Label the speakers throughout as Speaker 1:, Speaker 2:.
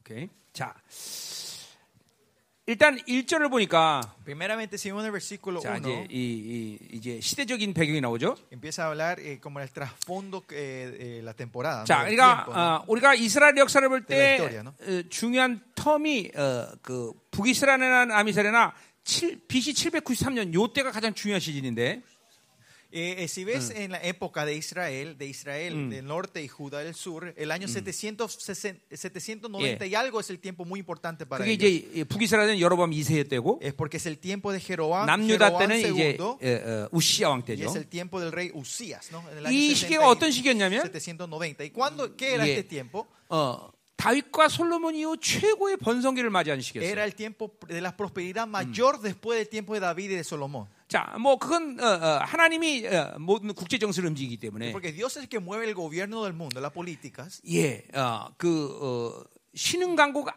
Speaker 1: 오케이. 자. 일단 1절을 보니까
Speaker 2: Primeramente, si vemos en el versículo
Speaker 1: 자,
Speaker 2: 1,
Speaker 1: 이제 이, 이- 이제 시대적인 배경이 나오죠.
Speaker 2: empieza a hablar eh, como el trasfondo, eh, eh, la temporada. ¿no?
Speaker 1: 자,
Speaker 2: Del
Speaker 1: 그러니까
Speaker 2: tiempo, ¿no?
Speaker 1: 어, 우리가 이스라엘 역사를 볼 때 어,
Speaker 2: Historia, no?
Speaker 1: 중요한 텀이 어, 그 북이스라엘이나 남이스라엘이나 7, BC 793년 요 때가 가장 중요한 시즌인데
Speaker 2: Eh, eh, si ves en la época de Israel, de Israel del norte y Judá del sur, el año 760 790 y algo es el tiempo muy importante para
Speaker 1: 그게
Speaker 2: ellos.
Speaker 1: 이제 이 북이스라엘은 여로밤 2세 때고
Speaker 2: Es porque es el tiempo de Jeroboam,
Speaker 1: 남유다
Speaker 2: Jeroboam
Speaker 1: 때는 이제
Speaker 2: II,
Speaker 1: 예, 어, 우시아 왕
Speaker 2: y
Speaker 1: 때죠.
Speaker 2: es el tiempo del rey Usías, ¿no? En el
Speaker 1: 이
Speaker 2: año
Speaker 1: 시기가
Speaker 2: 70
Speaker 1: 어떤 시기였냐면
Speaker 2: 790. ¿Y cuándo qué era
Speaker 1: 예.
Speaker 2: este tiempo?
Speaker 1: 어, 다윗과 솔로몬 이후 최고의 번성기를 맞이한
Speaker 2: Era
Speaker 1: 시기였어요.
Speaker 2: el tiempo de la prosperidad mayor después del tiempo de David y de Salomón.
Speaker 1: 자, 뭐 그건 어, 어, 하나님이 어, 모든 국제 정세를 움직이기 때문에
Speaker 2: Porque Dios es el que mueve el gobierno del mundo, las políticas.
Speaker 1: 예, 어, 그 어, 신흥 강국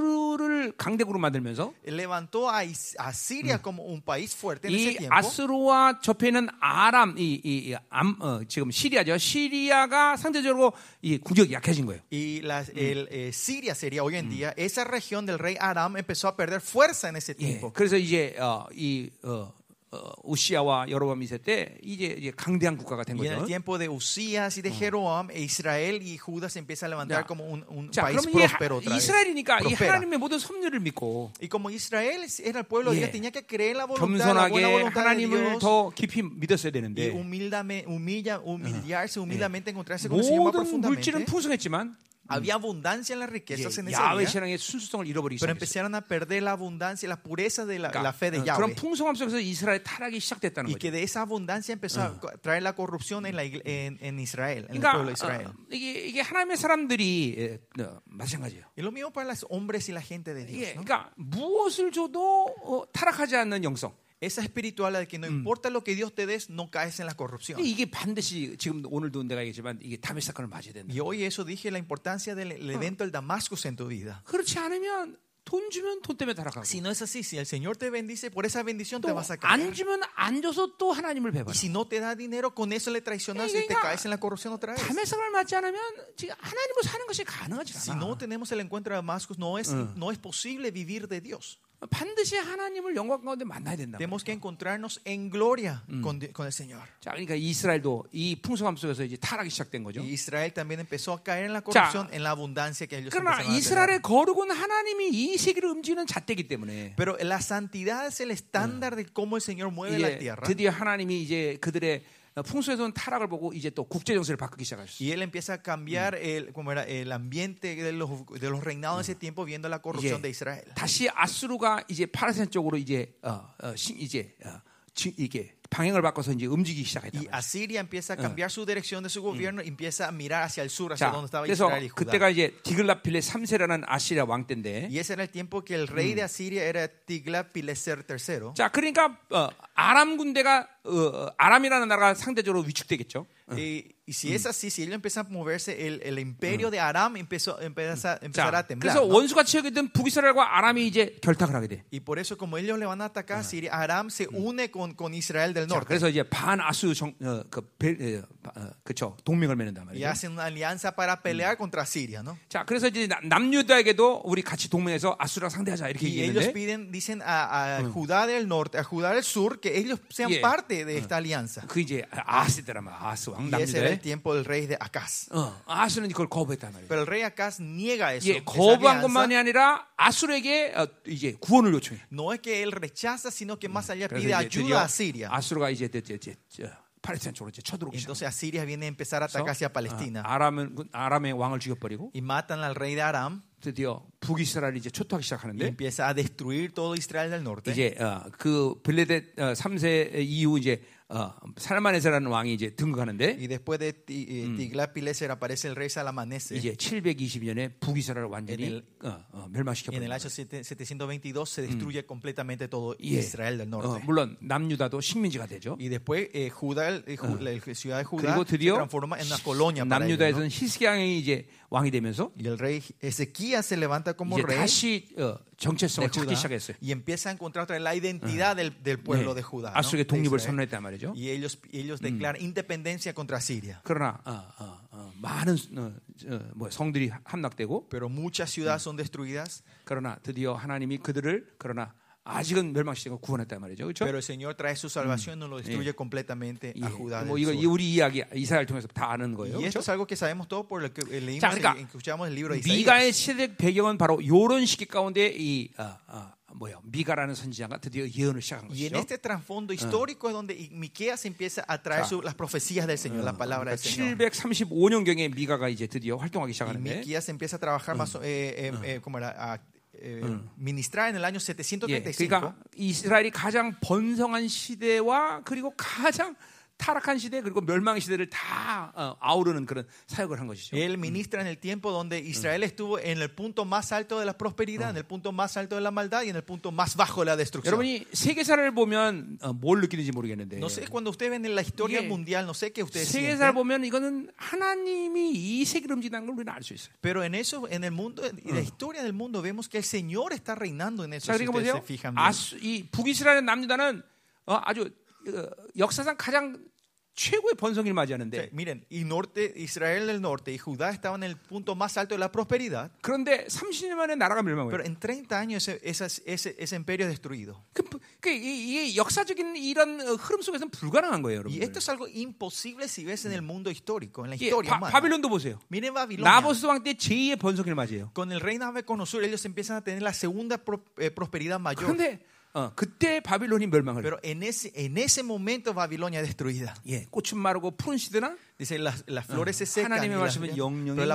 Speaker 1: 아수르를 강대국으로 만들면서
Speaker 2: Levantó a, Is- a Siria como un país fuerte en ese
Speaker 1: 이
Speaker 2: tiempo.
Speaker 1: 아수르와 접해 있는 아람, 이, 이, 이 암, 어, 지금 시리아죠. 시리아가 상대적으로 이 국력이 약해진 거예요.
Speaker 2: Y la, el, eh, Siria sería hoy en día, esa región del rey Aram empezó a perder fuerza en ese
Speaker 1: 예,
Speaker 2: tiempo.
Speaker 1: 그래서 이제 어, 이 어, 어, 우시아와 여로밤 이세 때 이제, 이제 강대한 국가가 된
Speaker 2: Y en el
Speaker 1: 거죠.
Speaker 2: tiempo de Usías y de Jeroam, Israel y Judas se empieza a levantar
Speaker 1: Ya.
Speaker 2: como un, un
Speaker 1: 자,
Speaker 2: país
Speaker 1: 그럼 이게
Speaker 2: próspero
Speaker 1: 하-
Speaker 2: otra vez.
Speaker 1: 이스라엘이니까 이
Speaker 2: Prospera.
Speaker 1: 하나님의 모든 섭리를 믿고
Speaker 2: Y como Israel era el pueblo
Speaker 1: 예.
Speaker 2: de Dios, tenía que creer en la voluntad, la buena
Speaker 1: 겸손하게
Speaker 2: voluntad de
Speaker 1: 하나님을
Speaker 2: Dios.
Speaker 1: 더 깊이 믿었어야
Speaker 2: Y
Speaker 1: 되는데
Speaker 2: humildame- humilla- humillarse, humildemente encontrarse con el
Speaker 1: 모든
Speaker 2: Señor más profundamente.
Speaker 1: 물질은 풍성했지만
Speaker 2: Había abundancia en las
Speaker 1: 예,
Speaker 2: riquezas en ese
Speaker 1: 야외
Speaker 2: día,
Speaker 1: 신앙의 순수성을 잃어버리기
Speaker 2: pero
Speaker 1: 시작했어요.
Speaker 2: empezaron a perder la abundancia, y la pureza de la, la fe de
Speaker 1: 그러니까, 어, 그런
Speaker 2: Yahweh.
Speaker 1: 풍성함 속에서 이스라엘 타락이 시작됐다는
Speaker 2: Y
Speaker 1: 거죠.
Speaker 2: que de esa abundancia empezó a co- traer la corrupción en, la igle- en, en Israel, en el
Speaker 1: 그러니까
Speaker 2: pueblo de Israel.
Speaker 1: 어, 이게, 이게 하나님의 사람들이 예, 어, 마찬가지예요.
Speaker 2: Y lo mismo para los hombres y la gente de
Speaker 1: 예,
Speaker 2: Dios. ¿no?
Speaker 1: 그러니까 무엇을 줘도 어, 타락하지 않는 영성.
Speaker 2: Esa espiritualidad de que no importa lo que Dios te des, no caes en la corrupción.
Speaker 1: 근데 이게 반드시 지금 오늘도 내가 얘기했지만 이게 담의 사건을 맞아야 된다.
Speaker 2: Y hoy eso dije, la importancia del el evento del Damascus en tu vida.
Speaker 1: 그렇지 않으면 돈 주면 돈 때문에 타락하고
Speaker 2: Si no es así, si el Señor te bendice, por esa bendición te vas a
Speaker 1: 또 안
Speaker 2: caer.
Speaker 1: 주면 안 줘서 또 하나님을 배반.
Speaker 2: Y si no te da dinero, con eso le traicionas y te
Speaker 1: 그러니까
Speaker 2: caes en la corrupción otra vez.
Speaker 1: 담의 사건을 맞지 않으면 지금 하나님을 사는 것이 가능하지
Speaker 2: Si no
Speaker 1: 않아.
Speaker 2: tenemos el encuentro de Damascus, no es, no es posible vivir de Dios.
Speaker 1: 반드시 하나님을 영광 가운데 만나야 된다.
Speaker 2: Tenemos que encontrarnos en gloria con, Di- con el Señor.
Speaker 1: 자, 그러니까 이스라엘도 이 풍성함 속에서 이제 타락이 시작된 거죠.
Speaker 2: Y Israel también empezó a caer en la corrupción, en la abundancia que ellos
Speaker 1: 그러나
Speaker 2: empezaron a tener.
Speaker 1: 이스라엘의 거룩은 하나님이 이 세계를 움직이는 잣대기 때문에
Speaker 2: Pero la santidad es el estándar de cómo el Señor mueve la
Speaker 1: 이제
Speaker 2: tierra.
Speaker 1: 드디어 하나님이 이제 그들의 풍수에서 온 타락을 보고 이제 또 국제 정세를 바꾸기 시작하셨어요.
Speaker 2: Y él empieza a cambiar el, ¿cómo era? el ambiente de los, de los reinados de ese tiempo viendo la corrupción
Speaker 1: 이제
Speaker 2: de Israel.
Speaker 1: 다시 아수르가 이제 파라센 쪽으로 이제 어, 어, 시- 이제 어, 지- 이게 방향을 바꿔서 이제 움직이기 시작했다.
Speaker 2: Y Asiria empieza a cambiar su dirección de su gobierno y empieza a mirar hacia el sur, hacia
Speaker 1: 자,
Speaker 2: donde estaba
Speaker 1: 그래서
Speaker 2: Israel y Judá.
Speaker 1: 그때가 이제 디글라필레 3세라는 아시리아 왕 때인데,
Speaker 2: Y ese era el tiempo que el rey de Asiria era Tiglath-Pileser III.
Speaker 1: 자, 그러니까 어, 아람 군대가 어, 어, 아람이라는 나라가 상대적으로 위축되겠죠.
Speaker 2: Y, y si es así, si ellos empiezan a moverse, el, el imperio de Aram empezó, empieza, empezará
Speaker 1: 자,
Speaker 2: a temblar.
Speaker 1: 그래서
Speaker 2: ¿no?
Speaker 1: 원수같이 여기던 북이스라엘과 아람이 이제 결탁을 하게 돼.
Speaker 2: Y por eso, como ellos le van a atacar a Siria, Aram se une con, con Israel del
Speaker 1: 자,
Speaker 2: norte
Speaker 1: 그래서 이제 반아수 정, 어, 그, 벨, 어, 어, 그쵸, 동맹을 맺는단
Speaker 2: y
Speaker 1: 말이죠.
Speaker 2: hacen una alianza para pelear contra Siria. ¿no?
Speaker 1: 자, 그래서 이제 남- 남유다에게도 우리 같이 동맹해서 아수랑 상대하자 이렇게
Speaker 2: Y ellos
Speaker 1: 얘기했는데
Speaker 2: piden, dicen a, a Judá del norte, a Judá del sur, que ellos sean
Speaker 1: Yeah.
Speaker 2: parte de esta alianza.
Speaker 1: 그 이제 아스드라마 아스 왕
Speaker 2: Y ese era
Speaker 1: 남유다에
Speaker 2: el tiempo del rey de Acaz.
Speaker 1: 어, 아스는 그걸 거부했단 말이에요.
Speaker 2: Pero el rey Acaz niega eso.
Speaker 1: 예,
Speaker 2: esa
Speaker 1: 거부한
Speaker 2: alianza.
Speaker 1: 것만이 아니라 아수르에게 어, 이제 구원을 요청해.
Speaker 2: No es que él rechaza, sino que más allá pide
Speaker 1: 그래서 이제 드디어
Speaker 2: ayuda a Siria.
Speaker 1: 아수르가 이제 이제, 이제, 이제 팔레스타인 쪽으로 이제 쳐들어오기 시작.
Speaker 2: Entonces Asiria viene a empezar a atacar hacia Palestina
Speaker 1: 아람은 그 아람의 왕을 죽여버리고
Speaker 2: y matan al rey de Aram
Speaker 1: 드디어 북이스라엘이 이제 초토하기
Speaker 2: y
Speaker 1: 시작하는데
Speaker 2: empieza a destruir todo Israel del norte.
Speaker 1: 이제 어, 그 빌레데 어, 3세 이후 이제 어, 살만에서라는 왕이 이제 등극하는데
Speaker 2: Y después de Tiglat Pileser aparece el rey Salamaneser
Speaker 1: 이제 720년에 북이스라엘 완전히
Speaker 2: 얘네-
Speaker 1: 어, 어,
Speaker 2: y en el
Speaker 1: 멸망시켜버립니다.
Speaker 2: año 7- 722 se destruye completamente todo
Speaker 1: 예.
Speaker 2: Israel del
Speaker 1: 어,
Speaker 2: norte.
Speaker 1: 물론 남유다도 식민지가 되죠.
Speaker 2: Y después eh, Judá, el- el Ju- la ciudad de Judá
Speaker 1: 그리고
Speaker 2: se
Speaker 1: 드디어
Speaker 2: transforma este en una colonia para ellos, ¿no?
Speaker 1: 남유다에서는 히스기야이 이제 왕이 되면서
Speaker 2: Y el rey Ezequías se levanta como
Speaker 1: 이제
Speaker 2: rey 네,
Speaker 1: 다시 어,
Speaker 2: de
Speaker 1: 정체성을
Speaker 2: Judá
Speaker 1: 찾기 시작했어요.
Speaker 2: y empieza a encontrar otra vez la identidad del, del pueblo de Judá. ¿no?
Speaker 1: 아수르의
Speaker 2: De Mm.
Speaker 1: 독립을
Speaker 2: Israel.
Speaker 1: 선언했단 말이죠.
Speaker 2: Y ellos, ellos declaran independencia contra Siria.
Speaker 1: 그러나 어, 어, 어, 많은 어, 어, 뭐 성들이 함락되고
Speaker 2: pero muchas ciudades son destruidas.
Speaker 1: 그러나 드디어 하나님이 그들을 그러나 아직은 멸망시키고 구원했단 말이죠. 그렇죠?
Speaker 2: Pero el Señor trae su salvación, no lo destruye completamente a Judá.
Speaker 1: 예.
Speaker 2: del
Speaker 1: 뭐 이거
Speaker 2: sur.
Speaker 1: 이 우리 이야기 이사를 통해서 다 아는 거예요.
Speaker 2: Y esto
Speaker 1: 그렇죠?
Speaker 2: es algo que sabemos todo por lo que leímos
Speaker 1: 자, 그러니까
Speaker 2: y escuchamos el libro de
Speaker 1: 미가의
Speaker 2: Isaías.
Speaker 1: 시대적 배경은 바로 요런 시기 가운데 이 아, 아, 뭐야 미가라는 선지자가 드디어 예언을 시작한
Speaker 2: Y en
Speaker 1: 것이죠.
Speaker 2: este trasfondo histórico es donde Miqueas empieza a traer
Speaker 1: 자.
Speaker 2: su- las profecías del Señor, la palabra del Señor.
Speaker 1: 735년 경에 미가가 이제 드디어 활동하기
Speaker 2: Y
Speaker 1: 시작하는데
Speaker 2: Miqueas empieza a trabajar más, eh, eh, eh, ¿cómo era? A, eh, ministrar en el año
Speaker 1: 예,
Speaker 2: 735.
Speaker 1: 그러니까 이스라엘이 가장 번성한 시대와 그리고 가장 타락한 시대 그리고 멸망의 시대를 다 어, 아우르는 그런 사역을 한 것이죠.
Speaker 2: Él ministra en el tiempo donde Israel estuvo en el punto más alto de la prosperidad, en el punto más alto de la maldad y en el punto más bajo de la destrucción.
Speaker 1: 여러분이 세계사를 보면 어, 뭘 느끼는지 모르겠는데
Speaker 2: No sé, cuando ustedes ven en la historia
Speaker 1: 이게
Speaker 2: mundial, no sé qué ustedes
Speaker 1: 네, 세계사를
Speaker 2: sienten,
Speaker 1: 보면 이거는 하나님이 이 세계를 움직이는 걸 우리는 알 수 있어요.
Speaker 2: pero en eso, en el mundo, en la historia del mundo, vemos que el Señor está reinando en eso.
Speaker 1: 자,
Speaker 2: Si
Speaker 1: 그러니까
Speaker 2: ustedes se
Speaker 1: 보세요.
Speaker 2: fijan bien.
Speaker 1: 아수, 이 북이스라엘 남유다는 어, 아주 어, 역사상 가장 최고의 번성기를
Speaker 2: O sea,
Speaker 1: 맞이하는데
Speaker 2: Miren, y norte, Israel del norte y Judá estaban en el punto más alto de la prosperidad,
Speaker 1: 그런데 30년 만에 나라가 멸망해요.
Speaker 2: pero en 30 años ese, esas- ese, ese imperio es destruido.
Speaker 1: 그, 그, 이, 이 역사적인 이런 어, 흐름 속에서는 불가능한 거예요, 여러분.
Speaker 2: Y esto es algo imposible si ves en el mundo histórico, en la
Speaker 1: 예,
Speaker 2: historia
Speaker 1: 바-
Speaker 2: humana.
Speaker 1: 바빌론도 보세요.
Speaker 2: Miren Babilonia.
Speaker 1: 나보스 왕 때 제2의 번성기를 맞이해요.
Speaker 2: Con el rey Nabucodonosor ellos empiezan a tener la segunda pro- eh, prosperidad mayor.
Speaker 1: 그런데 어, 그때 바빌론이 멸망을 해요.
Speaker 2: Pero en ese, en ese momento Babilonia es destruida.
Speaker 1: 예, 꽃은 마르고 푸른 시드나
Speaker 2: Dice, las, las flores se secan, y
Speaker 1: 하나님의
Speaker 2: las-
Speaker 1: 말씀은 영영이
Speaker 2: pero la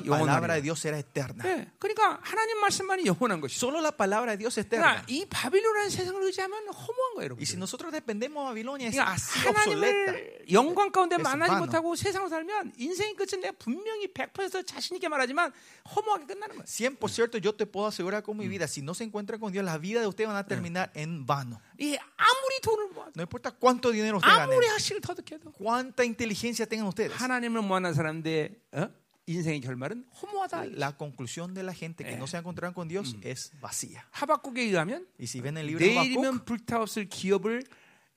Speaker 1: 영원하리라.
Speaker 2: palabra de Dios será eterna.
Speaker 1: 예, 그러니까 하나님 말씀만이 영원한 것이죠.
Speaker 2: Solo la palabra de Dios es eterna.
Speaker 1: 그러니까 이 바빌론이라는 세상을 의지하면 허무한 거예요, 여러분.
Speaker 2: Y si nosotros dependemos de Babilonia, es
Speaker 1: 그러니까
Speaker 2: así obsoleta.
Speaker 1: 하나님을 영광 가운데
Speaker 2: 그래서
Speaker 1: 만나지
Speaker 2: vano.
Speaker 1: 못하고 세상을 살면 인생의 끝은 내가 분명히 100% 자신 있게 말하지만 허무하게 끝나는 거예요.
Speaker 2: 100% yo te puedo asegurar con mi vida, si no se encuentran con Dios, la vida de ustedes van a terminar en vano.
Speaker 1: 이 아무리 돈을 모아도
Speaker 2: No importa cuánto dinero ustedes ganen,
Speaker 1: 아무리 학식을 터득해도
Speaker 2: cuánta inteligencia tengan ustedes.
Speaker 1: 하나님을 만난 사람인데 어? 인생의 결말은 허무하다.
Speaker 2: La conclusión de la gente que no se ha encontrado con Dios es vacía.
Speaker 1: 하박국에 의하면
Speaker 2: Y si ven el libro de Habacuc,
Speaker 1: 내일이면 불타없을 기업을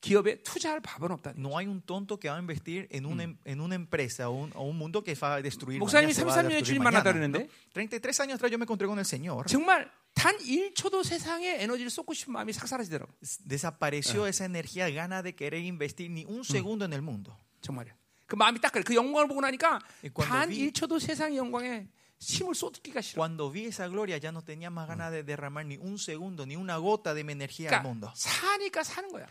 Speaker 1: 기업에 투자할 밥은 없다.
Speaker 2: no hay un tonto que va a investir en, un em- en una empresa o un, o un mundo que va a destruir.
Speaker 1: 목사님이
Speaker 2: mañana, se va a
Speaker 1: 33 년에
Speaker 2: destruir
Speaker 1: 주님
Speaker 2: mañana,
Speaker 1: 만나다는데?
Speaker 2: ¿no? 33 años atrás yo me encontré con el Señor.
Speaker 1: 정말 단 1초도 세상에 에너지를 쏟고 싶은 마음이 싹 사라지더라고.
Speaker 2: Desapareció esa energía, gana de querer investir ni un segundo en el mundo.
Speaker 1: 정말이야. 그 마음이 딱 그래. 그 영광을 보고 나니까
Speaker 2: 이 관독이-
Speaker 1: 단 1초도 세상의 영광에 힘을 쏟기가 싫어.
Speaker 2: Cuando vi esa gloria ya no tenía más ganas de derramar ni un segundo, ni una gota de mi energía
Speaker 1: 그러니까
Speaker 2: al mundo.
Speaker 1: 사니까 사는 거야.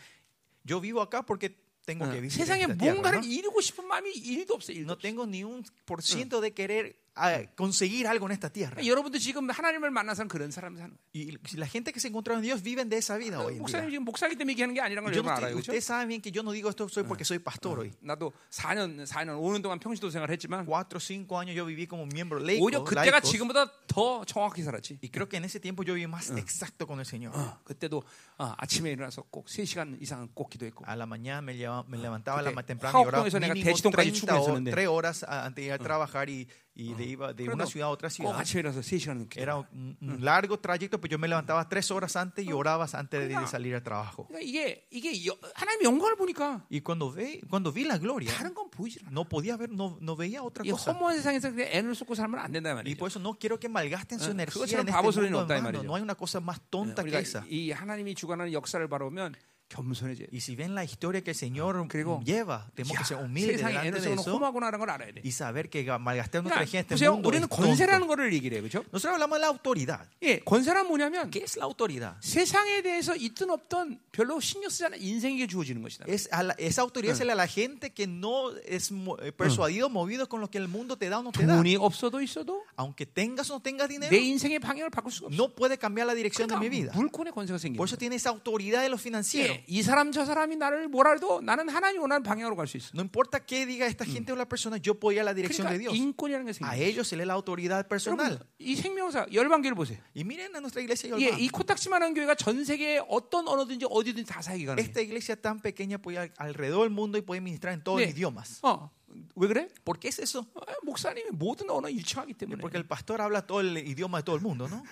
Speaker 2: Yo vivo acá porque tengo que
Speaker 1: 어,
Speaker 2: vivir.
Speaker 1: 세상에
Speaker 2: en esta tierra,
Speaker 1: 뭔가를
Speaker 2: ¿no?
Speaker 1: 이루고 싶은 마음이 1도 없어. 1도
Speaker 2: No tengo ni un por ciento de querer ah, conseguir algo en esta tierra.
Speaker 1: 여러분도 지금 하나님을 만난 사람 그런 사람 사는 거야.
Speaker 2: Y si la gente que se encontraba en Dios viven de esa vida hoy en día.
Speaker 1: 어, 목사님 지금 목사기 때문에 얘기하는 게 아니라는 걸
Speaker 2: Yo no
Speaker 1: 여러분
Speaker 2: estoy-
Speaker 1: 알아요. 그렇죠?
Speaker 2: ustedes saben bien que yo no digo esto soy porque soy pastor hoy.
Speaker 1: 나도 4년, 4년, 5년 동안 평시도 생활했지만
Speaker 2: Cuatro o cinco años yo viví como miembro laico.
Speaker 1: 오히려 그때가
Speaker 2: laicos,
Speaker 1: 지금보다 더 정확히 살았지.
Speaker 2: y creo que en ese tiempo yo viví más exacto con el Señor.
Speaker 1: 어, 그때도 아, 아침에 일어나서 꼭 3시간 이상은 꼭 기도했고
Speaker 2: A la mañana me, llevaba- me levantaba a la
Speaker 1: 그때
Speaker 2: ma- temprano y oraba
Speaker 1: 화곡동에서 내가
Speaker 2: mínimo
Speaker 1: 대치동까지
Speaker 2: 30 o
Speaker 1: 출근했었는데.
Speaker 2: 3 horas a- antes de ir a trabajar y, y de, iba de una
Speaker 1: 그래도
Speaker 2: ciudad a otra
Speaker 1: 꼭
Speaker 2: ciudad.
Speaker 1: 아침에 일어나서 3시간 넘게
Speaker 2: Era un, un largo trayecto, pero yo me levantaba tres horas antes y oraba antes de,
Speaker 1: 그러니까-
Speaker 2: de salir al trabajo.
Speaker 1: 그러니까 이게, 이게 여- 하나님의 영광을 보니까
Speaker 2: Y cuando, ve, cuando vi la gloria,
Speaker 1: 다른 건 보이질 않아.
Speaker 2: no podía ver, no, no veía otra
Speaker 1: 이
Speaker 2: cosa.
Speaker 1: 허무한 세상에서 그냥 애를 쏟고 살면 안 된다
Speaker 2: Y
Speaker 1: 말이죠.
Speaker 2: por eso no quiero que malgasten su
Speaker 1: 어,
Speaker 2: energía
Speaker 1: 그것처럼
Speaker 2: en este
Speaker 1: 바보 소리는
Speaker 2: mundo,
Speaker 1: 없다, 이
Speaker 2: hermano.
Speaker 1: 말이죠.
Speaker 2: No hay una cosa más tonta que
Speaker 1: 우리가
Speaker 2: esa.
Speaker 1: 예, 그러니까 이 하나님이 주관하는 역사를 바라보면 겸손해져야 돼.
Speaker 2: Y si ven la historia que el Señor
Speaker 1: 그리고
Speaker 2: lleva, tenemos que ser humildes
Speaker 1: 세상에
Speaker 2: delante
Speaker 1: 애를
Speaker 2: de
Speaker 1: 쏟는
Speaker 2: eso
Speaker 1: 허무하고나라는 걸 알아야 돼.
Speaker 2: y 사ber que malgastar nuestra energía en
Speaker 1: 그러니까
Speaker 2: este
Speaker 1: 보세요.
Speaker 2: mundo es
Speaker 1: 우리는
Speaker 2: tonto.
Speaker 1: 권세라는 거를 얘기를 해요. 그죠?
Speaker 2: Nosotros hablamos de la autoridad.
Speaker 1: 예, 권세란 뭐냐면
Speaker 2: ¿Qué es la autoridad?
Speaker 1: 세상에 대해서 있든 없든 별로 신경 쓰지 않은 인생에게 주어지는 것이다.
Speaker 2: Es a la- esa autoridad es a la gente que no es mo- eh, persuadido, movido con lo que el mundo te da o no te da.
Speaker 1: 돈이 없어도 있어도 네.
Speaker 2: Aunque tengas o no tengas
Speaker 1: 내
Speaker 2: dinero,
Speaker 1: 인생의 방향을 바꿀 수가 없어.
Speaker 2: no puede cambiar la dirección de mi vida.
Speaker 1: 그러니까 물권의 권세가 생기는
Speaker 2: Por eso
Speaker 1: 거야.
Speaker 2: tiene esa autoridad de lo financiero.
Speaker 1: 예, 이 사람 저 사람이 나를 뭐라 해도 나는 하나님 원하는 방향으로 갈 수 있어.
Speaker 2: No importa qué diga esta gente o la persona, yo puedo ir a la dirección
Speaker 1: 그러니까
Speaker 2: de Dios.
Speaker 1: 인권이라는 게 생겨.
Speaker 2: A ellos se le da la autoridad
Speaker 1: 여러분,
Speaker 2: personal.
Speaker 1: 이 생명사 열방교를 보세요.
Speaker 2: Y miren a nuestra iglesia.
Speaker 1: 예,
Speaker 2: Yolanda.
Speaker 1: 이 코딱지만한 교회가 전 세계 어떤 언어든지 어디든지 다 사역이 가능해.
Speaker 2: Esta iglesia tan pequeña puede ir al- alrededor del mundo y puede ministrar en todos
Speaker 1: 네.
Speaker 2: los idiomas.
Speaker 1: 어, 왜 그래?
Speaker 2: ¿Por qué es eso?
Speaker 1: 아, 목사님이 모든 언어 일치하기 때문에.
Speaker 2: Porque el pastor habla todo el idioma de todo el mundo, ¿no?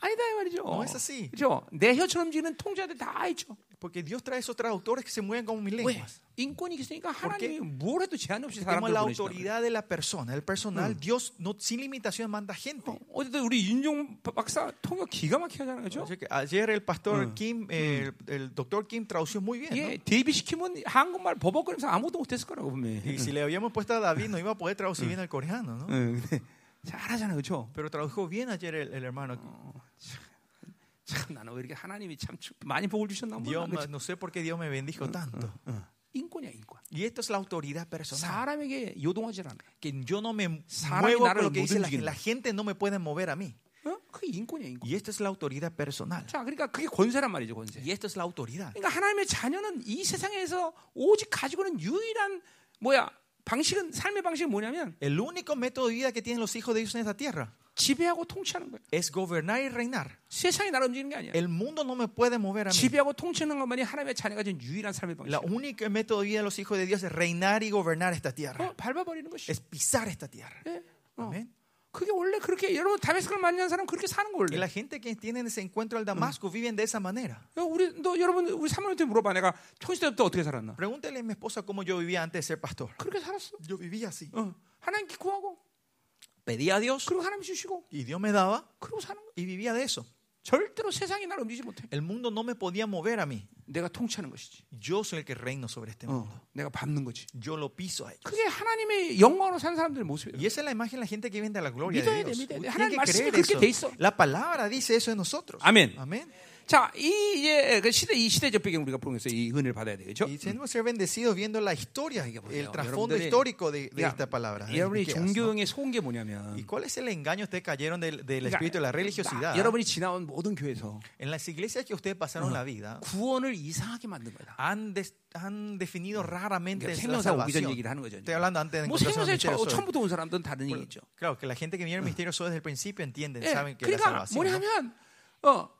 Speaker 1: 아니다 이 말이죠.
Speaker 2: No es así.
Speaker 1: 그죠? 내 혀처럼 지는 통제들 다 있죠.
Speaker 2: Porque Dios trae esos traductores que se mueven como mil
Speaker 1: 왜?
Speaker 2: lenguas.
Speaker 1: 인권이 있으니까
Speaker 2: Porque-
Speaker 1: 하나님이 뭘 해도 제한 없이
Speaker 2: Como
Speaker 1: 사람을
Speaker 2: la
Speaker 1: 보내신다.
Speaker 2: autoridad de la persona, el personal, Dios no, sin limitación manda gente.
Speaker 1: 어쨌든 우리 윤종 박사 통역 기가 막히게 하잖아요. 그죠?
Speaker 2: Así que ayer el pastor Kim, eh, el, el doctor Kim tradució muy bien. ¿no?
Speaker 1: 예, 대비시키면 한국말 버벅거리면서 아무도 못했을 거라고 분명히.
Speaker 2: Y si le habíamos puesto a David, no iba a poder traducir bien al coreano, ¿no?
Speaker 1: 응, 예, 근데 잘하잖아요, 그렇죠?
Speaker 2: Pero tradujo bien ayer el, el hermano.
Speaker 1: 참 나는 왜 이렇게 하나님이 참 축- 많이 복을 주셨나 몰라.
Speaker 2: Dios,
Speaker 1: 그치?
Speaker 2: no sé por qué Dios me bendijo tanto.
Speaker 1: 어. 인권이야 인권.
Speaker 2: Y esto es la autoridad personal.
Speaker 1: 사람에게 요동하질 않아.
Speaker 2: Que yo no me
Speaker 1: Sara
Speaker 2: muevo
Speaker 1: Guinara
Speaker 2: con lo que
Speaker 1: lo
Speaker 2: dice la
Speaker 1: mueve.
Speaker 2: gente. La gente no me puede mover a mí.
Speaker 1: 어? 그게 인권이야 인권.
Speaker 2: Y esto es la autoridad personal.
Speaker 1: 자, 그러니까 그게 권세란 말이죠 권세.
Speaker 2: Y esto es la autoridad.
Speaker 1: 그러니까 하나님의 자녀는 이 세상에서 오직 가지고는 유일한 뭐야 방식은 삶의 방식이 뭐냐면
Speaker 2: El único método de vida que tienen los hijos de Dios en esta tierra
Speaker 1: 지배하고 통치하는 거야.
Speaker 2: es gobernar y reinar.
Speaker 1: 세상이 나를 움직이는 게 아니야.
Speaker 2: El mundo no me puede mover a mí.
Speaker 1: 지배하고 통치하는 것만이 하나님의 자녀가 지금 유일한 삶의 방식.
Speaker 2: La única método de vida de los hijos de Dios es reinar y gobernar esta tierra.
Speaker 1: 어, 밟아버리는 것이.
Speaker 2: Es pisar esta tierra.
Speaker 1: 예? 어.
Speaker 2: Amén.
Speaker 1: 그게 원래 그렇게 여러분 다메스크를 만난 사람 은 그렇게 사는 거
Speaker 2: Y
Speaker 1: 원래.
Speaker 2: la gente que tiene ese encuentro al Damasco viven de esa manera.
Speaker 1: 야, 어, 우리 너 여러분 우리 3년 때 물어봐 내가 청시대 때부터 어떻게 살았나?
Speaker 2: Pregúntele a mi esposa cómo yo vivía antes de ser pastor.
Speaker 1: 그렇게 살았어.
Speaker 2: Yo vivía así.
Speaker 1: 어. 하나님께 구하고
Speaker 2: Pedía a Dios
Speaker 1: 그리고 하나님 주시고
Speaker 2: y Dios me daba
Speaker 1: 그리고 사는 거.
Speaker 2: y vivía de eso.
Speaker 1: 절대로 세상이 나를 움직이지 못해.
Speaker 2: El mundo no me podía mover a mí.
Speaker 1: 내가 통치하는 것이지.
Speaker 2: Yo soy el que reino sobre este mundo.
Speaker 1: 어. 내가 밟는 거지.
Speaker 2: Yo lo piso a ellos.
Speaker 1: 그게 하나님의 영광으로 산 사람들의 모습이에요.
Speaker 2: Y esa es la imagen de la gente que viene de la gloria
Speaker 1: Mira,
Speaker 2: de Dios.
Speaker 1: mira, mira.
Speaker 2: Tienen
Speaker 1: Hanan
Speaker 2: que
Speaker 1: 말씀에
Speaker 2: creer
Speaker 1: 그렇게 돼
Speaker 2: eso.
Speaker 1: 있어.
Speaker 2: La palabra dice eso de nosotros.
Speaker 1: Amén.
Speaker 2: Amén.
Speaker 1: 자, 이 이제 그 시대 이 시대적 배경 우리가 보면서 이 은혜를 받아야 되겠죠?
Speaker 2: Y tenemos que ser bendecidos viendo la historia, el
Speaker 1: 보세요.
Speaker 2: trasfondo
Speaker 1: 여러분들이-
Speaker 2: histórico de, de
Speaker 1: 야,
Speaker 2: esta palabra. de
Speaker 1: 여러분이
Speaker 2: Miqueas, ¿no?
Speaker 1: 종교형에 속은 게 뭐냐면
Speaker 2: ¿Y cuál es el engaño ustedes cayeron del, del
Speaker 1: 그러니까
Speaker 2: espíritu de la
Speaker 1: 나-
Speaker 2: religiosidad?
Speaker 1: 여러분이 지나온 모든 교회에서
Speaker 2: En las iglesias que ustedes pasaron la
Speaker 1: 어.
Speaker 2: vida,
Speaker 1: 구원을 이상하게 만든 거야.
Speaker 2: han, des- han definido raramente
Speaker 1: 그러니까
Speaker 2: la
Speaker 1: 생명사 오기 전
Speaker 2: salvación.
Speaker 1: 얘기를 하는 거죠.
Speaker 2: Estoy hablando antes de
Speaker 1: 뭐
Speaker 2: encontrarse
Speaker 1: 생명사에
Speaker 2: en el
Speaker 1: 처,
Speaker 2: misterio solo.
Speaker 1: 처음부터 온 사람들은 다른 얘기죠.
Speaker 2: Claro, que la gente que viene al misterio solo desde el principio entienden,
Speaker 1: 예,
Speaker 2: saben Mm. Eh, que la
Speaker 1: 그러니까
Speaker 2: salvación. ¿no?
Speaker 1: 뭐냐면 어,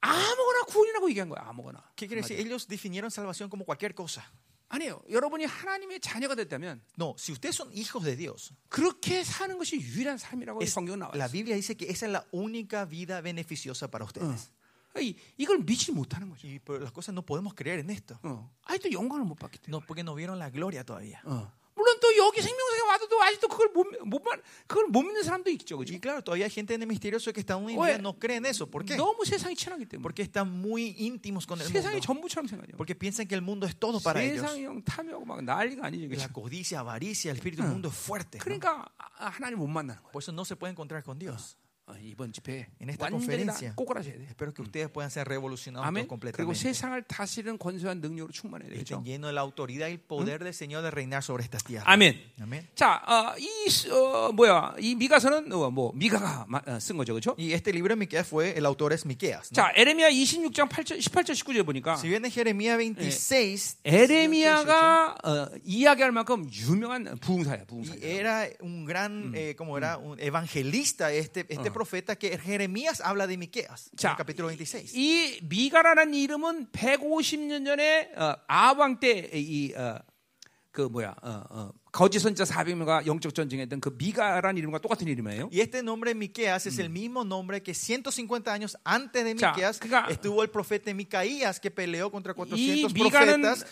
Speaker 1: 아무거나 구원이라고 얘기한 거야. 아무거나.
Speaker 2: ¿Qué quiere decir? Ellos definieron salvación como cualquier cosa.
Speaker 1: 아니에요. 여러분이 하나님의 자녀가 됐다면
Speaker 2: No, si ustedes son hijos de Dios,
Speaker 1: 그렇게 사는 것이 유일한 삶이라고
Speaker 2: es-
Speaker 1: 성경 나와
Speaker 2: la
Speaker 1: 있어.
Speaker 2: Biblia dice que esa es la única vida beneficiosa para ustedes.
Speaker 1: 이, 이걸 믿지 못하는 거죠.
Speaker 2: Y por las cosas no podemos creer en esto.
Speaker 1: 어. 아직도 영광을 못 받기 때문에.
Speaker 2: No, porque no vieron la gloria todavía.
Speaker 1: 어. 물론 또 여기 생명사에 와서도 아직도 그걸 못, 못 말- 그걸 못 믿는 사람도 있죠, 그죠?
Speaker 2: Y claro, todavía hay gente en el misterioso que está muy
Speaker 1: Oye,
Speaker 2: no cree en eso. ¿Por qué?
Speaker 1: 너무 세상이 친하기 때문에.
Speaker 2: Porque están muy íntimos con el
Speaker 1: 세상이
Speaker 2: mundo.
Speaker 1: 전부처럼 생각해요.
Speaker 2: Porque piensan que el mundo es todo para ellos.
Speaker 1: 세상이 형 탐욕 막 난리가 아니죠, 그죠?
Speaker 2: La codicia, avaricia, el espíritu del mundo es fuerte. ¿no?
Speaker 1: 그러니까 아, 하나님 못 만나는 거예요.
Speaker 2: Por eso no se puede encontrar con Dios.
Speaker 1: 어, 이번 집회
Speaker 2: 얘네 다
Speaker 1: 완전히 다
Speaker 2: conferencia.
Speaker 1: 꼬꾸라져야 돼.
Speaker 2: Espero que ustedes puedan ser revolucionados
Speaker 1: 아멘. 그리고
Speaker 2: completamente.
Speaker 1: 세상을 다스리는 권세와 능력으로 충만해야
Speaker 2: Que
Speaker 1: 되겠죠.
Speaker 2: Estén llenos de la autoridad y el poder del Señor de reinar sobre estas tierras.
Speaker 1: 아멘.
Speaker 2: Amén.
Speaker 1: 자, 어, 이 스- 어, 뭐야 이 미가서는 어, 뭐 미가가 마- 어, 쓴 거죠, 그렇죠?
Speaker 2: Y este libro de Miqueas fue, el autor es Miqueas. ¿no?
Speaker 1: 자, 에레미야 26장 8절, 18절 19절 보니까
Speaker 2: Si bien en Jeremías 26, 18,
Speaker 1: 에레미야가 어, 이야기할 만큼 유명한 부흥사야, 부흥사.
Speaker 2: y era un gran, eh, como era un evangelista este, este profeta que Jeremías habla de Miqueas, en
Speaker 1: 자,
Speaker 2: el capítulo 26.
Speaker 1: 이 미가라는 이름은 150년 전에 어, 아왕 때이그 어, 뭐야 어, 어, 거짓 선자 400명과 영적 전쟁했던 그 미가라는 이름과 똑같은 이름이에요.
Speaker 2: Y este nombre Miqueas es el mismo nombre que 150 años antes de
Speaker 1: 자,
Speaker 2: Miqueas
Speaker 1: 그러니까-
Speaker 2: estuvo el profeta Micaías que peleó contra
Speaker 1: 이
Speaker 2: 400
Speaker 1: 미가는
Speaker 2: profetas.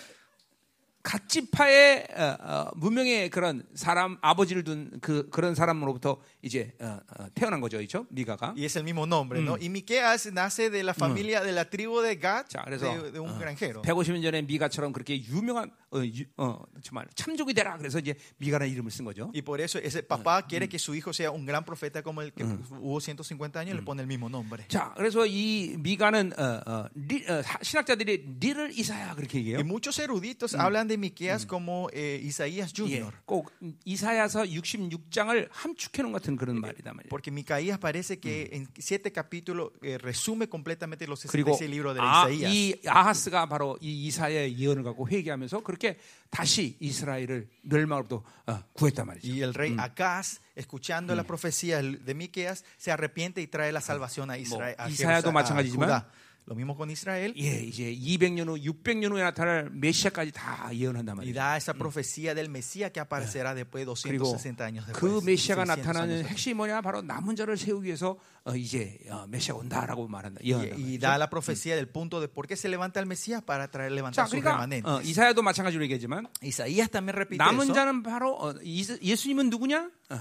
Speaker 1: 갓지파의 어, 어, 무명의 그런 사람 아버지를 둔 그 그런 사람으로부터 이제 어, 어, 태어난 거죠, 그렇죠? 미가가.
Speaker 2: Y es el mismo nombre, ¿no? Y Miqueas nace de la familia, de la tribu de Gad,
Speaker 1: 자, 그래서
Speaker 2: de, de un granjero.
Speaker 1: 150년 전에 미가처럼 그렇게 유명한 어, 유- 어, 정말 참족이 되라 그래서 이제 미가라는 이름을 쓴 거죠.
Speaker 2: Y por eso ese papá quiere que su hijo sea un gran profeta como el que hubo 150 años, le pone el mismo nombre.
Speaker 1: 자, 그래서 이 미가는 어, 어, 리- 어, 사- 신학자들이 리를 이사야 그렇게
Speaker 2: Y
Speaker 1: 얘기해요.
Speaker 2: muchos eruditos hablan de Miqueas como eh, Isaías
Speaker 1: 예,
Speaker 2: Jr.
Speaker 1: 꼭 이사야서 66장을 함축해 놓은 같은 그런 말이다 말이에요.
Speaker 2: Porque Micaías parece que en siete capítulos eh, resume completamente los
Speaker 1: 그리고
Speaker 2: 66 libros de
Speaker 1: 아,
Speaker 2: Isaías.
Speaker 1: 이 아하스가 바로 이 이사야의 예언을 갖고 회개하면서 그렇게 다시 이스라엘을 멸망으로부터 어, 구했단 말이죠.
Speaker 2: Y el rey Acaz, escuchando la profecía de Miqueas, se arrepiente y trae la salvación a Israel.
Speaker 1: 뭐,
Speaker 2: a
Speaker 1: 이사야도
Speaker 2: Jerusalén, a
Speaker 1: 마찬가지지만
Speaker 2: Judá. Lo mismo con Israel.
Speaker 1: 예, 이제 200년 후, 600년 후에 나타날 메시아까지 다 예언한단
Speaker 2: Y
Speaker 1: 말이에요.
Speaker 2: da esa profecía del Mesías que aparecerá después de
Speaker 1: 그리고
Speaker 2: 260 años
Speaker 1: 그
Speaker 2: después.
Speaker 1: 메시아가
Speaker 2: 600 años
Speaker 1: 나타나는
Speaker 2: después.
Speaker 1: 핵심이 뭐냐? 바로 남은 자를 세우기 위해서 어, 이제 어, 메시아 온다라고 말한다. 예언한다.
Speaker 2: Y, y da la profecía del punto de por qué se levanta el Mesías para traer
Speaker 1: 자,
Speaker 2: levantar su
Speaker 1: 그러니까
Speaker 2: remanente.
Speaker 1: 어, 이사야도 마찬가지로 얘기하지만
Speaker 2: Isaías también repite
Speaker 1: 남은
Speaker 2: eso.
Speaker 1: 자는 바로 어, 이스- 예수님은 누구냐? 어,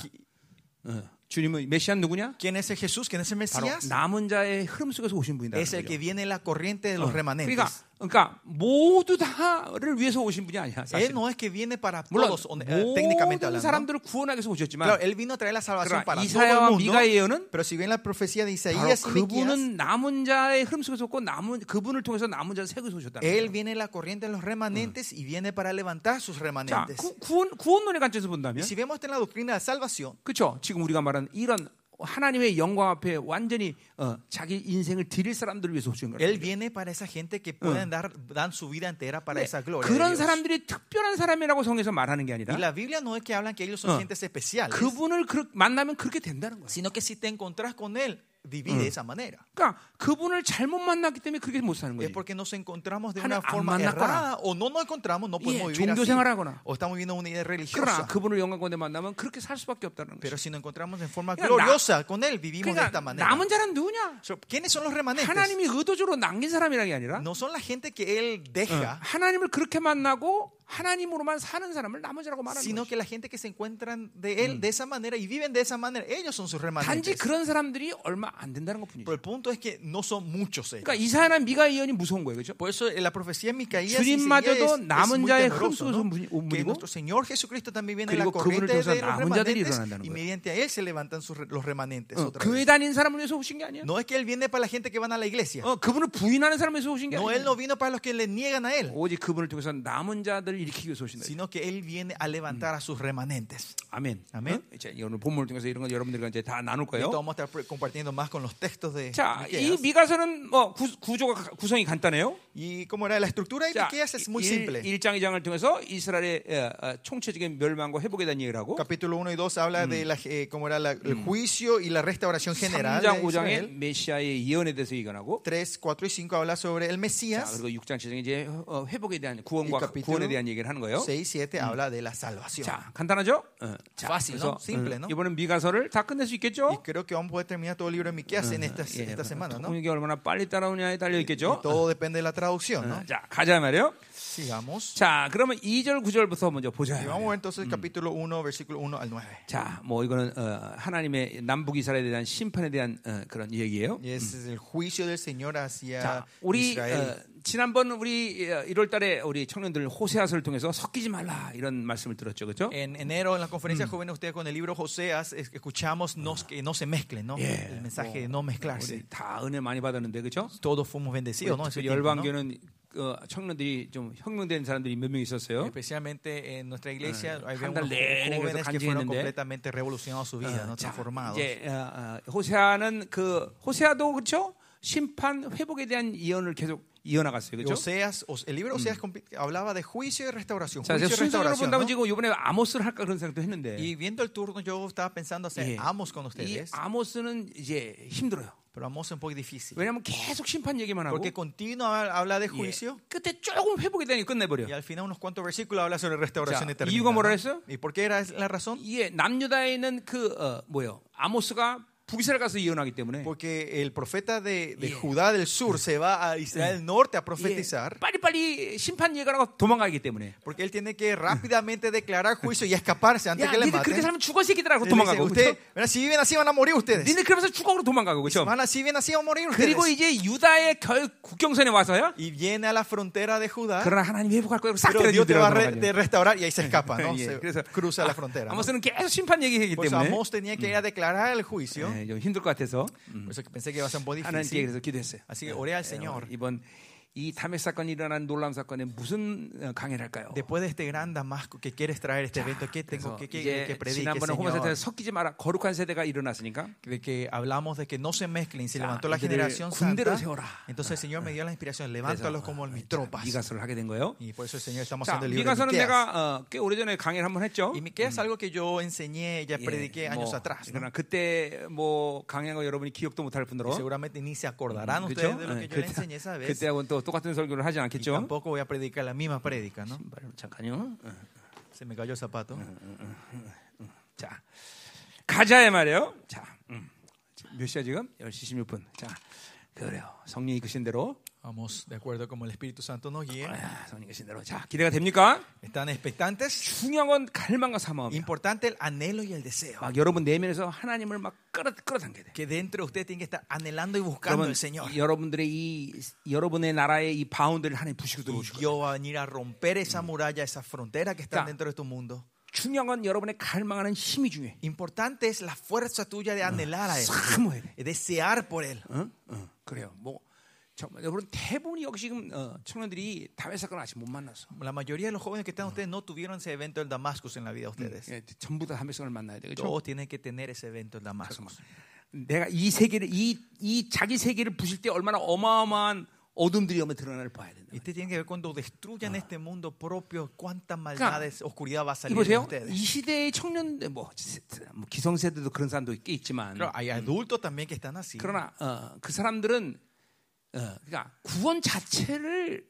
Speaker 1: 어, 주님은 메시아는 누구냐?
Speaker 2: ¿Quién es el Jesús? ¿Quién es el
Speaker 1: 바로
Speaker 2: Mesías?
Speaker 1: 남은 자의 흐름 속에서 오신 분이다. 그
Speaker 2: Es el que viene en la corriente de
Speaker 1: Ah,
Speaker 2: los
Speaker 1: 그러니까
Speaker 2: remanentes.
Speaker 1: 그러니까 모두 다를 위해서 오신 분이 아니야. 사실.
Speaker 2: Él no es que viene para
Speaker 1: 물론
Speaker 2: todos, on- eh, técnicamente
Speaker 1: 모든
Speaker 2: hablando.
Speaker 1: 사람들을 구원하기 위해서 오셨지만
Speaker 2: Claro, él vino a traer la salvación
Speaker 1: 그러니까
Speaker 2: para todo
Speaker 1: 이사야와
Speaker 2: el mundo.
Speaker 1: 미가의 예언은
Speaker 2: Pero si bien la profecía de
Speaker 1: 바로
Speaker 2: Isaías y Miqueas,
Speaker 1: 그분은 남은 자의 흐름 속에서 고 남은 그분을 통해서 남은 자를 세우기 위해서 오셨다.
Speaker 2: él viene en la corriente de los remanentes y viene para levantar sus
Speaker 1: 자,
Speaker 2: remanentes.
Speaker 1: 구, 구원 구원론의 관점에서
Speaker 2: Y
Speaker 1: 본다면
Speaker 2: si vemos esto en la doctrina de la salvación,
Speaker 1: 그렇죠. 지금 우리가 말하는 이런 하나님의 영광 앞에 완전히 어, 자기 인생을 드릴 사람들을 위해서 오신 거예요.
Speaker 2: él viene para esa gente que pueden dar dan su vida entera para esa gloria. de
Speaker 1: 그런
Speaker 2: Dios.
Speaker 1: 사람들이 특별한 사람이라고 성에서 말하는 게
Speaker 2: Y
Speaker 1: 아니라
Speaker 2: la Biblia no es que hablan que ellos
Speaker 1: 어.
Speaker 2: son gentes especiales,
Speaker 1: 그분을 그, 만나면 그렇게 된다는 거예요.
Speaker 2: sino que si te encontrás con él, vivís de esa manera.
Speaker 1: 그러니까 그분을 잘못 만났기 때문에 그렇게 못 사는
Speaker 2: Es
Speaker 1: 거예요.
Speaker 2: porque nos encontramos de
Speaker 1: 하나
Speaker 2: una
Speaker 1: 안
Speaker 2: forma
Speaker 1: 만났거나.
Speaker 2: errada o no nos encontramos, no
Speaker 1: 예,
Speaker 2: podemos vivir
Speaker 1: 종교
Speaker 2: así.
Speaker 1: 생활하거나.
Speaker 2: O estamos viviendo una idea
Speaker 1: 그러나
Speaker 2: religiosa.
Speaker 1: 그분을 영광 가운데 만나면 그렇게 살 수밖에 없다는 거죠.
Speaker 2: Pero si nos encontramos en forma
Speaker 1: 그러니까 나-
Speaker 2: gloriosa con Él, vivimos de
Speaker 1: 그러니까
Speaker 2: esta manera.
Speaker 1: 남은 자는 누구냐?
Speaker 2: So, ¿Quiénes son los remanentes?
Speaker 1: 하나님이 의도적으로 남긴 사람이라는 게 아니라
Speaker 2: No son la gente que Él
Speaker 1: Ah.
Speaker 2: deja,
Speaker 1: 하나님을 그렇게 만나고 하나님으로만 사는 사람을 남은 자라고 말하는
Speaker 2: sino
Speaker 1: 거죠.
Speaker 2: que la gente que se encuentran de Él de esa manera y viven de esa manera, ellos son sus
Speaker 1: 단지
Speaker 2: remanentes.
Speaker 1: 그런 사람들이 얼마 안 된다는
Speaker 2: Pero
Speaker 1: 것뿐이죠.
Speaker 2: el punto es que no son muchos ellos.
Speaker 1: 그러니까 이사야나 미가 예언이 무서운 거예요, 그렇죠?
Speaker 2: Por eso eh, la profecía en Micaías y Isaías
Speaker 1: 주님마저도
Speaker 2: es, es
Speaker 1: 남은
Speaker 2: muy
Speaker 1: 자의
Speaker 2: temoroso,
Speaker 1: 흐름
Speaker 2: ¿no?
Speaker 1: 속에서 움직-
Speaker 2: que
Speaker 1: 움직이고
Speaker 2: nuestro Señor Jesucristo también viene en la
Speaker 1: 그리고 그분을
Speaker 2: corriente de los
Speaker 1: 통해서 남은 자들이
Speaker 2: remanentes
Speaker 1: 일어난다는
Speaker 2: y
Speaker 1: 거예요.
Speaker 2: mediante Él se levantan sus re- los remanentes
Speaker 1: 어,
Speaker 2: otra vez.
Speaker 1: 교회 다니는 사람을 위해서 오신 게 아니야.
Speaker 2: No es que Él viene para la gente que van a la iglesia.
Speaker 1: 어, 그분을 부인하는 사람을 위해서 오신 게
Speaker 2: No, Él
Speaker 1: 아니야.
Speaker 2: no vino para los que le niegan a Él.
Speaker 1: 오직 그분을 통해서 남은 자들을 일으키기 위해서 오신다.
Speaker 2: sino que Él viene a levantar a sus remanentes.
Speaker 1: 아멘.
Speaker 2: 아멘.
Speaker 1: 어? 이제 오늘 본문을 통해서 이런 건 여러분들과 이제 다 나눌
Speaker 2: Y
Speaker 1: 거예요.
Speaker 2: esto vamos a estar compartiendo más con los textos de
Speaker 1: 자, 이
Speaker 2: Miqueas.
Speaker 1: 미가서는 뭐 구, 구조가 가- 구성이 간단해요.
Speaker 2: Y como era la estructura de
Speaker 1: 자,
Speaker 2: Miqueas es muy simple.
Speaker 1: 1장 2장을 통해서 이스라엘의 어, 어, 총체적인 멸망과 회복에 대한 얘기를 하고
Speaker 2: Capítulo 1 y 2 habla de la, eh, cómo era la- el juicio y la restauración general
Speaker 1: 3장
Speaker 2: de
Speaker 1: 5장에
Speaker 2: Israel.
Speaker 1: 메시아의 예언에 대해서 얘기하고
Speaker 2: 3, 4 y 5 habla sobre el
Speaker 1: 자,
Speaker 2: Mesías.
Speaker 1: 그리고 6장 7장에 이제 어, 회복에 대한
Speaker 2: 이
Speaker 1: 구원과
Speaker 2: capítulo
Speaker 1: 구원에 대한 얘기를 하는 거예요.
Speaker 2: 6 y 7 habla de la salvación.
Speaker 1: 자, 간단하죠? 어, 자,
Speaker 2: Fácil, ¿no? Simple, ¿no?
Speaker 1: 이번엔 미가서를 다 끝낼 수
Speaker 2: Y
Speaker 1: 있겠죠?
Speaker 2: creo que vamos a poder terminar todo el libro de Miqueas Ah, en esta,
Speaker 1: 예,
Speaker 2: esta semana, ¿no?
Speaker 1: 통역이 얼마나 빨리 따라오냐에 달려 있겠죠?
Speaker 2: Y todo depende de la traducción, ¿no?
Speaker 1: 어, 자, 가자 말이에요.
Speaker 2: Sigamos.
Speaker 1: 자, 그러면 2절 9절부터 먼저
Speaker 2: Y
Speaker 1: 보자.
Speaker 2: vamos a ver entonces el capítulo 1, versículo 1 al 9.
Speaker 1: 자, 뭐 이거는 어, 하나님의 남북 이스라엘에 대한 심판에 대한 어, 그런 얘기예요.
Speaker 2: Y ese es el juicio del Señor hacia
Speaker 1: 자, 우리
Speaker 2: Israel.
Speaker 1: 어, 지난번 우리 1월달에 우리 청년들 호세아서를 통해서 섞이지 말라 이런 말씀을 들었죠, 그렇죠?
Speaker 2: En enero, en la conferencia joven, ustedes con el libro Joseas es- escuchamos no, que no se mezclen, ¿no?
Speaker 1: Yeah.
Speaker 2: El mensaje de no mezclarse.
Speaker 1: 우리 다 은혜 많이 받았는데, 그렇죠?
Speaker 2: Todos fuimos bendecidos,
Speaker 1: Pues,
Speaker 2: ¿no? En ese tiempo, ¿no?
Speaker 1: 열방교는 어, 청년들이 좀 혁명된 사람들이 몇 명 있었어요.
Speaker 2: Especialmente en nuestra iglesia, había
Speaker 1: 한달
Speaker 2: unos
Speaker 1: 내내
Speaker 2: jóvenes
Speaker 1: 그래서
Speaker 2: que
Speaker 1: 간증했는데.
Speaker 2: fueron completamente revolucionados su vida, ¿no?
Speaker 1: 자,
Speaker 2: Transformados.
Speaker 1: 이제 어, 어, 호세아는 그 호세아도 그렇죠? 심판 회복에 대한 예언을 계속 이어나갔어요,
Speaker 2: Y
Speaker 1: 그렇죠?
Speaker 2: Oseas, os- el libro Oseas compi- hablaba de juicio y restauración.
Speaker 1: 자,
Speaker 2: Juicio
Speaker 1: 이제
Speaker 2: y
Speaker 1: 순서대로
Speaker 2: restauración.
Speaker 1: 본다면
Speaker 2: ¿no?
Speaker 1: 지금 이번에 아모스를 할까 그런 생각도 했는데
Speaker 2: Y viendo el turno, yo estaba pensando
Speaker 1: 예.
Speaker 2: hacer amos con
Speaker 1: 이
Speaker 2: ustedes,
Speaker 1: 아모스는 이제 힘들어요.
Speaker 2: pero amos es un poco difícil.
Speaker 1: 왜냐하면 계속 심판 얘기만 하고
Speaker 2: Porque continua habla de
Speaker 1: 예,
Speaker 2: juicio.
Speaker 1: 끝에 조금 회복이 되니
Speaker 2: Y
Speaker 1: 끝내버려.
Speaker 2: al final unos cuantos versículos habla sobre restauración
Speaker 1: Ya,
Speaker 2: eterna.
Speaker 1: ¿y cómo era eso?
Speaker 2: ¿Y por qué era la razón?
Speaker 1: 이게 남유다에 있는 그 어, 뭐요? 아모스가 북이스라엘 가서 예언하기 때문에
Speaker 2: Porque el profeta de, de
Speaker 1: Yeah.
Speaker 2: Judá del sur se va a Israel del norte a profetizar.
Speaker 1: 예, 빨리빨리 심판 예언하고 도망가기 때문에.
Speaker 2: Porque él tiene que rápidamente declarar juicio y escaparse antes
Speaker 1: 야,
Speaker 2: que le
Speaker 1: 니들
Speaker 2: maten.
Speaker 1: 그렇게 네,
Speaker 2: Él
Speaker 1: 살면 죽어 새끼들하고
Speaker 2: dice,
Speaker 1: 도망가고.
Speaker 2: "Usted-
Speaker 1: 그쵸?
Speaker 2: mira, si viven así van a morir ustedes.
Speaker 1: 니들 그러면서 죽어로 도망가고 그렇죠?
Speaker 2: Van así, viven así van a morir ustedes.
Speaker 1: 그리고 이제 유다의 결 국경선에 와서야.
Speaker 2: Y viene a la frontera de Judá.
Speaker 1: 그러나 하나님 회복할 거예요. 싹
Speaker 2: Pero
Speaker 1: 때려
Speaker 2: Dios te va a re-
Speaker 1: 들어가죠.
Speaker 2: te restaurar y ahí se escapa, ¿no?
Speaker 1: 예,
Speaker 2: Se
Speaker 1: 그래서
Speaker 2: cruza la frontera. ¿no?
Speaker 1: 아모스는 계속 심판 얘기하기
Speaker 2: Por eso
Speaker 1: 때문에
Speaker 2: Amós tenía que ir
Speaker 1: Mm.
Speaker 2: a declarar el juicio.
Speaker 1: 예, 좀 힘들 것 같아서 Ah,
Speaker 2: Por eso que pensé que iba a ser un poco
Speaker 1: 하나님께
Speaker 2: difícil.
Speaker 1: 그래서 기도했어요. 네,
Speaker 2: Así que oré al Señor.
Speaker 1: 이번 이 담의 사건이 일어난 놀라운 사건에 무슨 어, 강의를 할까요?
Speaker 2: Después de este gran Damasco que quieres traer este evento, ¿qué
Speaker 1: 그래서
Speaker 2: tengo que, que, que
Speaker 1: 뭐, 이제
Speaker 2: predique,
Speaker 1: 지난번에 호모세대에
Speaker 2: Señor?
Speaker 1: 섞이지 마라. 거룩한 세대가 일어났으니까.
Speaker 2: De que hablamos de que no se mezclen, se
Speaker 1: Ya,
Speaker 2: levantó la
Speaker 1: 이들을
Speaker 2: generación
Speaker 1: 군대로
Speaker 2: santa.
Speaker 1: 세워라.
Speaker 2: Entonces el Señor me dio la inspiración,
Speaker 1: 그래서
Speaker 2: levántalos como mis tropas.
Speaker 1: 미가서를 하게 된 거예요.
Speaker 2: Y por eso el Señor estamos
Speaker 1: 자,
Speaker 2: haciendo el libro de
Speaker 1: 미가서는
Speaker 2: Miqueas.
Speaker 1: 내가 어, 꽤 오래전에 강의를 한번 했죠.
Speaker 2: Y Miqueas es algo que yo enseñé, ya prediqué
Speaker 1: 예,
Speaker 2: años
Speaker 1: 뭐,
Speaker 2: atrás. ¿no?
Speaker 1: 그러나 그때 뭐 강의한 거 여러분이 기억도 못할
Speaker 2: Y
Speaker 1: 뿐더러.
Speaker 2: Seguramente ni se acordarán
Speaker 1: 그렇죠?
Speaker 2: ustedes de lo que yo le enseñé esa vez.
Speaker 1: 그때하고는 또 똑같은 설교를 하진
Speaker 2: Y
Speaker 1: 않겠죠.
Speaker 2: tampoco voy a predicar la misma prédica, ¿no?
Speaker 1: 신발 뭐, 잠깐요. 어,
Speaker 2: Se me cayó el zapato.
Speaker 1: 자, 가자야 말이에요. 자, 음. 지금 몇 시야 지금? 10시 16분. 자, 그래요. 성령이 이끄신 대로.
Speaker 2: Vamos, de acuerdo como el Espíritu Santo nos guía.
Speaker 1: 아, 성령이 이끄신 대로. 자, 기대가 됩니까?
Speaker 2: ¿Están expectantes?
Speaker 1: 중요한 건 갈망과 사모함이에요.
Speaker 2: Importante el anhelo y el deseo.
Speaker 1: 막 여러분 내면에서 하나님을 막 끌어 끌어당겨야 돼.
Speaker 2: Que dentro de usted tiene que estar anhelando y buscando
Speaker 1: 그러면
Speaker 2: al Señor.
Speaker 1: 여러분들의 이 여러분의 나라의 이 바운드를 하나님 부시고 들어오실
Speaker 2: Y
Speaker 1: 거예요.
Speaker 2: yo va a venir a romper esa muralla, esa frontera que
Speaker 1: Ya.
Speaker 2: está dentro de tu mundo.
Speaker 1: 중요한 건 여러분의 갈망하는 힘이 중요해.
Speaker 2: Importante es la fuerza tuya de anhelar a Él,
Speaker 1: 사모해야 돼.
Speaker 2: de desear por Él.
Speaker 1: 응? 응. 그래요. 뭐 정말 여러분 대부분이 역시 지금 어, 청년들이 다회 사건 아직 못 만났어.
Speaker 2: La mayoría de los jóvenes que están ustedes no tuvieron ese evento del Damascus en la vida de ustedes.
Speaker 1: 예, 전부 다 담배 사건을 만나야 되겠죠.
Speaker 2: Todos tienen que tener ese evento del Damascus.
Speaker 1: 내가 이 세계를 이, 이 자기 세계를 부실 때 얼마나 어마어마한 어둠들이 오면 드러나를 봐야 된다.
Speaker 2: Y usted tiene que ver cuando destruyan este mundo propio, cuántas maldades, oscuridad va
Speaker 1: 이
Speaker 2: a salir de
Speaker 1: 보세요.
Speaker 2: ustedes.
Speaker 1: 이 시대의 청년 뭐, 세- 뭐 기성세대도 그런 사람도 꽤 있지만
Speaker 2: Claro, hay adultos también que están así.
Speaker 1: 그러나 어, 그 사람들은 어, 그러니까 구원 자체를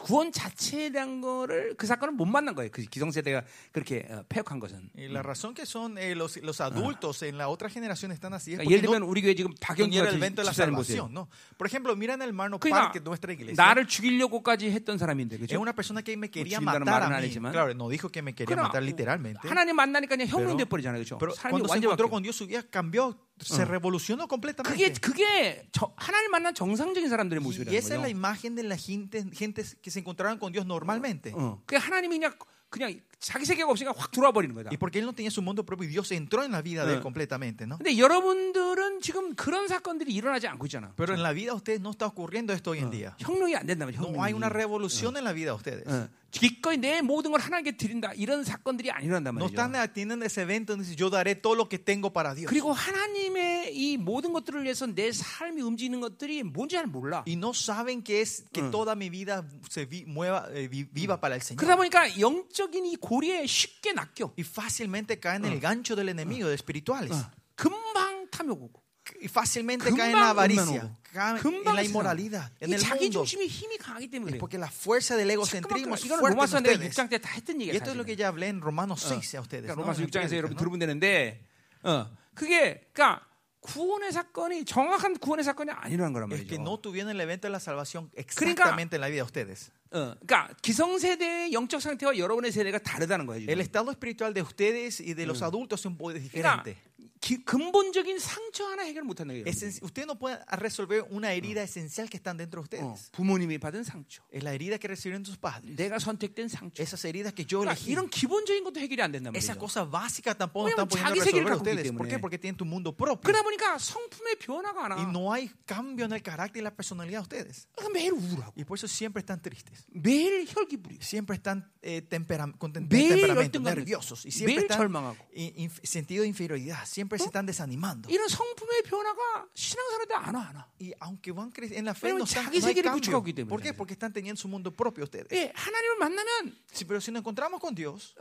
Speaker 1: 구원 자체에 대한 거를 그 사건을 못 만난 거예요. 그 기성세대가 그렇게 어, 폐역한 것은.
Speaker 2: Y la razón que son eh, los, los adultos en la otra generación están así es
Speaker 1: 그러니까 예를
Speaker 2: porque no
Speaker 1: 들면 우리 교회 지금 박영규
Speaker 2: tenían el evento
Speaker 1: 같은
Speaker 2: de la
Speaker 1: 집사님 보세요.
Speaker 2: salvación. ¿no? Por ejemplo, miran al hermano
Speaker 1: 그러니까
Speaker 2: Park de nuestra iglesia.
Speaker 1: 나를 죽이려고까지 했던 사람인데
Speaker 2: Es
Speaker 1: 그죠?
Speaker 2: una persona que me quería
Speaker 1: 죽인다는
Speaker 2: matar
Speaker 1: 말은
Speaker 2: a mí.
Speaker 1: 아니지만.
Speaker 2: Claro, no dijo que me quería
Speaker 1: 그러나
Speaker 2: matar literalmente.
Speaker 1: 하나님 만나니까 그냥 형용돼
Speaker 2: Pero-
Speaker 1: 버리잖아요, 그죠?
Speaker 2: Pero
Speaker 1: 사람이
Speaker 2: cuando se
Speaker 1: 완전
Speaker 2: encontró
Speaker 1: 바뀌어.
Speaker 2: con Dios, su vida cambió, se revolucionó
Speaker 1: 그게
Speaker 2: completamente.
Speaker 1: 그게 저, 하나님 만난 정상적인 사람들의
Speaker 2: Y
Speaker 1: 모습이라는
Speaker 2: esa es la
Speaker 1: 거죠.
Speaker 2: imagen de la gente, gente que se encontraron con Dios normalmente.
Speaker 1: 어. 그게 하나님이 그냥 그냥 자기 세계가 없으니까 확 들어와 버리는 거다.
Speaker 2: Y porque él no tenía su mundo propio y Dios entró en la vida de él completamente, ¿no?
Speaker 1: 근데 여러분들은 지금 그런 사건들이 일어나지 않고 있잖아.
Speaker 2: Pero en la vida de ustedes no está ocurriendo esto hoy en día.
Speaker 1: 형용이 안 된다면
Speaker 2: No hay
Speaker 1: 형용이.
Speaker 2: una revolución en la vida de ustedes.
Speaker 1: 어. 기꺼이 내 모든 걸 하나님께 드린다. 이런 사건들이 안 일어난단
Speaker 2: No
Speaker 1: 말이죠.
Speaker 2: están atendiendo ese evento donde dice, yo daré todo lo que tengo para Dios.
Speaker 1: 그리고 하나님의 이 모든 것들을 위해서 내 삶이 움직이는 것들이 뭔지 잘 몰라.
Speaker 2: Y no saben que es que toda mi vida se vi- mueva, eh, vi- viva para el
Speaker 1: 그러다
Speaker 2: Señor.
Speaker 1: 보니까 영적인 이 고리에 쉽게 낚여.
Speaker 2: Y fácilmente caen en el gancho del enemigo, de espirituales.
Speaker 1: 금방 탐욕 오고.
Speaker 2: Y fácilmente caen en
Speaker 1: 금방
Speaker 2: la avaricia, caen
Speaker 1: 오면
Speaker 2: en la
Speaker 1: 오고.
Speaker 2: inmoralidad, en
Speaker 1: 이
Speaker 2: el
Speaker 1: 자기
Speaker 2: mundo.
Speaker 1: 중심이 힘이 강하기 때문에.
Speaker 2: Porque la fuerza del egocentrismo
Speaker 1: 잠깐만
Speaker 2: es
Speaker 1: 이거는
Speaker 2: fuerte
Speaker 1: 로마서
Speaker 2: en
Speaker 1: 내가
Speaker 2: ustedes.
Speaker 1: 6장 때 다 했던
Speaker 2: Y
Speaker 1: 얘기야.
Speaker 2: esto es lo que ya hablé en Romanos 6 a ustedes.
Speaker 1: 그러니까
Speaker 2: ¿no?
Speaker 1: 로마서
Speaker 2: En la
Speaker 1: 6장에서
Speaker 2: prédica,
Speaker 1: 여러분
Speaker 2: ¿no?
Speaker 1: 들어보면 되는데, 어, 그게 그러니까 구원의 사건이 정확한 구원의 사건이 아니라는 거란
Speaker 2: Es que
Speaker 1: 말이죠.
Speaker 2: no tuvieron el evento de la salvación
Speaker 1: 그러니까-
Speaker 2: exactamente en la vida de ustedes.
Speaker 1: 어, 그러니까 기성세대의 영적 상태와 여러분의 세대가 다르다는 거예요. 지금.
Speaker 2: El estado espiritual de ustedes y de los adultos es un poco
Speaker 1: 그러니까
Speaker 2: diferente.
Speaker 1: 기- 근본적인 상처 하나 해결 못하는 거예요. 여러분이.
Speaker 2: Esen- Ustedes no pueden resolver una herida esencial que están dentro de
Speaker 1: 어,
Speaker 2: ustedes.
Speaker 1: 부모님이 받은 상처,
Speaker 2: Es la herida que recibieron sus padres.
Speaker 1: 내가 선택된 상처.
Speaker 2: Esas heridas que yo
Speaker 1: 그러니까
Speaker 2: elegí.
Speaker 1: 이런 기본적인 것도 해결이 안 된단
Speaker 2: Esas
Speaker 1: 말이죠.
Speaker 2: cosas básicas tampoco
Speaker 1: 왜냐면
Speaker 2: están pudiendo
Speaker 1: 자기 세계를
Speaker 2: resolver
Speaker 1: 갖고 있기
Speaker 2: ustedes. ¿Por
Speaker 1: 때문에.
Speaker 2: qué? Porque tienen tu mundo propio.
Speaker 1: 그러다 보니까 성품의 변화가 안
Speaker 2: Y
Speaker 1: 와.
Speaker 2: no hay cambio en el carácter y la personalidad de ustedes.
Speaker 1: 그러니까 매일 우울하고,
Speaker 2: Y por eso siempre están tristes.
Speaker 1: 매일 혈기 부리고.
Speaker 2: Siempre están eh, tempera- con tem-
Speaker 1: 매일
Speaker 2: temperamento,
Speaker 1: 어떤
Speaker 2: nerviosos. Y
Speaker 1: 감정,
Speaker 2: siempre
Speaker 1: 매일
Speaker 2: están
Speaker 1: 절망하고.
Speaker 2: in- in- sentido de inferioridad. Siempre se están desanimando.
Speaker 1: 이런 성품의 변화가 신앙생활에 안 와, 안 와.
Speaker 2: Y aunque van creciendo en la fe,
Speaker 1: 왜냐면
Speaker 2: no, están,
Speaker 1: 자기
Speaker 2: no hay
Speaker 1: 세계를
Speaker 2: cambio.
Speaker 1: 구축하고 있기 때문에.
Speaker 2: ¿Por qué? Porque están teniendo su mundo propio ustedes.
Speaker 1: 예, 하나님을 만나면
Speaker 2: Si- pero si nos encontramos con Dios,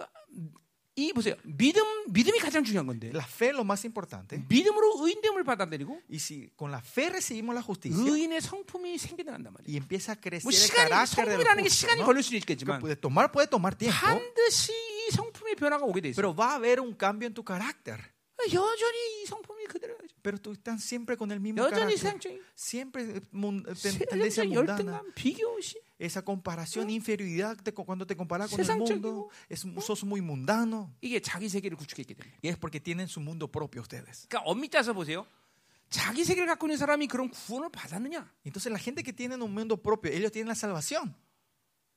Speaker 1: 이 보세요. 믿음 믿음이 가장 중요한 건데.
Speaker 2: la fe es lo más
Speaker 1: Mm.
Speaker 2: importante.
Speaker 1: 믿음으로 의인됨을 받아들이고
Speaker 2: Y si con la fe recibimos la justicia
Speaker 1: 의인의 성품이 생기게 된단 말이에요.
Speaker 2: y empieza a crecer
Speaker 1: 뭐
Speaker 2: el
Speaker 1: 시간이
Speaker 2: carácter de
Speaker 1: 성품이라는 어? 그 게 시간이 걸릴 수는
Speaker 2: que
Speaker 1: 있겠지만
Speaker 2: puede tomar, puede tomar
Speaker 1: 예, 뭐?
Speaker 2: tiempo,
Speaker 1: 반드시 이 성품의 변화가 오게 돼 있어요. 아,
Speaker 2: pero va a haber un cambio en tu carácter.
Speaker 1: 여전히 이 성품이 그대로
Speaker 2: Pero tú estás siempre con el mismo
Speaker 1: 여전히
Speaker 2: carácter.
Speaker 1: 세상적인
Speaker 2: Siempre eh, mun- ten- tendencia
Speaker 1: 세상적인
Speaker 2: mundana.
Speaker 1: 열등감, 비교심,
Speaker 2: esa comparación, inferioridad te- cuando te comparas con el
Speaker 1: 세상적이고,
Speaker 2: mundo, es, sos muy mundano.
Speaker 1: 이게 자기 세계를 구축했기 때문에.
Speaker 2: Y es porque tienen su mundo propio ustedes.
Speaker 1: 그러니까 엄밀히 따서 보세요. 자기 세계를 갖고 있는 사람이 그런 구원을 받았느냐?
Speaker 2: Entonces la gente que tiene un mundo propio, ellos tienen la salvación.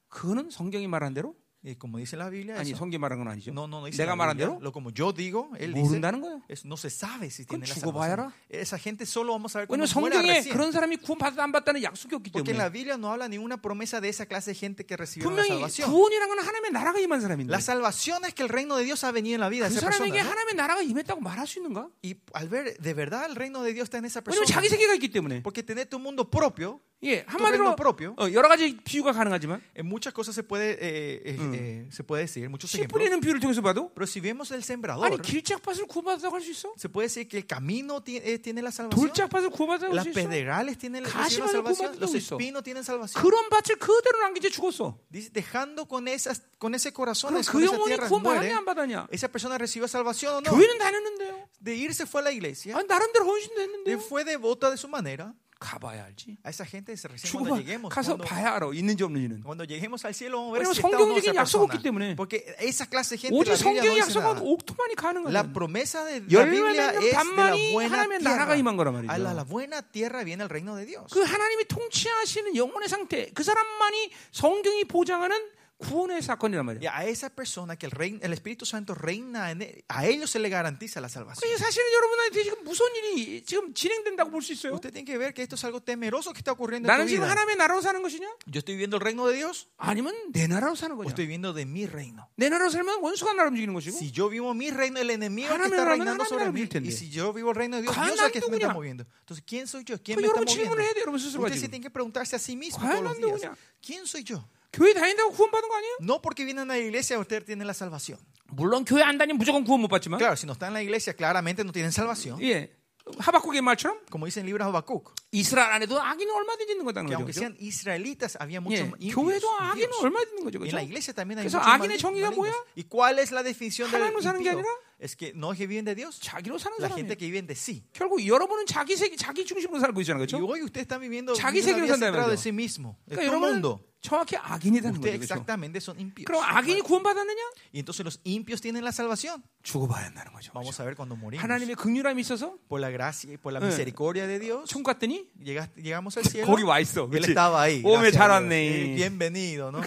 Speaker 1: 그거는 성경이 말한 대로
Speaker 2: Y como dice la Biblia,
Speaker 1: 아니
Speaker 2: eso.
Speaker 1: 성경 말한 건 아니죠.
Speaker 2: no, no, no dice
Speaker 1: 내가
Speaker 2: la
Speaker 1: 말한
Speaker 2: Biblia.
Speaker 1: 대로
Speaker 2: Lo como yo digo,
Speaker 1: 네,
Speaker 2: él dice,
Speaker 1: 모른다는 거예요.
Speaker 2: es- no se sabe si
Speaker 1: 그건
Speaker 2: tiene la
Speaker 1: 죽어봐야
Speaker 2: salvación. Esa gente solo vamos a ver cómo
Speaker 1: 왜냐면
Speaker 2: muera
Speaker 1: 성경에
Speaker 2: recién.
Speaker 1: 그런 사람이 구원받았다 안 받았다는 약속이 없기
Speaker 2: Porque en la
Speaker 1: 때문에
Speaker 2: Biblia no habla ninguna promesa de esa clase de gente que recibió la
Speaker 1: 분명히
Speaker 2: salvación.
Speaker 1: 구원이라는 건 하나님의 나라가 임한 사람인데
Speaker 2: La salvación es que el reino de Dios ha venido en la vida
Speaker 1: 그
Speaker 2: de esa persona.
Speaker 1: 사람에게
Speaker 2: ¿no?
Speaker 1: 하나님의 나라가 임했다고 말할 수 있는가?
Speaker 2: Y al ver, de verdad, el reino de Dios está en esa
Speaker 1: 왜냐면 자기
Speaker 2: persona.
Speaker 1: 세계가 있기 때문에
Speaker 2: Porque tener tu mundo propio,
Speaker 1: 예
Speaker 2: reino
Speaker 1: 한마디로
Speaker 2: propio.
Speaker 1: 어, 여러 가지 비유가 가능하지만
Speaker 2: en muchas cosas se puede, eh, eh, eh, se puede decir, muchos
Speaker 1: 씨
Speaker 2: ejemplos.
Speaker 1: 뿌리는 비유를 통해서 봐도
Speaker 2: Pero si vemos el
Speaker 1: 뭐? 아니
Speaker 2: sembrador,
Speaker 1: 길짝밭을 구원받았다고 할 수 있어?
Speaker 2: se puede decir que el camino ti- eh, tiene la salvación,
Speaker 1: 돌짝밭을 구원받았다고 할
Speaker 2: las
Speaker 1: 수 있어?
Speaker 2: pedregales tienen
Speaker 1: 가시만을
Speaker 2: la reciben la salvación,
Speaker 1: 구분하는
Speaker 2: los
Speaker 1: 데도 있어.
Speaker 2: espinos tienen salvación.
Speaker 1: 그런 밭을 그대로 남기지 죽었어.
Speaker 2: Dice, dejando con, esas, con ese corazón,
Speaker 1: 그럼
Speaker 2: con
Speaker 1: 그
Speaker 2: esa
Speaker 1: 영혼이
Speaker 2: tierra,
Speaker 1: 구원받았냐 안 받았냐?
Speaker 2: esa persona recibió salvación o no.
Speaker 1: 교회는 다녔는데요.
Speaker 2: De irse fue a la iglesia,
Speaker 1: 아, 나름대로 헌신도
Speaker 2: de
Speaker 1: 했는데
Speaker 2: fue devota de su manera.
Speaker 1: 가봐야 알지.
Speaker 2: A esa gente se recién cuando
Speaker 1: 죽어봐.
Speaker 2: lleguemos.
Speaker 1: 가서
Speaker 2: cuando-
Speaker 1: 봐야 알아. 있는지 뭐 없는지는.
Speaker 2: Cuando lleguemos al cielo vamos a ver
Speaker 1: 왜냐면
Speaker 2: si estamos con esa
Speaker 1: 성경적인 약속이 없기 때문에.
Speaker 2: persona. Porque esa clase de gente
Speaker 1: 오직
Speaker 2: la Biblia no
Speaker 1: 성경의
Speaker 2: dice
Speaker 1: 약속은
Speaker 2: nada.
Speaker 1: 옥토만이
Speaker 2: La
Speaker 1: 가능하다.
Speaker 2: promesa de la Biblia
Speaker 1: 열매는
Speaker 2: es de la
Speaker 1: 단만이
Speaker 2: buena
Speaker 1: 하나님의 나라가
Speaker 2: tierra.
Speaker 1: 임한 거란 말이죠.
Speaker 2: A la, la buena tierra viene el reino de Dios.
Speaker 1: 그 하나님이 통치하시는 영혼의 상태, 그 사람만이 성경이 보장하는 구원의 사건이란
Speaker 2: Y
Speaker 1: 말이야.
Speaker 2: a esa persona que el, rein- el Espíritu Santo reina, en él, a ellos se le garantiza la
Speaker 1: 그게
Speaker 2: salvación.
Speaker 1: 사실은 여러분한테 지금 무서운 일이 지금 진행된다고 볼 수 있어요.
Speaker 2: Usted tiene que ver que esto es algo temeroso que está ocurriendo en
Speaker 1: 나는
Speaker 2: tu
Speaker 1: 지금
Speaker 2: vida.
Speaker 1: 하나님의 나라로 사는 것이냐?
Speaker 2: Yo estoy viviendo el reino de Dios
Speaker 1: 아니면 내 나라로 사는
Speaker 2: o
Speaker 1: 거냐?
Speaker 2: estoy viviendo de mi reino.
Speaker 1: 내 나라로 살면 원수가 나를 움직이는 것이고
Speaker 2: Si yo vivo mi reino, el enemigo es el que
Speaker 1: 하나님의
Speaker 2: está
Speaker 1: 나라는
Speaker 2: reinando sobre
Speaker 1: 하나님의
Speaker 2: mí.
Speaker 1: 나라일 텐데.
Speaker 2: Y si yo vivo el reino de Dios,
Speaker 1: 과연
Speaker 2: Dios es el que
Speaker 1: 난
Speaker 2: me está
Speaker 1: 누구냐?
Speaker 2: moviendo. Entonces, ¿quién soy yo? ¿Quién me
Speaker 1: 그
Speaker 2: está
Speaker 1: 여러분 질문을 해야
Speaker 2: moviendo?
Speaker 1: 돼요 여러분 스스로가
Speaker 2: Usted se
Speaker 1: 지금
Speaker 2: tiene que preguntarse a sí mismo
Speaker 1: ¿Cuál
Speaker 2: todos los
Speaker 1: ando
Speaker 2: días.
Speaker 1: uña?
Speaker 2: ¿Quién soy yo?
Speaker 1: 교회 다닌다고 구원받은 거 아니에요?
Speaker 2: No porque vienen a la iglesia usted tiene la salvación.
Speaker 1: 물론 교회 안 다니면 무조건 구원 못 받지만
Speaker 2: Claro, si no están en la iglesia, claramente no tienen salvación.
Speaker 1: 예 하박국의 말처럼
Speaker 2: Como dice en el libro de Habacuc,
Speaker 1: 이스라엘 안에도 악인은 얼마든지 있는 거다는
Speaker 2: que
Speaker 1: 거죠
Speaker 2: aunque
Speaker 1: 그죠?
Speaker 2: sean israelitas,
Speaker 1: 예,
Speaker 2: había muchos indios,
Speaker 1: 교회도 악인은
Speaker 2: judíos.
Speaker 1: 얼마든지 있는 거죠
Speaker 2: Y
Speaker 1: 그죠?
Speaker 2: en la iglesia también hay
Speaker 1: 그래서
Speaker 2: muchos
Speaker 1: 악인의
Speaker 2: mali-
Speaker 1: 정의가
Speaker 2: malignos.
Speaker 1: 뭐야?
Speaker 2: ¿Y cuál es la definición del
Speaker 1: 하나님으로 사는 게
Speaker 2: impío?
Speaker 1: 아니라
Speaker 2: Es que no es que viven de Dios,
Speaker 1: 자기로 사는
Speaker 2: la
Speaker 1: 사람이에요
Speaker 2: gente que viven de sí.
Speaker 1: 결국 여러분은 자기 세계 자기 중심으로 살고 있잖아요
Speaker 2: Y
Speaker 1: 그렇죠?
Speaker 2: hoy usted está viviendo
Speaker 1: 자기
Speaker 2: viviendo una
Speaker 1: 세계로 산다는
Speaker 2: vida centrada en
Speaker 1: 거죠.
Speaker 2: sí mismo, en
Speaker 1: 그러니까
Speaker 2: todo
Speaker 1: 여러분은
Speaker 2: mundo.
Speaker 1: 정확히 악인이라는
Speaker 2: Ustedes
Speaker 1: 거죠 그렇죠?
Speaker 2: exactamente son impios.
Speaker 1: 그럼 악인이 구원받았느냐?
Speaker 2: Y entonces los impios tienen la salvación.
Speaker 1: 죽어봐야 한다는 거죠 그죠?
Speaker 2: Vamos a ver cuando morimos.
Speaker 1: 하나님의 극률함이 있어서
Speaker 2: Por la gracia y por la
Speaker 1: Eh.
Speaker 2: misericordia de Dios,
Speaker 1: 총 갔더니
Speaker 2: llegas- llegamos al cielo.
Speaker 1: 거기 와 있어.
Speaker 2: Él
Speaker 1: 그렇지?
Speaker 2: estaba ahí.
Speaker 1: 오메
Speaker 2: gracias
Speaker 1: 잘
Speaker 2: a Dios. Eh,
Speaker 1: 왔네.
Speaker 2: Bienvenido, ¿no?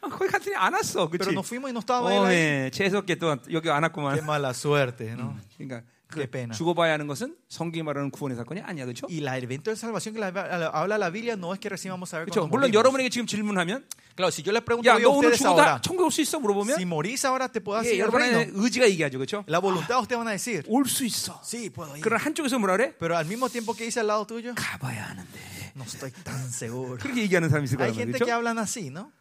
Speaker 1: 아, 거기 갔더니 안 왔어.
Speaker 2: Pero
Speaker 1: 예, 그렇지?
Speaker 2: nos fuimos y no estaba
Speaker 1: Oh,
Speaker 2: él ahí.
Speaker 1: 오메 재수없게 또 여기 안
Speaker 2: Qué
Speaker 1: 왔구만.
Speaker 2: mala suerte, ¿no?
Speaker 1: 그러니까
Speaker 2: Qué pena.
Speaker 1: 죽어봐야 하는 것은 성경이 말하는 구원의 사건이 아니야, 그렇죠?
Speaker 2: Y la- el evento de salvación que la- la- habla la Biblia no es que recibamos a ver
Speaker 1: 그렇죠.
Speaker 2: cuando
Speaker 1: 물론
Speaker 2: morimos.
Speaker 1: 여러분에게 지금 질문하면,
Speaker 2: Claro, si yo les pregunto
Speaker 1: 야,
Speaker 2: hoy a
Speaker 1: 너 오늘
Speaker 2: ustedes
Speaker 1: 죽어다
Speaker 2: ahora,
Speaker 1: 천국 올 수 있어?
Speaker 2: si
Speaker 1: 물어보면,
Speaker 2: morís ahora te puedo
Speaker 1: 예,
Speaker 2: hacer el
Speaker 1: 여러분의
Speaker 2: reino.
Speaker 1: 의지가 얘기하죠, 그렇죠?
Speaker 2: La voluntad ustedes van a decir,
Speaker 1: 올 수 있어.
Speaker 2: sí, puedo ir.
Speaker 1: 그런 한쪽에서 뭐라 그래?
Speaker 2: Pero al mismo tiempo que dice al lado tuyo,
Speaker 1: 가봐야 하는데.
Speaker 2: no estoy tan seguro.
Speaker 1: 그렇게 얘기하는 사람이 있을 거란
Speaker 2: Hay
Speaker 1: 말이죠.
Speaker 2: gente que hablan así, ¿no?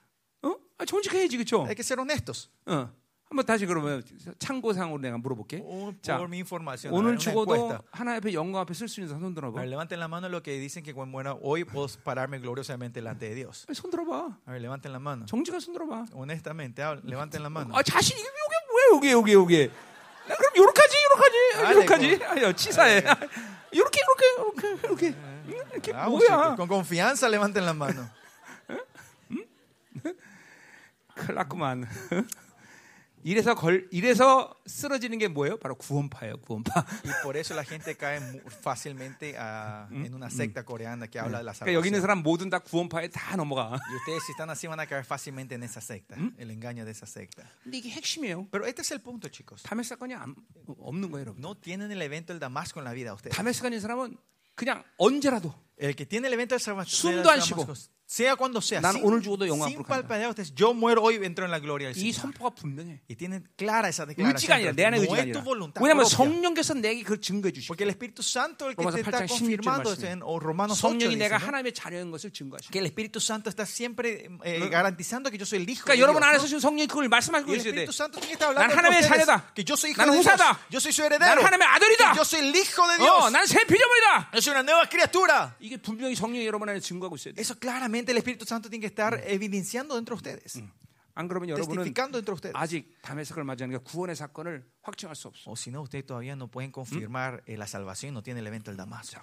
Speaker 1: 어? 아, 정직해야지, 그렇죠?
Speaker 2: Hay que ser honestos.
Speaker 1: 어. 한번 다시 그러면 참고상으로 내가 물어볼게.
Speaker 2: Un-
Speaker 1: 자,
Speaker 2: Por mi información, a ver,
Speaker 1: 오늘
Speaker 2: una
Speaker 1: 죽어도
Speaker 2: encuesta.
Speaker 1: 하나 앞에 영광 앞에 쓸 수 있는 사람 손
Speaker 2: A
Speaker 1: 들어봐.
Speaker 2: ver, levanten la mano lo que dicen que cuando muera hoy puedo pararme gloriosamente delante de Dios.
Speaker 1: 아니, 손 들어봐.
Speaker 2: A ver, levanten la mano.
Speaker 1: 정직한 손 들어봐.
Speaker 2: Honestamente, hablen, levanten la mano.
Speaker 1: 아 자신 이게 요게 뭐야 요게 요게 요게. 나 그럼 요렇게지 요렇게지
Speaker 2: 아,
Speaker 1: 요렇게지. 아야 네. 치사해. 요렇게 요렇게 요렇게 요렇게. 응? 이렇게
Speaker 2: Ah,
Speaker 1: 뭐야?
Speaker 2: chicos, con confianza levanten la mano.
Speaker 1: 큰일 났구만. 이래서 걸 이래서 쓰러지는 게 뭐예요? 바로 구원파예요, 구원파. 그러니까
Speaker 2: Y por eso la gente cae mu- fácilmente a- en una secta coreana que habla de la
Speaker 1: 그러니까 여기 있는
Speaker 2: salvación.
Speaker 1: 사람 모든 다 구원파에 다 넘어가.
Speaker 2: Y ustedes si están así van a caer fácilmente en esa secta, el engaño de esa secta.
Speaker 1: 근데 이게 핵심이에요.
Speaker 2: Pero este es el punto, chicos.
Speaker 1: 담의 사건이 안- 없는 거예요, 여러분.
Speaker 2: No tienen el evento del Damasco en la vida ustedes.
Speaker 1: 담의 사건인 사람은 그냥 언제라도
Speaker 2: El que tiene el evento del salvación,
Speaker 1: Sumdo al
Speaker 2: del Damasco,
Speaker 1: shigo.
Speaker 2: sea cuando sea,
Speaker 1: 난 오늘 죽어도
Speaker 2: sin,
Speaker 1: 영광
Speaker 2: sin
Speaker 1: 앞으로 간다.
Speaker 2: palpadear ustedes, yo muero hoy, entro en la gloria del
Speaker 1: 이
Speaker 2: Señor.
Speaker 1: 선포가 분명해.
Speaker 2: Y tienen clara esa
Speaker 1: 의지가
Speaker 2: declaración.
Speaker 1: 아니라 내
Speaker 2: pero
Speaker 1: 안에
Speaker 2: No
Speaker 1: 의지가
Speaker 2: es tu
Speaker 1: 아니라.
Speaker 2: voluntad.
Speaker 1: 왜냐하면
Speaker 2: propia.
Speaker 1: 성령께서 내게 그걸 증거해 주시고
Speaker 2: Porque el Espíritu Santo el que
Speaker 1: 로마서
Speaker 2: te
Speaker 1: 8장
Speaker 2: está
Speaker 1: 16절
Speaker 2: confirmando
Speaker 1: 말씀이에요.
Speaker 2: en o Romanos 8
Speaker 1: 성령이
Speaker 2: dice,
Speaker 1: 내가
Speaker 2: ¿no?
Speaker 1: 하나님의 자녀인 것을 증거하시고
Speaker 2: que el Espíritu Santo está siempre eh, garantizando que yo soy el hijo.
Speaker 1: 그러니까
Speaker 2: de Dios,
Speaker 1: 여러분
Speaker 2: ¿no?
Speaker 1: 안에서 지금 성령이 그걸 말씀하고
Speaker 2: Y el
Speaker 1: 계셔야 돼
Speaker 2: Espíritu Santo tiene que estar hablando
Speaker 1: 난 하나님의
Speaker 2: con ustedes,
Speaker 1: 자녀다.
Speaker 2: que yo soy hijo
Speaker 1: 난
Speaker 2: de Dios.
Speaker 1: 후사다.
Speaker 2: Yo soy su
Speaker 1: 난
Speaker 2: heredero.
Speaker 1: 하나님의 아들이다.
Speaker 2: que yo soy el hijo de Dios.
Speaker 1: 어, 난새 피조물이다.
Speaker 2: Yo soy una nueva criatura.
Speaker 1: 이게 분명히 성령이 여러분 안에 증거하고 있어야 돼.
Speaker 2: Eso claramente el Espíritu Santo tiene que estar evidenciando dentro de ustedes,
Speaker 1: 안 그러면 여러분은
Speaker 2: testificando dentro de ustedes.
Speaker 1: 아직 담의 사건을 맞이하는 게 구원의 사건을 확증할 수 없어.
Speaker 2: O si no, ustedes todavía no pueden confirmar eh, la salvación, no tienen el evento del Damasco.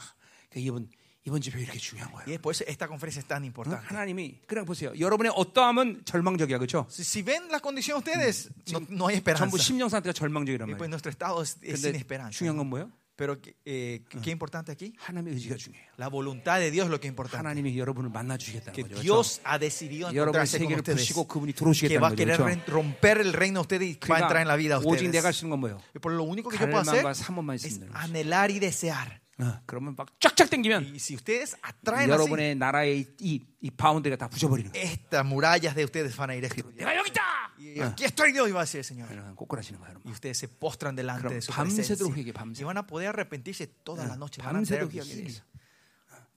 Speaker 1: 그러니까 이번 이번 집회 이렇게 중요한 거예요.
Speaker 2: Y es por eso esta conferencia es tan importante.
Speaker 1: 하나님이 그냥 보세요. 여러분의 어떠함은 절망적이야, 그렇죠?
Speaker 2: Si, si ven la condición Mm. de ustedes, no, no hay esperanza.
Speaker 1: 전부 심령 상태가 절망적이란
Speaker 2: Y pues
Speaker 1: 말이에요.
Speaker 2: nuestro estado es, es sin
Speaker 1: 근데
Speaker 2: esperanza.
Speaker 1: 중요한 건 뭐예요?
Speaker 2: Pero eh, qué importante aquí?
Speaker 1: 하나님의 의지가 중요해요.
Speaker 2: La voluntad de Dios es lo que es importante.
Speaker 1: 하나님이 여러분을 만나 주시겠다는
Speaker 2: Que
Speaker 1: 거죠.
Speaker 2: Dios ha decidido
Speaker 1: 여러분
Speaker 2: encontrarse con
Speaker 1: 세계를
Speaker 2: ustedes.
Speaker 1: 부시고 그분이
Speaker 2: Que va a
Speaker 1: 들어오시겠다는
Speaker 2: querer
Speaker 1: 거죠.
Speaker 2: ren- romper el reino de ustedes y va a entrar en la vida
Speaker 1: 그러니까
Speaker 2: de
Speaker 1: 오직 내가
Speaker 2: ustedes.
Speaker 1: 쓰는 건 뭐예요?
Speaker 2: Y Por lo único que yo puedo hacer
Speaker 1: 갈망과 삼원만
Speaker 2: es
Speaker 1: 있으면 되는 거죠.
Speaker 2: anhelar y desear.
Speaker 1: 어, 그러면 막 쫙쫙 당기면
Speaker 2: Y si ustedes atraen así,
Speaker 1: 여러분의 나라의 이, 이 바운드가 다 부셔버리는 거예요.
Speaker 2: estas murallas de ustedes van a ir destruidas.
Speaker 1: 예, 내가 여기 있다.
Speaker 2: Y aquí estoy Dios, iba a decir el Señor.
Speaker 1: 예. 이러면 꼬꾸라지는 거예요, 여러분.
Speaker 2: Y ustedes se postran delante
Speaker 1: 그럼
Speaker 2: de su
Speaker 1: 밤새도록
Speaker 2: presencia.
Speaker 1: 회개, 밤새. Ah.
Speaker 2: Y van a poder arrepentirse
Speaker 1: 예,
Speaker 2: toda
Speaker 1: 아,
Speaker 2: la noche. Van a tener
Speaker 1: 밤새도록
Speaker 2: que
Speaker 1: 이야기해요.
Speaker 2: eso.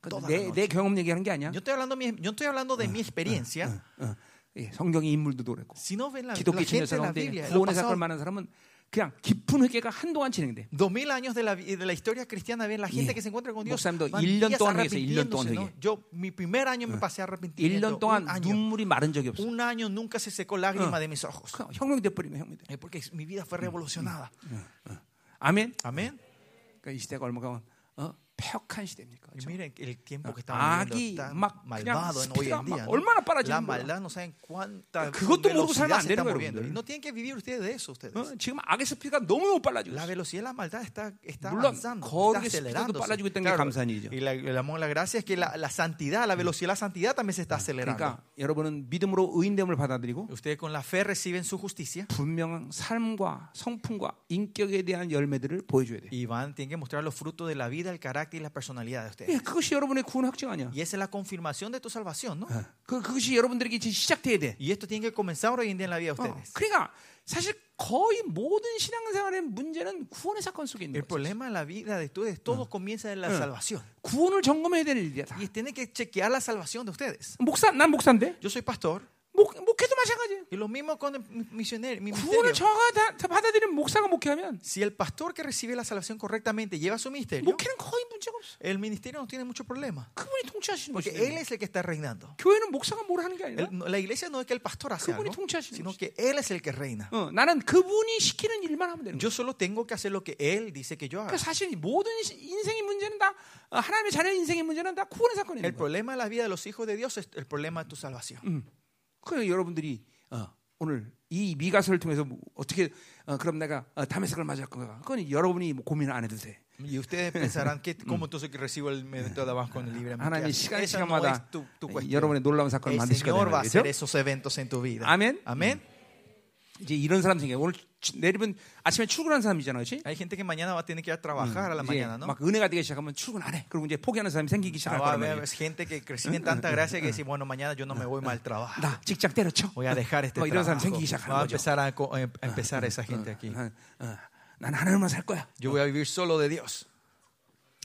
Speaker 1: 그건 내, 내 경험 얘기하는 게 아니야.
Speaker 2: Yo estoy hablando, mi- yo estoy hablando
Speaker 1: Ah.
Speaker 2: de mi experiencia.
Speaker 1: 어, 예, 성경의 인물도 노랬고
Speaker 2: Si no ven la, la
Speaker 1: 기독교
Speaker 2: gente
Speaker 1: 신여사
Speaker 2: de la
Speaker 1: 가운데
Speaker 2: Biblia, en los
Speaker 1: 구원의 사건을
Speaker 2: pasados
Speaker 1: 만난 사람은 그냥 깊은 회개가 한동안 진행돼.
Speaker 2: dos mil años de la, vi- de la historia cristiana, ven la gente
Speaker 1: Yeah.
Speaker 2: que se encuentra con Dios.
Speaker 1: 목사님도
Speaker 2: van
Speaker 1: 1년
Speaker 2: días
Speaker 1: 동안 회개했어요. 1년 동안
Speaker 2: arrepintiéndose, ¿no?
Speaker 1: 회개.
Speaker 2: Yo, mi primer año me pasé
Speaker 1: 1년
Speaker 2: arrepintiendo.
Speaker 1: 동안
Speaker 2: Un año,
Speaker 1: 눈물이 마른 적이 없어.
Speaker 2: un año nunca se secó lágrima
Speaker 1: Ah.
Speaker 2: de mis ojos.
Speaker 1: 그냥 혁명이 돼버린 거야, 혁명이 돼.
Speaker 2: Es porque mi
Speaker 1: Mm,
Speaker 2: vida fue revolucionada.
Speaker 1: 아멘.
Speaker 2: Amén.
Speaker 1: 그러니까 이 시대가 얼마나 어? 폐역한 시대입니까?
Speaker 2: Y
Speaker 1: 그렇죠?
Speaker 2: miren el tiempo que
Speaker 1: Ah,
Speaker 2: estamos
Speaker 1: aquí,
Speaker 2: viviendo tan
Speaker 1: 막
Speaker 2: malvado en
Speaker 1: 그냥
Speaker 2: hoy en
Speaker 1: 스피드가 막
Speaker 2: día. ¿no?
Speaker 1: 얼마나 빨라지는
Speaker 2: La
Speaker 1: 거야.
Speaker 2: maldad no saben cuánta
Speaker 1: 그것도 모르고 살면
Speaker 2: velocidad
Speaker 1: 안
Speaker 2: se
Speaker 1: 되는
Speaker 2: está
Speaker 1: 거예요,
Speaker 2: moviendo.
Speaker 1: 여러분들.
Speaker 2: Y no tienen que vivir ustedes de eso, ustedes.
Speaker 1: 어? 지금 악의 스피드가 너무 못 빨라지고
Speaker 2: La
Speaker 1: 있어.
Speaker 2: velocidad de la maldad está, está
Speaker 1: 물론
Speaker 2: avanzando,
Speaker 1: 거룩의
Speaker 2: está
Speaker 1: 스피드도
Speaker 2: acelerando.
Speaker 1: 빨라지고 있다는 게 감사한 일이죠.
Speaker 2: y la, el amor, la gracia es que la, la santidad, la velocidad de la santidad también se está acelerando.
Speaker 1: 그러니까 여러분은 믿음으로 의인됨을 받아들이고
Speaker 2: Ustedes con la fe reciben su justicia
Speaker 1: 분명한 삶과 성품과 인격에 대한 열매들을 보여줘야 돼요.
Speaker 2: y van, tienen que mostrar los frutos de la vida, el carácter y la personalidad de
Speaker 1: 예,
Speaker 2: ustedes.
Speaker 1: 그것이 여러분의 구원 확증 아니야.
Speaker 2: Y esa es la confirmación de tu salvación, ¿no?
Speaker 1: 어, 그, 그것이 여러분들에게 이제 시작돼야 돼.
Speaker 2: Y esto tiene que comenzar hoy en día en la vida de
Speaker 1: 어,
Speaker 2: ustedes.
Speaker 1: 그러니까 사실 거의 모든 신앙생활의 문제는 구원의 사건 속에 있는 거예요.
Speaker 2: El problema en la vida de ustedes, todo comienza en la salvación.
Speaker 1: 구원을 점검해야 될 일이야. 다.
Speaker 2: Y tienen que chequear la salvación de ustedes.
Speaker 1: 목사, 난 목사인데
Speaker 2: Yo soy pastor
Speaker 1: 목, 목회도 마찬가지예요.
Speaker 2: y lo mismo con el misionero, mi
Speaker 1: 구원을
Speaker 2: ministerio.
Speaker 1: 정확하게 다- 다 받아들이는 목사가 목회하면
Speaker 2: Si el pastor que recibe la salvación correctamente lleva su ministerio,
Speaker 1: 목회는 거의 문제가 없어.
Speaker 2: el ministerio no tiene mucho problema.
Speaker 1: 그분이 통치하시는
Speaker 2: Porque
Speaker 1: 것이에요.
Speaker 2: él es el que está reinando.
Speaker 1: 교회는 목사가 뭘 하는 게 아니라
Speaker 2: Él- no, la iglesia no es que el pastor hace
Speaker 1: 그분이
Speaker 2: algo,
Speaker 1: 통치하시는
Speaker 2: sino
Speaker 1: 것이죠.
Speaker 2: que él es el que reina.
Speaker 1: 어, 나는 그분이 시키는 일만 하면 되는 거야.
Speaker 2: Yo solo tengo que hacer lo que él dice que yo haga.
Speaker 1: 그러니까 사실 모든 시- 인생의 문제는 다 어, 하나님의 자녀 인생의 문제는 다 구원의 사건이에요.
Speaker 2: El problema de la vida de los hijos de Dios es el problema de tu salvación.
Speaker 1: 음. 그 여러분들이 어, 오늘 이 미가서를 통해서 뭐 어떻게 어, 그럼 내가 어, 다메섹을 맞을 건가? 그건 여러분이 뭐 고민을 안 해도 돼.
Speaker 2: Y ustedes pensarán, ¿qué, ¿cómo entonces que recibo el medito de abajo con el libre
Speaker 1: 하나님이 시간
Speaker 2: Esa no
Speaker 1: 시간마다 뭐
Speaker 2: es tu, tu cuestión.
Speaker 1: 여러분의 놀라운 사건을
Speaker 2: El
Speaker 1: 만드실
Speaker 2: Señor va a
Speaker 1: 거예요.
Speaker 2: hacer esos eventos en tu vida.
Speaker 1: Amén.
Speaker 2: Amén.
Speaker 1: 이제 이런 사람 생겨. 오늘 치- 내일은 아침에 출근하는 사람이잖아, 그렇지?
Speaker 2: Hay gente que mañana va a tener que ir a
Speaker 1: Mm,
Speaker 2: trabajar a la mañana, ¿no?
Speaker 1: 막 은혜가 되기 시작하면 출근 안 해. 그리고 이제 포기하는 사람이 생기기
Speaker 2: Ah,
Speaker 1: 시작할
Speaker 2: va
Speaker 1: 거란
Speaker 2: a
Speaker 1: 말이야.
Speaker 2: haber gente que creció en tanta gracia que dice, bueno, mañana yo no me voy mal al trabajo.
Speaker 1: 나 직장 때려쳐.
Speaker 2: Voy a dejar este
Speaker 1: 막 이런 사람
Speaker 2: trabajo.
Speaker 1: 생기기
Speaker 2: Va a
Speaker 1: 시작하는 거죠.
Speaker 2: empezar a, co- eh, a empezar esa gente aquí.
Speaker 1: 어, 어, 난 하나님만 살 거야.
Speaker 2: Yo voy a vivir solo de Dios.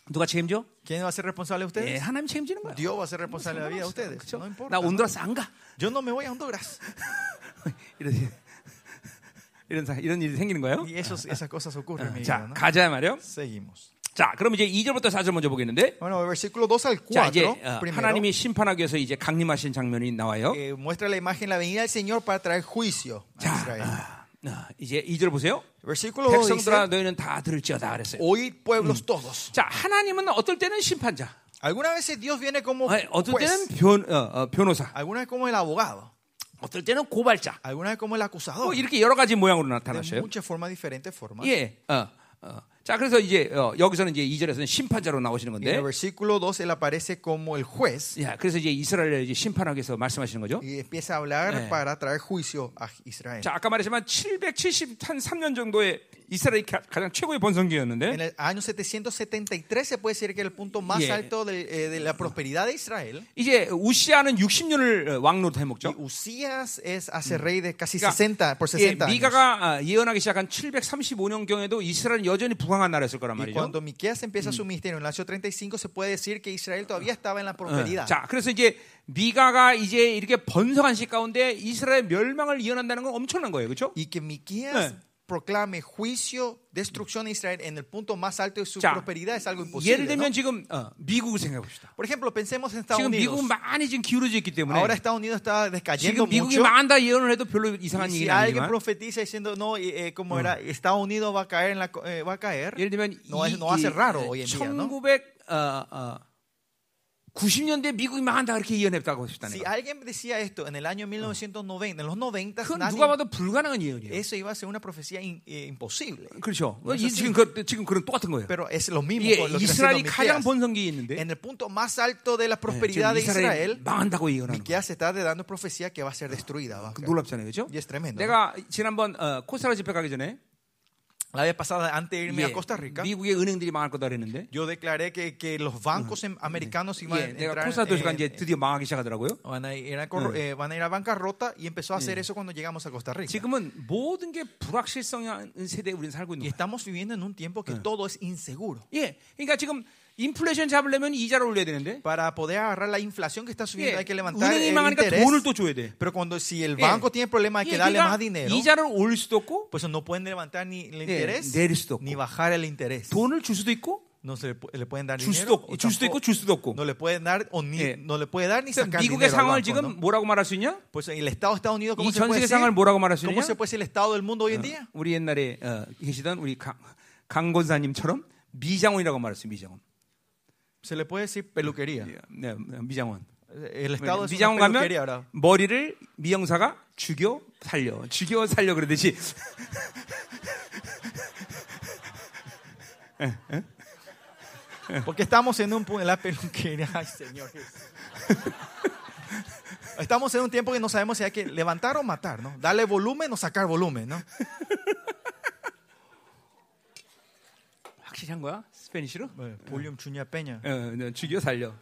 Speaker 1: 누가 책임져?
Speaker 2: ¿Quién va a ser
Speaker 1: 예,
Speaker 2: responsable de ustedes?
Speaker 1: 하나님 책임지는 거야.
Speaker 2: Dios va a ser responsable de la vida de ustedes.
Speaker 1: 그쵸?
Speaker 2: No
Speaker 1: 나
Speaker 2: importa.
Speaker 1: 온드라스 안 가.
Speaker 2: Yo no me voy a Honduras.
Speaker 1: 이런 이런 사- 이런 일이 생기는 거예요.
Speaker 2: Y esos, esas cosas ocurren, mi vida,
Speaker 1: 자,
Speaker 2: ¿no?
Speaker 1: 가자 말이요.
Speaker 2: Seguimos.
Speaker 1: 자, 그럼 이제 2절부터 4절 먼저 보겠는데.
Speaker 2: Bueno, versículo 2 al
Speaker 1: 자, 이제
Speaker 2: 4.
Speaker 1: 어,
Speaker 2: Primero,
Speaker 1: 하나님이 심판하기 위해서 이제 강림하신 장면이 나와요.
Speaker 2: eh, muestra la imagen, la venida del Señor para traer juicio a Israel.
Speaker 1: 자, 아, 이제 2절 보세요.
Speaker 2: Versículo 2
Speaker 1: 백성들아
Speaker 2: dice,
Speaker 1: 너희는 다 들을지어다 그랬어요.
Speaker 2: oíd pueblos todos.
Speaker 1: 자, 하나님은 어떨 때는 심판자,
Speaker 2: Algunas veces Dios viene como
Speaker 1: 아니, 어떨 때는
Speaker 2: juez,
Speaker 1: 변, 어, 어, 변호사,
Speaker 2: algunas veces como el abogado,
Speaker 1: 어떨 때는 고발자.
Speaker 2: algunas veces como el
Speaker 1: 뭐
Speaker 2: acusador.
Speaker 1: 이렇게 여러 가지 모양으로
Speaker 2: De
Speaker 1: 나타나셔요.
Speaker 2: muchas formas, diferentes formas. Y
Speaker 1: 예. 어, 어. 자, 그래서 이제 어, 여기서는 이제 2절에서는 심판자로 나오시는
Speaker 2: en
Speaker 1: 건데.
Speaker 2: el versículo 2 él aparece como el juez
Speaker 1: 야, 그래서 이제 이스라엘을 이제 심판하기 위해서 말씀하시는 거죠.
Speaker 2: y empieza a hablar
Speaker 1: Eh.
Speaker 2: para traer juicio a Israel.
Speaker 1: 자, 아까 말했지만 773년 정도의 이스라엘 가장 최고의
Speaker 2: En
Speaker 1: 번성기였는데
Speaker 2: el año 773 se puede decir que el punto más
Speaker 1: Yeah.
Speaker 2: alto de, eh, de la prosperidad de Israel.
Speaker 1: 이제 우시아는 60년을 어, 왕노릇
Speaker 2: Y
Speaker 1: 해먹죠.
Speaker 2: Usías es hace rey de casi
Speaker 1: 그러니까
Speaker 2: 60 por
Speaker 1: 예,
Speaker 2: 60 años.
Speaker 1: 미가가 아, 예언하기 시작한 735년 경에도 이스라엘은 여전히 부강한 나라였을 거란
Speaker 2: Y
Speaker 1: 말이죠.
Speaker 2: cuando Miqueas empieza su ministerio en el año 35 se puede decir que Israel todavía estaba en la
Speaker 1: 예.
Speaker 2: prosperidad.
Speaker 1: 자, 그래서 이제 미가가 이제 이렇게 번성한 시 가운데 이스라엘 멸망을 예언한다는 건 엄청난 거예요, 그렇죠?
Speaker 2: y que Miqueas
Speaker 1: Eh.
Speaker 2: proclame juicio, destrucción a Israel en el punto más alto de su
Speaker 1: 자,
Speaker 2: prosperidad es algo
Speaker 1: 예를
Speaker 2: imposible. ¿no?
Speaker 1: 들면 지금 어, 미국을 생각해 봅시다.
Speaker 2: Por ejemplo, pensemos en Estados
Speaker 1: 지금 미국은
Speaker 2: Unidos.
Speaker 1: 많이 지금 기울어져 있기 때문에
Speaker 2: Ahora Estados Unidos está descayendo
Speaker 1: 지금 미국이
Speaker 2: mucho.
Speaker 1: 망한다 예언을 해도 별로
Speaker 2: Y
Speaker 1: 이상한
Speaker 2: si
Speaker 1: 얘기는
Speaker 2: alguien
Speaker 1: 아니지만
Speaker 2: profetiza diciendo no, eh, eh, como era, Estados Unidos va a caer, en la co- eh, va a caer.
Speaker 1: 예를 들면
Speaker 2: No
Speaker 1: 이-
Speaker 2: es- no hace
Speaker 1: 이-
Speaker 2: raro hoy en día, ¿no?
Speaker 1: 1900 어, 어, 90년대 미국이 망한다 그렇게 예언했다고 싶다
Speaker 2: Si
Speaker 1: 내가.
Speaker 2: alguien decía esto en el año 1990, en los 90,
Speaker 1: 그건
Speaker 2: nadie-
Speaker 1: 누가 봐도 불가능한 예언이에요.
Speaker 2: eso iba a ser una profecía in- eh, imposible.
Speaker 1: 그렇죠.
Speaker 2: No es
Speaker 1: 이-
Speaker 2: así.
Speaker 1: 지금 그, 지금 그런 똑같은 거예요.
Speaker 2: Pero es lo mismo
Speaker 1: 이게
Speaker 2: con lo que está
Speaker 1: 이스라엘이
Speaker 2: haciendo
Speaker 1: 가장
Speaker 2: Miqueas.
Speaker 1: 본성기에 있는데
Speaker 2: En el punto más alto de la
Speaker 1: 예,
Speaker 2: prosperidad
Speaker 1: 지금
Speaker 2: de
Speaker 1: 이스라엘
Speaker 2: Israel,
Speaker 1: 망한다고 예언하는 거예요.
Speaker 2: Miqueas está dando profecía que va a ser destruida. va a
Speaker 1: 그
Speaker 2: caer.
Speaker 1: 놀랍잖아요, 그렇죠?
Speaker 2: Yes, tremendo.
Speaker 1: 내가 지난번 어, 코스라 집회 가기 전에
Speaker 2: La vez pasada, antes de irme
Speaker 1: 예,
Speaker 2: a Costa Rica,
Speaker 1: 미국의 은행들이 망할 거다 그랬는데
Speaker 2: yo declaré que, que los bancos em- americanos iban
Speaker 1: 예, 그러니까.
Speaker 2: a
Speaker 1: 내가
Speaker 2: entrar
Speaker 1: 코스라 도시가
Speaker 2: en-
Speaker 1: 이제 드디어 망하기 시작하더라고요.
Speaker 2: van a ir a cor- eh, van a ir a bancarrota y empezó a hacer eso cuando llegamos a Costa Rica.
Speaker 1: 지금은 모든 게 불확실성인 세대에 우리는 살고
Speaker 2: Y
Speaker 1: 있는 거예요.
Speaker 2: estamos viviendo en un tiempo que todo es inseguro.
Speaker 1: 예, 그러니까 지금 인플레이션 잡으려면 이자를 올려야 되는데
Speaker 2: Para poder agarrar la inflación que está
Speaker 1: 예,
Speaker 2: subiendo hay que levantar el
Speaker 1: 은행이 망하니까
Speaker 2: interés.
Speaker 1: 돈을 또 줘야 돼.
Speaker 2: Pero cuando si el
Speaker 1: 예.
Speaker 2: banco tiene problemas hay
Speaker 1: 예,
Speaker 2: que darle
Speaker 1: 그러니까
Speaker 2: más dinero,
Speaker 1: 이자를 올릴 수도 없고
Speaker 2: pues no pueden levantar ni el
Speaker 1: 예,
Speaker 2: interés
Speaker 1: 내릴 수도
Speaker 2: ni
Speaker 1: 없고
Speaker 2: bajar el interés.
Speaker 1: 돈을 줄 수도 있고
Speaker 2: No se le, pu- le pueden dar
Speaker 1: 줄 수도, 없-
Speaker 2: dinero o
Speaker 1: 줄 수도 있고
Speaker 2: tampoco-
Speaker 1: 줄 수도 없고
Speaker 2: no le pueden dar o ni
Speaker 1: 예.
Speaker 2: no le puede dar ni
Speaker 1: 그러니까
Speaker 2: sacar
Speaker 1: 미국의
Speaker 2: dinero. al
Speaker 1: 상황을
Speaker 2: banco,
Speaker 1: 지금
Speaker 2: ¿no?
Speaker 1: 뭐라고 말할 수 있냐?
Speaker 2: Pues el Estado de Estados Unidos
Speaker 1: 이
Speaker 2: cómo se
Speaker 1: 전
Speaker 2: puede
Speaker 1: 세계
Speaker 2: decir?
Speaker 1: 상황을 뭐라고 말할 수 있냐?
Speaker 2: ¿Cómo se puede decir el Estado del mundo hoy en día?
Speaker 1: 우리 옛날에 어, 계시던 우리 강, 강권사님처럼 미장원이라고 말했어요. 미장원.
Speaker 2: Se le puede decir peluquería.
Speaker 1: 예, 네, 미장원.
Speaker 2: El Estado es
Speaker 1: 그러니까 미장원
Speaker 2: una peluquería
Speaker 1: 가면
Speaker 2: ahora.
Speaker 1: 머리를 미영사가 죽여 살려, 죽여 살려 그러듯이.
Speaker 2: Porque estamos en un pu- en la peluquería, ay señor. Estamos en un tiempo que no sabemos si hay que levantar o matar, ¿no? Darle volumen o sacar volumen, ¿no?
Speaker 1: 확실한 거야? 스페니쉬로?
Speaker 2: Pulium Chuña Peña.
Speaker 1: 어, 네, 죽여 살려.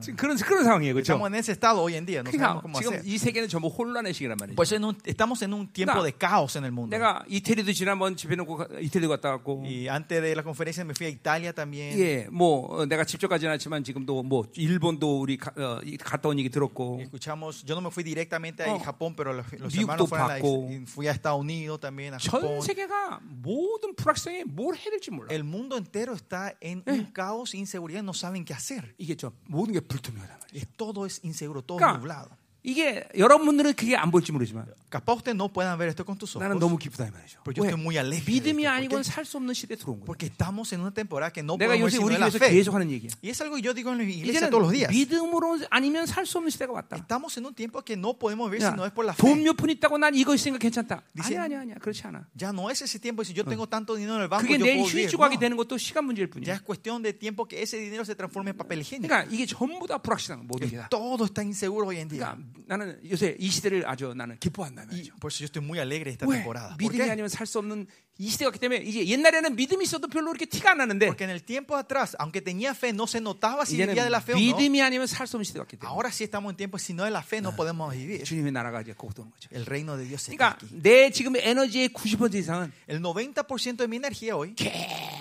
Speaker 1: 지금 그런 그런 상황이에요,
Speaker 2: Estamos
Speaker 1: 그렇죠?
Speaker 2: en ese estado hoy en día, no
Speaker 1: 그러니까
Speaker 2: sabemos cómo
Speaker 1: 지금
Speaker 2: hacer.
Speaker 1: 이 세계는 전부 혼란의 시기란 말이죠.
Speaker 2: Pues en un- estamos en un tiempo de caos en el mundo.
Speaker 1: 내가 이태리도 지난번 집에 놓고 가- 이태리도 갔다 왔고,
Speaker 2: Y antes de la conferencia me fui a Italia también.
Speaker 1: 예, 뭐 어, 내가 직접 가진 않지만 지금도 뭐 일본도 우리 가, 어, 이- 갔다 온 얘기 들었고,
Speaker 2: Escuchamos, yo no me fui directamente a
Speaker 1: Oh.
Speaker 2: Japón, pero los, los
Speaker 1: Miuk
Speaker 2: hermanos fueron a la-
Speaker 1: Topaco.
Speaker 2: y fui a Estados Unidos también, a Japón.
Speaker 1: 전 세계가 모든 불확실성에 뭘 해야 될지 몰라.
Speaker 2: El mundo entero está en un caos, inseguridad, no saben qué hacer.
Speaker 1: 이게 좀 모든 게 불투명하단 말이에요.
Speaker 2: Y todo es inseguro, todo
Speaker 1: Claro.
Speaker 2: nublado.
Speaker 1: 이게 여러분들은 그게 안 보일지 모르지만
Speaker 2: Capaz ustedes no puedan ver esto con tus ojos,
Speaker 1: 나는 너무 기쁘다 이 말이죠.
Speaker 2: pero yo
Speaker 1: 왜?
Speaker 2: estoy muy alegre. de
Speaker 1: 믿음이
Speaker 2: esto. ¿Por
Speaker 1: 아니고는
Speaker 2: qué?
Speaker 1: 살 수 없는 시대에 들어온 거예요.
Speaker 2: Porque estamos en una temporada que no
Speaker 1: 내가
Speaker 2: podemos
Speaker 1: 요새
Speaker 2: decir
Speaker 1: 우리
Speaker 2: la
Speaker 1: 교회에서
Speaker 2: fe.
Speaker 1: 계속 하는 얘기야.
Speaker 2: Y es algo que yo digo en la iglesia todos los
Speaker 1: 이제는
Speaker 2: días.
Speaker 1: 믿음으로 아니면 살 수 없는 시대가 왔다.
Speaker 2: Estamos en un tiempo que no podemos ver si no es por la
Speaker 1: 돈
Speaker 2: fe.
Speaker 1: 몇 푼 있다고 난 이거 있으니까 괜찮다.
Speaker 2: Dice-
Speaker 1: 아니야 아니야 아니야 그렇지 않아.
Speaker 2: Ya no es ese tiempo, si yo tengo tanto dinero en el banco,
Speaker 1: 그게
Speaker 2: yo
Speaker 1: 내일
Speaker 2: puedo vivir.
Speaker 1: 휴지조각이
Speaker 2: No.
Speaker 1: 되는 것도 시간 문제일
Speaker 2: Ya
Speaker 1: 뿐이야.
Speaker 2: es cuestión de tiempo que ese dinero se transforme en papel higiénico.
Speaker 1: 그러니까 이게 전부 다 불확실한 거야, 모든 게 다.
Speaker 2: Todo está inseguro hoy en día.
Speaker 1: 그러니까 나는 요새 이 시대를 아주 나는 기뻐한다. 이
Speaker 2: Y
Speaker 1: 말이죠.
Speaker 2: por eso yo estoy muy alegre esta
Speaker 1: 왜?
Speaker 2: temporada. ¿Por
Speaker 1: 믿음이
Speaker 2: qué?
Speaker 1: 아니면 살 수 없는 이 시대였기 때문에 이제 옛날에는 믿음이 있어도 별로 이렇게 티가 안 나는데
Speaker 2: Porque en el tiempo atrás, aunque tenía fe, no se notaba si vivía de
Speaker 1: 이제는
Speaker 2: la fe o no.
Speaker 1: 믿음이 아니면 살 수 없는 시대가 왔기 때문에
Speaker 2: Ahora sí estamos en tiempo, si no de la fe, no podemos vivir.
Speaker 1: 주님의 나라가 이제 거기도 온 거죠.
Speaker 2: El reino de Dios está
Speaker 1: 그러니까
Speaker 2: aquí.
Speaker 1: 내 지금 에너지의 90% 이상은
Speaker 2: El 90% de mi energía hoy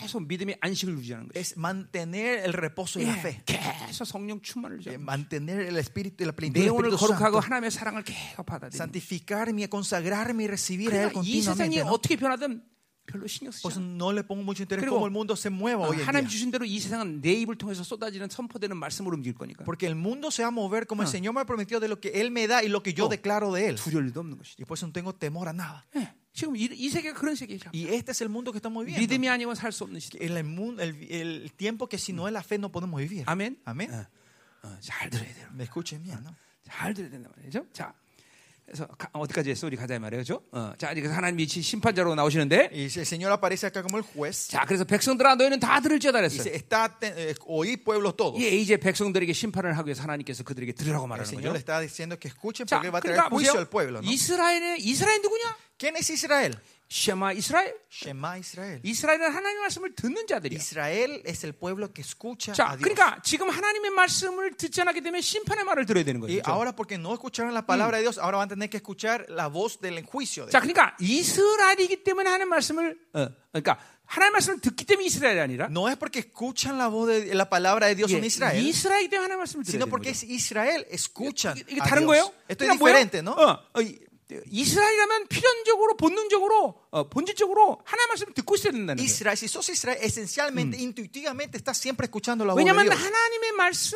Speaker 1: 계속 믿음의 안식을 유지하는 거예요.
Speaker 2: es mantener el reposo y la
Speaker 1: 예,
Speaker 2: fe.
Speaker 1: 계속 성령 충만을
Speaker 2: Eh,
Speaker 1: 유지하는 거예요.
Speaker 2: Mantener el espíritu y la plenitud
Speaker 1: 내
Speaker 2: del
Speaker 1: 오늘
Speaker 2: Espíritu
Speaker 1: 거룩하고
Speaker 2: Santo.
Speaker 1: 하나님의 사랑을 계속 받아들이는 거예요.
Speaker 2: Santificarme, consagrarme y recibir a Él
Speaker 1: 그러니까 이 세상이
Speaker 2: continuamente. ¿no?
Speaker 1: 어떻게 변하든 별로 신경 쓰지
Speaker 2: Pues
Speaker 1: 않아요.
Speaker 2: no le pongo mucho interés
Speaker 1: 그리고,
Speaker 2: cómo el mundo se mueva hoy en
Speaker 1: 하나님
Speaker 2: día.
Speaker 1: 주신 대로 이 세상은 내 입을 통해서 쏟아지는 선포되는 말씀으로 움직일 거니까
Speaker 2: Porque el mundo se va a mover como el Señor me prometió de lo que Él me da y lo que yo
Speaker 1: Oh. Eh.
Speaker 2: declaro de Él.
Speaker 1: 두려울 일도 없는 것이죠.
Speaker 2: Y por eso no tengo temor a nada.
Speaker 1: 예, 지금 이, 이 세계가 그런 세계죠.
Speaker 2: Y este es el mundo que estamos viviendo.
Speaker 1: 믿음이 아니면 살 수 없는 시대.
Speaker 2: El, el mundo- el- el tiempo que si no es la fe no podemos vivir.
Speaker 1: 아멘.
Speaker 2: Amén.
Speaker 1: 어, 어, 잘 들어야 돼요.
Speaker 2: Me escuchen bien, ¿no?
Speaker 1: 잘 들어야 된단 말이죠. 자, 그래서 가- 어디까지 했어? 우리 가자 이 말이죠. 어, 자, 이렇게 하나님이 지- 심판자로 나오시는데,
Speaker 2: Y el Señor aparece acá como el juez.
Speaker 1: 자, 그래서 백성들아 너희는 다 들을지어다
Speaker 2: Y
Speaker 1: 그랬어요.
Speaker 2: dice, está, te- eh, oí pueblo todo.
Speaker 1: 예, 이제 백성들에게 심판을 하기 위해서 하나님께서 그들에게 들으라고
Speaker 2: El
Speaker 1: 말하는
Speaker 2: Señor le
Speaker 1: 거죠.
Speaker 2: está diciendo que escuchen
Speaker 1: 자,
Speaker 2: porque va a traer
Speaker 1: 그러니까
Speaker 2: juicio
Speaker 1: 보세요.
Speaker 2: al pueblo. ¿no?
Speaker 1: 이스라엘의 이스라엘 누구냐?
Speaker 2: ¿Quién es Israel?
Speaker 1: 쉐마 이스라엘.
Speaker 2: Shema Israel.
Speaker 1: 이스라엘은 하나님의 말씀을 듣는 자들이야.
Speaker 2: Israel es el pueblo que escucha
Speaker 1: 자,
Speaker 2: a Dios.
Speaker 1: 그러니까 지금 하나님의 말씀을 듣지 않았기 때문에 심판의 말을 들어야 되는
Speaker 2: Y
Speaker 1: 거죠.
Speaker 2: ahora porque no escucharon la palabra de Dios, ahora van a tener que escuchar la voz del juicio. de
Speaker 1: 자, 그러니까 이스라엘이기 때문에 하는 말씀을, 어, 그러니까 하나님의 말씀을 듣기 때문에 이스라엘이 아니라
Speaker 2: No es porque escuchan la voz de la palabra de Dios en
Speaker 1: 예,
Speaker 2: Israel,
Speaker 1: 이스라엘이기 때문에 하나님의 말씀을 들어야
Speaker 2: sino
Speaker 1: 되는
Speaker 2: porque
Speaker 1: 거죠.
Speaker 2: es Israel escuchan.
Speaker 1: 이게
Speaker 2: a
Speaker 1: 다른
Speaker 2: Dios.
Speaker 1: 거예요?
Speaker 2: Esto es
Speaker 1: 그냥 뭐예요?
Speaker 2: diferente, ¿no?
Speaker 1: 어, 어, 이- 이스라엘이라면 필연적으로 본능적으로 어, 본질적으로 하나님 말씀 듣고 있어야 된다는 거예요.
Speaker 2: Israel, si sos Israel, esencialmente, intuitivamente estás siempre escuchando la voz de
Speaker 1: 왜냐하면
Speaker 2: Dios.
Speaker 1: 하나님의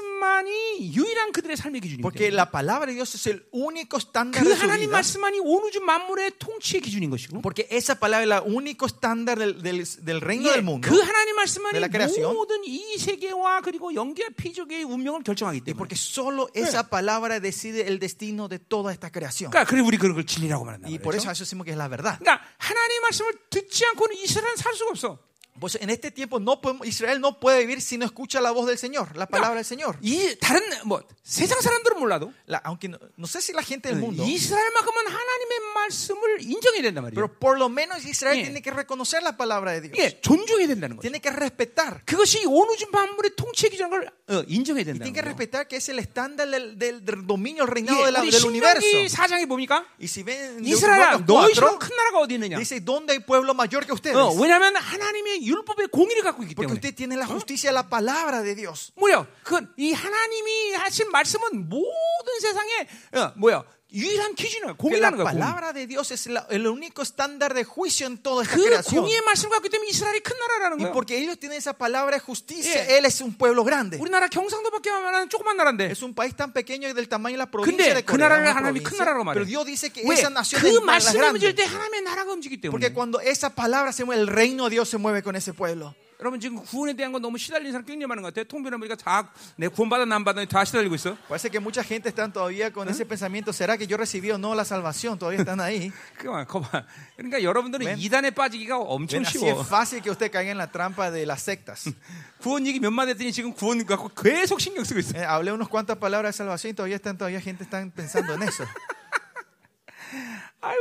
Speaker 1: 말씀만이 유일한 그들의 삶의 기준입니다.
Speaker 2: Porque la palabra de Dios es el único estándar
Speaker 1: 그
Speaker 2: de su
Speaker 1: 하나님
Speaker 2: vida.
Speaker 1: 말씀만이 온 우주 만물의 통치의 기준인 것이고
Speaker 2: Porque esa palabra es la único estándar del, del, del reino
Speaker 1: 예,
Speaker 2: del mundo.
Speaker 1: 그 하나님
Speaker 2: de
Speaker 1: 말씀만이
Speaker 2: la creación.
Speaker 1: 모든 이 세계와 그리고 영계와 피조계의 운명을 결정하기
Speaker 2: Y
Speaker 1: 때문에
Speaker 2: porque solo esa palabra decide el destino de toda esta creación.
Speaker 1: 그러니까 그래 우리 그런 걸 진리라고 말한다
Speaker 2: Y
Speaker 1: 그
Speaker 2: por eso
Speaker 1: 죠
Speaker 2: eso decimos que es la verdad.
Speaker 1: 그러니까 하나님 말씀을 듣지 않고는 이스라엘은 살 수가 없어
Speaker 2: Pues en este tiempo no podemos- Israel no puede vivir si no escucha la voz del Señor, la palabra del Señor.
Speaker 1: 이 다른 뭐 세상 사람들은 몰라도
Speaker 2: La- aunque no, no sé si la
Speaker 1: 네,
Speaker 2: gente del mundo,
Speaker 1: 이스라엘만큼은 하나님의 말씀을 인정해야 된단 말이에요
Speaker 2: pero por lo menos Israel
Speaker 1: Sí.
Speaker 2: tiene que reconocer la palabra de Dios.
Speaker 1: 예, 존중해야 된다는 거죠
Speaker 2: Tiene que respetar.
Speaker 1: 그것이 온 우주 만물의 통치의 기준인 걸 어, 인정해야 된다는
Speaker 2: Tiene que
Speaker 1: 거예요
Speaker 2: respetar que es el estándar del, del- del dominio, el reinado de la-
Speaker 1: 예,
Speaker 2: del
Speaker 1: 신명기
Speaker 2: universo.
Speaker 1: 4장에 봅니까?
Speaker 2: Y si ven
Speaker 1: 이스라엘아
Speaker 2: Deuteronomio
Speaker 1: 너희처럼
Speaker 2: 4,
Speaker 1: 큰 나라가 어디 있느냐
Speaker 2: dice, ¿dónde hay pueblo mayor que ustedes?
Speaker 1: 어, 왜냐하면 하나님의 율법의 공의를 갖고 있기
Speaker 2: Porque
Speaker 1: 때문에
Speaker 2: usted tiene la justicia de la palabra de Dios.
Speaker 1: 뭐야? 그이 하나님이 하신 말씀은 모든 세상에 어, 뭐야? 유일한 기준이야.
Speaker 2: Que la
Speaker 1: 공의라는 거야. 공의.
Speaker 2: palabra de Dios es la- el único estándar de juicio en toda esta
Speaker 1: 그
Speaker 2: creación.
Speaker 1: 공의의 말씀 갖기 때문에 이스라엘이 큰 나라라는
Speaker 2: Y
Speaker 1: 거야.
Speaker 2: porque ellos tienen esa palabra de justicia,
Speaker 1: Yeah.
Speaker 2: él es un pueblo grande.
Speaker 1: 우리나라 경상도밖에 하면 조그만 나라인데.
Speaker 2: Es un país tan pequeño y del tamaño de la provincia
Speaker 1: 근데
Speaker 2: de
Speaker 1: 그
Speaker 2: Corea.
Speaker 1: 나라를
Speaker 2: una
Speaker 1: 하나님이 큰
Speaker 2: provincia.
Speaker 1: 나라로 말해.
Speaker 2: Pero Dios dice que esa nación
Speaker 1: 왜그
Speaker 2: es más
Speaker 1: 말씀을 움직일 때
Speaker 2: grande.
Speaker 1: 하나님의 나라가 움직이기 때문에.
Speaker 2: Porque cuando esa palabra se mueve, el reino de Dios se mueve con ese pueblo.
Speaker 1: 여러분 지금 구원에 대한 거 너무 시달리는 사람 굉장히 많은 것 같아요. 통변을 보니까 다 내 구원 받았나 안 받았나 다 시달리고 있어.
Speaker 2: Parece que mucha gente está todavía con ese pensamiento, ¿será que yo recibí o no la salvación? Todavía están ahí.
Speaker 1: 그만 그만. 그러니까 여러분들은
Speaker 2: 웬?
Speaker 1: 이단에 빠지기가 엄청
Speaker 2: Ven, así
Speaker 1: 쉬워.
Speaker 2: es fácil que usted caiga en la trampa de las sectas.
Speaker 1: 구원 얘기 몇만 했더니 지금 구원 갖고 계속 신경 쓰고 있어.
Speaker 2: Eh, hablé unas cuantas palabras de salvación y todavía están todavía gente están pensando en eso.
Speaker 1: 아유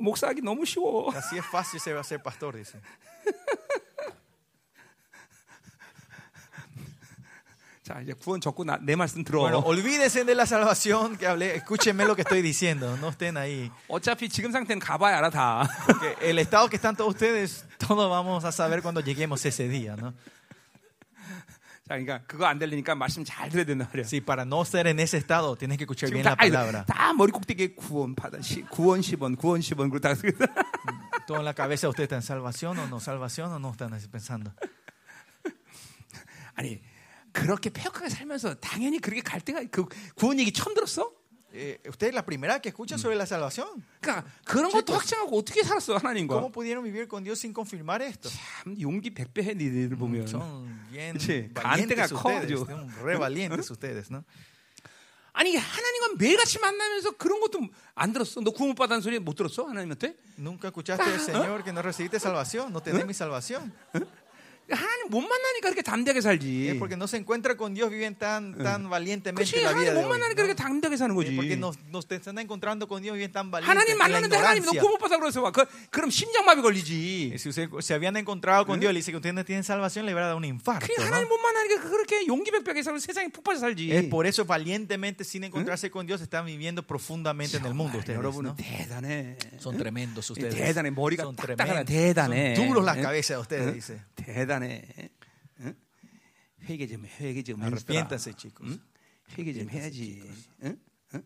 Speaker 1: 목사하기 너무 쉬워.
Speaker 2: Así es fácil se va a ser pastor, dice.
Speaker 1: 자 이제 구원 적고 나, 내 말씀 들어.
Speaker 2: Bueno, olvídense de la salvación que hablé, escúchenme lo que estoy diciendo, no estén ahí.
Speaker 1: 어차피 지금 상태는 가봐야 알아 다.
Speaker 2: Porque el estado que están todos ustedes, todos vamos a saber cuando lleguemos ese día, ¿no?
Speaker 1: 자 그러니까 그거 안 들리니까 말씀 잘 들어야 된다 말이야.
Speaker 2: Sí, para no ser en ese estado, tienes que escuchar
Speaker 1: 지금
Speaker 2: bien
Speaker 1: 다,
Speaker 2: la palabra.
Speaker 1: 다 머리 꼭대기에 구원 받아 시, 구원 10원 구원 10원 그러고 다 쓰겠다.
Speaker 2: Todo en la cabeza de ustedes está en salvación o no, salvación o no están así pensando.
Speaker 1: 아니 그렇게 폐역하게 살면서 당연히 그렇게 갈등가 그 구원 얘기 처음 들었어?
Speaker 2: Eh, usted es la primera que escucha sobre la salvación.
Speaker 1: 그러니까 그런 것도 확증하고 어떻게 살았어 하나님과?
Speaker 2: ¿Cómo pudieron vivir con Dios sin confirmar esto?
Speaker 1: 참 용기 백배해 니들 보면.
Speaker 2: Son bien
Speaker 1: Sí,
Speaker 2: valientes
Speaker 1: ante가 커,
Speaker 2: ustedes,
Speaker 1: yo.
Speaker 2: son re valientes ustedes, ¿no?
Speaker 1: 아니 하나님과 매일같이 만나면서 그런 것도 안 들었어? 너 구원 못 받은 소리 못 들었어 하나님한테?
Speaker 2: Nunca escuchaste del Señor que no recibiste salvación, no tenés mi salvación.
Speaker 1: 하나님 못 만나니까 그렇게 담대하게
Speaker 2: Es
Speaker 1: 살지.
Speaker 2: porque no se encuentra con Dios, viven tan, tan valientemente
Speaker 1: 그렇지
Speaker 2: la vida
Speaker 1: 하나님
Speaker 2: de
Speaker 1: 못
Speaker 2: hoy,
Speaker 1: 만나니까
Speaker 2: ¿no?
Speaker 1: 그렇게 담대하게 사는
Speaker 2: Es porque
Speaker 1: 거지.
Speaker 2: nos, nos te están encontrando con Dios, viven tan valientes.
Speaker 1: 하나님
Speaker 2: en la
Speaker 1: 만나는데 하나님 너
Speaker 2: ignorancia.
Speaker 1: 구원 못 받아 그래서 막 그, 그럼 심장마비 걸리지.
Speaker 2: Eh, Si usted- se habían encontrado con Dios, le dice que ustedes no tienen salvación, le va a dar un infarto.
Speaker 1: 그냥
Speaker 2: ¿no?
Speaker 1: 하나님 못 만나니까 그렇게 용기 백백해 사는 세상에 푹 빠져 살지.
Speaker 2: Es por eso valientemente, sin encontrarse con Dios, están viviendo profundamente en el
Speaker 1: 정말
Speaker 2: mundo ustedes.
Speaker 1: 아, 여러분은
Speaker 2: ¿no?
Speaker 1: 대단해.
Speaker 2: Son tremendos ustedes.
Speaker 1: 대단해. 머리가
Speaker 2: Son
Speaker 1: 딱딱하다.
Speaker 2: tremendos.
Speaker 1: 대단해.
Speaker 2: Son duros las
Speaker 1: 응?
Speaker 2: cabezas de ustedes,
Speaker 1: 응?
Speaker 2: dice.
Speaker 1: 대단해. 응? 회개 좀 해. 회개 좀 해.
Speaker 2: Arrepiéntanse, chicos.
Speaker 1: 응? 회개 좀 해야지. 응? 응?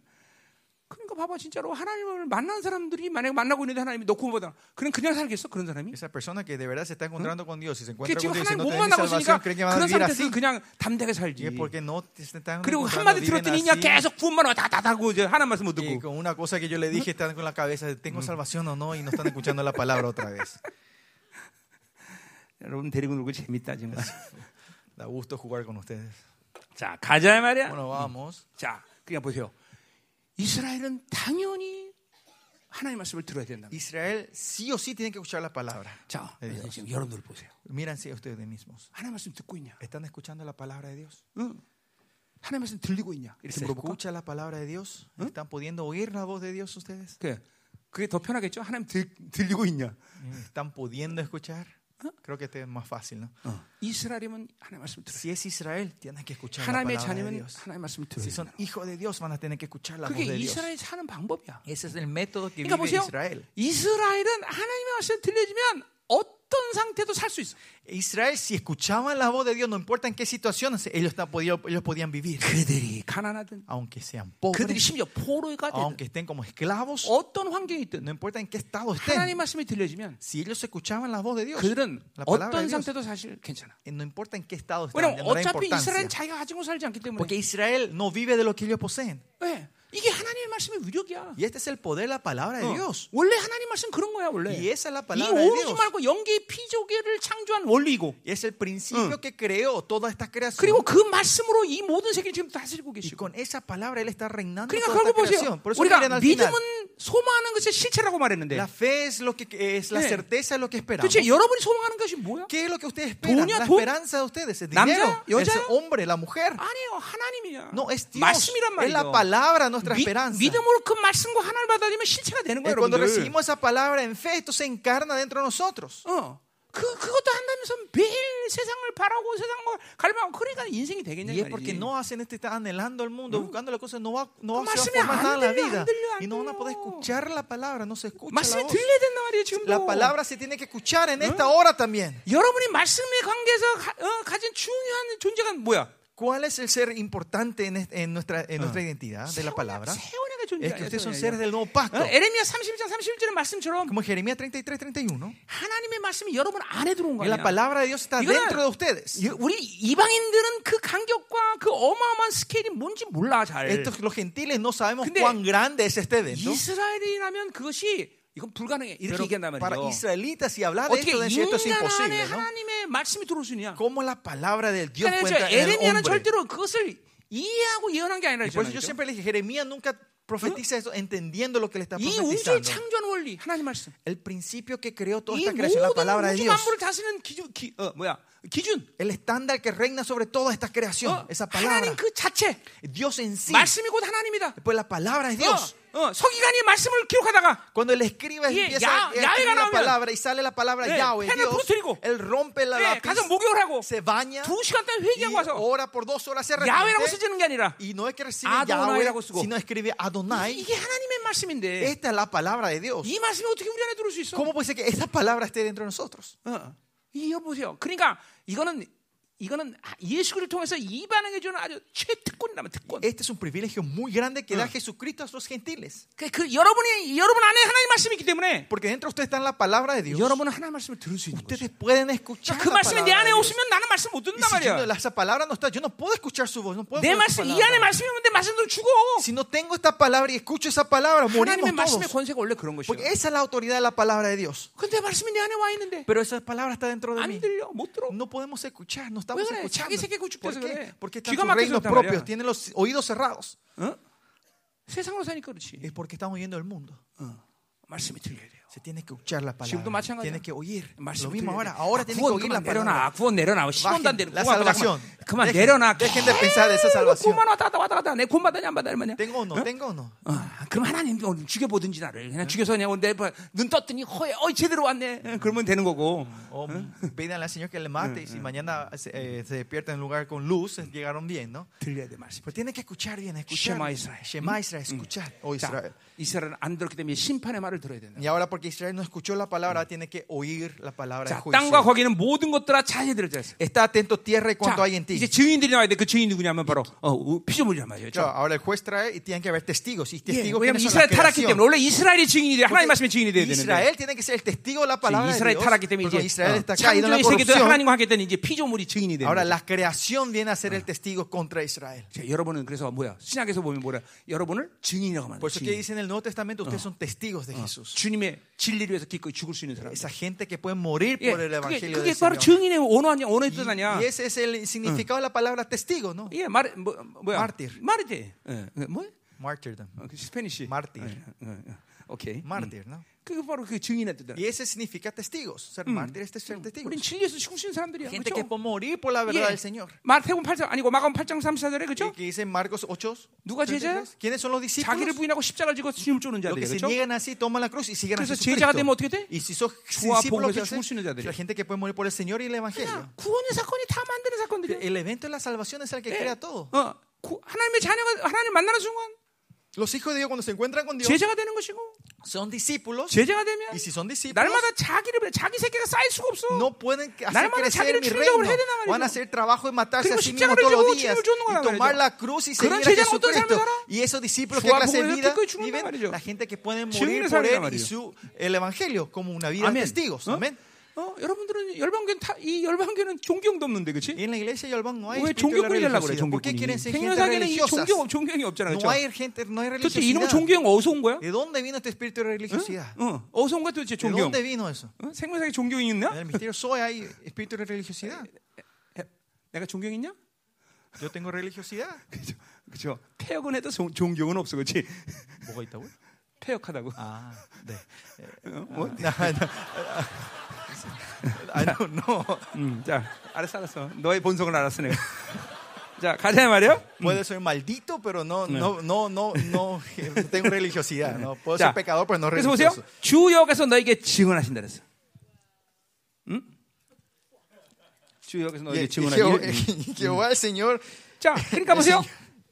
Speaker 1: 그러니까 봐봐 진짜로 하나님을 만난 사람들이 만약에 만나고 있는데 하나님이 너 구원받아 그럼 그냥 살겠어 그런 사람이?
Speaker 2: Esa persona que de verdad se está encontrando con Dios y se
Speaker 1: 그게
Speaker 2: encuentra
Speaker 1: 지금
Speaker 2: con Dios y dice,
Speaker 1: 하나님
Speaker 2: no
Speaker 1: 못
Speaker 2: tenés mi
Speaker 1: 만나고 있으니까
Speaker 2: salvación, cree que van a
Speaker 1: 그런
Speaker 2: vivir
Speaker 1: 상태에서
Speaker 2: así.
Speaker 1: 그냥 담대하게 살지
Speaker 2: Y es porque no te
Speaker 1: 뭐
Speaker 2: están
Speaker 1: 그리고
Speaker 2: encontrando,
Speaker 1: 한마디
Speaker 2: viven
Speaker 1: 들었더니 그냥
Speaker 2: así.
Speaker 1: 계속 구원만 다다다고 이제 하나님 말씀 못
Speaker 2: Y
Speaker 1: 듣고
Speaker 2: con una cosa que yo le dije, están con la cabeza, ¿tengo salvación o no? Y no están escuchando la palabra otra vez.
Speaker 1: 여러분 데리고 놀고 재밌다 정말.
Speaker 2: Da gusto jugar con ustedes.
Speaker 1: 자 가자 이 말이야.
Speaker 2: Bueno, vamos.
Speaker 1: 뭐, 자 그냥 보세요. 이스라엘은 당연히 하나님 말씀을 들어야 된다.
Speaker 2: Israel sí o sí tiene que escuchar la palabra.
Speaker 1: 자
Speaker 2: 네, 네.
Speaker 1: 지금 여러분들 보세요.
Speaker 2: Mírense ustedes mismos.
Speaker 1: 하나님 말씀 듣고 있냐?
Speaker 2: ¿Están escuchando la palabra de Dios?
Speaker 1: 응. 하나님 말씀 들리고 있냐? 이렇게
Speaker 2: ¿Se ¿Eh?
Speaker 1: 물어볼까?
Speaker 2: escucha la palabra de Dios? ¿Están pudiendo oír la voz de Dios ustedes?
Speaker 1: 그래. 그게 더 편하겠죠? 하나님 들, 들리고 있냐?
Speaker 2: ¿Están pudiendo escuchar? Creo que este es más fácil, ¿no?
Speaker 1: 이스라엘이면 하나님 말씀 들어.
Speaker 2: Si es Israel, tienen que escuchar la
Speaker 1: 하나님의
Speaker 2: palabra de
Speaker 1: 어. 자녀면
Speaker 2: Dios.
Speaker 1: 하나님 말씀 들어.
Speaker 2: Si son hijos de Dios, van a tener que escuchar la voz
Speaker 1: 그게
Speaker 2: de Dios.
Speaker 1: 이스라엘 사는 방법이야.
Speaker 2: Ese es el método que
Speaker 1: 그러니까
Speaker 2: vive
Speaker 1: 보세요.
Speaker 2: Israel.
Speaker 1: 이스라엘은 하나님의 말씀 들려지면 어, 어떤 상태도 살 수 있어.
Speaker 2: Israel, si escuchaban la voz de Dios, no importa en qué situación, ellos, ta- podían- ellos podían vivir.
Speaker 1: 그들이 가난하든 아,
Speaker 2: Aunque sean
Speaker 1: 그들이
Speaker 2: pobres,
Speaker 1: 심지어 포로가 되든
Speaker 2: aunque estén como esclavos,
Speaker 1: 어떤 환경이 있든
Speaker 2: no importa en qué estado
Speaker 1: 하나님
Speaker 2: estén.
Speaker 1: 말씀이 들려지면
Speaker 2: Si ellos escuchaban la voz de Dios,
Speaker 1: 그들은
Speaker 2: la palabra de
Speaker 1: 어떤
Speaker 2: Dios, eh,
Speaker 1: 상태도 사실 괜찮아.
Speaker 2: no importa en qué estado estén,
Speaker 1: 왜냐면
Speaker 2: no da
Speaker 1: 어차피 이스라엘은
Speaker 2: importancia.
Speaker 1: 자기가 가지고 살지 않기 때문에
Speaker 2: Porque Israel no vive de lo que ellos poseen.
Speaker 1: 네. 이게 하나님의 말씀의 위력이야.
Speaker 2: Y este es el poder de la palabra de
Speaker 1: 어.
Speaker 2: Dios.
Speaker 1: 원래 하나님 말씀 그런 거야 원래.
Speaker 2: Y esa es la
Speaker 1: 이
Speaker 2: palabra de
Speaker 1: 오르지
Speaker 2: Dios.
Speaker 1: 말고 연기의 피조계를 창조한 원리이고
Speaker 2: Y es el principio que creó toda esta creación.
Speaker 1: 그리고 그 말씀으로 이 모든 세계를 지금 다스리고
Speaker 2: Y
Speaker 1: 계시고
Speaker 2: con esa palabra Él está reinando
Speaker 1: 그러니까
Speaker 2: toda
Speaker 1: 결국
Speaker 2: esta
Speaker 1: 보세요
Speaker 2: creación. Por eso miren
Speaker 1: 우리가
Speaker 2: al final.
Speaker 1: 믿음은 소망하는 것의 실체라고 말했는데
Speaker 2: La fe es lo que es la
Speaker 1: 네.
Speaker 2: certeza de lo que esperamos.
Speaker 1: 도대체 여러분이 소망하는 것이 뭐야?
Speaker 2: ¿Qué es lo que ustedes esperan?
Speaker 1: ¿Doña,
Speaker 2: la
Speaker 1: don?
Speaker 2: esperanza de ustedes, el
Speaker 1: ¿Namja?
Speaker 2: dinero, el
Speaker 1: ¿Yoya?
Speaker 2: hombre, la mujer.
Speaker 1: 아니에요 하나님이야
Speaker 2: No, es Dios.
Speaker 1: 말씀이란
Speaker 2: Es la
Speaker 1: 말이죠
Speaker 2: palabra nuestra
Speaker 1: 미-
Speaker 2: esperanza.
Speaker 1: 믿음으로 그 말씀과 하나님을 받아들이면 실체가 되는
Speaker 2: Eh,
Speaker 1: 거예요
Speaker 2: cuando
Speaker 1: 여러분들
Speaker 2: recibimos esa palabra en fe, esto se encarna dentro de nosotros.
Speaker 1: 어. 그, 그것도 한다면서 매일 세상을 바라고 세상과 갈망하고 그러니까 인생이 되겠냐
Speaker 2: Y
Speaker 1: 이
Speaker 2: es porque
Speaker 1: 말이지
Speaker 2: no hacen este, están anhelando el mundo, buscando las cosas, no va, no
Speaker 1: Pues,
Speaker 2: se va
Speaker 1: 말씀이
Speaker 2: a formar
Speaker 1: 안
Speaker 2: nada en la
Speaker 1: 들려, 안
Speaker 2: vida.
Speaker 1: 들려, 안
Speaker 2: Y no van a poder
Speaker 1: 들려.
Speaker 2: escuchar la palabra, no se escucha la
Speaker 1: 말씀이
Speaker 2: voz.
Speaker 1: 들려야 된단 말이에요 지금도
Speaker 2: La palabra se tiene que escuchar en esta hora también.
Speaker 1: 여러분이 말씀의 관계에서 가, 어, 가진 중요한 존재가 뭐야?
Speaker 2: ¿Cuál es el ser importante en, este- en nuestra, en nuestra identidad Ah, de la palabra?
Speaker 1: 세원이가
Speaker 2: Es
Speaker 1: 존재야.
Speaker 2: que ustedes son seres
Speaker 1: 세원이가.
Speaker 2: del nuevo pacto.
Speaker 1: 어? 에레미야 31장 31절의 말씀처럼
Speaker 2: Como en Jeremías 33, 31.
Speaker 1: 하나님의 말씀이 여러분 안에 들어온 거
Speaker 2: En la
Speaker 1: 아니야?
Speaker 2: palabra de Dios está
Speaker 1: Digo,
Speaker 2: dentro de ustedes.
Speaker 1: 이- 우리 이방인들은 그 간격과 그 어마어마한 스케일이 뭔지 몰라 잘.
Speaker 2: Estos, los gentiles no sabemos
Speaker 1: 근데
Speaker 2: cuán grande es este evento.
Speaker 1: 이스라엘이라면 그것이 이건 불가능해 이렇게
Speaker 2: Pero
Speaker 1: 얘기한단
Speaker 2: para
Speaker 1: 말이에요.
Speaker 2: israelitas, si hablar de
Speaker 1: 어떻게
Speaker 2: esto, decir, esto es
Speaker 1: 인간 안에
Speaker 2: imposible. ¿no?
Speaker 1: 하나님의 말씀이 들어올 수 있냐?
Speaker 2: ¿Cómo la palabra de Dios
Speaker 1: 그러니까
Speaker 2: cuenta
Speaker 1: 저
Speaker 2: en el
Speaker 1: 에레미야는
Speaker 2: hombre?
Speaker 1: 절대로 그것을 이해하고 예언한 게 아니라
Speaker 2: Y por eso
Speaker 1: 했잖아요.
Speaker 2: yo
Speaker 1: 그죠?
Speaker 2: siempre le dije, Jeremías nunca profetiza eso entendiendo lo que le está
Speaker 1: 이 우주의
Speaker 2: profetizando.
Speaker 1: 창조한 원리 하나님 말씀.
Speaker 2: El principio que creó toda
Speaker 1: 이
Speaker 2: esta
Speaker 1: 모든
Speaker 2: creación, la palabra de
Speaker 1: 우주
Speaker 2: Dios.
Speaker 1: 만물을 다스리는 기준, 기, 어, 뭐야 기준.
Speaker 2: El estándar que reina sobre toda esta creación,
Speaker 1: 어,
Speaker 2: esa
Speaker 1: 하나님
Speaker 2: palabra.
Speaker 1: 그 자체
Speaker 2: Dios en sí.
Speaker 1: 말씀이 곧 하나님이다.
Speaker 2: Pues la palabra es Dios.
Speaker 1: 어, 어, 서기관이 말씀을 기록하다가
Speaker 2: Cuando él escribe,
Speaker 1: Y
Speaker 2: empieza
Speaker 1: ya-
Speaker 2: a escribir
Speaker 1: Yahweh가
Speaker 2: la
Speaker 1: 나오면-
Speaker 2: palabra y sale la palabra
Speaker 1: 예,
Speaker 2: Yahweh,
Speaker 1: 펜을
Speaker 2: Dios.
Speaker 1: 부러뜨리고,
Speaker 2: Él rompe la
Speaker 1: 예,
Speaker 2: lápiz,
Speaker 1: 가서 목욕을 하고
Speaker 2: se baña
Speaker 1: 두 시간 동안
Speaker 2: y
Speaker 1: 회개하고 와서
Speaker 2: ora por dos horas se
Speaker 1: 야외라고
Speaker 2: arrepiente.
Speaker 1: 쓰지는 게 아니라
Speaker 2: Y no es que recibe
Speaker 1: Adonai라고
Speaker 2: Yahweh,
Speaker 1: 쓰고.
Speaker 2: sino escribe Adonai.
Speaker 1: 이게 하나님의 말씀인데
Speaker 2: Esta es la palabra de Dios.
Speaker 1: 이 말씀이 어떻게 우리 안에 들어올 수 있어?
Speaker 2: ¿Cómo puede ser que esta palabra esté dentro de nosotros?
Speaker 1: 어, 이 여보세요. 그러니까 이거는 이거는 예수를 통해서 이반응해 주는 아주 최특권이라면 특권.
Speaker 2: Este es un privilegio muy grande que da Jesucristo a sus gentiles.
Speaker 1: 그, 그 여러분이 여러분 안에 하나님 말씀이 있기 때문에
Speaker 2: Porque dentro de ustedes está la palabra de Dios.
Speaker 1: 여러분은 하나님 말씀을 들을 수 있는 거죠.
Speaker 2: Ustedes pueden escuchar
Speaker 1: 그
Speaker 2: la
Speaker 1: 말씀이 내
Speaker 2: palabra
Speaker 1: 안에
Speaker 2: de Dios.
Speaker 1: 없으면 나는 말씀 못
Speaker 2: Y
Speaker 1: 듣는단
Speaker 2: si yo
Speaker 1: 말이야.
Speaker 2: no- esa palabra no está, yo no puedo escuchar su voz, no puedo
Speaker 1: 내
Speaker 2: escuchar su
Speaker 1: 말씀 이
Speaker 2: palabra.
Speaker 1: 안에 말씀이 없는데 말씀대로 죽어.
Speaker 2: Si no tengo esta palabra y escucho esa palabra,
Speaker 1: 하나님의
Speaker 2: morimos
Speaker 1: 말씀의
Speaker 2: todos.
Speaker 1: 권세가 원래 그런 것이야.
Speaker 2: Porque esa es la autoridad de la palabra de Dios.
Speaker 1: 근데 말씀이 내 안에 와 있는데
Speaker 2: Pero esa palabra está dentro de
Speaker 1: 안
Speaker 2: mí.
Speaker 1: 들려 못 들어.
Speaker 2: No podemos escuchar, no
Speaker 1: 왜
Speaker 2: estamos
Speaker 1: 그래?
Speaker 2: escuchando.
Speaker 1: 자기 새끼 구축돼서
Speaker 2: ¿Por
Speaker 1: 그래.
Speaker 2: qué? Porque están
Speaker 1: 귀가
Speaker 2: sus
Speaker 1: 막혀서
Speaker 2: reinos
Speaker 1: 그렇단 말이야.
Speaker 2: propios, tienen los oídos cerrados.
Speaker 1: 어? 세상으로 사니까 그렇지.
Speaker 2: Es porque estamos oyendo el mundo.
Speaker 1: 어. 예, 말씀이 들려야 돼요.
Speaker 2: Se tiene que escuchar la
Speaker 1: 지금도
Speaker 2: palabra.
Speaker 1: 마찬가지야.
Speaker 2: Tiene que oír. Lo
Speaker 1: 말씀이
Speaker 2: mismo
Speaker 1: 들려야 돼.
Speaker 2: ahora. Ahora tiene que
Speaker 1: 구원
Speaker 2: oír la
Speaker 1: 그만
Speaker 2: palabra.
Speaker 1: 내려놔. 구원 내려놔.
Speaker 2: Bajen
Speaker 1: 시험도 안 되는
Speaker 2: la
Speaker 1: 구원
Speaker 2: salvación.
Speaker 1: 그만, 그만
Speaker 2: Dejen-
Speaker 1: 내려놔.
Speaker 2: dejen de pensar esa
Speaker 1: 계속
Speaker 2: salvación.
Speaker 1: 구원만 왔다 갔다 왔다 갔다. 내구원 받았냐 안 받았냐 말이야.
Speaker 2: ¿Tengo o no? ¿Tengo o no?
Speaker 1: 어, 그럼 하나님 오늘 죽여보든지 나를 그냥 죽여서 그냥 오늘 내눈 떴더니 허에 어이 제대로 왔네 어, 그러면 되는 거고
Speaker 2: O Oh,
Speaker 1: ¿Eh?
Speaker 2: pídanle al Señor que le mate y si mañana se, eh, se despierta en un lugar con luz, llegaron bien, ¿no?
Speaker 1: 들려야 돼 말씀.
Speaker 2: Pero tienen que escuchar bien, escuchar.
Speaker 1: Shema
Speaker 2: bien.
Speaker 1: Israel. Mm.
Speaker 2: Shema Israel, escuchar. Oh, Israel.
Speaker 1: 자, 이스라엘은 음. 안 들었기 때문에 심판의 말을 들어야 된다.
Speaker 2: Y ahora porque Israel no escuchó la palabra, tiene que oír la palabra de
Speaker 1: 자, 땅과
Speaker 2: juicio.
Speaker 1: 거기는 모든 것들아 자세히 들자 했어요.
Speaker 2: Está atento tierra y cuanto hay en
Speaker 1: 자, 이제
Speaker 2: ti.
Speaker 1: 증인들이 나와야 돼. 그 증인이 누구냐면 바로 어, 우- 피조물이란 말이에요.
Speaker 2: Claro,
Speaker 1: 그렇죠?
Speaker 2: ahora el juez trae y tienen que haber testigos. Y
Speaker 1: 예,
Speaker 2: testigos
Speaker 1: 왜냐면
Speaker 2: ¿quiénes son? La
Speaker 1: 이스라엘 타락했기 때문에
Speaker 2: creación.
Speaker 1: 원래 이스라엘이 증인이 돼. 하나님 말씀의 증인이 돼야 되는데. 그렇죠.
Speaker 2: Israel tiene que ser el testigo de la palabra de
Speaker 1: 이스라엘
Speaker 2: Dios.
Speaker 1: 타락했기 때문에
Speaker 2: porque
Speaker 1: 이제
Speaker 2: Israel
Speaker 1: 어,
Speaker 2: está caído en la
Speaker 1: 창조의 세계도
Speaker 2: corrupción.
Speaker 1: 하나님과 하게 되는 이제 피조물이 증인이 되는
Speaker 2: Ahora
Speaker 1: 거죠.
Speaker 2: la creación viene a ser el testigo contra Israel.
Speaker 1: 자, 여러분은 그래서 뭐야? 신약에서 보면 뭐라? 여러분을 증인이라고 말해요.
Speaker 2: Por eso que
Speaker 1: 증인.
Speaker 2: dice en el Nuevo Testamento, ustedes son testigos de Jesús.
Speaker 1: 주님의 진리를 위해서 기꺼이 죽을 수 있는 사람.
Speaker 2: Esa gente que puede morir
Speaker 1: 예,
Speaker 2: por el
Speaker 1: 그게,
Speaker 2: Evangelio
Speaker 1: 그게
Speaker 2: del
Speaker 1: 바로
Speaker 2: Señor.
Speaker 1: 증인의 원어 아니야? 원어의 뜻 아니야?
Speaker 2: Y, y ese es el significado de la palabra testigo, ¿no?
Speaker 1: 예, 말 뭐, 뭐야?
Speaker 2: Mártir.
Speaker 1: 말이 돼. 예, 예, 뭐?
Speaker 2: Martyrdom.
Speaker 1: 어, 그 스페니쉬.
Speaker 2: Mártir.
Speaker 1: 예, 예, 예. 오케이.
Speaker 2: Mártir, ¿no?
Speaker 1: 그게 바로 그 증인의 뜻이야.
Speaker 2: Y ese significa testigos. Ser mártires es ser testigos.
Speaker 1: 우린 진리에서 죽을 수 있는 사람들이야.
Speaker 2: Gente que
Speaker 1: 그렇죠?
Speaker 2: puede morir por la verdad del Señor.
Speaker 1: 마태복음 8장 아니고 마가복음 8장 34절에
Speaker 2: Y
Speaker 1: 예, 그죠?
Speaker 2: que dice en Marcos 8.
Speaker 1: ¿Nuga 제자야?
Speaker 2: 33. ¿Quiénes son los
Speaker 1: 자기를
Speaker 2: discípulos?
Speaker 1: 부인하고 십자가를 지고 주님을 쫓는
Speaker 2: Los
Speaker 1: 자들
Speaker 2: que se
Speaker 1: 그렇죠?
Speaker 2: niegan así, toman la cruz y siguen a
Speaker 1: 그래서 제자가 되면
Speaker 2: Jesucristo.
Speaker 1: 어떻게 돼?
Speaker 2: Y si sos
Speaker 1: 주와 복음에서
Speaker 2: discípulos, ¿qué hacen?
Speaker 1: 죽을 수 있는 자들이야.
Speaker 2: la gente que puede morir por el Señor y el Evangelio.
Speaker 1: 그냥 구원의 사건이 다 만드는 사건들이야.
Speaker 2: El evento de la salvación es el que crea todo.
Speaker 1: 어, 구- 하나님의 자녀가 하나님 만나는 순간
Speaker 2: Los hijos de Dios cuando se encuentran con Dios
Speaker 1: 제자가 되는 것이고
Speaker 2: son discípulos
Speaker 1: 제자가 되면
Speaker 2: y si son discípulos
Speaker 1: 날마다 자기를 자기 새끼가 쌓일 수가 없어.
Speaker 2: no pueden hacer
Speaker 1: 날마다
Speaker 2: crecer
Speaker 1: 자기를
Speaker 2: mi
Speaker 1: 충족을
Speaker 2: reino
Speaker 1: 해야 된단 말이죠.
Speaker 2: van a hacer trabajo y matarse a
Speaker 1: 그리고
Speaker 2: sí
Speaker 1: 십자가를
Speaker 2: mismos
Speaker 1: 지고
Speaker 2: todos los días
Speaker 1: 죽임을 주는 거란
Speaker 2: y tomar
Speaker 1: 말이죠.
Speaker 2: la cruz y seguir
Speaker 1: 그런
Speaker 2: a
Speaker 1: 제자는 어떤
Speaker 2: Jesucristo
Speaker 1: 사람이
Speaker 2: y esos discípulos qué
Speaker 1: 주와
Speaker 2: clase de
Speaker 1: 복음을
Speaker 2: vida
Speaker 1: 듣고 죽는단
Speaker 2: viven
Speaker 1: 말이죠.
Speaker 2: la gente que puede
Speaker 1: 증인의
Speaker 2: morir por
Speaker 1: 삶이란
Speaker 2: él y
Speaker 1: 말이죠.
Speaker 2: su el evangelio como una vida de
Speaker 1: 아멘.
Speaker 2: testigos
Speaker 1: 어?
Speaker 2: amén
Speaker 1: 어, 여러분들은 열방교는 타- 이 열방교는 종교형도 없는데, 그치
Speaker 2: y en la iglesia de Albán no hay
Speaker 1: 왜
Speaker 2: espíritu de
Speaker 1: 종교꾼이 되려고 그래?
Speaker 2: la religiosidad ¿por qué
Speaker 1: 종교꾼이.
Speaker 2: quieren ser gente
Speaker 1: 생명사계는 이
Speaker 2: religiosas?
Speaker 1: 종교 종교형이 없잖아,
Speaker 2: no
Speaker 1: 그렇죠?
Speaker 2: hay gente no hay
Speaker 1: 도대체 이놈의
Speaker 2: religiosidad
Speaker 1: 종교형 어디서 온 거야?
Speaker 2: ¿de dónde vino este espíritu de religiosidad?
Speaker 1: 어, 어디서 온 거야 도대체
Speaker 2: ¿de
Speaker 1: 종교형?
Speaker 2: dónde vino eso?
Speaker 1: 어? 생명사계 종교형이
Speaker 2: en
Speaker 1: 있나?
Speaker 2: el misterio soy hay espíritu de religiosidad
Speaker 1: 내가 종교형 있냐?
Speaker 2: yo tengo religiosidad
Speaker 1: 그죠? 그죠? 폐역은 해도 종- 종교형은 없어, 그렇지?
Speaker 2: ¿Vos ahí está, güey?
Speaker 1: 폐역하다고.
Speaker 2: Ah, de- ah,
Speaker 1: 어, 뭐?
Speaker 2: No, Ah, no. I don't know.
Speaker 1: 음, 자, 알았어, 알았어. 너의 본성을 알았어, 내가. 자, 가자 말이요.
Speaker 2: Puede ser maldito, pero no, no, no, no, no tengo religiosidad. ¿no? Puedo
Speaker 1: 자,
Speaker 2: ser pecador, pero no
Speaker 1: 그래서 보세요.
Speaker 2: religioso.
Speaker 1: 주역에서 너에게 증언하신다 그랬어. 예, 주역에서
Speaker 2: Y,
Speaker 1: 너에게
Speaker 2: y
Speaker 1: 증언하신다.
Speaker 2: Jeho- y Jehová el Señor.
Speaker 1: 자, 그러니까 보세요.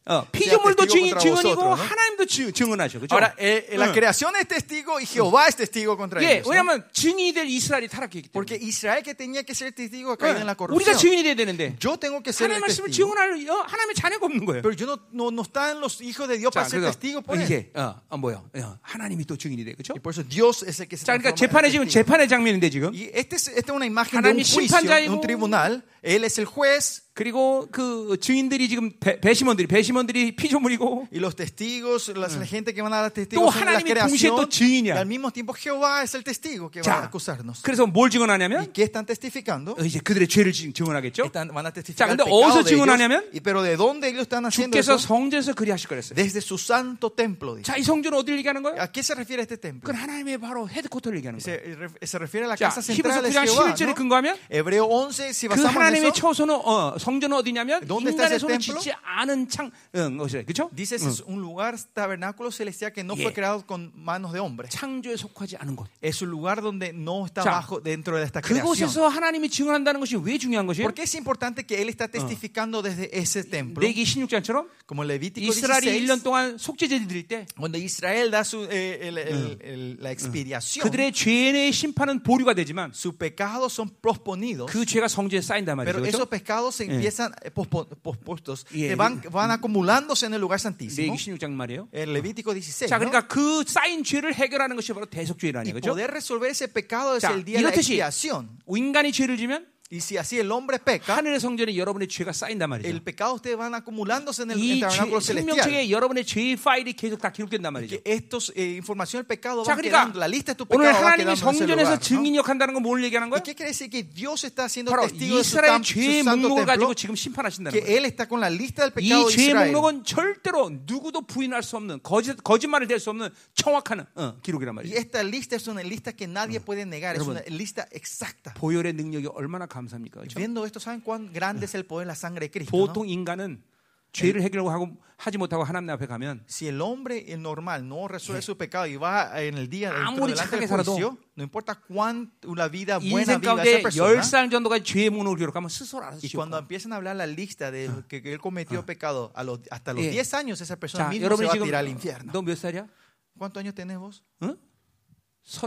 Speaker 1: 어, 피조물도
Speaker 2: 야,
Speaker 1: 증인,
Speaker 2: testigo contra
Speaker 1: 증언이고
Speaker 2: vosotros, no?
Speaker 1: 하나님도 증- 증언하셔. 그죠?
Speaker 2: Ahora, eh, la
Speaker 1: 응.
Speaker 2: creación es testigo y Jehová es testigo contra
Speaker 1: 예,
Speaker 2: ellos. ¿no?
Speaker 1: 왜냐면 증인이 될 이스라엘이 타락했기 때문에.
Speaker 2: Porque Israel que tenía que ser testigo ha caído en Ah, la Ah,
Speaker 1: 응. 네. 우리가
Speaker 2: corrupción.
Speaker 1: 그러니까 증인이 돼야 되는데.
Speaker 2: Yo tengo que ser
Speaker 1: 음. 하나님
Speaker 2: el
Speaker 1: 말씀을
Speaker 2: testigo.
Speaker 1: 증언할 어, 하나님의 자녀가 없는 거예요.
Speaker 2: Pero yo no, no, no están los hijos de Dios para ser testigo por él.
Speaker 1: 이제 어, 어, 뭐야? 어, 하나님이 또 증인이 돼. 그렇죠?
Speaker 2: Y por eso Dios es el que se
Speaker 1: 자, 그러니까
Speaker 2: transforma
Speaker 1: 재판의
Speaker 2: en
Speaker 1: 지금
Speaker 2: testigo.
Speaker 1: 재판의 장면인데 지금.
Speaker 2: Y este es- esta es una imagen de un
Speaker 1: 하나님이
Speaker 2: juicio, de
Speaker 1: 심판자이고,
Speaker 2: un tribunal. Él es el juez
Speaker 1: 그리고 그 증인들이 지금 배, 배심원들이 배심원들이 피조물이고
Speaker 2: y los testigos, las- la gente que van a dar
Speaker 1: 또
Speaker 2: testigos son la
Speaker 1: 하나님이 동시에
Speaker 2: creación.
Speaker 1: 또 증인이야.
Speaker 2: Y al mismo tiempo Jehová es el testigo que va a
Speaker 1: 자
Speaker 2: acusarnos.
Speaker 1: 그래서 뭘
Speaker 2: ¿Y
Speaker 1: 증언하냐면
Speaker 2: qué están testificando?
Speaker 1: 어, 이제 그들의 죄를 증- 증언하겠죠.
Speaker 2: Están- van a
Speaker 1: 자,
Speaker 2: testificar el
Speaker 1: 근데
Speaker 2: pecado
Speaker 1: 어디서
Speaker 2: de ellos.
Speaker 1: 증언하냐면
Speaker 2: Y, pero ¿de dónde ellos están haciendo
Speaker 1: 주께서
Speaker 2: eso?
Speaker 1: 성전에서 그리하실 거랬어요.
Speaker 2: Desde su santo templo. dice.
Speaker 1: 자, 이 성전은 어디를 얘기하는 거예요?
Speaker 2: ¿A qué se refiere este templo?
Speaker 1: 그건 하나님의 바로 헤드코터를 얘기하는 거예요.
Speaker 2: Se, eh, se refiere a la
Speaker 1: 자,
Speaker 2: casa central
Speaker 1: 히브리서
Speaker 2: de
Speaker 1: 9장
Speaker 2: Jehová.
Speaker 1: 11절에
Speaker 2: ¿no?
Speaker 1: 근거하면
Speaker 2: Hebreo 11, si
Speaker 1: 그
Speaker 2: basamos en
Speaker 1: 하나님의
Speaker 2: eso,
Speaker 1: 처소는 어, 성전은 어디냐면
Speaker 2: ¿Dónde está
Speaker 1: 인간의
Speaker 2: ese
Speaker 1: 손을
Speaker 2: templo?
Speaker 1: 짓지 않은 창 응, 것이래. 그렇죠?
Speaker 2: dice es un lugar tabernáculo celestial que no
Speaker 1: Yeah.
Speaker 2: fue creado con manos de hombre.
Speaker 1: 창조에 속하지 않은 곳.
Speaker 2: es un lugar donde no está
Speaker 1: 자,
Speaker 2: bajo dentro de esta creación.
Speaker 1: 그곳에서 하나님이 증언한다는 것이 왜 중요한 것이에요?
Speaker 2: Porque es importante que él está testificando desde ese templo,
Speaker 1: 레기 16장처럼
Speaker 2: como en Levítico
Speaker 1: 이스라엘이
Speaker 2: 16,
Speaker 1: 1년 동안 속죄제를 드릴 때
Speaker 2: cuando Israel da su, eh, el- el- el- la expiación.
Speaker 1: 그들의 죄인의 심판은 보류가 되지만
Speaker 2: Sus pecados son posponidos,
Speaker 1: 그 죄가 성죄에 쌓인단 말이죠.
Speaker 2: pero
Speaker 1: 그렇죠?
Speaker 2: esos pecados se empiezan eh, pospo- pospuestos,
Speaker 1: Yeah.
Speaker 2: que van, van acumulándose en el lugar santísimo.
Speaker 1: 레기 16장 말이에요.
Speaker 2: El Levítico 16.
Speaker 1: 자,
Speaker 2: ¿no?
Speaker 1: 뭐? 그러니까 그 쌓인 죄를 he결하는 것이 바로 대속죄라는
Speaker 2: Y
Speaker 1: 거죠.
Speaker 2: poder resolver ese pecado es
Speaker 1: 자,
Speaker 2: el día de la
Speaker 1: 이렇듯이
Speaker 2: expiación.
Speaker 1: 인간이 죄를 지면
Speaker 2: Y si así el hombre peca,
Speaker 1: 하늘의 성전에 여러분의 죄가 쌓인단
Speaker 2: el
Speaker 1: 말이죠.
Speaker 2: pecado ustedes van acumulándose en el, en el
Speaker 1: 이 죄-
Speaker 2: tabernáculo celestial.
Speaker 1: 생명책에 여러분의 죄의 파일이 계속 다 기록된단 말이죠.
Speaker 2: que estos eh, información del pecado
Speaker 1: 자,
Speaker 2: va
Speaker 1: 그러니까
Speaker 2: quedando, la lista de tu pecado
Speaker 1: 오늘
Speaker 2: va
Speaker 1: 하나님이
Speaker 2: quedando en ese
Speaker 1: 성전에서
Speaker 2: lugar,
Speaker 1: 증인 역한다는 건 뭘 얘기하는
Speaker 2: ¿no? ¿Y
Speaker 1: 거예요?
Speaker 2: qué quiere decir que Dios está haciendo
Speaker 1: 바로
Speaker 2: testigo de su,
Speaker 1: 이스라엘
Speaker 2: tam-
Speaker 1: 죄의
Speaker 2: su santo
Speaker 1: 목록을
Speaker 2: templo?
Speaker 1: 가지고 지금 심판하신다는 거예요.
Speaker 2: Que él está con la lista del pecado
Speaker 1: 이
Speaker 2: de
Speaker 1: 죄의
Speaker 2: Israel.
Speaker 1: 목록은 절대로 누구도 부인할 수 없는 거짓, 거짓말을 댈 수 없는 정확한 어, 기록이란
Speaker 2: Y
Speaker 1: 말이에요.
Speaker 2: esta lista es una lista que nadie puede negar, es
Speaker 1: 여러분.
Speaker 2: una lista exacta.
Speaker 1: 보혈의 능력이 얼마나 감사합니까? 그렇죠?
Speaker 2: Viendo esto, ¿saben cuán grande es el poder de la sangre de Cristo? no?
Speaker 1: 보통 인간은 죄를 해결하고 하고- 하지 못하고 하나님 앞에 가면
Speaker 2: Si el hombre el normal no resuelve su pecado y va en el día dentro
Speaker 1: 아무리
Speaker 2: delante del
Speaker 1: 착하게 살아도
Speaker 2: juicio, no importa cuán una vida buena
Speaker 1: 인생
Speaker 2: viva
Speaker 1: 가운데
Speaker 2: esa
Speaker 1: 열
Speaker 2: persona,
Speaker 1: 살 정도가 죄의 문을 기록하면 스스로 알아서
Speaker 2: Y cuando
Speaker 1: 지옥.
Speaker 2: empiezan a hablar la lista de lo que que él cometió pecado, a los, hasta los
Speaker 1: Yeah.
Speaker 2: 10 años esa persona
Speaker 1: 자,
Speaker 2: misma se
Speaker 1: 여러분
Speaker 2: va a
Speaker 1: 지금
Speaker 2: tirar al infierno.
Speaker 1: 너 몇 살이야?
Speaker 2: ¿Cuántos años tenés vos?
Speaker 1: 응?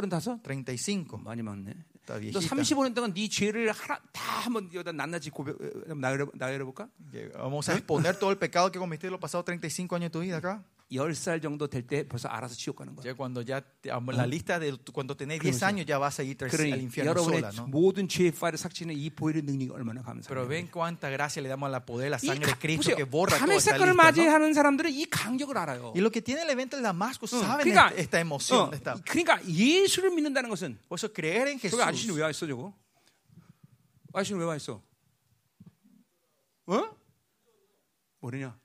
Speaker 1: 서른다섯?
Speaker 2: 35.
Speaker 1: 많이 많네.
Speaker 2: 다
Speaker 1: 너
Speaker 2: viejita.
Speaker 1: 35년 동안 네 죄를 하나 다 한번 여다 낱낱이 고백 어, 나열해 나열해 볼까?
Speaker 2: Que Vamos a exponer todo el pecado que cometiste los pasados 35 años de tu vida acá.
Speaker 1: 열 살 정도 될 때 벌써 알아서 지옥 가는 거야.
Speaker 2: Ya cuando ya te- la lista de cuando tenés 10 años ya vas a ir tras- al
Speaker 1: 그러니
Speaker 2: infierno
Speaker 1: 여러분의
Speaker 2: sola, ¿no?
Speaker 1: 모든 죄의 파일을 삭제하는 이 보혈의 능력이 얼마나
Speaker 2: Pero
Speaker 1: 감사합니까?
Speaker 2: ven cuánta gracia le damos a la poder de la
Speaker 1: 이
Speaker 2: sangre de
Speaker 1: 가-
Speaker 2: Cristo que
Speaker 1: 보세요.
Speaker 2: borra toda
Speaker 1: 담의
Speaker 2: esta
Speaker 1: 사건을
Speaker 2: lista. ¿no?
Speaker 1: 맞이하는 사람들은 이 감격을 알아요.
Speaker 2: Y lo que tiene el evento del Damasco
Speaker 1: 응,
Speaker 2: saben
Speaker 1: 그러니까,
Speaker 2: esta, esta emoción. esta-
Speaker 1: 응, 그러니까 예수를 믿는다는 것은
Speaker 2: Por eso creer en
Speaker 1: 저기 아저씨는
Speaker 2: Jesús.
Speaker 1: 왜 와있어 저거? 아저씨는 왜 와있어? 어? 뭐래냐?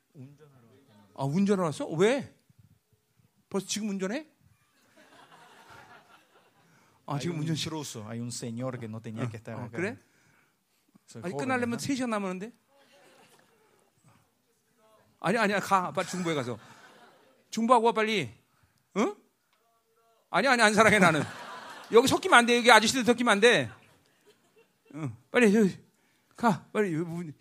Speaker 1: 아 운전하러 왔어? 왜? 벌써 지금 운전해? 아
Speaker 2: Hay
Speaker 1: 지금
Speaker 2: un
Speaker 1: 운전 시
Speaker 2: intruso, hay un señor que no tenía que estar
Speaker 1: 어,
Speaker 2: acá.
Speaker 1: 그래?
Speaker 2: Soy
Speaker 1: 아니
Speaker 2: joven,
Speaker 1: 끝나려면
Speaker 2: ¿no?
Speaker 1: 3시간 남았는데? 아니 아니야 가 빨리 중부에 가서 중부하고 와 빨리 응? 아니 아니 안 사랑해 나는 여기 섞이면 안돼 여기 아저씨들 섞이면 안돼 응, 빨리 여기 가 빨리 여기 문-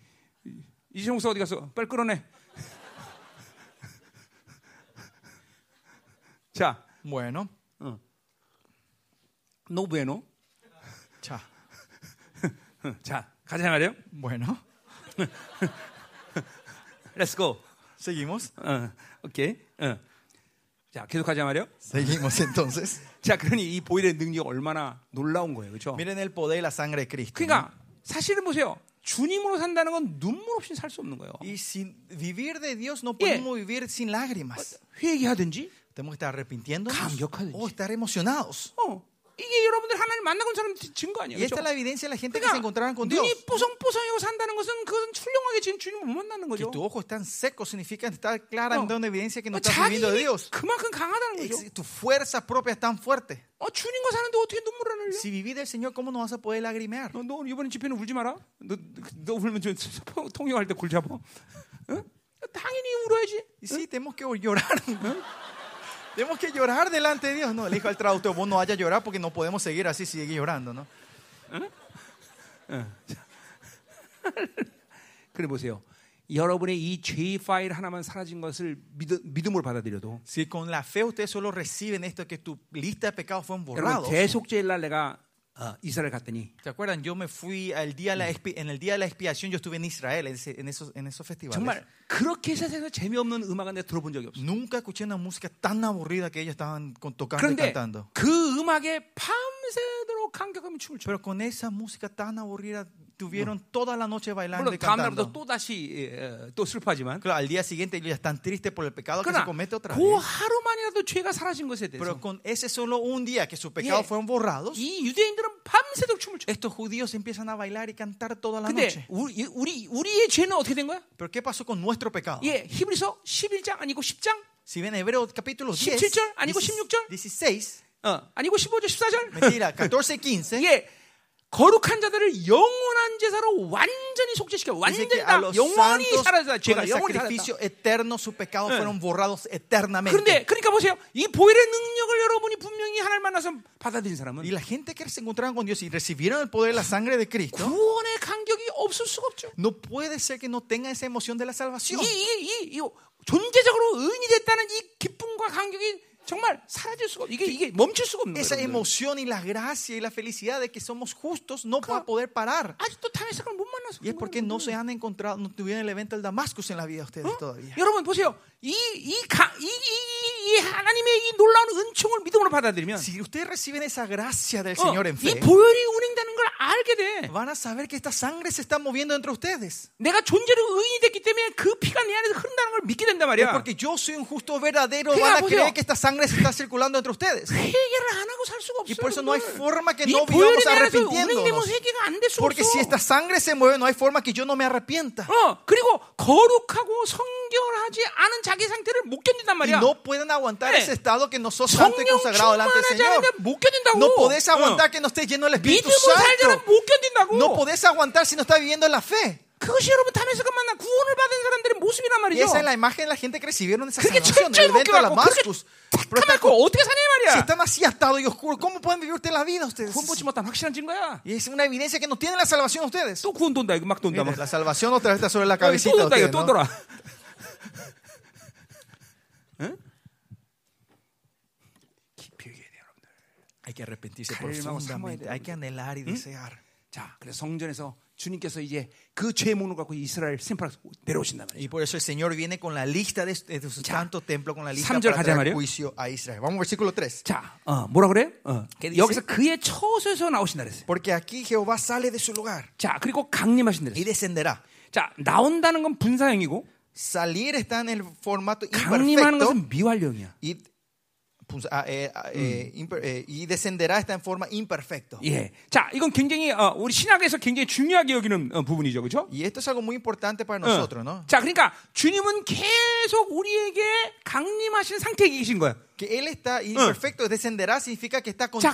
Speaker 1: 이재용 씨 어디 갔어 빨리 끌어내 자
Speaker 2: Bueno,
Speaker 1: 어. No bueno.
Speaker 2: Cha.
Speaker 1: 자, 가자 말이에요.
Speaker 2: Bueno,
Speaker 1: Let's go.
Speaker 2: seguimos.
Speaker 1: 어, 오케이. 어. 자, 계속 가자 말이에요.
Speaker 2: Seguimos entonces.
Speaker 1: 자, 그러니 이 보일의 능력이 얼마나 놀라운 거예요. 그렇죠?
Speaker 2: Miren el poder y la sangre de Cristo. ¿no?
Speaker 1: 그러니까 사실은 보세요. 주님으로 산다는 건 눈물 없이 살 수 없는 거예요.
Speaker 2: Y sin vivir de Dios no podemos vivir sin lágrimas.
Speaker 1: 회개하든지
Speaker 2: Tenemos que estar arrepintiéndonos
Speaker 1: Cambiocado.
Speaker 2: o estar emocionados.
Speaker 1: 어, 이게 여러분들 하나님 만나고 사람 증거 아니에요.
Speaker 2: Y esta es
Speaker 1: 그렇죠?
Speaker 2: la evidencia de la gente que se encontraron
Speaker 1: 그러니까
Speaker 2: con Dios.
Speaker 1: 눈이 뽀송뽀송하고 산다는 것은 그것은 훌륭하게 지금 주님을 못 만나는
Speaker 2: Que
Speaker 1: 거죠.
Speaker 2: tus ojos están secos significa estar claramente
Speaker 1: No.
Speaker 2: una evidencia que
Speaker 1: 어,
Speaker 2: no estás
Speaker 1: 자기
Speaker 2: viviendo
Speaker 1: 힘이
Speaker 2: de Dios.
Speaker 1: 그만큼 강하다는 거죠.
Speaker 2: Ex- Tu fuerza propia es tan fuerte.
Speaker 1: 어, 주님과 사는데 어떻게 눈물을 안 흘려?
Speaker 2: Si vivís del Señor, ¿cómo no vas a poder lagrimear?
Speaker 1: 너, 너 이번에 집회는 울지 마라. 너, 너 울면 저 통역할 때 골잡아. 응? 당연히 울어야지.
Speaker 2: Y sí, tenemos que llorar. tenemos que llorar delante de Dios. No, le dijo al traductor, vos no vayas a llorar porque no podemos seguir así, sigue llorando, ¿no?
Speaker 1: 그래 보세요. 여러분의 이 죄의 파일 하나만 사라진 것을 믿, 음으로 받아들여도
Speaker 2: Si con la fe ustedes solo reciben esto, que tu lista de pecados fueron borrados.
Speaker 1: 여러분 대속죄일 날 내가 어, 이스라엘 갔더니
Speaker 2: ¿Se acuerdan? Yo me fui al día de la expi- en el día de la expiación, yo estuve en Israel, en, ese- en esos, en esos festivales.
Speaker 1: 정말 그렇게 세상에서 재미없는 음악은 내가 들어본 적이 없어.
Speaker 2: Nunca escuché una música tan aburrida que ellos estaban con- tocando y
Speaker 1: 그런데
Speaker 2: cantando.
Speaker 1: 그 음악에 밤새도록 감격하며 춤을 춰.
Speaker 2: Pero con esa música tan aburrida tuvieron toda la noche bailando
Speaker 1: 물론
Speaker 2: y
Speaker 1: 다음 날부터
Speaker 2: cantando.
Speaker 1: 또 다시 예, 또 슬퍼하지만
Speaker 2: Claro, al día siguiente ellos ya están tristes por el pecado que se
Speaker 1: 그러나
Speaker 2: comete otra
Speaker 1: 그
Speaker 2: vez.
Speaker 1: 하루만이라도 죄가 사라진 것에 대해서
Speaker 2: Pero con ese solo un día que sus pecados
Speaker 1: Yeah.
Speaker 2: fueron borrados,
Speaker 1: 이 유대인들은 밤새도록 춤을 춰.
Speaker 2: estos judíos empiezan a bailar y cantar toda la
Speaker 1: 근데
Speaker 2: noche.
Speaker 1: 우리, 우리 우리의 죄는 예, 어떻게 된 거야?
Speaker 2: Pero ¿qué pasó con nuestro pecado?
Speaker 1: 예, 히브리서 11장 아니고 10장
Speaker 2: Si ven Hebreo capítulo 10,
Speaker 1: 17절, 아니고 16절?
Speaker 2: 16,
Speaker 1: 어, 아니고 15절 14절
Speaker 2: mentira, 14 y 15.
Speaker 1: 예, 거룩한 자들을 영원한 제사로 완전히 속죄시켜
Speaker 2: Dice que
Speaker 1: 완전히
Speaker 2: a
Speaker 1: 다
Speaker 2: los
Speaker 1: 영원히
Speaker 2: santos
Speaker 1: 사라졌다
Speaker 2: con
Speaker 1: 죄가
Speaker 2: el
Speaker 1: 영원히 사라졌다
Speaker 2: sacrificio eterno sus pecados
Speaker 1: Eh.
Speaker 2: fueron borrados eternamente
Speaker 1: 그런데 그러니까 보세요 이 보일의 능력을 여러분이 분명히 하나님 만나서 받아들인 사람은
Speaker 2: y la gente que se encontraron con Dios y recibieron el poder de la sangre de Cristo
Speaker 1: 구원의 간격이 없을 수가 없죠
Speaker 2: no puede ser que no tenga esa emoción de la
Speaker 1: 이,
Speaker 2: salvación
Speaker 1: 이, 이, 이 존재적으로 의인이 됐다는 이 기쁨과 간격이 정말 사라질 수가 없 이게, 이게 멈출 수가 없는
Speaker 2: esa
Speaker 1: 거예요 여러분들.
Speaker 2: emoción y la gracia y la felicidad de que somos justos no va
Speaker 1: Claro.
Speaker 2: a poder parar
Speaker 1: 아직도 탐의 사람을 못 만나서
Speaker 2: y es porque
Speaker 1: 그런
Speaker 2: no
Speaker 1: 거예요.
Speaker 2: se han encontrado no tuvieron el evento del Damascus en la vida de ustedes
Speaker 1: 어?
Speaker 2: todavía
Speaker 1: 여러분 보세요. 이 이 가 이 이 하나님의 이 놀라운 은총을 믿음으로 받아들이면
Speaker 2: si ustedes reciben esa gracia del
Speaker 1: 어,
Speaker 2: Señor en
Speaker 1: 이
Speaker 2: fe
Speaker 1: 보혈이 운행되는 걸 알게 돼.
Speaker 2: van a saber que esta sangre se está moviendo entre ustedes
Speaker 1: 내가 존재로 의인이 됐기 때문에 그 피가 내 안에서 흐른다는 걸 믿게 된단
Speaker 2: Es
Speaker 1: 말이야.
Speaker 2: 예, porque yo soy un justo verdadero.
Speaker 1: Mira,
Speaker 2: Van a
Speaker 1: Julio.
Speaker 2: creer que esta sangre se está circulando entre ustedes.
Speaker 1: 회개를 안 하고 살 수가 없어요.
Speaker 2: Y por eso no hay
Speaker 1: 여러분들.
Speaker 2: forma que
Speaker 1: 이
Speaker 2: no
Speaker 1: 보혈이
Speaker 2: vivamos
Speaker 1: 내 안에서 운행되면
Speaker 2: arrepintiéndonos.
Speaker 1: 회개가 안 될 수 없어.
Speaker 2: Porque si esta sangre se mueve, no hay forma que yo no me arrepienta.
Speaker 1: 어 그리고 거룩하고 성결하지 않은 자기 상태를 못 견딘단
Speaker 2: Y
Speaker 1: 말이야.
Speaker 2: no pueden aguantar
Speaker 1: Eh.
Speaker 2: ese estado que no sos santo y
Speaker 1: 성령
Speaker 2: consagrado delante del
Speaker 1: 충만하지 않으면
Speaker 2: Señor.
Speaker 1: 못 견딘다고.
Speaker 2: No podés
Speaker 1: 어.
Speaker 2: aguantar que no estés lleno del Espíritu
Speaker 1: 믿음으로 살자는
Speaker 2: Santo.
Speaker 1: 못 견딘다고.
Speaker 2: No podés aguantar si no estás viviendo en la fe.
Speaker 1: 그것이 여러분 탐에서가 만난 구원을 받은 사람들의 모습이란
Speaker 2: Y
Speaker 1: 말이죠.
Speaker 2: esa es la imagen de la gente que recibieron esa
Speaker 1: 그렇게
Speaker 2: salvación, el
Speaker 1: 철저히
Speaker 2: evento de la
Speaker 1: 묶여갖고 그렇게
Speaker 2: Damascus. Pero está-
Speaker 1: 탁하고 어떻게 사냐 이
Speaker 2: si
Speaker 1: 말이야.
Speaker 2: están así atados y oscuros, ¿cómo pueden vivir ustedes la vida ustedes?
Speaker 1: 구원 보지 못한 확실한 증거야.
Speaker 2: Y es una evidencia que no tienen la salvación ustedes.
Speaker 1: 또 구원 돈다 이거 막 돈다 막.
Speaker 2: Mire, La salvación otra vez está sobre
Speaker 1: 또
Speaker 2: la cabecita. de
Speaker 1: 돈다 이거
Speaker 2: ustedes,
Speaker 1: 또
Speaker 2: ¿no?
Speaker 1: 돌아. 깊이 얘기해야 돼요, 여러분들.
Speaker 2: Hay que arrepentirse
Speaker 1: Calma,
Speaker 2: profundamente. Hay que anhelar y desear.
Speaker 1: 자, 그래서 성전에서 주님께서 이제 그 죄의 목록 갖고 이스라엘 심판을 내려오신단 말이에요.
Speaker 2: Y por eso el Señor viene con la lista de, este, de su santo templo, con la lista
Speaker 1: Sam절 가자,
Speaker 2: para traer
Speaker 1: 말이에요.
Speaker 2: juicio a Israel. Vamos al versículo 3.
Speaker 1: 자, 어, 뭐라 그래? 어.
Speaker 2: 걔네
Speaker 1: 여기서 그의 처소에서 나오신다 그랬어요.
Speaker 2: Porque aquí Jehová sale de su lugar
Speaker 1: 자, 그리고 강림하신다
Speaker 2: y
Speaker 1: 그랬어요.
Speaker 2: descenderá.
Speaker 1: 자, 나온다는 건 분사형이고
Speaker 2: Salir está en el formato
Speaker 1: 강림하는
Speaker 2: imperfecto
Speaker 1: 것은 미완령이야.
Speaker 2: y, pues, ah, eh, ah,
Speaker 1: Mm.
Speaker 2: eh, imper- eh, y descenderá está en forma imperfecto.
Speaker 1: 예. 자, 이건 굉장히 어, 우리 신학에서 굉장히 중요하게 여기는 어, 부분이죠. 그렇죠? 어.
Speaker 2: Y esto es algo muy importante
Speaker 1: Ah.
Speaker 2: para nosotros, ¿no?
Speaker 1: 자, 그러니까 주님은 계속 우리에게 강림하신 상태에 계신 거야.
Speaker 2: Que Él
Speaker 1: Ah.
Speaker 2: está imperfecto, descenderá significa que está
Speaker 1: 자,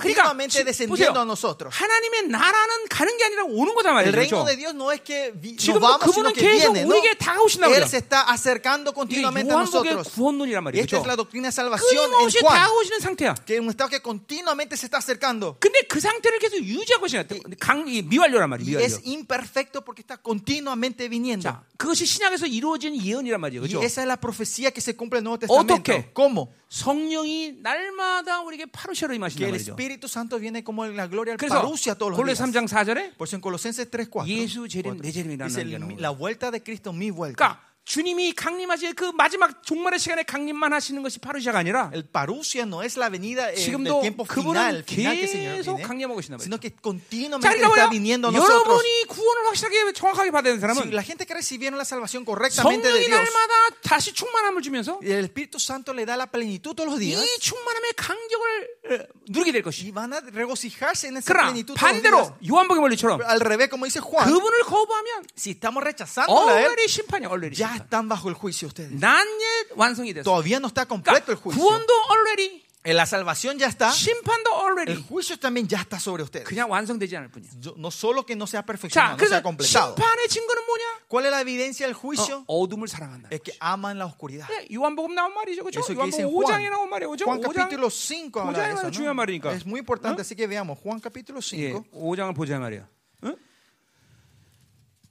Speaker 1: 그러니까
Speaker 2: 어,
Speaker 1: 지-
Speaker 2: continuamente descendiendo a nosotros.
Speaker 1: 하나님의 나라는 가는 게 아니라 오는 거다
Speaker 2: El
Speaker 1: 말이죠.
Speaker 2: reino
Speaker 1: 그렇죠?
Speaker 2: de Dios no es que vi- nos
Speaker 1: 지금도
Speaker 2: vamos, sino
Speaker 1: 그분은
Speaker 2: que
Speaker 1: 계속
Speaker 2: viene. ¿no?
Speaker 1: 우리에게 다가오신다고
Speaker 2: Él
Speaker 1: 그래요.
Speaker 2: se está acercando
Speaker 1: 이게
Speaker 2: continuamente a
Speaker 1: 요한복의
Speaker 2: nosotros.
Speaker 1: 구원론이란
Speaker 2: Y
Speaker 1: 말이에요.
Speaker 2: esta es
Speaker 1: 그렇죠?
Speaker 2: la doctrina de salvación
Speaker 1: 끊임없이
Speaker 2: en Juan,
Speaker 1: 다가오시는 상태야.
Speaker 2: que es un estado que continuamente se está acercando.
Speaker 1: 근데 그 상태를 계속 유지하고 계시는 강이 미완료란 말이에요. 미완료.
Speaker 2: Y es imperfecto porque está continuamente viniendo.
Speaker 1: 자, 그것이 신약에서 이루어진 예언이란 말이에요.
Speaker 2: Y
Speaker 1: 그렇죠?
Speaker 2: esa es la profecía que se cumple en el Nuevo
Speaker 1: ¿Otro
Speaker 2: Testamento.
Speaker 1: qué?
Speaker 2: ¿Cómo?
Speaker 1: 성령이 날마다 우리에게 파루시아로
Speaker 2: que
Speaker 1: 임하신단
Speaker 2: el
Speaker 1: 말이죠.
Speaker 2: Espíritu Santo viene como en la gloria al
Speaker 1: 그래서
Speaker 2: parousia todos los
Speaker 1: 골로
Speaker 2: días.
Speaker 1: 3장 4절에 그러니까
Speaker 2: Por eso en Colosenses 3, 4
Speaker 1: 예수 재림 내 재림이라는
Speaker 2: dice,
Speaker 1: 얘기가
Speaker 2: "Mi-
Speaker 1: 나오는
Speaker 2: la vuelta de Cristo, mi vuelta.
Speaker 1: 그러니까 주님이 강림하실 그 마지막 종말의 시간에 강림만 하시는 것이 파루시아가 아니라
Speaker 2: El parousia no es la venida eh, del
Speaker 1: 지금도
Speaker 2: tiempo
Speaker 1: 그분은
Speaker 2: final, final que el Señor
Speaker 1: 계속
Speaker 2: viene,
Speaker 1: 강림하고 계신단 말이죠.
Speaker 2: sino que continuamente
Speaker 1: 자,
Speaker 2: Él está
Speaker 1: 그러니까
Speaker 2: viniendo a
Speaker 1: 뭐야?
Speaker 2: nosotros.
Speaker 1: 여러분이 구원을 확실하게 정확하게 받아야 되는
Speaker 2: Si
Speaker 1: 사람은
Speaker 2: la gente que recibieron la salvación correctamente
Speaker 1: 성령이
Speaker 2: de Dios,
Speaker 1: 날마다 다시 충만함을 주면서
Speaker 2: el Espíritu Santo le da la plenitud todos los
Speaker 1: 이
Speaker 2: días
Speaker 1: 충만함의 강력을 에, 누리게 될 것이.
Speaker 2: y van a regocijarse en esa
Speaker 1: 그러나
Speaker 2: plenitud todos los días.
Speaker 1: 반대로 요한복음 원리처럼
Speaker 2: Al revés, como dice Juan,
Speaker 1: 그분을 거부하면
Speaker 2: si estamos rechazando a Él,
Speaker 1: 얼레리 심판이야. 얼레리
Speaker 2: ya
Speaker 1: 심판.
Speaker 2: están bajo el juicio ustedes.
Speaker 1: 난예 완성이 됐어.
Speaker 2: Todavía no está completo
Speaker 1: 그러니까
Speaker 2: el juicio.
Speaker 1: 구원도 얼레리,
Speaker 2: En la salvación ya está,
Speaker 1: 심판도
Speaker 2: el
Speaker 1: 얼레리.
Speaker 2: juicio también ya está sobre ustedes.
Speaker 1: 아? 그냥 완성되지 않을 뿐이야.
Speaker 2: Yo- No solo que no sea
Speaker 1: 자,
Speaker 2: perfeccionado, no sea
Speaker 1: 그래서
Speaker 2: completado.
Speaker 1: 심판의 증거는 뭐냐?
Speaker 2: ¿Cuál es la evidencia del juicio?
Speaker 1: 어, 어둠을 사랑한다.
Speaker 2: Es que aman la oscuridad.
Speaker 1: 예, 요한복음 나온 말이죠. 그죠?
Speaker 2: Eso que dice
Speaker 1: 요한복음
Speaker 2: en
Speaker 1: 5장에
Speaker 2: Juan.
Speaker 1: 나온 말이에요. 그죠?
Speaker 2: Juan
Speaker 1: 5장.
Speaker 2: capítulo 5 habla de
Speaker 1: 오장이
Speaker 2: eso,
Speaker 1: 중요한 말이니까.
Speaker 2: ¿no? Es muy importante, así que veamos. Juan capítulo
Speaker 1: 예,
Speaker 2: 5.
Speaker 1: 5장을 보자 말이야. 응?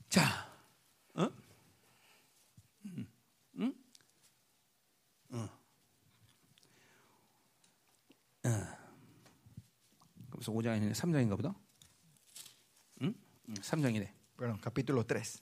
Speaker 1: 자, 응? 응? 응? 응. 응. 그래서 5장이 아니라 3장인가 보다. 응? 응 3장이네.
Speaker 2: Perdón, capítulo 3,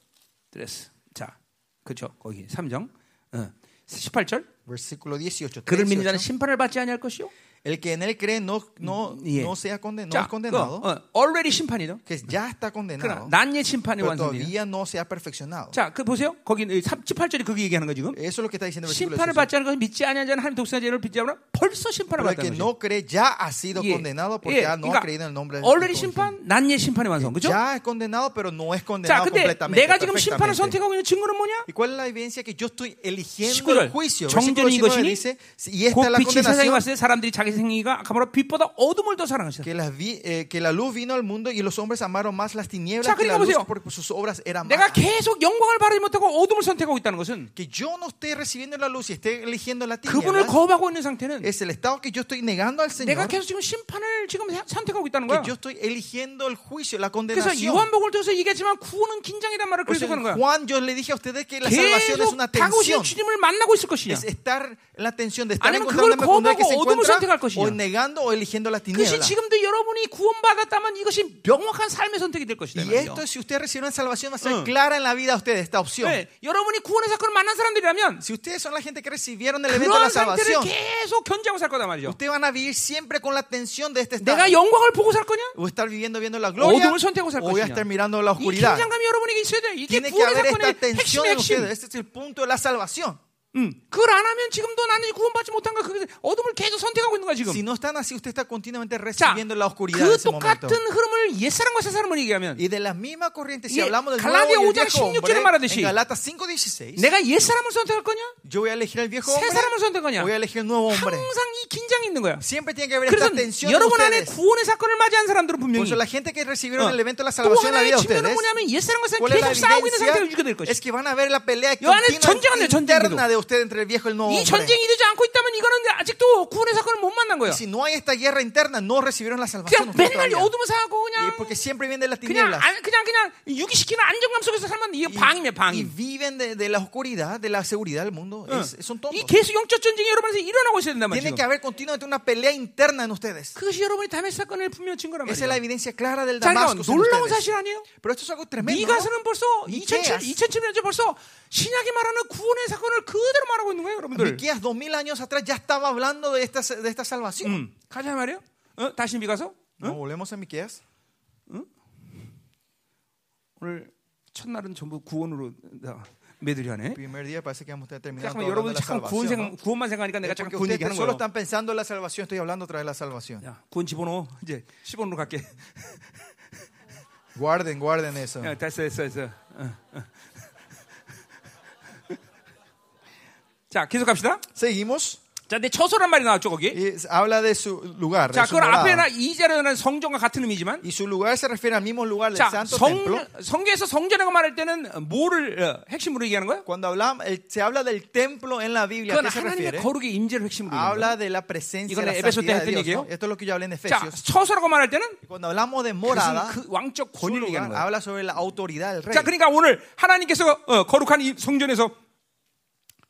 Speaker 1: 드레스. 자, 그렇죠. 거기 3장. 응. 18절. 네,
Speaker 2: versículo 18.
Speaker 1: 그를
Speaker 2: 3,
Speaker 1: 믿는 자는
Speaker 2: 18.
Speaker 1: 심판을 받지 아니할 것이요.
Speaker 2: El que en él cree no, no,
Speaker 1: Yeah.
Speaker 2: no sea condenado,
Speaker 1: 자,
Speaker 2: es condenado,
Speaker 1: 그거, 어, already 심판이다.
Speaker 2: que ya está
Speaker 1: 그러나
Speaker 2: condenado,
Speaker 1: 난의 심판이
Speaker 2: pero
Speaker 1: 완성이에요.
Speaker 2: todavía no se ha perfeccionado.
Speaker 1: 자, 그 보세요. 거기 18절이 그게 얘기하는 거예요, 지금.
Speaker 2: Eso es lo que está diciendo el versículo
Speaker 1: 심판을
Speaker 2: 18.
Speaker 1: 받지 않은 것은 믿지 아니한 자는 하나님 독생자 죄를 빚지 않으나 벌써 심판을
Speaker 2: Pero el que
Speaker 1: 받는 거죠.
Speaker 2: no cree ya ha sido
Speaker 1: 예.
Speaker 2: condenado porque
Speaker 1: 예,
Speaker 2: ya no
Speaker 1: 그러니까
Speaker 2: ha creído en el nombre de
Speaker 1: already
Speaker 2: Cristo.
Speaker 1: 심판, 난의 심판의 완성. 그죠?
Speaker 2: Ya es condenado, pero no es
Speaker 1: 자,
Speaker 2: condenado
Speaker 1: 근데
Speaker 2: completamente.
Speaker 1: 내가 지금 심판을
Speaker 2: perfectamente.
Speaker 1: 선택하고 있는 증거는 뭐냐?
Speaker 2: ¿Y cuál es la evidencia que yo estoy eligiendo
Speaker 1: 19절.
Speaker 2: el juicio?
Speaker 1: 정전이
Speaker 2: Versículo 19
Speaker 1: 이것이니
Speaker 2: dice, y esta es
Speaker 1: 곧
Speaker 2: la
Speaker 1: 빛이 세상에
Speaker 2: condenación
Speaker 1: 왔을 때 사람들이 자기 생기가 아까보다 빛보다 어둠을 더 사랑하시다.
Speaker 2: que la, vi- eh, que la luz vino al mundo y los hombres amaron más las tinieblas
Speaker 1: 자,
Speaker 2: que la
Speaker 1: 그러니까
Speaker 2: luz
Speaker 1: 보세요.
Speaker 2: porque sus obras eran
Speaker 1: 내가
Speaker 2: malas.
Speaker 1: 계속 영광을 바라지 못하고 어둠을 선택하고 있다는 것은
Speaker 2: Que yo no esté recibiendo la luz y esté eligiendo la
Speaker 1: 그분을
Speaker 2: tinieblas
Speaker 1: 거부하고 있는 상태는
Speaker 2: es el estado que yo estoy negando al
Speaker 1: 내가
Speaker 2: Señor, que
Speaker 1: 계속 지금 심판을 지금 선택하고 있다는 거야.
Speaker 2: yo estoy eligiendo el juicio, la
Speaker 1: 그래서
Speaker 2: condenación.
Speaker 1: 요한복음을 통해서 얘기했지만 구원은 긴장이란 말을
Speaker 2: Por eso
Speaker 1: 계속 하는
Speaker 2: en
Speaker 1: 거야.
Speaker 2: Pues, Juan, yo le dije a ustedes que la salvación es
Speaker 1: 계속
Speaker 2: una
Speaker 1: 다가오신
Speaker 2: tensión.
Speaker 1: 주님을 만나고 있을 것이냐.
Speaker 2: Es estar en la tensión de estar
Speaker 1: 아니면 그걸
Speaker 2: encontrándome con el que se
Speaker 1: 거부하고 어둠을
Speaker 2: encuentra
Speaker 1: 선택할 것이냐.
Speaker 2: o negando o eligiendo la
Speaker 1: 그것이
Speaker 2: tiniebla.
Speaker 1: 지금도 여러분이 구원받았다면 이것이 명확한 삶의 선택이 될 것이다.
Speaker 2: Y
Speaker 1: 말이에요.
Speaker 2: esto, si usted recibe una salvación, va a ser
Speaker 1: 응.
Speaker 2: clara en la vida de ustedes esta opción.
Speaker 1: 네, 여러분이 구원의 사건을 만난 사람들이라면
Speaker 2: Si ustedes son la gente que recibieron el evento
Speaker 1: 그런
Speaker 2: de la
Speaker 1: 상태를
Speaker 2: salvación,
Speaker 1: 계속 견제하고 살 거다 말이죠.
Speaker 2: ustedes van a vivir siempre con la tensión de Oh, este estado.
Speaker 1: 내가 영광을 보고 살 거냐?
Speaker 2: O estar viviendo viendo la gloria,
Speaker 1: 어둠을 선택하고 살
Speaker 2: o voy a
Speaker 1: 것이냐.
Speaker 2: estar mirando la
Speaker 1: 이
Speaker 2: oscuridad.
Speaker 1: 긴장감이 여러분에게 있어야 돼. 이게
Speaker 2: Tiene que
Speaker 1: 구원의
Speaker 2: haber esta
Speaker 1: 사건의 핵심의
Speaker 2: tensión en
Speaker 1: 핵심.
Speaker 2: ustedes. Este es el punto de la salvación.
Speaker 1: 음, 그걸 안 하면 지금도 나는 구원받지 못한 거야. 그게 어둠을 계속 선택하고 있는 거야 지금.
Speaker 2: Si no están así, usted está
Speaker 1: 자,
Speaker 2: continuamente recibiendo la oscuridad en
Speaker 1: 그
Speaker 2: ese momento.
Speaker 1: 똑같은 흐름을 옛사람과 새사람을 얘기하면
Speaker 2: Y de la misma corriente, si
Speaker 1: 예,
Speaker 2: hablamos del nuevo
Speaker 1: 갈라디아
Speaker 2: y el
Speaker 1: 5장
Speaker 2: viejo
Speaker 1: 16 절에
Speaker 2: hombre,
Speaker 1: 말하듯이
Speaker 2: en Galata 5.16,
Speaker 1: 내가 옛사람을 선택할 거냐?
Speaker 2: yo voy a elegir al viejo
Speaker 1: 새
Speaker 2: hombre,
Speaker 1: 사람을 선택하냐?
Speaker 2: voy a elegir el nuevo hombre.
Speaker 1: 항상 이 긴장이 있는 거야.
Speaker 2: Siempre tiene que haber esta
Speaker 1: 그래서
Speaker 2: tensión en
Speaker 1: 여러분 안에
Speaker 2: ustedes.
Speaker 1: 구원의 사건을 맞이한 사람들은
Speaker 2: Por
Speaker 1: 분명히
Speaker 2: eso la gente que recibieron
Speaker 1: 어,
Speaker 2: el evento de la
Speaker 1: 또
Speaker 2: salvación en la
Speaker 1: 하나의
Speaker 2: vida
Speaker 1: 측면은
Speaker 2: de ustedes,
Speaker 1: 뭐냐면 옛사람과 새사람
Speaker 2: ¿cuál es la
Speaker 1: 계속 싸우고 있는 상태로 유지가 될
Speaker 2: evidencia?
Speaker 1: 것이야.
Speaker 2: Es que van a ver la pelea
Speaker 1: 요 안에 전쟁은
Speaker 2: continua
Speaker 1: 돼요, 전쟁은.
Speaker 2: interna de ustedes entre el viejo y el nuevo
Speaker 1: 이
Speaker 2: hombre.
Speaker 1: 전쟁이 되지 않고 있다면 이거는 아직도 구원의 사건을 못 만난 거야.
Speaker 2: Si no hay esta guerra interna, no recibieron la
Speaker 1: 그냥
Speaker 2: salvación. ustedes
Speaker 1: 맨날
Speaker 2: todavía.
Speaker 1: 어둠을 사고
Speaker 2: Y es
Speaker 1: 그냥
Speaker 2: porque siempre vienen de las
Speaker 1: 그냥
Speaker 2: tinieblas.
Speaker 1: 안- 그냥 그냥 유기시키는 안정감 속에서 살면 이게
Speaker 2: Y,
Speaker 1: 방임이야
Speaker 2: y
Speaker 1: 방임.
Speaker 2: viven de, de la oscuridad, de la seguridad del mundo.
Speaker 1: 응.
Speaker 2: Es- son tontos.
Speaker 1: 이 계속 영적 전쟁이 여러분한테 일어나고 있어야 된단 말이야.
Speaker 2: Tiene que
Speaker 1: 지금.
Speaker 2: haber continuamente una pelea interna en ustedes.
Speaker 1: 그것이 여러분이 다메 사건을 분명 증거란
Speaker 2: Esa es la
Speaker 1: 말이야.
Speaker 2: evidencia clara del
Speaker 1: 자, 그러니까
Speaker 2: Damasco. en
Speaker 1: 놀라운
Speaker 2: ustedes.
Speaker 1: 사실 아니에요?
Speaker 2: Pero esto es algo tremendo. ¿no?
Speaker 1: 미가서는 벌써 2007,
Speaker 2: 미케아스.
Speaker 1: 2007년 전 벌써 신약이 말하는 구원의 사건을 그대로 말하고 있는 거예요, 여러분들.
Speaker 2: Miqueas, dos mil años atrás, ya estaba hablando de esta, de esta salvación.
Speaker 1: 음, 가자 말이요. 어? 다시 미가서
Speaker 2: No, volvemos a Miqueas.
Speaker 1: 오늘 첫날은 전부 구원으로 다 매들이 하네.
Speaker 2: Primer día parece que vamos a estar terminando
Speaker 1: 잠깐만
Speaker 2: todo hablando
Speaker 1: 여러분
Speaker 2: de la
Speaker 1: 잠깐 구원
Speaker 2: salvación.
Speaker 1: 생각,
Speaker 2: ¿no?
Speaker 1: 구원만 생각하니까 내가
Speaker 2: Es
Speaker 1: 잠깐
Speaker 2: Porque
Speaker 1: 구원
Speaker 2: ustedes
Speaker 1: 얘기하는
Speaker 2: solo
Speaker 1: 거예요.
Speaker 2: están pensando en la salvación, estoy hablando otra vez de la salvación.
Speaker 1: 야, 구원 집어넣어. 이제 10원으로 갈게.
Speaker 2: Guarden, guarden eso.
Speaker 1: 야, 됐어, 됐어, 됐어. 어, 어. 자, 계속 갑시다.
Speaker 2: Seguimos.
Speaker 1: 자, 내 처소란 말이 나왔죠, 거기.
Speaker 2: Y habla de su lugar. de
Speaker 1: 자,
Speaker 2: su
Speaker 1: 그건
Speaker 2: morada.
Speaker 1: 앞에나 이자라는 성전과 같은 의미지만
Speaker 2: Y su lugar se refiere al mismo lugar del
Speaker 1: 자,
Speaker 2: santo
Speaker 1: 성,
Speaker 2: templo.
Speaker 1: 성경에서 성전이라고 말할 때는 뭐를 어, 핵심으로 얘기하는 거야?
Speaker 2: Cuando hablamos, el- se habla del templo en la Biblia, ¿a
Speaker 1: 그건
Speaker 2: qué se refiere?
Speaker 1: 하나님의 거룩의 임재를 핵심으로 얘기하는 거야.
Speaker 2: Habla de la presencia
Speaker 1: 이거는
Speaker 2: de la
Speaker 1: 에베소 때
Speaker 2: santidad de
Speaker 1: 했던
Speaker 2: Dios. ¿no?
Speaker 1: 얘기예요.
Speaker 2: Esto es lo que yo hablé en
Speaker 1: 자,
Speaker 2: Efesios.
Speaker 1: 처소라고 말할 때는
Speaker 2: Cuando hablamos de morada,
Speaker 1: 그것은 그 왕적
Speaker 2: su
Speaker 1: 권위를 얘기하는
Speaker 2: lugar
Speaker 1: 그러니까 거야.
Speaker 2: habla sobre la autoridad del rey.
Speaker 1: 자, 그러니까 오늘 하나님께서 어, 거룩한 이 성전에서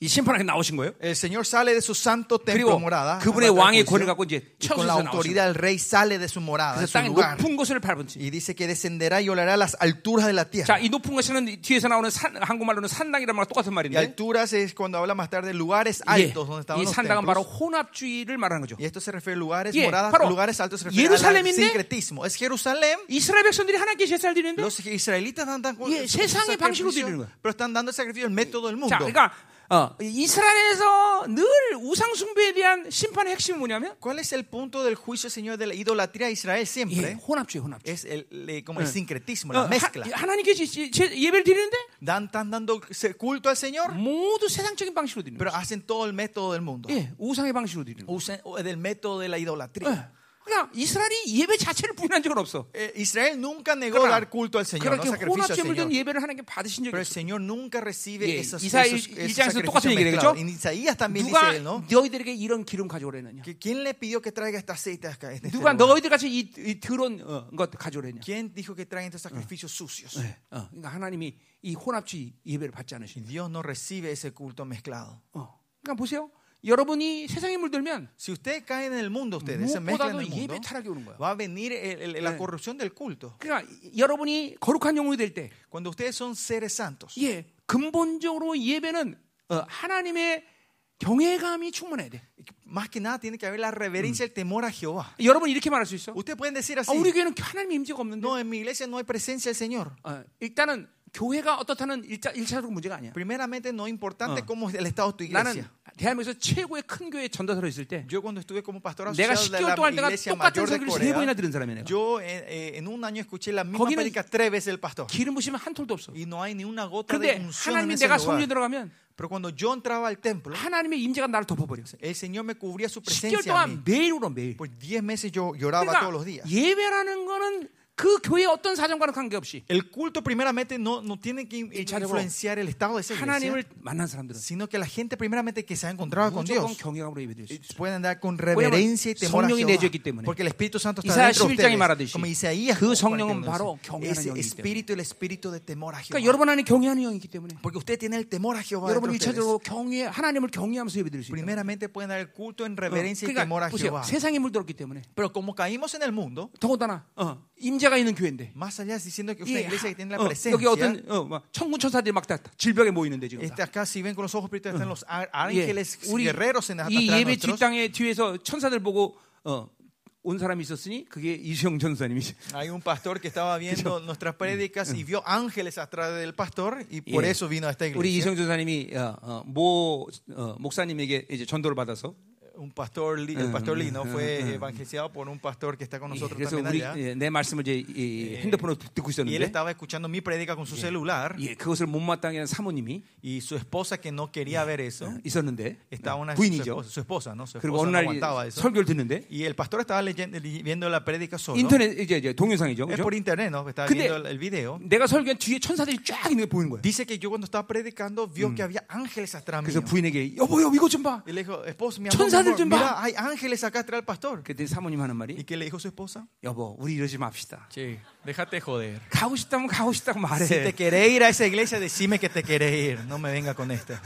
Speaker 1: 이 심판하게 나오신 거예요.
Speaker 2: El Señor sale de su santo templo
Speaker 1: 그리고
Speaker 2: morada.
Speaker 1: 그분의
Speaker 2: aparte del
Speaker 1: 왕의
Speaker 2: juicio,
Speaker 1: 권을 갖고 이제
Speaker 2: y con la
Speaker 1: 천수에서 나오신
Speaker 2: autoridad
Speaker 1: 거예요.
Speaker 2: del rey sale de su morada, de
Speaker 1: 그래서
Speaker 2: su
Speaker 1: 땅의
Speaker 2: lugar.
Speaker 1: 높은 곳을 밟은지.
Speaker 2: Y dice que descenderá y olerá las alturas de la
Speaker 1: 자,
Speaker 2: tierra.
Speaker 1: 이 높은 곳에는 이 뒤에서 나오는 산, 한국말로는 산당이라는 말과 똑같은
Speaker 2: Y
Speaker 1: 말인데
Speaker 2: alturas es cuando habla más tarde lugares
Speaker 1: 이게
Speaker 2: altos donde
Speaker 1: 이
Speaker 2: estaban los
Speaker 1: 산당은 바로
Speaker 2: templos.
Speaker 1: 혼합주의를 말하는 거죠.
Speaker 2: Y esto se refiere a lugares
Speaker 1: Yeah,
Speaker 2: moradas,
Speaker 1: 바로
Speaker 2: lugares altos se refiere al
Speaker 1: 예루살렘인데?
Speaker 2: sincretismo. Es Jerusalén.
Speaker 1: 이스라엘 백성들이 하나님께 제사를 드리는데
Speaker 2: Los israelitas dan dan-
Speaker 1: Yeah,
Speaker 2: su- su
Speaker 1: 세상의
Speaker 2: sacrificio,
Speaker 1: 방식으로 드리는 거야.
Speaker 2: pero están dando el sacrificio el método del mundo.
Speaker 1: 자, 그러니까 어, 이스라엘에서 늘 우상 숭배에 대한 심판의 핵심은 뭐냐면
Speaker 2: ¿Cuál es el punto del juicio, Señor, de la idolatría de Israel
Speaker 1: 예,
Speaker 2: siempre?
Speaker 1: 혼합주의, 혼합주의.
Speaker 2: Es el, eh, como el
Speaker 1: Yeah.
Speaker 2: sincretismo,
Speaker 1: 어,
Speaker 2: la mezcla.
Speaker 1: 하, 나님께 제, 제- 예배를 드리는데
Speaker 2: Dan, están dando se- culto al
Speaker 1: Mm.
Speaker 2: Señor,
Speaker 1: 모두 세상적인 방식으로 드리는 거예요.
Speaker 2: pero hacen todo el método del mundo.
Speaker 1: 예, 우상의 방식으로 드리는 거예요.
Speaker 2: Usan o- del método de la
Speaker 1: 예. Eh.
Speaker 2: idolatría.
Speaker 1: 그러니까 이스라엘이 예배 자체를 부인한 적은 없어.
Speaker 2: Eh, Israel nunca negó
Speaker 1: Claro.
Speaker 2: dar culto al Señor, no
Speaker 1: 그렇게
Speaker 2: sacrificio al
Speaker 1: 혼합주의 물든
Speaker 2: Señor.
Speaker 1: 예배를 하나님께 받으신 적이
Speaker 2: Pero el
Speaker 1: 없어.
Speaker 2: Señor nunca recibe
Speaker 1: Yeah,
Speaker 2: esos,
Speaker 1: Isaías-
Speaker 2: esos- esos
Speaker 1: Isaías
Speaker 2: sacrificios
Speaker 1: 똑같은 얘기를 했죠?
Speaker 2: mezclados. En Isaías también
Speaker 1: 누가
Speaker 2: dice él, ¿no?
Speaker 1: 너희들에게 이런 기름 가져오랬느냐?
Speaker 2: Que- ¿Quién le pidió que traiga esta aceite acá? en este
Speaker 1: 누가
Speaker 2: lugar?
Speaker 1: 너희들 같이 이, 이 더러운 어, 것 가져오랬냐?
Speaker 2: ¿Quién dijo que traen estos sacrificios sucios?
Speaker 1: 예, 어, 그러니까 하나님이 이 혼합주의 예배를 받지 않으신.
Speaker 2: Dios no recibe ese culto mezclado.
Speaker 1: 어. 그러니까 보세요. 여러분이 세상에 물들면
Speaker 2: Si usted cae en el mundo, ustedes se mezclan en
Speaker 1: 무엇보다도
Speaker 2: el mundo,
Speaker 1: 예배 타락이 오는 거야.
Speaker 2: va a venir el- el- la
Speaker 1: 네.
Speaker 2: corrupción del culto.
Speaker 1: 그러니까 이- 여러분이 거룩한 영혼이 될 때,
Speaker 2: Cuando ustedes son seres santos,
Speaker 1: 예, 근본적으로 예배는 어, 하나님의 경외감이 충분해야 돼.
Speaker 2: más que nada tiene que haber la reverencia, el temor a Jehová.
Speaker 1: 여러분 이렇게 말할 수 있어.
Speaker 2: Ustedes pueden decir
Speaker 1: 아, 우리
Speaker 2: así:
Speaker 1: 교회는 하나님의 임재가 없는데.
Speaker 2: No, en mi iglesia no hay presencia del Señor.
Speaker 1: 어, 일단은 교회가 어떻다는 일자, 일차적인 문제가 아니야.
Speaker 2: Primeramente, no es importante cómo es el estado de tu
Speaker 1: 나는
Speaker 2: iglesia.
Speaker 1: 대한민국에서 최고의 큰 교회 전도사로 있을 때
Speaker 2: Yo, cuando estuve como pastor
Speaker 1: 내가
Speaker 2: asociado de
Speaker 1: 10개월 동안
Speaker 2: la
Speaker 1: 내가
Speaker 2: iglesia
Speaker 1: 똑같은
Speaker 2: mayor de
Speaker 1: 설교를 세 번이나
Speaker 2: Corea,
Speaker 1: 들은 사람이야 내가.
Speaker 2: yo eh, eh, en un año escuché la misma
Speaker 1: 거기는
Speaker 2: prédica tres veces del pastor.
Speaker 1: 기름 부시면 한 톨도 없어.
Speaker 2: Y no hay ni una gota de
Speaker 1: 그런데
Speaker 2: unción en
Speaker 1: 하나님이
Speaker 2: ese
Speaker 1: 내가 성전에
Speaker 2: lugar.
Speaker 1: 들어가면
Speaker 2: Pero cuando yo entraba al templo,
Speaker 1: 하나님의 임재가 나를 덮어버려.
Speaker 2: el Señor me cubría su
Speaker 1: 10개월
Speaker 2: presencia. a mí.
Speaker 1: 동안 매일 울어 매일.
Speaker 2: Por 10 meses yo lloraba todos
Speaker 1: 그러니까
Speaker 2: los días.
Speaker 1: 예배라는 거는 그 교회의 어떤 사정과는 관계없이
Speaker 2: El culto primeramente no, no tiene que in-
Speaker 1: 일차적으로
Speaker 2: influenciar el estado de esa iglesia,
Speaker 1: 하나님을 만난 사람들은
Speaker 2: sino que la gente primeramente que se ha encontrado con
Speaker 1: 무조건
Speaker 2: Dios
Speaker 1: 경외감으로 예배드릴 수 있어.
Speaker 2: pueden andar con reverencia y temor a
Speaker 1: 성령이
Speaker 2: Jehová,
Speaker 1: 내주었기 때문에.
Speaker 2: porque el Espíritu Santo está
Speaker 1: 이사야
Speaker 2: dentro de
Speaker 1: 11 장이
Speaker 2: ustedes.
Speaker 1: 말하듯이
Speaker 2: Como Isaías
Speaker 1: 그
Speaker 2: 41
Speaker 1: 성령은 바로 경외하는
Speaker 2: ese
Speaker 1: 영이기
Speaker 2: espíritu el espíritu de temor a
Speaker 1: 그러니까
Speaker 2: Jehová.
Speaker 1: 여러분 안에 경외하는 영이기 때문에
Speaker 2: Porque usted tiene el temor a Jehová. dentro
Speaker 1: 여러분
Speaker 2: de ustedes.
Speaker 1: 일차적으로 경외 하나님을 경외하면서 예배드릴 수 있다.
Speaker 2: Primeramente pueden dar el culto en reverencia y temor
Speaker 1: 그러니까
Speaker 2: a
Speaker 1: 보세요.
Speaker 2: Jehová.
Speaker 1: 세상에 물들었기 때문에
Speaker 2: Pero como caímos en el mundo,
Speaker 1: 더군다나 어, 임재가 있는 교회인데
Speaker 2: más allá es diciendo que es
Speaker 1: 예,
Speaker 2: una iglesia que tiene la
Speaker 1: 어, 여기
Speaker 2: presencia.
Speaker 1: 어떤 어, 막 천군 천사들이 막 다 질병에 모이는데 지금
Speaker 2: Este
Speaker 1: 다.
Speaker 2: acá, si ven con los ojos espirituales, están los á-
Speaker 1: 예,
Speaker 2: ángeles
Speaker 1: 우리
Speaker 2: guerreros en atrás
Speaker 1: 이 예배
Speaker 2: nuestros.
Speaker 1: 뒷땅에 뒤에서 천사들 보고 어, 온 사람이 있었으니 그게 이수영 전사님이
Speaker 2: Hay un pastor que estaba viendo nuestras prédicas y vio ángeles atrás del pastor y por
Speaker 1: 예.
Speaker 2: eso vino a esta
Speaker 1: 우리
Speaker 2: iglesia.
Speaker 1: 이수영 전사님이 어, 어, 모 어, 목사님에게 이제 전도를 받아서
Speaker 2: Un pastor, Li- el pastor Lino fue evangelizado por un pastor que está con
Speaker 1: 예,
Speaker 2: nosotros
Speaker 1: 그래서
Speaker 2: también
Speaker 1: 우리
Speaker 2: allá.
Speaker 1: 예, 내 말씀을 이제 이, 핸드폰으로 듣고
Speaker 2: Y él
Speaker 1: 있었는데
Speaker 2: estaba escuchando mi prédica con su celular
Speaker 1: 예, 그것을 못마땅히 하는 사모님이
Speaker 2: y su esposa que no quería ver eso,
Speaker 1: 어? Ah, 있었는데
Speaker 2: estaba una su
Speaker 1: 부인이죠.
Speaker 2: esposa, su esposa, ¿no? Su
Speaker 1: 그리고
Speaker 2: esposa
Speaker 1: 어느
Speaker 2: no
Speaker 1: 날
Speaker 2: aguantaba eso.
Speaker 1: 설교를 듣는데
Speaker 2: Y el pastor estaba leyendo, li- viendo la prédica solo.
Speaker 1: 인터넷 이제, 이제 동영상이죠.
Speaker 2: Es
Speaker 1: 그죠?
Speaker 2: por internet, ¿no? Estaba
Speaker 1: 근데-
Speaker 2: viendo el- el video.
Speaker 1: 내가 설교한 뒤에 천사들이 쫙 있는 게 보이는 거예요.
Speaker 2: Dice que yo cuando estaba predicando vio que había ángeles atrás mío.
Speaker 1: 그래서 부인에게 여보 여보 이것 좀 봐.
Speaker 2: Y le dijo, esposo, mi amor, mi
Speaker 1: 천사들
Speaker 2: amor,
Speaker 1: 좀 봐.
Speaker 2: mira, hay ángeles acá atrás del pastor.
Speaker 1: 그때 사모님 하는
Speaker 2: ¿Y
Speaker 1: 말이
Speaker 2: qué le dijo su esposa?
Speaker 1: 여보 우리 이러지 맙시다.
Speaker 2: Che, déjate joder.
Speaker 1: 가고 싶다면 가고 싶다고
Speaker 2: Si te
Speaker 1: 말해.
Speaker 2: querés ir a esa iglesia, decime que te querés ir. No me venga con este". esta.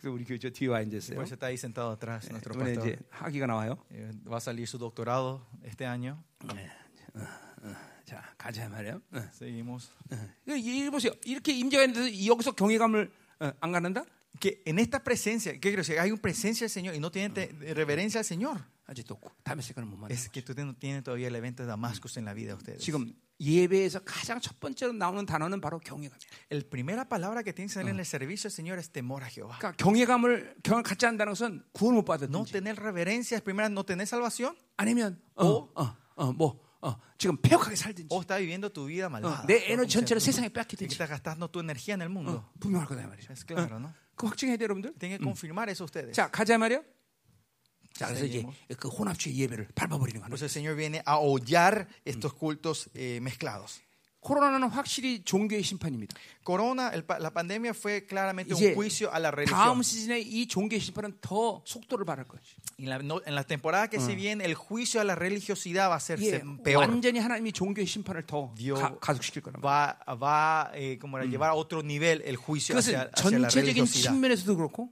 Speaker 1: 그래서 우리 교회 저 뒤에 와
Speaker 2: Por
Speaker 1: 앉았어요. 네,
Speaker 2: eso está ahí sentado atrás nuestro
Speaker 1: 이번에
Speaker 2: pastor.
Speaker 1: 이제 학위가 나와요.
Speaker 2: Eh, Va a salir su doctorado este año.
Speaker 1: 네. 어, 자 가자 말이에요. 응,
Speaker 2: Seguimos.
Speaker 1: 응. 이- 이 보세요. 이렇게 임재가 있는데 여기서 경외감을 어, 안 갖는다?
Speaker 2: Que en esta presencia, ¿qué quiero decir? Hay una presencia del Señor y no tienen te- reverencia al Señor.
Speaker 1: 아직도 없고 다음에 세간은 못 만나.
Speaker 2: Es que ustedes no tienen todavía el evento de Damascus en la vida de ustedes.
Speaker 1: 지금 예배에서 가장 첫 번째로 나오는 단어는 바로 경외감이에요.
Speaker 2: La primera palabra que tiene que salir en el servicio al Señor es temor a Jehová.
Speaker 1: 그러니까 경외감을 경외 갖지 않는다는 것은 구원 못
Speaker 2: No
Speaker 1: 받았든지
Speaker 2: tener reverencia es primero no tener salvación
Speaker 1: 아니면 어, 어어뭐 어, 지금 폐역하게 살든지
Speaker 2: o estás viviendo tu vida
Speaker 1: 어,
Speaker 2: malvada.
Speaker 1: 내 에너지 전체를
Speaker 2: Que
Speaker 1: 세상에 뺏기든지
Speaker 2: estás gastando tu energía en el mundo.
Speaker 1: 어, 분명할 거다 이 말이죠.
Speaker 2: Es claro, ¿no?
Speaker 1: 그 확증해야 돼 여러분들.
Speaker 2: Tienen que confirmar eso ustedes.
Speaker 1: 자 가자 말이요. 자 그래서 이제
Speaker 2: 선생님.
Speaker 1: 그 혼합주의 예배를 밟아버리는 거예요.
Speaker 2: Entonces el Señor viene a hollar estos cultos eh, mezclados.
Speaker 1: 코로나는 확실히 종교의 심판입니다.
Speaker 2: Corona, el pa- la pandemia fue claramente
Speaker 1: 이제
Speaker 2: un juicio a la
Speaker 1: 다음
Speaker 2: religión.
Speaker 1: 시즌에 이 종교의 심판은 더 속도를 발할 것이.
Speaker 2: Y En la, no- en la temporada que se viene, el juicio a la religiosidad va a ser
Speaker 1: 예,
Speaker 2: peor.
Speaker 1: 완전히 하나님이 종교의 심판을 더
Speaker 2: Dios-
Speaker 1: 가, 가속시킬 거란 말이에요.
Speaker 2: Va, va eh, como a llevar a otro nivel el juicio hacia,
Speaker 1: 그것은
Speaker 2: hacia la
Speaker 1: 전체적인
Speaker 2: religiosidad.
Speaker 1: 측면에서도 그렇고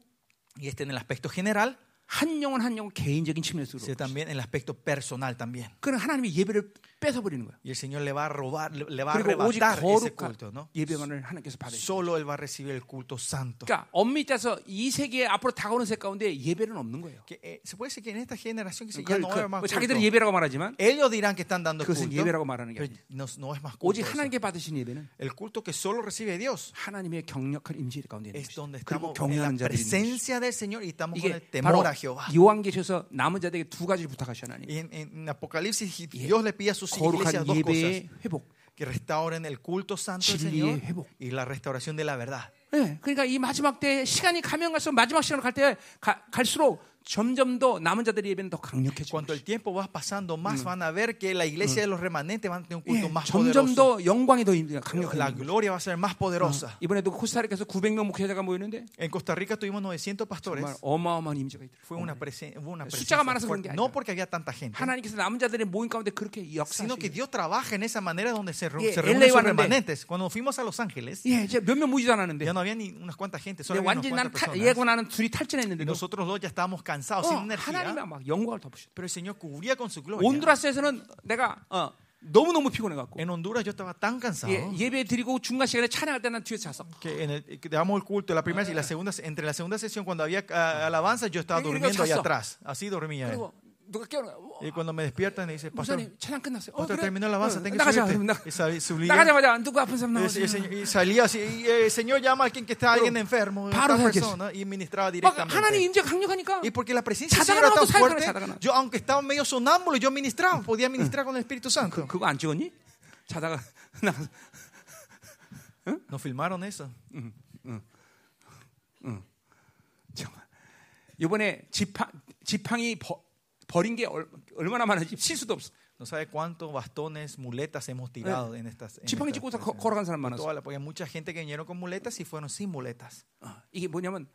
Speaker 2: Y este en el aspecto general,
Speaker 1: 한 영혼 한 영혼 개인적인 측면에서도
Speaker 2: sino
Speaker 1: 그렇고.
Speaker 2: también en el aspecto personal también.
Speaker 1: 그는 하나님이 예배를 뺏어버리는 거예요.
Speaker 2: Y el Señor le va a robar, le le va a
Speaker 1: 그리고 오직
Speaker 2: arrebatar ese culto,
Speaker 1: 거룩한
Speaker 2: ¿no?
Speaker 1: 예배만을 하나님께서 받으시죠.
Speaker 2: Solo él va a recibir el culto santo.
Speaker 1: 그러니까 엄밀히 따서 이 세계에 앞으로 다가오는 세 가운데 예배는 없는 거예요.
Speaker 2: Que, eh, se puede decir que en esta generación que se ya
Speaker 1: 그걸,
Speaker 2: no
Speaker 1: 그,
Speaker 2: hay más
Speaker 1: 뭐
Speaker 2: culto.
Speaker 1: 자기들은 예배라고 말하지만
Speaker 2: Ellos dirán que están dando
Speaker 1: 그것은
Speaker 2: culto,
Speaker 1: 예배라고 말하는 게
Speaker 2: pero no, no es más culto.
Speaker 1: 오직
Speaker 2: eso.
Speaker 1: 하나님께 받으신 예배는
Speaker 2: El culto que solo recibe Dios
Speaker 1: 하나님의 격력한 임재 가운데 있는
Speaker 2: es
Speaker 1: 것이죠.
Speaker 2: donde
Speaker 1: 그리고 뭐
Speaker 2: estamos en la
Speaker 1: 경외하는 자들이 있는 것이죠.
Speaker 2: presencia del Señor y estamos
Speaker 1: 이게
Speaker 2: con el
Speaker 1: 바로
Speaker 2: temor a Jehová.
Speaker 1: 요한계시에서 남은 자들에게 두 가지를 부탁하신 하나님.
Speaker 2: Y en, en Apocalipsis Dios le pide a sus iglesias
Speaker 1: 거룩한
Speaker 2: dos cosas.
Speaker 1: 예배의 회복.
Speaker 2: Que restauren el culto santo del
Speaker 1: 진리의
Speaker 2: Señor
Speaker 1: 회복.
Speaker 2: y la restauración de la verdad.
Speaker 1: 예, 그러니까 이 마지막 때 시간이 가면 갈수록 마지막 시간으로 갈 때 갈수록 점점 더 남은 자들의 예배는 더 강력해지고
Speaker 2: Cuanto el tiempo va pasando más, van a ver que la iglesia de los remanentes van a tener un culto más
Speaker 1: 예, 점점
Speaker 2: poderoso.
Speaker 1: 더 영광이 더
Speaker 2: La
Speaker 1: 강력해지고
Speaker 2: gloria va a ser más poderosa.
Speaker 1: 이번에도 코스타리카에서 900명 목회자가 모였는데
Speaker 2: En Costa Rica tuvimos 900 pastores.
Speaker 1: 정말 어마어마한 임재가
Speaker 2: Fue
Speaker 1: 있더라고요.
Speaker 2: una, presen- hubo una
Speaker 1: 숫자가
Speaker 2: presencia.
Speaker 1: 많아서
Speaker 2: fuerte.
Speaker 1: 그런 게
Speaker 2: No
Speaker 1: 아니라.
Speaker 2: porque había tanta gente,
Speaker 1: 하나님께서 남은 자들의 모임 가운데 그렇게
Speaker 2: sino que
Speaker 1: 음. 역사하시고
Speaker 2: Dios trabaja en esa manera donde se, re-
Speaker 1: Yeah,
Speaker 2: se
Speaker 1: LA
Speaker 2: reúnen sus
Speaker 1: 왔는데.
Speaker 2: remanentes. Cuando fuimos a Los Ángeles,
Speaker 1: 예, 이제 몇명 모이지도
Speaker 2: ya
Speaker 1: 않았는데
Speaker 2: no había ni unas cuantas gente, solo
Speaker 1: 근데
Speaker 2: había
Speaker 1: 완전히
Speaker 2: unas
Speaker 1: 난
Speaker 2: cuantas
Speaker 1: 타,
Speaker 2: personas.
Speaker 1: 얘하고 그 나는 둘이
Speaker 2: Y
Speaker 1: 탈진했는데도
Speaker 2: nosotros dos ya estábamos cansados,
Speaker 1: 어,
Speaker 2: sin
Speaker 1: 하나님이
Speaker 2: energía,
Speaker 1: 막 영광을 덮으셨다.
Speaker 2: pero el Señor cubría con su
Speaker 1: 어, 예.
Speaker 2: gloria.
Speaker 1: 온두라스에서는 내가 어, 너무너무 피곤해갖고
Speaker 2: En Honduras yo estaba tan cansado
Speaker 1: 예, 예배 드리고 중간 시간에 찬양할 때는 뒤에 잤어.
Speaker 2: que en el, que damos el culto, la primera y la segunda, entre la segunda sesión, cuando había ah, alabanza, yo estaba
Speaker 1: Y- y- y-
Speaker 2: durmiendo ahí
Speaker 1: chazo.
Speaker 2: atrás. Así dormía. él.
Speaker 1: 그리고 누가 깨우는 거야. 어,
Speaker 2: Y cuando me despiertan, me dice, Pastor,
Speaker 1: 목사님 찬양 끝났어요. 어,
Speaker 2: Pastor
Speaker 1: 그래?
Speaker 2: terminó la alabanza,
Speaker 1: 어,
Speaker 2: tengo que
Speaker 1: 나가자.
Speaker 2: subirte.
Speaker 1: 나-
Speaker 2: Y sal- subí.
Speaker 1: 나가자마자 누구 아픈 사람
Speaker 2: Y el- y
Speaker 1: 나오지.
Speaker 2: el señor- y salía así, y, eh, Señor llama a alguien que está alguien enfermo,
Speaker 1: paro
Speaker 2: tal
Speaker 1: de aquello.
Speaker 2: persona, y
Speaker 1: 막
Speaker 2: ministraba directamente.
Speaker 1: 하나님 임재 강력하니까
Speaker 2: Y porque la presencia del
Speaker 1: Chatagan
Speaker 2: Señor era tan
Speaker 1: algo, salgan,
Speaker 2: fuerte,
Speaker 1: chatagan algo.
Speaker 2: yo aunque estaba medio sonámbulo, yo ministraba, podía ministrar con el Espíritu Santo.
Speaker 1: 그거 안 찍었니? 자다가 나가서
Speaker 2: Nos filmaron eso.
Speaker 1: 정말 이번에 지팡 지팡이 버, 버린 게 얼, 얼마나 많은지 실수도 없어.
Speaker 2: No sabe cuántos bastones, muletas hemos tirado en estas. en
Speaker 1: 지팡이
Speaker 2: estas
Speaker 1: 찍고 다 거-
Speaker 2: presencias.
Speaker 1: 걸어간 사람 많았어.
Speaker 2: Toda la- porque hay mucha gente que vinieron con muletas y fueron sin muletas.
Speaker 1: 어, 이게 뭐냐면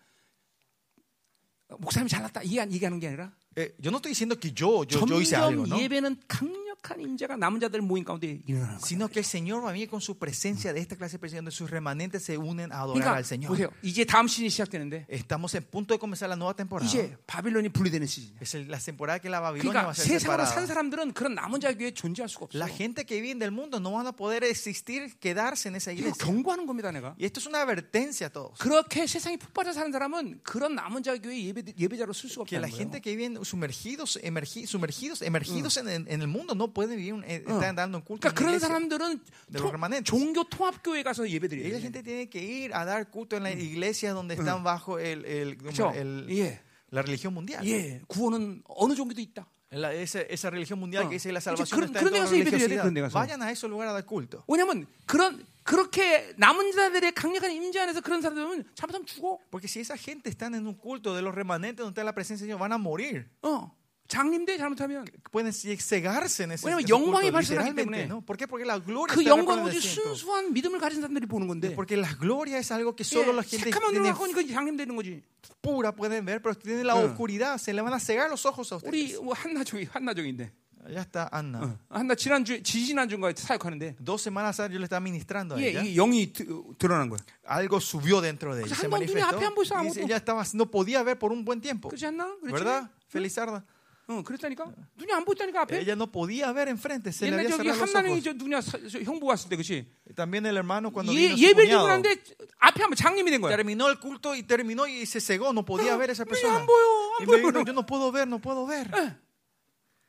Speaker 1: 어, 목사님 잘났다 이해 안 얘기하는 게 아니라
Speaker 2: Eh, yo no estoy diciendo que yo, yo, yo hice algo,
Speaker 1: 점점
Speaker 2: ¿no?
Speaker 1: 예배는 강력한 임재가 남은 자들 모임 가운데 일어나는 거야.
Speaker 2: Sino que el Señor va a venir con su presencia de esta clase de presencia donde sus remanentes se unen a adorar
Speaker 1: 그러니까
Speaker 2: al Señor.
Speaker 1: 보세요. 이제 다음 시즌이 시작되는데
Speaker 2: Estamos en punto de comenzar la nueva temporada.
Speaker 1: 이제 바빌론이 분리되는 시즌이야.
Speaker 2: Es el- la temporada que la Babilonia va
Speaker 1: 그러니까
Speaker 2: a ser
Speaker 1: 세상으로 산
Speaker 2: separada.
Speaker 1: 사람들은 그런 남은 자 교회에 존재할 수가 없어.
Speaker 2: La gente que vive del mundo no van a poder existir, quedarse en esa
Speaker 1: 이거
Speaker 2: iglesia.
Speaker 1: 경고하는 겁니다, 내가.
Speaker 2: Y esto es una advertencia a todos.
Speaker 1: 그렇게 세상이 푹 빠져 사는 사람은 그런 남은 자 교회 예배 예배자로 쓸 수가
Speaker 2: Que la
Speaker 1: 없다는 거예요.
Speaker 2: gente que vive sumergidos, emergi- sumergidos, emergidos en, en- en el mundo no pueden vivir, un- eh, están dando un
Speaker 1: 그러니까
Speaker 2: culto. en una
Speaker 1: 그런
Speaker 2: iglesia.
Speaker 1: 사람들은
Speaker 2: De
Speaker 1: 토-
Speaker 2: los remanentes.
Speaker 1: 종교 통합 교회 가서
Speaker 2: Y la
Speaker 1: 예배드려요.
Speaker 2: gente tiene que ir a dar culto en la iglesia donde están bajo el, el-
Speaker 1: 그렇죠?
Speaker 2: el-
Speaker 1: 예.
Speaker 2: la religión mundial.
Speaker 1: 예. 구원은 어느 종교도 있다.
Speaker 2: La- esa, esa religión mundial
Speaker 1: Ah.
Speaker 2: que dice la
Speaker 1: Entonces,
Speaker 2: salvación
Speaker 1: 그런-
Speaker 2: está
Speaker 1: 그런
Speaker 2: en toda
Speaker 1: 데가서
Speaker 2: la
Speaker 1: 예배드려야 돼, 그런
Speaker 2: religiosidad.
Speaker 1: 데가서.
Speaker 2: Vayan a ese lugar a dar culto.
Speaker 1: 왜냐면 그런 그렇게 남은 자들의 강력한 임재 안에서 그런 사람들은 잘못하면 죽어.
Speaker 2: Porque si esa gente está en un culto de los remanentes donde está la presencia de Dios, van a morir.
Speaker 1: 어. 장님대 잘못하면
Speaker 2: Pueden se- cegarse en ese,
Speaker 1: 왜냐면
Speaker 2: ese culto,
Speaker 1: 영광이 발산하기 때문에.
Speaker 2: literalmente, ¿no? ¿Por qué? Porque la gloria
Speaker 1: 그
Speaker 2: está
Speaker 1: 영광 오직
Speaker 2: resplandeciendo.
Speaker 1: 순수한 믿음을 가진 사람들이 보는 건데.
Speaker 2: Porque la gloria es algo que solo la
Speaker 1: 예,
Speaker 2: gente
Speaker 1: 새카만 눈을
Speaker 2: tiene
Speaker 1: 갖고 오니까 장님되는 거지.
Speaker 2: pura pueden ver, pero tienen la
Speaker 1: Eh.
Speaker 2: oscuridad, se le van a cegar los ojos a
Speaker 1: 우리
Speaker 2: ustedes.
Speaker 1: 뭐 한나종이 한나종인데
Speaker 2: Ya está Ana.
Speaker 1: 한나 지난주 지지난주인가 사역하는데
Speaker 2: Dos semanas antes yo le estaba ministrando a
Speaker 1: 예,
Speaker 2: ella.
Speaker 1: 이 영이 드- 드러난 거야.
Speaker 2: Algo subió dentro de ella.
Speaker 1: 그래서
Speaker 2: Se
Speaker 1: 한번 눈이
Speaker 2: manifestó.
Speaker 1: 앞에 안 보이서
Speaker 2: Y
Speaker 1: 아무것도-
Speaker 2: dice, ella estaba, no podía ver por un buen tiempo.
Speaker 1: 그렇지 않나? 그렇지?
Speaker 2: ¿Verdad? Felizarda.
Speaker 1: 응, 그랬다니까. 눈이 안 보였다니까 앞에.
Speaker 2: Ella no podía ver enfrente, se le
Speaker 1: 옛날
Speaker 2: había
Speaker 1: 저기
Speaker 2: cerrado los
Speaker 1: 한나는
Speaker 2: ojos.
Speaker 1: 저 누냐 사- 저 형부 왔을 때 그렇지.
Speaker 2: También el hermano cuando
Speaker 1: 예,
Speaker 2: vino su
Speaker 1: 예배를 드리고
Speaker 2: cuñado,
Speaker 1: 는데 앞에 한번 장님이 된 거야.
Speaker 2: terminó el culto y terminó y se cegó, no
Speaker 1: Ah,
Speaker 2: podía ver a esa
Speaker 1: 눈이
Speaker 2: persona.
Speaker 1: 안 보여. 안
Speaker 2: Y me
Speaker 1: 보여.
Speaker 2: dijo, yo no puedo ver, no puedo ver.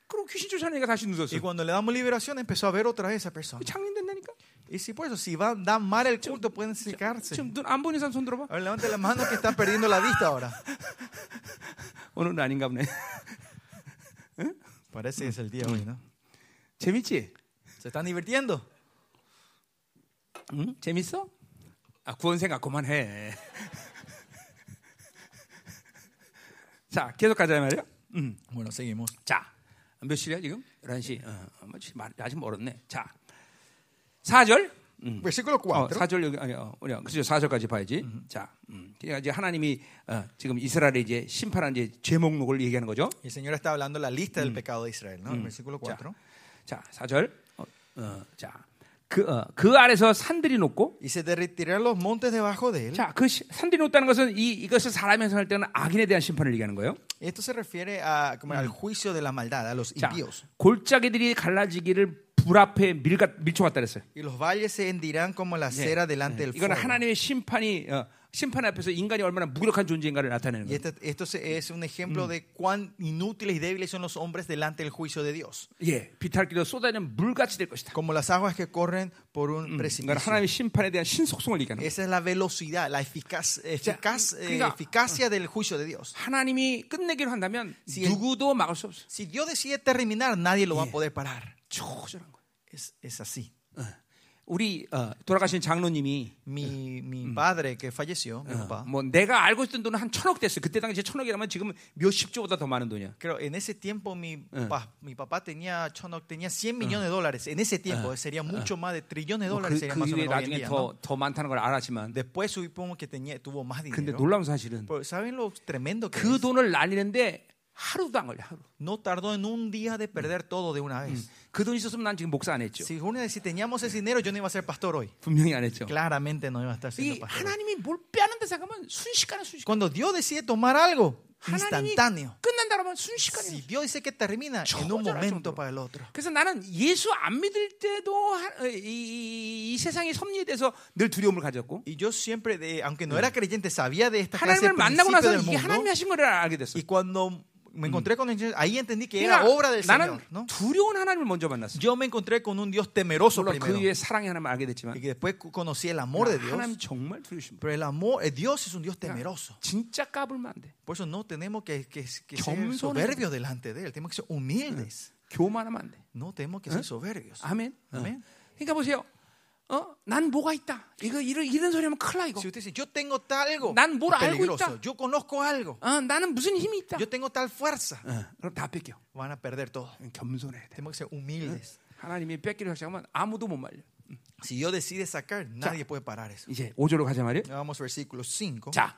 Speaker 1: 그럼 귀신 쫓아내니까 다시 늦었어.
Speaker 2: Y cuando le damos liberación empezó a ver otra vez a esa persona.
Speaker 1: 장님 된다니까.
Speaker 2: Y si por eso, si van, dan mal el culto, pueden secarse.
Speaker 1: 지금 눈 안 보이는 사람 손 들어 봐.
Speaker 2: A ver, levante la mano que está perdiendo la vista ahora.
Speaker 1: 오늘은 아닌가 보네.
Speaker 2: Parece que es el día hoy, ¿no?
Speaker 1: 재밌지?
Speaker 2: ¿Se están divirtiendo?
Speaker 1: 응? 재밌어? 아, 구원 생각 그만해. 자, 계속 가자 말이야. 음.
Speaker 2: Bueno, seguimos.
Speaker 1: 자, 몇 시야 지금? 11시. 어, 뭐, 지- 말- 아직 멀었네. 자. 4절.
Speaker 2: Versículo
Speaker 1: 어,
Speaker 2: 4.
Speaker 1: 4절 여기 아니 어, 우리가 그죠 4절까지 봐야지. 자, 음. 그러니까 이제 하나님이 어, 지금 이스라엘의 이제 심판한 이제 죄 목록을 얘기하는 거죠.
Speaker 2: El Señor está hablando la lista del pecado de Israel, ¿no? El Versículo
Speaker 1: 자,
Speaker 2: 4.
Speaker 1: 자, 4절. 어, 어, 자. 그, 어, 그 아래서 산들이 높고
Speaker 2: Y se derretirán los montes debajo de él.
Speaker 1: 자, 그 시- 산들이 높다는 것은 이 이것을 사람이 선할 때는 악인에 대한 심판을 얘기하는 거예요.
Speaker 2: Esto se refiere a, como al juicio de la maldad, a los
Speaker 1: 자,
Speaker 2: impíos.
Speaker 1: 골짜기들이 갈라지기를 불 앞에 밀가, 밀쳐왔다 그랬어요.
Speaker 2: Y los valles se hendirán como la
Speaker 1: 예.
Speaker 2: cera delante del
Speaker 1: 이거는
Speaker 2: fuego.
Speaker 1: 하나님의 심판이 어, 심판 앞에서 인간이 얼마나 무력한 존재인가를 나타내는
Speaker 2: Y
Speaker 1: 거예요.
Speaker 2: este- esto se- es un ejemplo de cuán inútiles y débiles son los hombres delante del juicio de Dios.
Speaker 1: 예, 비탈길로 쏟아지는 물같이 될 것이다.
Speaker 2: Como las aguas que corren por un
Speaker 1: 그러니까
Speaker 2: precipicio.
Speaker 1: 하나님의 심판에 대한 신속성을 얘기하는 거예요.
Speaker 2: Esa es la velocidad, la eficaz, eficaz, eh,
Speaker 1: 그러니까-
Speaker 2: eficacia del juicio de Dios.
Speaker 1: 하나님이 끝내기로 한다면
Speaker 2: 시-
Speaker 1: 누구도 막을 수 없어요.
Speaker 2: Si Dios decide terminar, nadie lo va
Speaker 1: Yeah.
Speaker 2: a poder parar.
Speaker 1: 초절한 거예요.
Speaker 2: Es, es así.
Speaker 1: 우리 어, 돌아가신 장로님이
Speaker 2: Mi, mi padre que falleció, mi papá,
Speaker 1: 뭐 내가 알고 있던 돈은 한 천억 됐어요. 그때 당시 천억이라면 지금 몇십 조보다 더 많은 돈이야.
Speaker 2: creo, en ese tiempo mi, pa- mi papá tenía, Chonok tenía 100 millones de dólares. En ese tiempo sería mucho más de trillones de
Speaker 1: 뭐
Speaker 2: dólares.
Speaker 1: 그,
Speaker 2: sería
Speaker 1: 그
Speaker 2: más o
Speaker 1: 이후에
Speaker 2: menos hoy en
Speaker 1: 나중에
Speaker 2: día,
Speaker 1: 더
Speaker 2: ¿no?
Speaker 1: 더 많다는 걸 알았지만
Speaker 2: Después supongo que tenía, tuvo más
Speaker 1: 근데
Speaker 2: dinero.
Speaker 1: 놀라운 사실은
Speaker 2: Pero, ¿Saben lo tremendo que
Speaker 1: 뭐, 그
Speaker 2: es?
Speaker 1: 돈을 날리는데 하루도 안 걸려. 하루.
Speaker 2: No tardó en un día de perder todo de una vez.
Speaker 1: 그 돈 있었으면 난 지금 목사 안 했죠.
Speaker 2: Si, una- si teníamos ese dinero, yo no iba a ser pastor hoy.
Speaker 1: 분명히 안 했죠.
Speaker 2: Claramente no iba a estar
Speaker 1: 이
Speaker 2: siendo pastor.
Speaker 1: 하나님이 뭘 빼앗는다 생각하면 순식간에 순식간.
Speaker 2: Cuando Dios decide tomar algo
Speaker 1: 하나님이
Speaker 2: instantáneo,
Speaker 1: 끝난다라면
Speaker 2: si
Speaker 1: 순식간이에요.
Speaker 2: Dios dice que termina en un
Speaker 1: Chorro,
Speaker 2: momento
Speaker 1: chorro.
Speaker 2: para el otro.
Speaker 1: 그래서 나는 예수 안 믿을 때도 하- 이, 이- 이 세상의 섭리에 대해서 늘 두려움을 가졌고
Speaker 2: Y yo siempre, de- aunque no era creyente, sabía de esta clase de
Speaker 1: 하나님을 만나고 나서
Speaker 2: principio del
Speaker 1: 이게 하나님이
Speaker 2: mundo.
Speaker 1: 하신 거를 알게 됐어.
Speaker 2: Y cuando me encontré con el Señor, ahí entendí que era obra
Speaker 1: 그러니까
Speaker 2: del
Speaker 1: 나는
Speaker 2: Señor. ¿no?
Speaker 1: 두려운 하나님을 먼저 만났어.
Speaker 2: Yo me encontré con un Dios temeroso
Speaker 1: 물론 그
Speaker 2: primero.
Speaker 1: 위에 사랑의 하나님을 알게 뭐
Speaker 2: Y
Speaker 1: 됐지만
Speaker 2: que después conocí el amor de Dios.
Speaker 1: 하나님 정말 두려우신 분.
Speaker 2: Pero el amor, eh, Dios es un Dios temeroso.
Speaker 1: 진짜 까불면 안 돼.
Speaker 2: Por eso no tenemos que, que- que ser
Speaker 1: 겸손해야
Speaker 2: soberbios delante de Él. Tenemos que ser humildes.
Speaker 1: 교만하면 안 돼.
Speaker 2: No tenemos que ser soberbios.
Speaker 1: 아멘. 어.
Speaker 2: 아멘.
Speaker 1: 그러니까 보세요. 어? 난 뭐가 있다. 이거 이런, 이런 소리 하면 큰일 나 이거.
Speaker 2: Si usted dice, yo tengo tal algo,
Speaker 1: 난 뭘
Speaker 2: es
Speaker 1: 알고
Speaker 2: peligroso.
Speaker 1: 있다.
Speaker 2: Yo conozco algo.
Speaker 1: 어, 나는 무슨 힘이 있다.
Speaker 2: Yo tengo tal fuerza.
Speaker 1: 어, 그럼 다 뺏겨.
Speaker 2: Van a perder todo.
Speaker 1: 겸손해야 돼.
Speaker 2: Tenemos que ser humildes.
Speaker 1: 하나님이 뺏기를 시작하면 아무도 못 말려.
Speaker 2: Si yo decide sacar, nadie puede parar eso.
Speaker 1: 이제 5절로 가자 말이에요.
Speaker 2: Vamos al versículo 5.
Speaker 1: 자,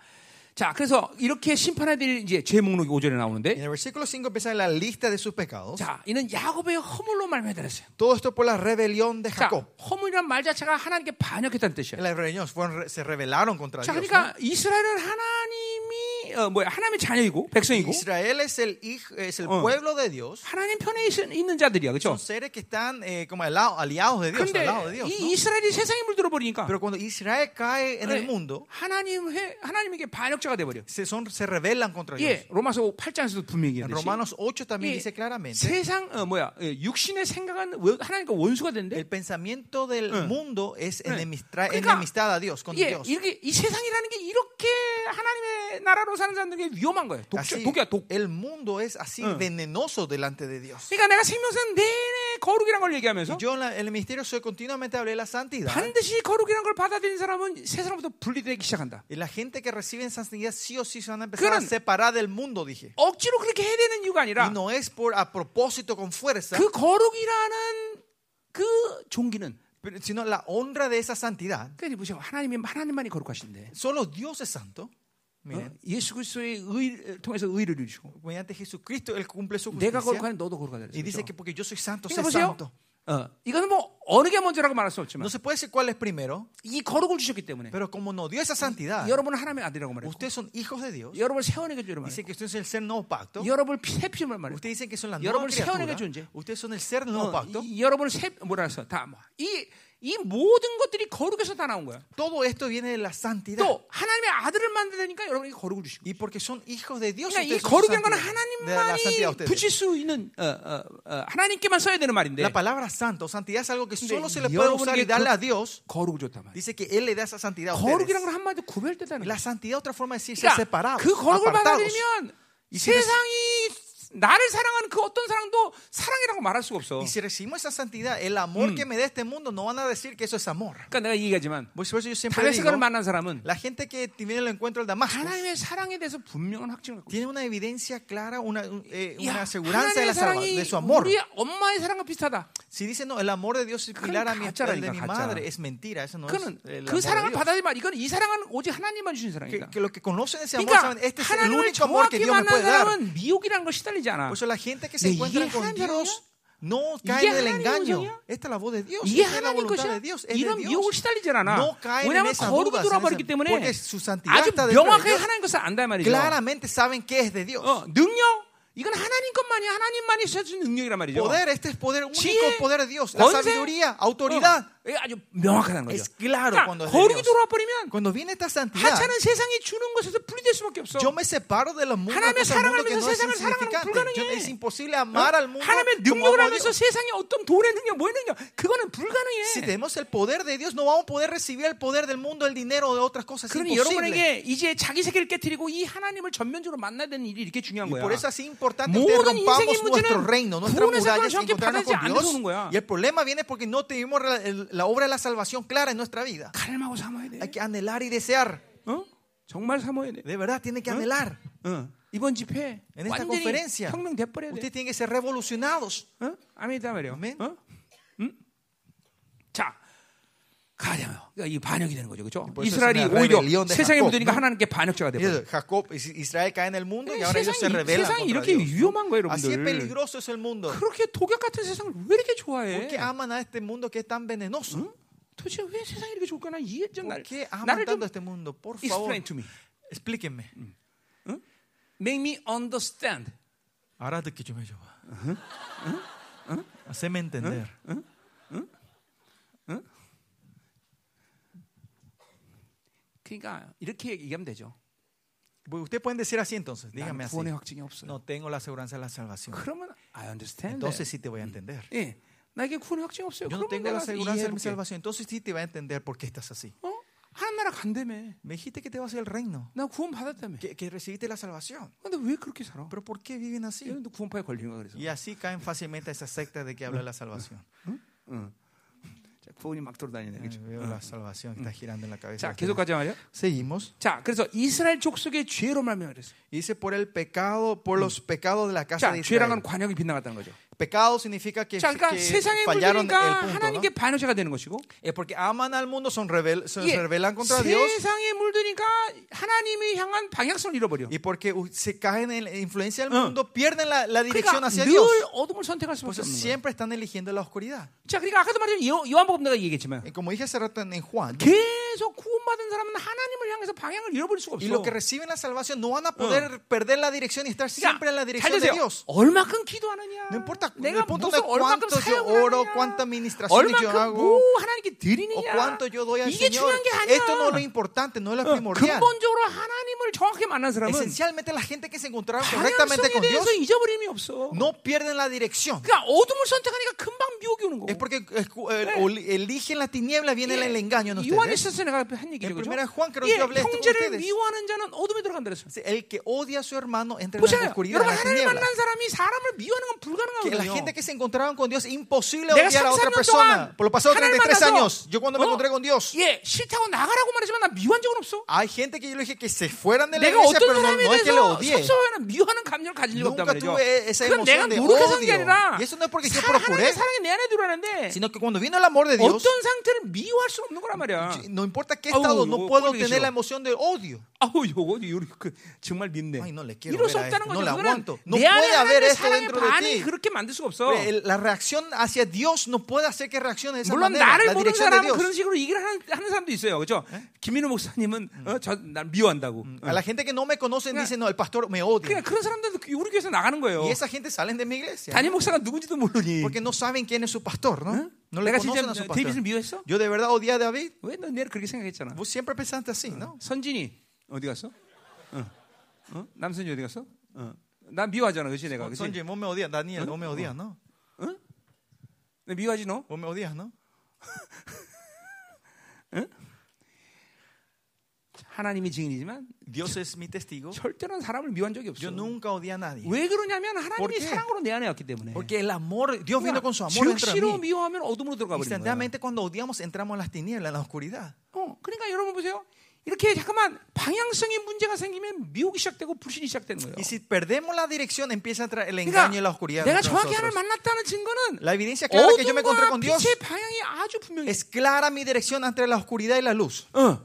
Speaker 1: 자, 그래서 이렇게 심판해야 될 이제 제 목록이 5절에
Speaker 2: En
Speaker 1: 나오는데,
Speaker 2: el versículo 5 empieza la lista de sus pecados.
Speaker 1: 자, 이는 야곱의 허물로 말미암았어요.
Speaker 2: Todo esto por la rebelión de
Speaker 1: 자,
Speaker 2: Jacob.
Speaker 1: 허물이란 말 자체가 하나님께 반역했다는 뜻이에요.
Speaker 2: En la rebelión fueron re- se rebelaron contra
Speaker 1: 자,
Speaker 2: Dios. ¿no?
Speaker 1: 그러니까 이스라엘은 하나님이 어, 뭐야, 하나님의 자녀이고 백성이고
Speaker 2: Israel es el, hij- es el
Speaker 1: Oh.
Speaker 2: pueblo de Dios.
Speaker 1: 하나님 편에 있, 있는 자들이야, 그렇죠?
Speaker 2: Son seres que están eh, como al lado- aliados de Dios, al
Speaker 1: 근데
Speaker 2: lado de Dios. ¿no?
Speaker 1: 이 이스라엘이 세상에 물들어 버리니까 예,
Speaker 2: Pero cuando Israel cae en el mundo,
Speaker 1: 하나님 회, 하나님에게 반역자가 돼 버려.
Speaker 2: se, son, se rebelan contra Dios.
Speaker 1: 예, 로마서 8장에서도 분명히
Speaker 2: En
Speaker 1: 얘기하듯이
Speaker 2: Romanos 8 también
Speaker 1: 예,
Speaker 2: dice claramente,
Speaker 1: 세상 어, 뭐야 예, 육신의 생각은 원- 하나님과 원수가 되는데
Speaker 2: el pensamiento del mundo es enemistra-
Speaker 1: 그러니까-
Speaker 2: enemistad a Dios, con
Speaker 1: 예,
Speaker 2: Dios.
Speaker 1: 이렇게 이 세상이라는 게 이렇게 하나님의 나라로 사는 사람들에게 위험한 거예요. 독
Speaker 2: Así,
Speaker 1: 독이야 독.
Speaker 2: el mundo es así venenoso delante de Dios.
Speaker 1: 그러니까 내가 생명상 내내 거룩이란 걸 얘기하면서
Speaker 2: Y Yo en, la- en el ministerio soy continuamente hablé de la santidad.
Speaker 1: 반드시 거룩이란 걸 받아들인 사람은 세상부터 분리되기 시작한다.
Speaker 2: Y la gente que recibe esa santidad sí o sí se van a empezar a
Speaker 1: 그런-
Speaker 2: separar del mundo, dije.
Speaker 1: 억지로 그렇게 해야 되는 이유가 아니라
Speaker 2: Y no es por a propósito con fuerza,
Speaker 1: 그 거룩이라는 그 종기는
Speaker 2: pero- sino la honra de esa santidad.
Speaker 1: 그러니 보세요 하나님이 하나님만이 거룩하신데
Speaker 2: Solo Dios es santo.
Speaker 1: 어?
Speaker 2: Miren,
Speaker 1: 예수 그리스도의 의 통해서 의를 이루시고
Speaker 2: mediante Jesucristo Él cumple su
Speaker 1: 내가
Speaker 2: justicia.
Speaker 1: 거룩하니 너도 거룩하다.
Speaker 2: Y dice
Speaker 1: 그랬죠?
Speaker 2: que porque yo soy santo,
Speaker 1: 그러니까
Speaker 2: soy
Speaker 1: 보세요.
Speaker 2: santo.
Speaker 1: 어, 이거는 뭐 어느 게 먼저라고 말할 수 없지만
Speaker 2: No se puede decir cuál es primero,
Speaker 1: 이 거룩을 주셨기 때문에
Speaker 2: pero como no dio esa santidad,
Speaker 1: 여러분은 하나님의 아들이라고 말했고
Speaker 2: ustedes son hijos de Dios.
Speaker 1: 여러분을 세원에게 주라고
Speaker 2: Dice
Speaker 1: 말했고
Speaker 2: que ustedes son el ser nuevo pacto.
Speaker 1: 여러분을 새 피조물 말했고
Speaker 2: Ustedes dicen que son la nueva
Speaker 1: 여러분을 세원에게
Speaker 2: criatura.
Speaker 1: 준 죄.
Speaker 2: Ustedes son el ser nuevo
Speaker 1: 어,
Speaker 2: pacto.
Speaker 1: 이- 여러분을 새 뭐라 해서 다이이 모든 것들이 거룩에서 다 나온 거야.
Speaker 2: Todo esto viene de la santidad.
Speaker 1: 또 하나님의 아들을 만드니까 여러분에게 거룩을 주시고.
Speaker 2: Y porque son hijos de Dios,
Speaker 1: 그러니까 이
Speaker 2: ustedes son
Speaker 1: 거룩이란 건
Speaker 2: santidad. de la santidad
Speaker 1: 하나님만이
Speaker 2: ustedes.
Speaker 1: 붙일 수 있는 어, 어, 어, 하나님께만 써야 되는 말인데
Speaker 2: La palabra santo, santidad es algo que
Speaker 1: 근데
Speaker 2: solo se le puede usar y
Speaker 1: 여러분에게
Speaker 2: darle
Speaker 1: 그-
Speaker 2: a Dios.
Speaker 1: 거룩을 줬단 말이야.
Speaker 2: Dice que Él le da esa santidad a ustedes.
Speaker 1: 거룩이란 건 한마디로 구별되다는
Speaker 2: La
Speaker 1: 거야.
Speaker 2: santidad, otra forma de decir, ser
Speaker 1: 그러니까
Speaker 2: separados,
Speaker 1: 그 거룩을
Speaker 2: apartados.
Speaker 1: 받아들이면
Speaker 2: 이
Speaker 1: 세상이 나를 사랑하는 그 어떤 사랑도 사랑이라고 말할 수가 없어.
Speaker 2: Y si recibimos esa santidad, el amor que me da este mundo, no van a decir que eso es amor.
Speaker 1: 그러니까 내가 얘기하지만
Speaker 2: Por eso yo siempre digo,
Speaker 1: 다메섹을 만난 사람은
Speaker 2: la gente que tiene el encuentro del Damasco
Speaker 1: 네, 하나님의 사랑에 대해서 분명한 확증을 갖고 있어.
Speaker 2: tiene una evidencia clara, una, un- eh, una
Speaker 1: 야,
Speaker 2: aseguranza
Speaker 1: 하나님의
Speaker 2: de, la salva-
Speaker 1: 사랑이
Speaker 2: de su amor.
Speaker 1: 우리 엄마의 사랑과 비슷하다.
Speaker 2: Si dicen, no, el amor de Dios es similar a mi,
Speaker 1: 가짜라니까,
Speaker 2: el de mi
Speaker 1: 가짜.
Speaker 2: madre, es mentira. Eso no es
Speaker 1: 그는
Speaker 2: el
Speaker 1: 그
Speaker 2: amor
Speaker 1: 사랑을
Speaker 2: de Dios.
Speaker 1: 받아들이면 이건 이 사랑은 오직 하나님만 주신
Speaker 2: Que,
Speaker 1: 사랑이다.
Speaker 2: que lo que conocen ese amor,
Speaker 1: 그러니까
Speaker 2: saben, este es
Speaker 1: 하나님을
Speaker 2: el único amor que
Speaker 1: 정확히
Speaker 2: Dios me
Speaker 1: 만난
Speaker 2: puede dar.
Speaker 1: 사람은 미혹이라는 걸 시달리지 않아.
Speaker 2: Por eso la gente que se
Speaker 1: 네,
Speaker 2: encuentra
Speaker 1: 이게
Speaker 2: con
Speaker 1: 하나님
Speaker 2: Dios no
Speaker 1: 이게
Speaker 2: cae en el
Speaker 1: 하나님
Speaker 2: engaño.
Speaker 1: 음성이야?
Speaker 2: Esta es la voz de Dios.
Speaker 1: 이게
Speaker 2: Esta es la
Speaker 1: 하나님
Speaker 2: voluntad de
Speaker 1: 것이야.
Speaker 2: Dios. Es de
Speaker 1: 이런 미혹을
Speaker 2: Dios.
Speaker 1: 시달리질 않아.
Speaker 2: No caen en
Speaker 1: 왜냐하면
Speaker 2: esa
Speaker 1: 거룩이
Speaker 2: duda.
Speaker 1: 돌아버리기 때문에
Speaker 2: Porque su santidad
Speaker 1: 아주
Speaker 2: está dentro de
Speaker 1: 명확하게
Speaker 2: Dios.
Speaker 1: 하나님 것을 안다 말이죠.
Speaker 2: Claramente saben que es Oh, de Dios.
Speaker 1: 어, 능력 이건 하나님 것만이 하나님만이 주신 능력이란 말이죠.
Speaker 2: Poder, este es poder único,
Speaker 1: 지혜,
Speaker 2: poder de Dios. La
Speaker 1: 권세,
Speaker 2: sabiduría, autoridad.
Speaker 1: 어, 이게 아주 명확하다는 거죠.
Speaker 2: Es claro cuando
Speaker 1: 그러니까
Speaker 2: es de
Speaker 1: 거룩이
Speaker 2: Dios.
Speaker 1: 돌아와 버리면
Speaker 2: Cuando viene esta santidad,
Speaker 1: 하찮은 세상이 주는 것에서 분리될 수밖에 없어.
Speaker 2: yo me separo de los mundos
Speaker 1: 하나님을
Speaker 2: cosas del mundo que
Speaker 1: 사랑하면서
Speaker 2: no es
Speaker 1: 세상을 사랑하는
Speaker 2: insignificante. Yo-
Speaker 1: 불가능해.
Speaker 2: es imposible
Speaker 1: 어?
Speaker 2: amar al mundo
Speaker 1: 하나님의
Speaker 2: como amo
Speaker 1: 능력을
Speaker 2: a
Speaker 1: 하면서
Speaker 2: Dios.
Speaker 1: 세상의 어떤 돈의 능력, 뭐의 능력, 그거는
Speaker 2: Si
Speaker 1: 불가능해.
Speaker 2: tenemos el poder de Dios, no vamos a poder recibir el poder del mundo, el dinero o de otras cosas. Es
Speaker 1: 그러니
Speaker 2: imposible.
Speaker 1: 여러분에게 이제 자기 세계를 깨뜨리고 이 하나님을 전면적으로 만나야 되는 일이 이렇게 중요한
Speaker 2: Y
Speaker 1: 거야.
Speaker 2: por eso es importante que
Speaker 1: 모든 인생의
Speaker 2: rompamos nuestro
Speaker 1: 문제는
Speaker 2: reino, nuestras
Speaker 1: 구원의 사건을
Speaker 2: murallas y
Speaker 1: 정확히
Speaker 2: encontrarnos
Speaker 1: 받아들이지
Speaker 2: con
Speaker 1: 않아서 오는 거야.
Speaker 2: Dios. Y el problema viene porque no tuvimos la, el- la obra de la salvación clara en nuestra vida.
Speaker 1: 갈망하고 삼아야 돼.
Speaker 2: Hay que anhelar y desear.
Speaker 1: 어? 정말 삼아야 돼.
Speaker 2: De verdad, tiene que anhelar.
Speaker 1: 어. 이번 집회
Speaker 2: En esta
Speaker 1: 완전히
Speaker 2: conferencia,
Speaker 1: 혁명돼 버려야 돼.
Speaker 2: ustedes tienen que ser revolucionados.
Speaker 1: 어? 아멘이다 말이에요.
Speaker 2: 아멘.
Speaker 1: 어? 응? 자, 가자요. 그러니까 이 반역이 되는 거죠, 그렇죠?
Speaker 2: 벌써
Speaker 1: 이스라엘이
Speaker 2: 세상에
Speaker 1: 오히려
Speaker 2: rebelión de
Speaker 1: 세상에
Speaker 2: Jacob,
Speaker 1: 묻으니까
Speaker 2: no?
Speaker 1: 하나님께 반역자가 돼
Speaker 2: Y
Speaker 1: 버려.
Speaker 2: eso, Jacob, Is- Israel cae en el mundo y ahora ellos se
Speaker 1: 세상이,
Speaker 2: rebelan.
Speaker 1: 세상이
Speaker 2: contra
Speaker 1: 이렇게
Speaker 2: Dios.
Speaker 1: 위험한 거예요,
Speaker 2: Así es
Speaker 1: 여러분들.
Speaker 2: peligroso es el mundo.
Speaker 1: 그렇게 독약 같은 세상을 왜 이렇게
Speaker 2: ¿Por
Speaker 1: 좋아해?
Speaker 2: qué aman a este mundo que es tan venenoso?
Speaker 1: 도대체 왜 세상이 이렇게 좋을까? 난 이해 좀
Speaker 2: ¿Por
Speaker 1: 날,
Speaker 2: qué
Speaker 1: 나를 좀
Speaker 2: aman tanto a este mundo? Por favor,
Speaker 1: explain to me.
Speaker 2: explíquenme.
Speaker 1: Make me understand.
Speaker 2: Ahora te que yo me llevo. Haceme entender.
Speaker 1: 그러니까 이렇게 얘기하면 되죠.
Speaker 2: Ustedes pueden decir así entonces.
Speaker 1: 나는
Speaker 2: Dígame así.
Speaker 1: 구원의 확증이 없어. 요
Speaker 2: No tengo la aseguranza de la salvación.
Speaker 1: 그러면 I understand.
Speaker 2: Entonces
Speaker 1: that.
Speaker 2: sí te voy a entender.
Speaker 1: 예, 나에게 구원의 확증이 없어요.
Speaker 2: Yo no
Speaker 1: 그러면
Speaker 2: tengo la
Speaker 1: 내가
Speaker 2: aseguranza de mi
Speaker 1: 이해해볼게.
Speaker 2: salvación. Entonces sí te voy a entender por qué estás así.
Speaker 1: 어? 하나님 나라 간다며.
Speaker 2: Me dijiste que te vas a el reino.
Speaker 1: 나 구원 받았다며.
Speaker 2: Que, que recibiste la salvación.
Speaker 1: 근데 왜 그렇게 살아? 예.
Speaker 2: Pero ¿por qué viven así?
Speaker 1: 얘는 구원파에 걸린 거야 그래서.
Speaker 2: Y así caen fácilmente a esa secta de que habla de la salvación.
Speaker 1: 자, 구원이 막 돌아다니네.
Speaker 2: Ay,
Speaker 1: 그렇죠?
Speaker 2: Veo la salvación que está girando en la cabeza.
Speaker 1: 자, 계속 가자 말이야.
Speaker 2: Seguimos.
Speaker 1: 자, 그래서 이스라엘 족속의 죄로 말면 그래서.
Speaker 2: Y Dice por el pecado, por los pecados de la casa de
Speaker 1: 자, 죄랑은
Speaker 2: Israel.
Speaker 1: 관역이 빗나갔다는 거죠.
Speaker 2: Pecado significa que,
Speaker 1: 자, 그러니까
Speaker 2: que
Speaker 1: 세상에
Speaker 2: fallaron el
Speaker 1: 물들니까
Speaker 2: punto. ¿no?
Speaker 1: 하나님께 반역자가 되는 것이고.
Speaker 2: Es porque aman al mundo, son rebel- se
Speaker 1: 예,
Speaker 2: rebelan contra Dios
Speaker 1: 세상에 물드니까 하나님이 향한 방향성을 잃어버려.
Speaker 2: y porque u- se caen en la influencia del
Speaker 1: Ah.
Speaker 2: mundo, pierden la, la dirección
Speaker 1: 그러니까
Speaker 2: hacia
Speaker 1: 늘
Speaker 2: Dios.
Speaker 1: 어둠을 선택할 수밖에
Speaker 2: Por eso
Speaker 1: 없는 거예요.
Speaker 2: siempre están eligiendo la oscuridad.
Speaker 1: 자, 그러니까 아까도 말했지만 요- 요한복음 내가 얘기했지만
Speaker 2: Y Como dije hace rato en en Juan,
Speaker 1: 계속 구원받은 사람은 하나님을 향해서 방향을 잃어버릴 수가
Speaker 2: y los
Speaker 1: 없어.
Speaker 2: que reciben la salvación no van a poder perder la dirección y estar siempre en la
Speaker 1: 잘
Speaker 2: dirección de
Speaker 1: 되세요.
Speaker 2: Dios.
Speaker 1: 얼마큼 기도하느냐.
Speaker 2: No importa cu-
Speaker 1: 내가
Speaker 2: el punto
Speaker 1: 무슨
Speaker 2: de
Speaker 1: 얼마큼
Speaker 2: cuánto yo
Speaker 1: 사용을
Speaker 2: oro,
Speaker 1: 하느냐.
Speaker 2: cuánta administración yo
Speaker 1: 얼마큼 뭐
Speaker 2: hago,
Speaker 1: 하나님께
Speaker 2: o
Speaker 1: 드리느냐.
Speaker 2: cuánto yo doy al
Speaker 1: 이게
Speaker 2: Señor.
Speaker 1: 중요한 게
Speaker 2: Esto no es lo
Speaker 1: 아니야.
Speaker 2: importante, no es
Speaker 1: 어,
Speaker 2: lo primordial.
Speaker 1: 근본적으로 하나님을 정확히 만난 사람은
Speaker 2: Esencialmente la gente que se encontraron correctamente
Speaker 1: 방향성에
Speaker 2: con Dios
Speaker 1: 대해서 잊어버림이 없어.
Speaker 2: no pierden la dirección.
Speaker 1: 그러니까 어둠을 선택하니까 금방 미혹이 오는
Speaker 2: Es
Speaker 1: 거고. 예,
Speaker 2: porque eh, cu- el- ol- eligen la tiniebla, viene el engaño en ustedes.
Speaker 1: 요한에서 내가 한 얘기죠.
Speaker 2: En
Speaker 1: 그죠?
Speaker 2: primera Juan creo
Speaker 1: 예,
Speaker 2: que hablé esto con
Speaker 1: 형제를
Speaker 2: ustedes.
Speaker 1: 미워하는 자는 어둠에 들어간다 그랬어요.
Speaker 2: El que odia a su hermano entra en la
Speaker 1: 보잖아요.
Speaker 2: oscuridad, en
Speaker 1: 여러분
Speaker 2: la
Speaker 1: 하나님
Speaker 2: tiniebla.
Speaker 1: 만난 사람이 사람을 미워하는 건
Speaker 2: Que la
Speaker 1: 불가능하거든요.
Speaker 2: gente que se encontraron con Dios, imposible
Speaker 1: 내가
Speaker 2: odiar a otra
Speaker 1: 33년 동안
Speaker 2: persona. Por lo pasado
Speaker 1: 하나님
Speaker 2: 33
Speaker 1: 만나서,
Speaker 2: años, yo cuando me
Speaker 1: 어?
Speaker 2: encontré con Dios, 아,
Speaker 1: 예, 싫다고 나가라고 말하지만 나 미워한 적은 없어.
Speaker 2: hay gente que yo le dije que se fueran de la
Speaker 1: 내가
Speaker 2: iglesia,
Speaker 1: 어떤
Speaker 2: pero no,
Speaker 1: 사람에
Speaker 2: no es que le
Speaker 1: 대해서
Speaker 2: odié.
Speaker 1: 섭섭해나 미워하는 감정을 가진 적 없단
Speaker 2: 뭐 Nunca
Speaker 1: 말이죠.
Speaker 2: tuve esa
Speaker 1: 그건 내가
Speaker 2: emoción de
Speaker 1: 노력해서 한게
Speaker 2: odio.
Speaker 1: 아니라
Speaker 2: Y eso no es porque yo
Speaker 1: 사- 하나님의
Speaker 2: procuré,
Speaker 1: 사랑이 내 안에 들어왔는데
Speaker 2: sino que cuando vino el amor de Dios,
Speaker 1: 어떤 상태를 미워할 수 없는 거란 말이야.
Speaker 2: no importa qué
Speaker 1: Au, Ah.
Speaker 2: estado,
Speaker 1: oh,
Speaker 2: no puedo
Speaker 1: cuál es eso?
Speaker 2: tener la emoción de odio.
Speaker 1: 아우 요거 요리 그 정말 밉네.
Speaker 2: 아니, no le quiero
Speaker 1: 이럴 수
Speaker 2: ver a
Speaker 1: 없다는
Speaker 2: esto.
Speaker 1: 거죠.
Speaker 2: No le
Speaker 1: 그거는
Speaker 2: aguanto. No
Speaker 1: 내 안에
Speaker 2: puede haber
Speaker 1: 하나님의
Speaker 2: esto
Speaker 1: 사랑의
Speaker 2: dentro de
Speaker 1: 반이
Speaker 2: ti.
Speaker 1: 그렇게 만들 수가 없어.
Speaker 2: Eh, El- La reacción hacia Dios no puede hacer que reaccione de esa
Speaker 1: 물론
Speaker 2: manera.
Speaker 1: 나를
Speaker 2: La
Speaker 1: 모르는
Speaker 2: dirección de
Speaker 1: 사람은
Speaker 2: Dios.
Speaker 1: 그런 식으로 얘기를 하는, 하는 사람도 있어요. 그죠? 김민우 목사님은 어, 저날 미워한다고. 어.
Speaker 2: A la gente que no me conocen dicen, no, el pastor me odia.
Speaker 1: 그냥 그런 사람들도 그- 우리 교회에서 나가는 거예요.
Speaker 2: Y esa gente salen de mi iglesia.
Speaker 1: 담임 목사가 누군지도 모르니.
Speaker 2: Porque no saben quién es su pastor,
Speaker 1: ¿Eh?
Speaker 2: ¿no? No le
Speaker 1: 내가
Speaker 2: conocen
Speaker 1: 진짜
Speaker 2: a su
Speaker 1: 데이빗을
Speaker 2: pastor.
Speaker 1: 미워했어?
Speaker 2: Yo de verdad odié a David.
Speaker 1: 왜 너 내일 그렇게 생각했잖아.
Speaker 2: Vos siempre pensaste así,
Speaker 1: Ah,
Speaker 2: ¿no?
Speaker 1: 선진이 어디 갔어? 어. 어? 남선이 어디 갔어? 어. 난 미워하잖아, 그렇지 내가, 그렇지?
Speaker 2: Son Jim, vos me odias,
Speaker 1: ¿Eh?
Speaker 2: Daniel, vos me
Speaker 1: Ah.
Speaker 2: odias, ¿no?
Speaker 1: 내 미워하지 너?
Speaker 2: Vos me odias, ¿no?
Speaker 1: 하나님이 증인이지만
Speaker 2: Dios es mi testigo.
Speaker 1: 절대로 사람을 미워한 적이
Speaker 2: Yo
Speaker 1: 없어.
Speaker 2: nunca odié a nadie.
Speaker 1: 왜 그러냐면 하나님이
Speaker 2: Porque-
Speaker 1: 사랑으로 내 안에 왔기 때문에.
Speaker 2: Porque el amor, Dios vino
Speaker 1: 그러니까
Speaker 2: con su amor dentro de
Speaker 1: 즉시로
Speaker 2: mí.
Speaker 1: 미워하면 어둠으로 들어가 버리는 거야.
Speaker 2: Instantáneamente cuando odiamos entramos en las tinieblas, en la oscuridad.
Speaker 1: 어, 그러니까 여러분 보세요. 이렇게 잠깐만 방향성의 문제가 생기면 미혹이 시작되고 불신이 시작되는 거예요.
Speaker 2: Y si perdemos la dirección empieza a entrar el engaño y la
Speaker 1: 그러니까
Speaker 2: oscuridad.
Speaker 1: 내가
Speaker 2: dentro de
Speaker 1: 정확히 하나님
Speaker 2: nosotros.
Speaker 1: 만났다는 증거는
Speaker 2: La evidencia clara que yo me encontré
Speaker 1: 어둠과
Speaker 2: con Dios
Speaker 1: 빛의 방향이 아주 분명해.
Speaker 2: es clara mi dirección entre la oscuridad y la luz.
Speaker 1: 어,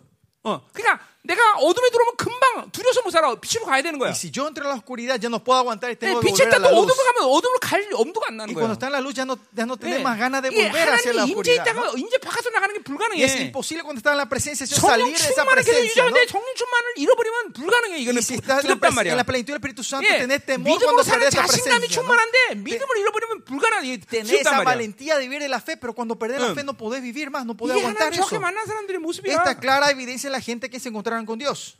Speaker 1: 어. 그러니까 내가 어둠에 들어오면 금방 두려워서 못 살아. 빛으로 가야 되는 거야.
Speaker 2: Y si yo entro en la oscuridad ya no puedo aguantar y tengo
Speaker 1: 근데
Speaker 2: que
Speaker 1: 빛에
Speaker 2: volver a
Speaker 1: 따라
Speaker 2: la luz.
Speaker 1: 어둠으로 가면 어둠으로 갈 엄두가 안
Speaker 2: Y
Speaker 1: 나는
Speaker 2: cuando
Speaker 1: 거야.
Speaker 2: está en la luz ya no, ya no
Speaker 1: 예.
Speaker 2: tenemos más ganas de
Speaker 1: 이게
Speaker 2: volver hacia la
Speaker 1: 하나님이 임재
Speaker 2: oscuridad. ¿no?
Speaker 1: 있다가 임재 바깥으로 나가는 게
Speaker 2: Y es
Speaker 1: 불가능해.
Speaker 2: imposible cuando está en la presencia, de Dios
Speaker 1: 성령
Speaker 2: salir de esa
Speaker 1: 충만을 계속
Speaker 2: presencia. ¿no?
Speaker 1: 유지하는데 성령 충만을 잃어버리면 불가능해. 이거는
Speaker 2: Y si
Speaker 1: 부-
Speaker 2: estás
Speaker 1: 두렵단
Speaker 2: en la, pres- en
Speaker 1: 말이야.
Speaker 2: la plenitud del Espíritu Santo,
Speaker 1: 예,
Speaker 2: tenés temor
Speaker 1: 믿음으로
Speaker 2: cuando
Speaker 1: 사는
Speaker 2: perdés esa
Speaker 1: 자신감이
Speaker 2: presencia. ¿no?
Speaker 1: 충만한데 믿음을 잃어버리면 불가능해. 이게 두렵단
Speaker 2: Tenés esa
Speaker 1: 말이야.
Speaker 2: Mm. valentía de vivir de la fe, pero cuando perdés
Speaker 1: 응.
Speaker 2: la fe no podés vivir más, no podés
Speaker 1: 이게 하나님
Speaker 2: aguantar eso.
Speaker 1: 저렇게 만난 사람들의 모습이야.
Speaker 2: Esta clara evidencia en la gente que se encontraron con Dios.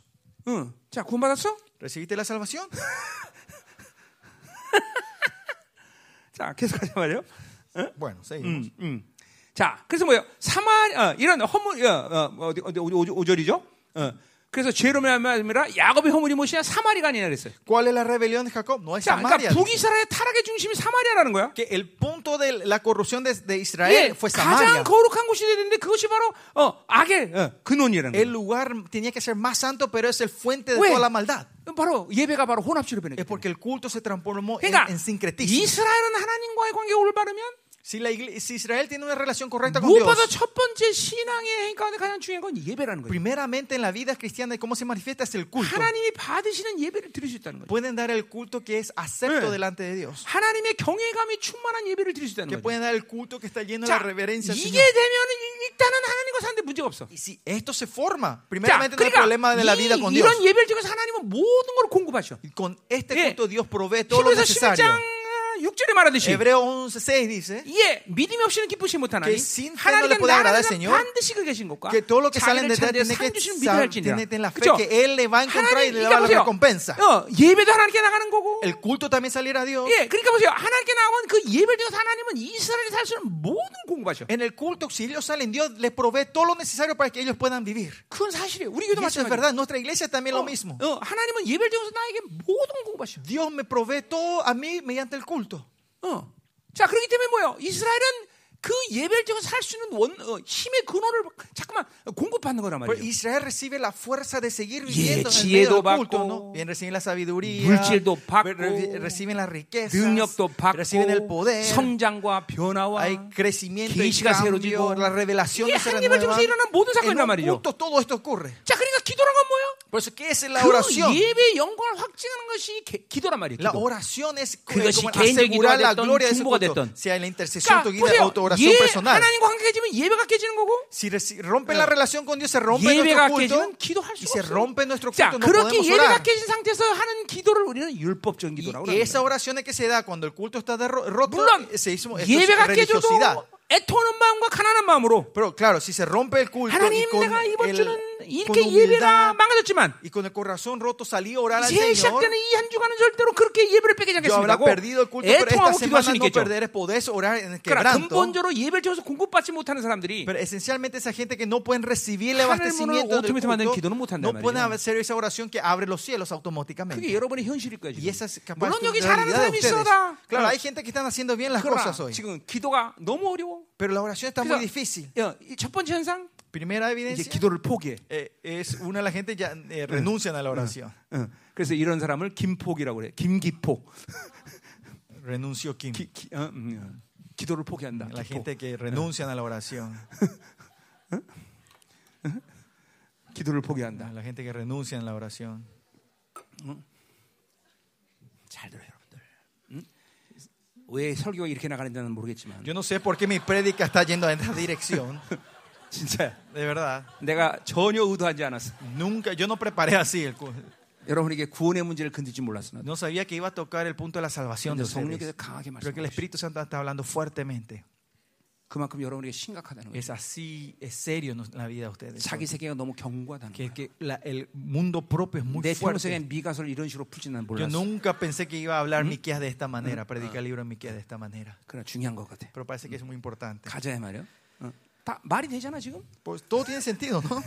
Speaker 1: 응. 자 구원받았어?
Speaker 2: ¿Recibiste la salvación?
Speaker 1: 자 계속 하자 말이요.
Speaker 2: Bueno, seguimos.
Speaker 1: 음. 자, 그래서 뭐예요? 사마 어, 이런 허물 어, 어, 어디 어디 오오절이죠 어. 그래서 죄로 말미암아 야곱의 허물이 무엇이냐? 사마리가 아니냐 그랬어요.
Speaker 2: ¿Cuál es la rebelión de Jacob? No es
Speaker 1: 자,
Speaker 2: Samaria.
Speaker 1: 그러니까 북이스라엘 타락의 중심이 사마리아라는 거야.
Speaker 2: Que el punto de la corrupción de, de
Speaker 1: 예,
Speaker 2: Israel fue
Speaker 1: 가장
Speaker 2: Samaria.
Speaker 1: 거룩한 곳이 되야 되는데 그것이 바로 어, 악의 어, 근원이라는
Speaker 2: El
Speaker 1: 거예요.
Speaker 2: lugar tenía que ser más santo, pero es el fuente de
Speaker 1: Güey.
Speaker 2: toda la maldad.
Speaker 1: 바로 예배가 바로 혼합치로
Speaker 2: Es
Speaker 1: 변했기 때문에.
Speaker 2: porque el culto se transformó en,
Speaker 1: 그러니까
Speaker 2: en sincretismo.
Speaker 1: 이스라엘은 하나님과의 관계가 올바르면
Speaker 2: Si, la igle- si Israel tiene una relación correcta con Dios,
Speaker 1: 무엇보다 첫 번째 신앙의 행위 가운데 가장 중요한 건 예배라는 거예요.
Speaker 2: primeramente en la vida cristiana y cómo se manifiesta es el culto.
Speaker 1: 하나님이 받으시는 예배를 드릴 수 있다는 거예요.
Speaker 2: Pueden dar el culto que es acepto
Speaker 1: Eh.
Speaker 2: delante de Dios.
Speaker 1: 하나님의 경외감이 충만한 예배를 드릴 수
Speaker 2: Que
Speaker 1: 있다는 거예요.
Speaker 2: pueden dar el culto que está lleno de
Speaker 1: 자,
Speaker 2: la 뭐 reverencia. al
Speaker 1: 이게
Speaker 2: Señor.
Speaker 1: 되면은 일단은 하나님과 사는데 문제가 없어.
Speaker 2: Y si esto se forma,
Speaker 1: 자,
Speaker 2: primeramente no hay problema de la vida
Speaker 1: 그러니까
Speaker 2: con
Speaker 1: 이,
Speaker 2: Dios.
Speaker 1: 이런 예배를 통해서 하나님은 모든 걸 공급하셔.
Speaker 2: Y Con este
Speaker 1: Eh.
Speaker 2: culto Dios provee todo lo
Speaker 1: 히브리서
Speaker 2: necesario.
Speaker 1: 11장 아, 6절에 말하듯이
Speaker 2: Hebreo 11.6 dice
Speaker 1: 예, 믿음이 없이는 기쁘지 못하나니
Speaker 2: Que sin fe no le
Speaker 1: 하나님은
Speaker 2: puede agradar al
Speaker 1: 나라는
Speaker 2: Señor.
Speaker 1: 반드시 그 계신 것과
Speaker 2: que todo lo que salen
Speaker 1: 자기를
Speaker 2: de detrás
Speaker 1: 찾는
Speaker 2: tiene
Speaker 1: 산
Speaker 2: que
Speaker 1: 주시는 믿음을
Speaker 2: sab-
Speaker 1: 할지니라
Speaker 2: tiene en la fe
Speaker 1: 그쵸?
Speaker 2: que Él le va a encontrar y
Speaker 1: 하나님,
Speaker 2: le
Speaker 1: 그러니까
Speaker 2: va a dar
Speaker 1: 보세요.
Speaker 2: la recompensa.
Speaker 1: 어, 예배도 하나님께 나가는 거고
Speaker 2: El culto también salirá a Dios.
Speaker 1: 예, 그러니까 보세요 하나님께 나온 그 예배를 통해서 하나님은 이스라엘이 살 수 있는 모든 공급하셔
Speaker 2: En el culto, si ellos salen, Dios les provee todo lo necesario para que ellos puedan vivir.
Speaker 1: 그건 사실이에요 우리
Speaker 2: Y
Speaker 1: 교도
Speaker 2: eso
Speaker 1: 마찬가지예요
Speaker 2: es verdad. Nuestra iglesia también lo mismo.
Speaker 1: 어, 어, 하나님은 예배를 통해서 나에게 모든 공급하셔
Speaker 2: Dios me provee todo a mí mediante el culto.
Speaker 1: 어. 자, 그렇기 때문에 뭐예요? 이스라엘은 그 예배를 통해서 살 수 있는 원, 어, 힘의 근원을 자꾸만 공급받는 거란
Speaker 2: Pero
Speaker 1: 말이에요.
Speaker 2: Israel recibe la fuerza de seguir
Speaker 1: Yeah,
Speaker 2: viviendo en el
Speaker 1: 지혜도
Speaker 2: medio del culto,
Speaker 1: 받고,
Speaker 2: ¿no? Bien, reciben la sabiduría,
Speaker 1: 물질도 받고,
Speaker 2: re- reciben las riquezas,
Speaker 1: 능력도 받고
Speaker 2: reciben el poder,
Speaker 1: 성장과 변화와
Speaker 2: hay crecimiento y
Speaker 1: 계시가
Speaker 2: cambio,
Speaker 1: 새로지고.
Speaker 2: la revelación
Speaker 1: 이게
Speaker 2: se
Speaker 1: 하나님을 통해서
Speaker 2: renueva.
Speaker 1: 일어나는 모든
Speaker 2: En
Speaker 1: 사건이란
Speaker 2: un
Speaker 1: 말이죠.
Speaker 2: culto todo esto ocurre.
Speaker 1: 자, 그러니까 기도란 건 뭐예요?
Speaker 2: Por eso, ¿qué es la
Speaker 1: 그
Speaker 2: oración?
Speaker 1: 예배의 영광을 확증하는 것이 개- 기도란 말이에요.
Speaker 2: La
Speaker 1: 기도.
Speaker 2: oración es eh, como
Speaker 1: 그것이 개인적
Speaker 2: asegurar la
Speaker 1: 기도가 됐던
Speaker 2: gloria de ese
Speaker 1: 중보가
Speaker 2: culto.
Speaker 1: 됐던.
Speaker 2: Sea en la intercesión,
Speaker 1: 그러니까
Speaker 2: tu guía,
Speaker 1: 보세요.
Speaker 2: o tu oración
Speaker 1: 예,
Speaker 2: personal.
Speaker 1: 하나님과 함께 깨지면 예배가 깨지는 거고
Speaker 2: Si reci- rompe la relación con Dios, se rompe
Speaker 1: 예배가
Speaker 2: nuestro culto
Speaker 1: 깨지면 기도할
Speaker 2: y
Speaker 1: 수
Speaker 2: se
Speaker 1: 없어요.
Speaker 2: rompe nuestro
Speaker 1: 자,
Speaker 2: culto, no
Speaker 1: 그렇게
Speaker 2: podemos
Speaker 1: 예배가
Speaker 2: orar.
Speaker 1: 깨진 상태에서 하는 기도를 우리는 율법적인
Speaker 2: Y
Speaker 1: 기도라고 합니다.
Speaker 2: esa oración es que se da cuando el culto está derro- roto, eh,
Speaker 1: 물론
Speaker 2: se hizo esto es
Speaker 1: 예배가
Speaker 2: religiosidad.
Speaker 1: 깨져도 애통하는 마음과 가난한 마음으로
Speaker 2: Pero claro, si se rompe el culto y
Speaker 1: 하나님
Speaker 2: con,
Speaker 1: 내가 이번
Speaker 2: el-
Speaker 1: 주는
Speaker 2: con
Speaker 1: 이렇게 예배가
Speaker 2: humildad
Speaker 1: 망가졌지만
Speaker 2: y con el corazón roto salí a orar al
Speaker 1: 이제
Speaker 2: Señor,
Speaker 1: 시작되는 이 한 주간은 절대로 그렇게 예배를 빼기지
Speaker 2: yo habrá
Speaker 1: 않겠습니다고
Speaker 2: perdido el culto, pero esta
Speaker 1: 애통하고 기도할
Speaker 2: semana
Speaker 1: 수는
Speaker 2: no
Speaker 1: 있겠죠.
Speaker 2: perderé, podés orar en el
Speaker 1: 그러나
Speaker 2: quebranto.
Speaker 1: 근본적으로 예배를 통해서 공급받지 못하는 사람들이
Speaker 2: Pero esencialmente esa gente que no pueden recibir el
Speaker 1: 하나님으로
Speaker 2: abastecimiento del
Speaker 1: automaticamente 만든
Speaker 2: culto,
Speaker 1: 기도는 못한단
Speaker 2: este no
Speaker 1: 말이에요.
Speaker 2: pueden hacer esa oración que abre los cielos
Speaker 1: 그게
Speaker 2: automáticamente.
Speaker 1: 여러분의 현실일 거예요.
Speaker 2: Y
Speaker 1: 지금.
Speaker 2: esa es capaz
Speaker 1: 물론
Speaker 2: de
Speaker 1: 여기 잘하는
Speaker 2: una realidad de
Speaker 1: 사람이 있어
Speaker 2: ustedes.
Speaker 1: 다.
Speaker 2: Claro, hay gente que están haciendo bien las
Speaker 1: 그러나
Speaker 2: cosas hoy,
Speaker 1: 지금 기도가 너무 어려워.
Speaker 2: pero la oración está muy difícil.
Speaker 1: 어, 이첫 번째 현상
Speaker 2: Primera
Speaker 1: 이제
Speaker 2: evidencia
Speaker 1: 기도를 포기해.
Speaker 2: eh, es una de la gente ya eh, renuncian a la oración.
Speaker 1: 어, 그래서 이런 사람을 김폭이라고 그래. 김기폭.
Speaker 2: Renuncio Kim.
Speaker 1: 기, 기, 어, 음, 어. 기도를 포기한다.
Speaker 2: La
Speaker 1: 기폭.
Speaker 2: gente que renuncian a la oración.
Speaker 1: 기도를 포기한다.
Speaker 2: La gente que renuncian a la oración.
Speaker 1: 잘 들어요, 여러분들. 응? 왜 설교가 이렇게 나가는지는 모르겠지만
Speaker 2: Yo no sé por qué mi prédica está yendo en esta dirección.
Speaker 1: 진짜
Speaker 2: De verdad.
Speaker 1: 내가 전혀 의도하지 않았어.
Speaker 2: Nunca, yo no preparé así el cu-
Speaker 1: 여러분에게 구원의 문제를 건들지 몰랐어. 나도.
Speaker 2: No sabía que iba a tocar el punto de la salvación de
Speaker 1: 근데 성령께서
Speaker 2: ustedes.
Speaker 1: 강하게
Speaker 2: Pero que el
Speaker 1: 말씀하셨어.
Speaker 2: Espíritu Santo está hablando fuertemente.
Speaker 1: 그만큼 여러분에게 심각하다는 거예요. 예,
Speaker 2: Es así, es serio en la vida de ustedes.
Speaker 1: 자기 세계가 너무 견고하다는 거예요.
Speaker 2: Que, que la- el mundo propio es
Speaker 1: 내
Speaker 2: muy
Speaker 1: 평생에
Speaker 2: fuerte.
Speaker 1: 미가서를 이런 식으로 풀지는 난
Speaker 2: Yo
Speaker 1: 몰랐어.
Speaker 2: nunca pensé que iba a hablar Miqueas de esta manera, predicar el libro de Miqueas de esta manera.
Speaker 1: 그러나 중요한 것 같아.
Speaker 2: Pero parece que es muy importante.
Speaker 1: 가자야 말이야. 어. 네. 다 말이 되잖아 지금.
Speaker 2: Pues todo tiene sentido, ¿no?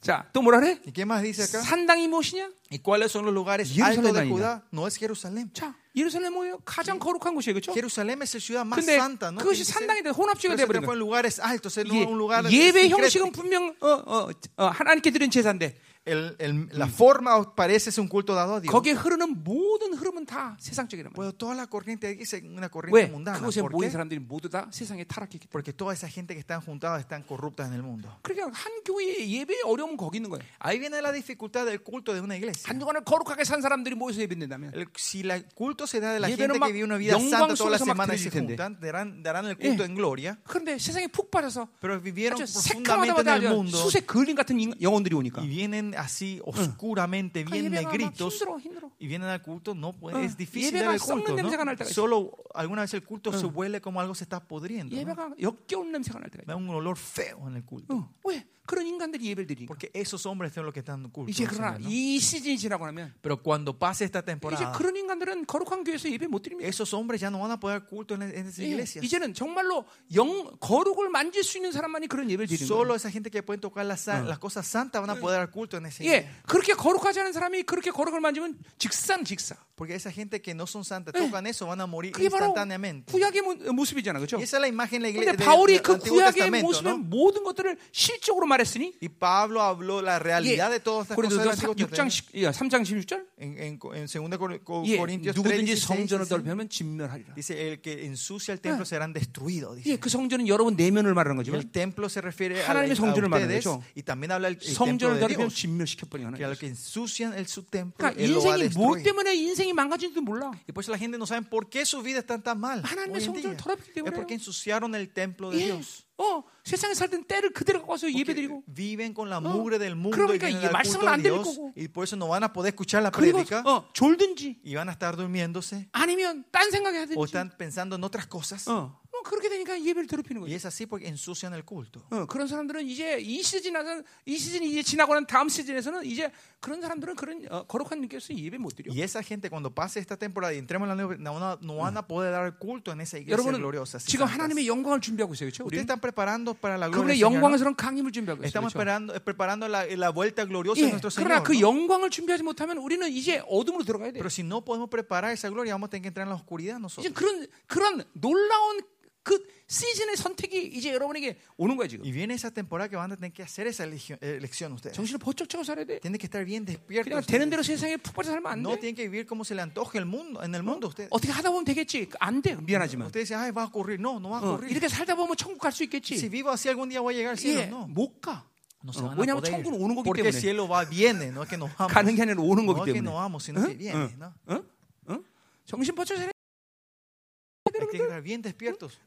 Speaker 1: 자, 예. 또 뭐라 그래?
Speaker 2: ¿Y qué más dice acá?
Speaker 1: 산당이 무엇이냐?
Speaker 2: ¿Y cuáles son los lugares
Speaker 1: Jerusalén
Speaker 2: altos de
Speaker 1: 아니다.
Speaker 2: Judá? No es Jerusalén.
Speaker 1: 자, 예루살렘 뭐예요? 가장 거룩한 곳이에요. 그렇죠?
Speaker 2: Jerusalén es la ciudad más
Speaker 1: 근데
Speaker 2: santa, ¿no?
Speaker 1: 그것이
Speaker 2: Tiene que ser.
Speaker 1: 산당이 돼 혼합주의가
Speaker 2: Pero
Speaker 1: 돼
Speaker 2: se
Speaker 1: 버린
Speaker 2: transformó
Speaker 1: 거예요.
Speaker 2: en lugares altos, es
Speaker 1: 이게
Speaker 2: un lugar
Speaker 1: 예배
Speaker 2: secreto.
Speaker 1: 형식은 분명 어, 어, 어, 하나님께 드린 제사인데
Speaker 2: El- el- la forma parece es un culto dado a Dios.
Speaker 1: 거기에 흐르는 모든 흐름은 다 세상적이란 말이에요.
Speaker 2: Pero toda la corriente ahí es una corriente
Speaker 1: 왜?
Speaker 2: mundana.
Speaker 1: 그곳에
Speaker 2: ¿Por
Speaker 1: 모인
Speaker 2: qué?
Speaker 1: 사람들이 모두 다 세상에 타락했기 때문에.
Speaker 2: Porque toda esa gente que están juntadas están corruptas en el mundo.
Speaker 1: 그러니까 한 교회의 예배의 어려움은 거기 있는 거예요.
Speaker 2: Ahí viene la dificultad del culto de una iglesia.
Speaker 1: 한동안은 거룩하게 산 사람들이 모여서 예배된다면
Speaker 2: El- si el culto se da de la
Speaker 1: 예배는
Speaker 2: gente
Speaker 1: 막
Speaker 2: que vive una vida
Speaker 1: 영광
Speaker 2: santa toda la
Speaker 1: 속에서 막
Speaker 2: semana y se
Speaker 1: 드릴 텐데.
Speaker 2: juntan, darán, darán el culto
Speaker 1: 예.
Speaker 2: en gloria,
Speaker 1: 그런데 세상에 푹 빠져서
Speaker 2: pero vivieron
Speaker 1: 아주
Speaker 2: profundamente en
Speaker 1: 새카마다마다
Speaker 2: el
Speaker 1: 아주
Speaker 2: mundo
Speaker 1: 수세 그림 같은 인- 뭐 영혼들이 오니까
Speaker 2: y vienen así oscuramente,
Speaker 1: 그러니까
Speaker 2: bien
Speaker 1: 예배가 막
Speaker 2: negritos.
Speaker 1: 힘들어 힘들어
Speaker 2: Y vienen al culto, no pues,
Speaker 1: Ah,
Speaker 2: es difícil
Speaker 1: 예배가
Speaker 2: dar el
Speaker 1: 썩는
Speaker 2: culto. ¿no?
Speaker 1: 냄새가 날 때가 있어.
Speaker 2: Solo alguna vez el culto se huele como algo se está podriendo. ¿no?
Speaker 1: 예배가 역겨운 냄새가 날 때가 있어
Speaker 2: Da un olor feo en el culto.
Speaker 1: 어, 왜 그런 인간들이 예배를 드리니까
Speaker 2: Porque esos hombres son los que están en el culto.
Speaker 1: 이제
Speaker 2: al
Speaker 1: 그러나
Speaker 2: Señor, ¿no?
Speaker 1: 이 시즌이 지나고 나면
Speaker 2: Pero cuando pase esta
Speaker 1: 이제
Speaker 2: temporada,
Speaker 1: 그런 인간들은 거룩한 교회에서 예배 못 드립니다.
Speaker 2: esos hombres ya no van a poder culto en, en esas
Speaker 1: 예,
Speaker 2: iglesias.
Speaker 1: 이제는 정말로 영 거룩을 만질 수 있는 사람만이 그런 예배를 드리는 거예요.
Speaker 2: Solo esa gente que pueden tocar las, san- las cosas santas van a poder dar culto en ese
Speaker 1: 예, 그렇게 거룩하지 않은 사람이 그렇게 거룩을 만지면 직산 직사.
Speaker 2: Porque esa gente que no son santas tocan eso, van a morir
Speaker 1: 그게 바로
Speaker 2: instantáneamente.
Speaker 1: 구약의 모- 모습이잖아, 그렇죠?
Speaker 2: Y esa es la imagen de la iglesia
Speaker 1: 근데
Speaker 2: del
Speaker 1: 바울이
Speaker 2: del
Speaker 1: 그
Speaker 2: Antiguo
Speaker 1: 구약의
Speaker 2: Testamento.
Speaker 1: 모습의
Speaker 2: ¿no?
Speaker 1: 모든 것들을 실적으로 말했으니 예.
Speaker 2: Y Pablo habló la realidad de todas estas cosas
Speaker 1: 고린도서
Speaker 2: del Antiguo
Speaker 1: 6장
Speaker 2: Testamento.
Speaker 1: 10, 예, 3장 16절
Speaker 2: En, en, en 2 Cor- Co-
Speaker 1: 예,
Speaker 2: Corintios 3,
Speaker 1: 누구든지
Speaker 2: 16,
Speaker 1: 성전을
Speaker 2: dice,
Speaker 1: 넓히면 진멸하리라
Speaker 2: dice, el que ensucia el templo serán destruidos.
Speaker 1: 예,
Speaker 2: Dice.
Speaker 1: 그 성전은 여러분 내면을 말하는
Speaker 2: El
Speaker 1: 거지만
Speaker 2: templo se refiere a, la-
Speaker 1: 하나님의
Speaker 2: a
Speaker 1: 성전을 말하는
Speaker 2: ustedes
Speaker 1: 거죠.
Speaker 2: y también habla el, el templo
Speaker 1: 성전을
Speaker 2: de
Speaker 1: 더럽히면
Speaker 2: Dios.
Speaker 1: 진멸시켜버리는
Speaker 2: Que
Speaker 1: 하나님
Speaker 2: al que ensucian el, su templo,
Speaker 1: 그러니까
Speaker 2: él lo va a
Speaker 1: 인생이 뭐
Speaker 2: destruir.
Speaker 1: 때문에 인생이 망가진지도 몰라
Speaker 2: Y por eso la gente no sabe por qué su vida está tan mal.
Speaker 1: 하나님의
Speaker 2: hoy en
Speaker 1: 성전을
Speaker 2: día.
Speaker 1: 더럽히기
Speaker 2: Es
Speaker 1: 때문에요.
Speaker 2: porque ensuciaron el templo de
Speaker 1: 예,
Speaker 2: Dios.
Speaker 1: 어, 세상에 살던 때를 그대로 갖고 와서 예배드리고
Speaker 2: Viven con la mugre del mundo y
Speaker 1: 그러니까
Speaker 2: vienen
Speaker 1: 이
Speaker 2: al
Speaker 1: 말씀을
Speaker 2: culto de
Speaker 1: 안 들을
Speaker 2: Dios.
Speaker 1: 거고.
Speaker 2: Y por eso no van a poder escuchar la
Speaker 1: 그리고
Speaker 2: prédica
Speaker 1: 어, 졸든지
Speaker 2: y van a estar durmiéndose
Speaker 1: 아니면 어, 딴 생각에
Speaker 2: o
Speaker 1: 하든지
Speaker 2: están pensando en otras cosas.
Speaker 1: 어, 어, 그렇게 되니까 예배를 더럽히는
Speaker 2: Y
Speaker 1: 거죠
Speaker 2: es así porque ensucian el culto.
Speaker 1: 어, 그런 사람들은 이제 이 시즌에서 이 시즌이 이제 지나고 난 다음 시즌에서는 이제 그런 사람들은 그런 어, 거룩한 느낌에서 예배 못 드려.
Speaker 2: Y esa gente cuando pase esta temporada y entremos en la nueva, no, no- no van a poder dar culto en esa iglesia
Speaker 1: 여러분은
Speaker 2: gloriosa. así
Speaker 1: 지금
Speaker 2: santas.
Speaker 1: 하나님의 영광을 준비하고 있어요, 그렇죠?
Speaker 2: Ustedes están preparando para la gloria.
Speaker 1: 그분의
Speaker 2: del Señor, ¿no?
Speaker 1: 영광스러운 강림을 준비하고 있어요.
Speaker 2: Estamos
Speaker 1: 그렇죠?
Speaker 2: esperando, eh, preparando la, la vuelta gloriosa de
Speaker 1: 예,
Speaker 2: nuestro Señor.
Speaker 1: 그러나 그
Speaker 2: ¿no?
Speaker 1: 영광을 준비하지 못하면 우리는 이제 어둠으로 들어가야 돼요.
Speaker 2: Pero si no podemos preparar esa gloria, vamos a tener que entrar en la oscuridad
Speaker 1: 이제
Speaker 2: nosotros.
Speaker 1: 그런 그런 놀라운 그 시즌의 선택이 이제 여러분에게 오는 거예요 지금.
Speaker 2: Y viene esa temporada que van a tener que hacer esa elegio- eh, elección ustedes.
Speaker 1: 정신을 번쩍 차고 살아야 돼.
Speaker 2: Tienen que estar bien despiertos.
Speaker 1: 그냥 되는 대로 세상에 푹 빠져 살면 안
Speaker 2: No
Speaker 1: 돼.
Speaker 2: tienen que vivir como se le antoje el mundo, en el mundo a ustedes.
Speaker 1: 어떻게 하다 보면 되겠지. 안 돼. 미안하지만.
Speaker 2: Ustedes dicen, ay, va a ocurrir. No, no va a
Speaker 1: 어,
Speaker 2: ocurrir.
Speaker 1: 이렇게 살다 보면 천국 갈 수
Speaker 2: Si
Speaker 1: 있겠지.
Speaker 2: vivo así algún día voy a llegar al
Speaker 1: 예,
Speaker 2: cielo. No.
Speaker 1: 못 가.
Speaker 2: No
Speaker 1: 어, 왜냐하면 천국은 오는 거기
Speaker 2: Porque el
Speaker 1: 때문에.
Speaker 2: cielo va, viene, no es que nos vamos.
Speaker 1: 가는 게 아니라 오는
Speaker 2: No
Speaker 1: 거기
Speaker 2: es que
Speaker 1: 때문에.
Speaker 2: nos vamos, sino que viene. ¿no?
Speaker 1: 응? 응? 정신 번쩍 차려.
Speaker 2: Hay que estar bien despiertos.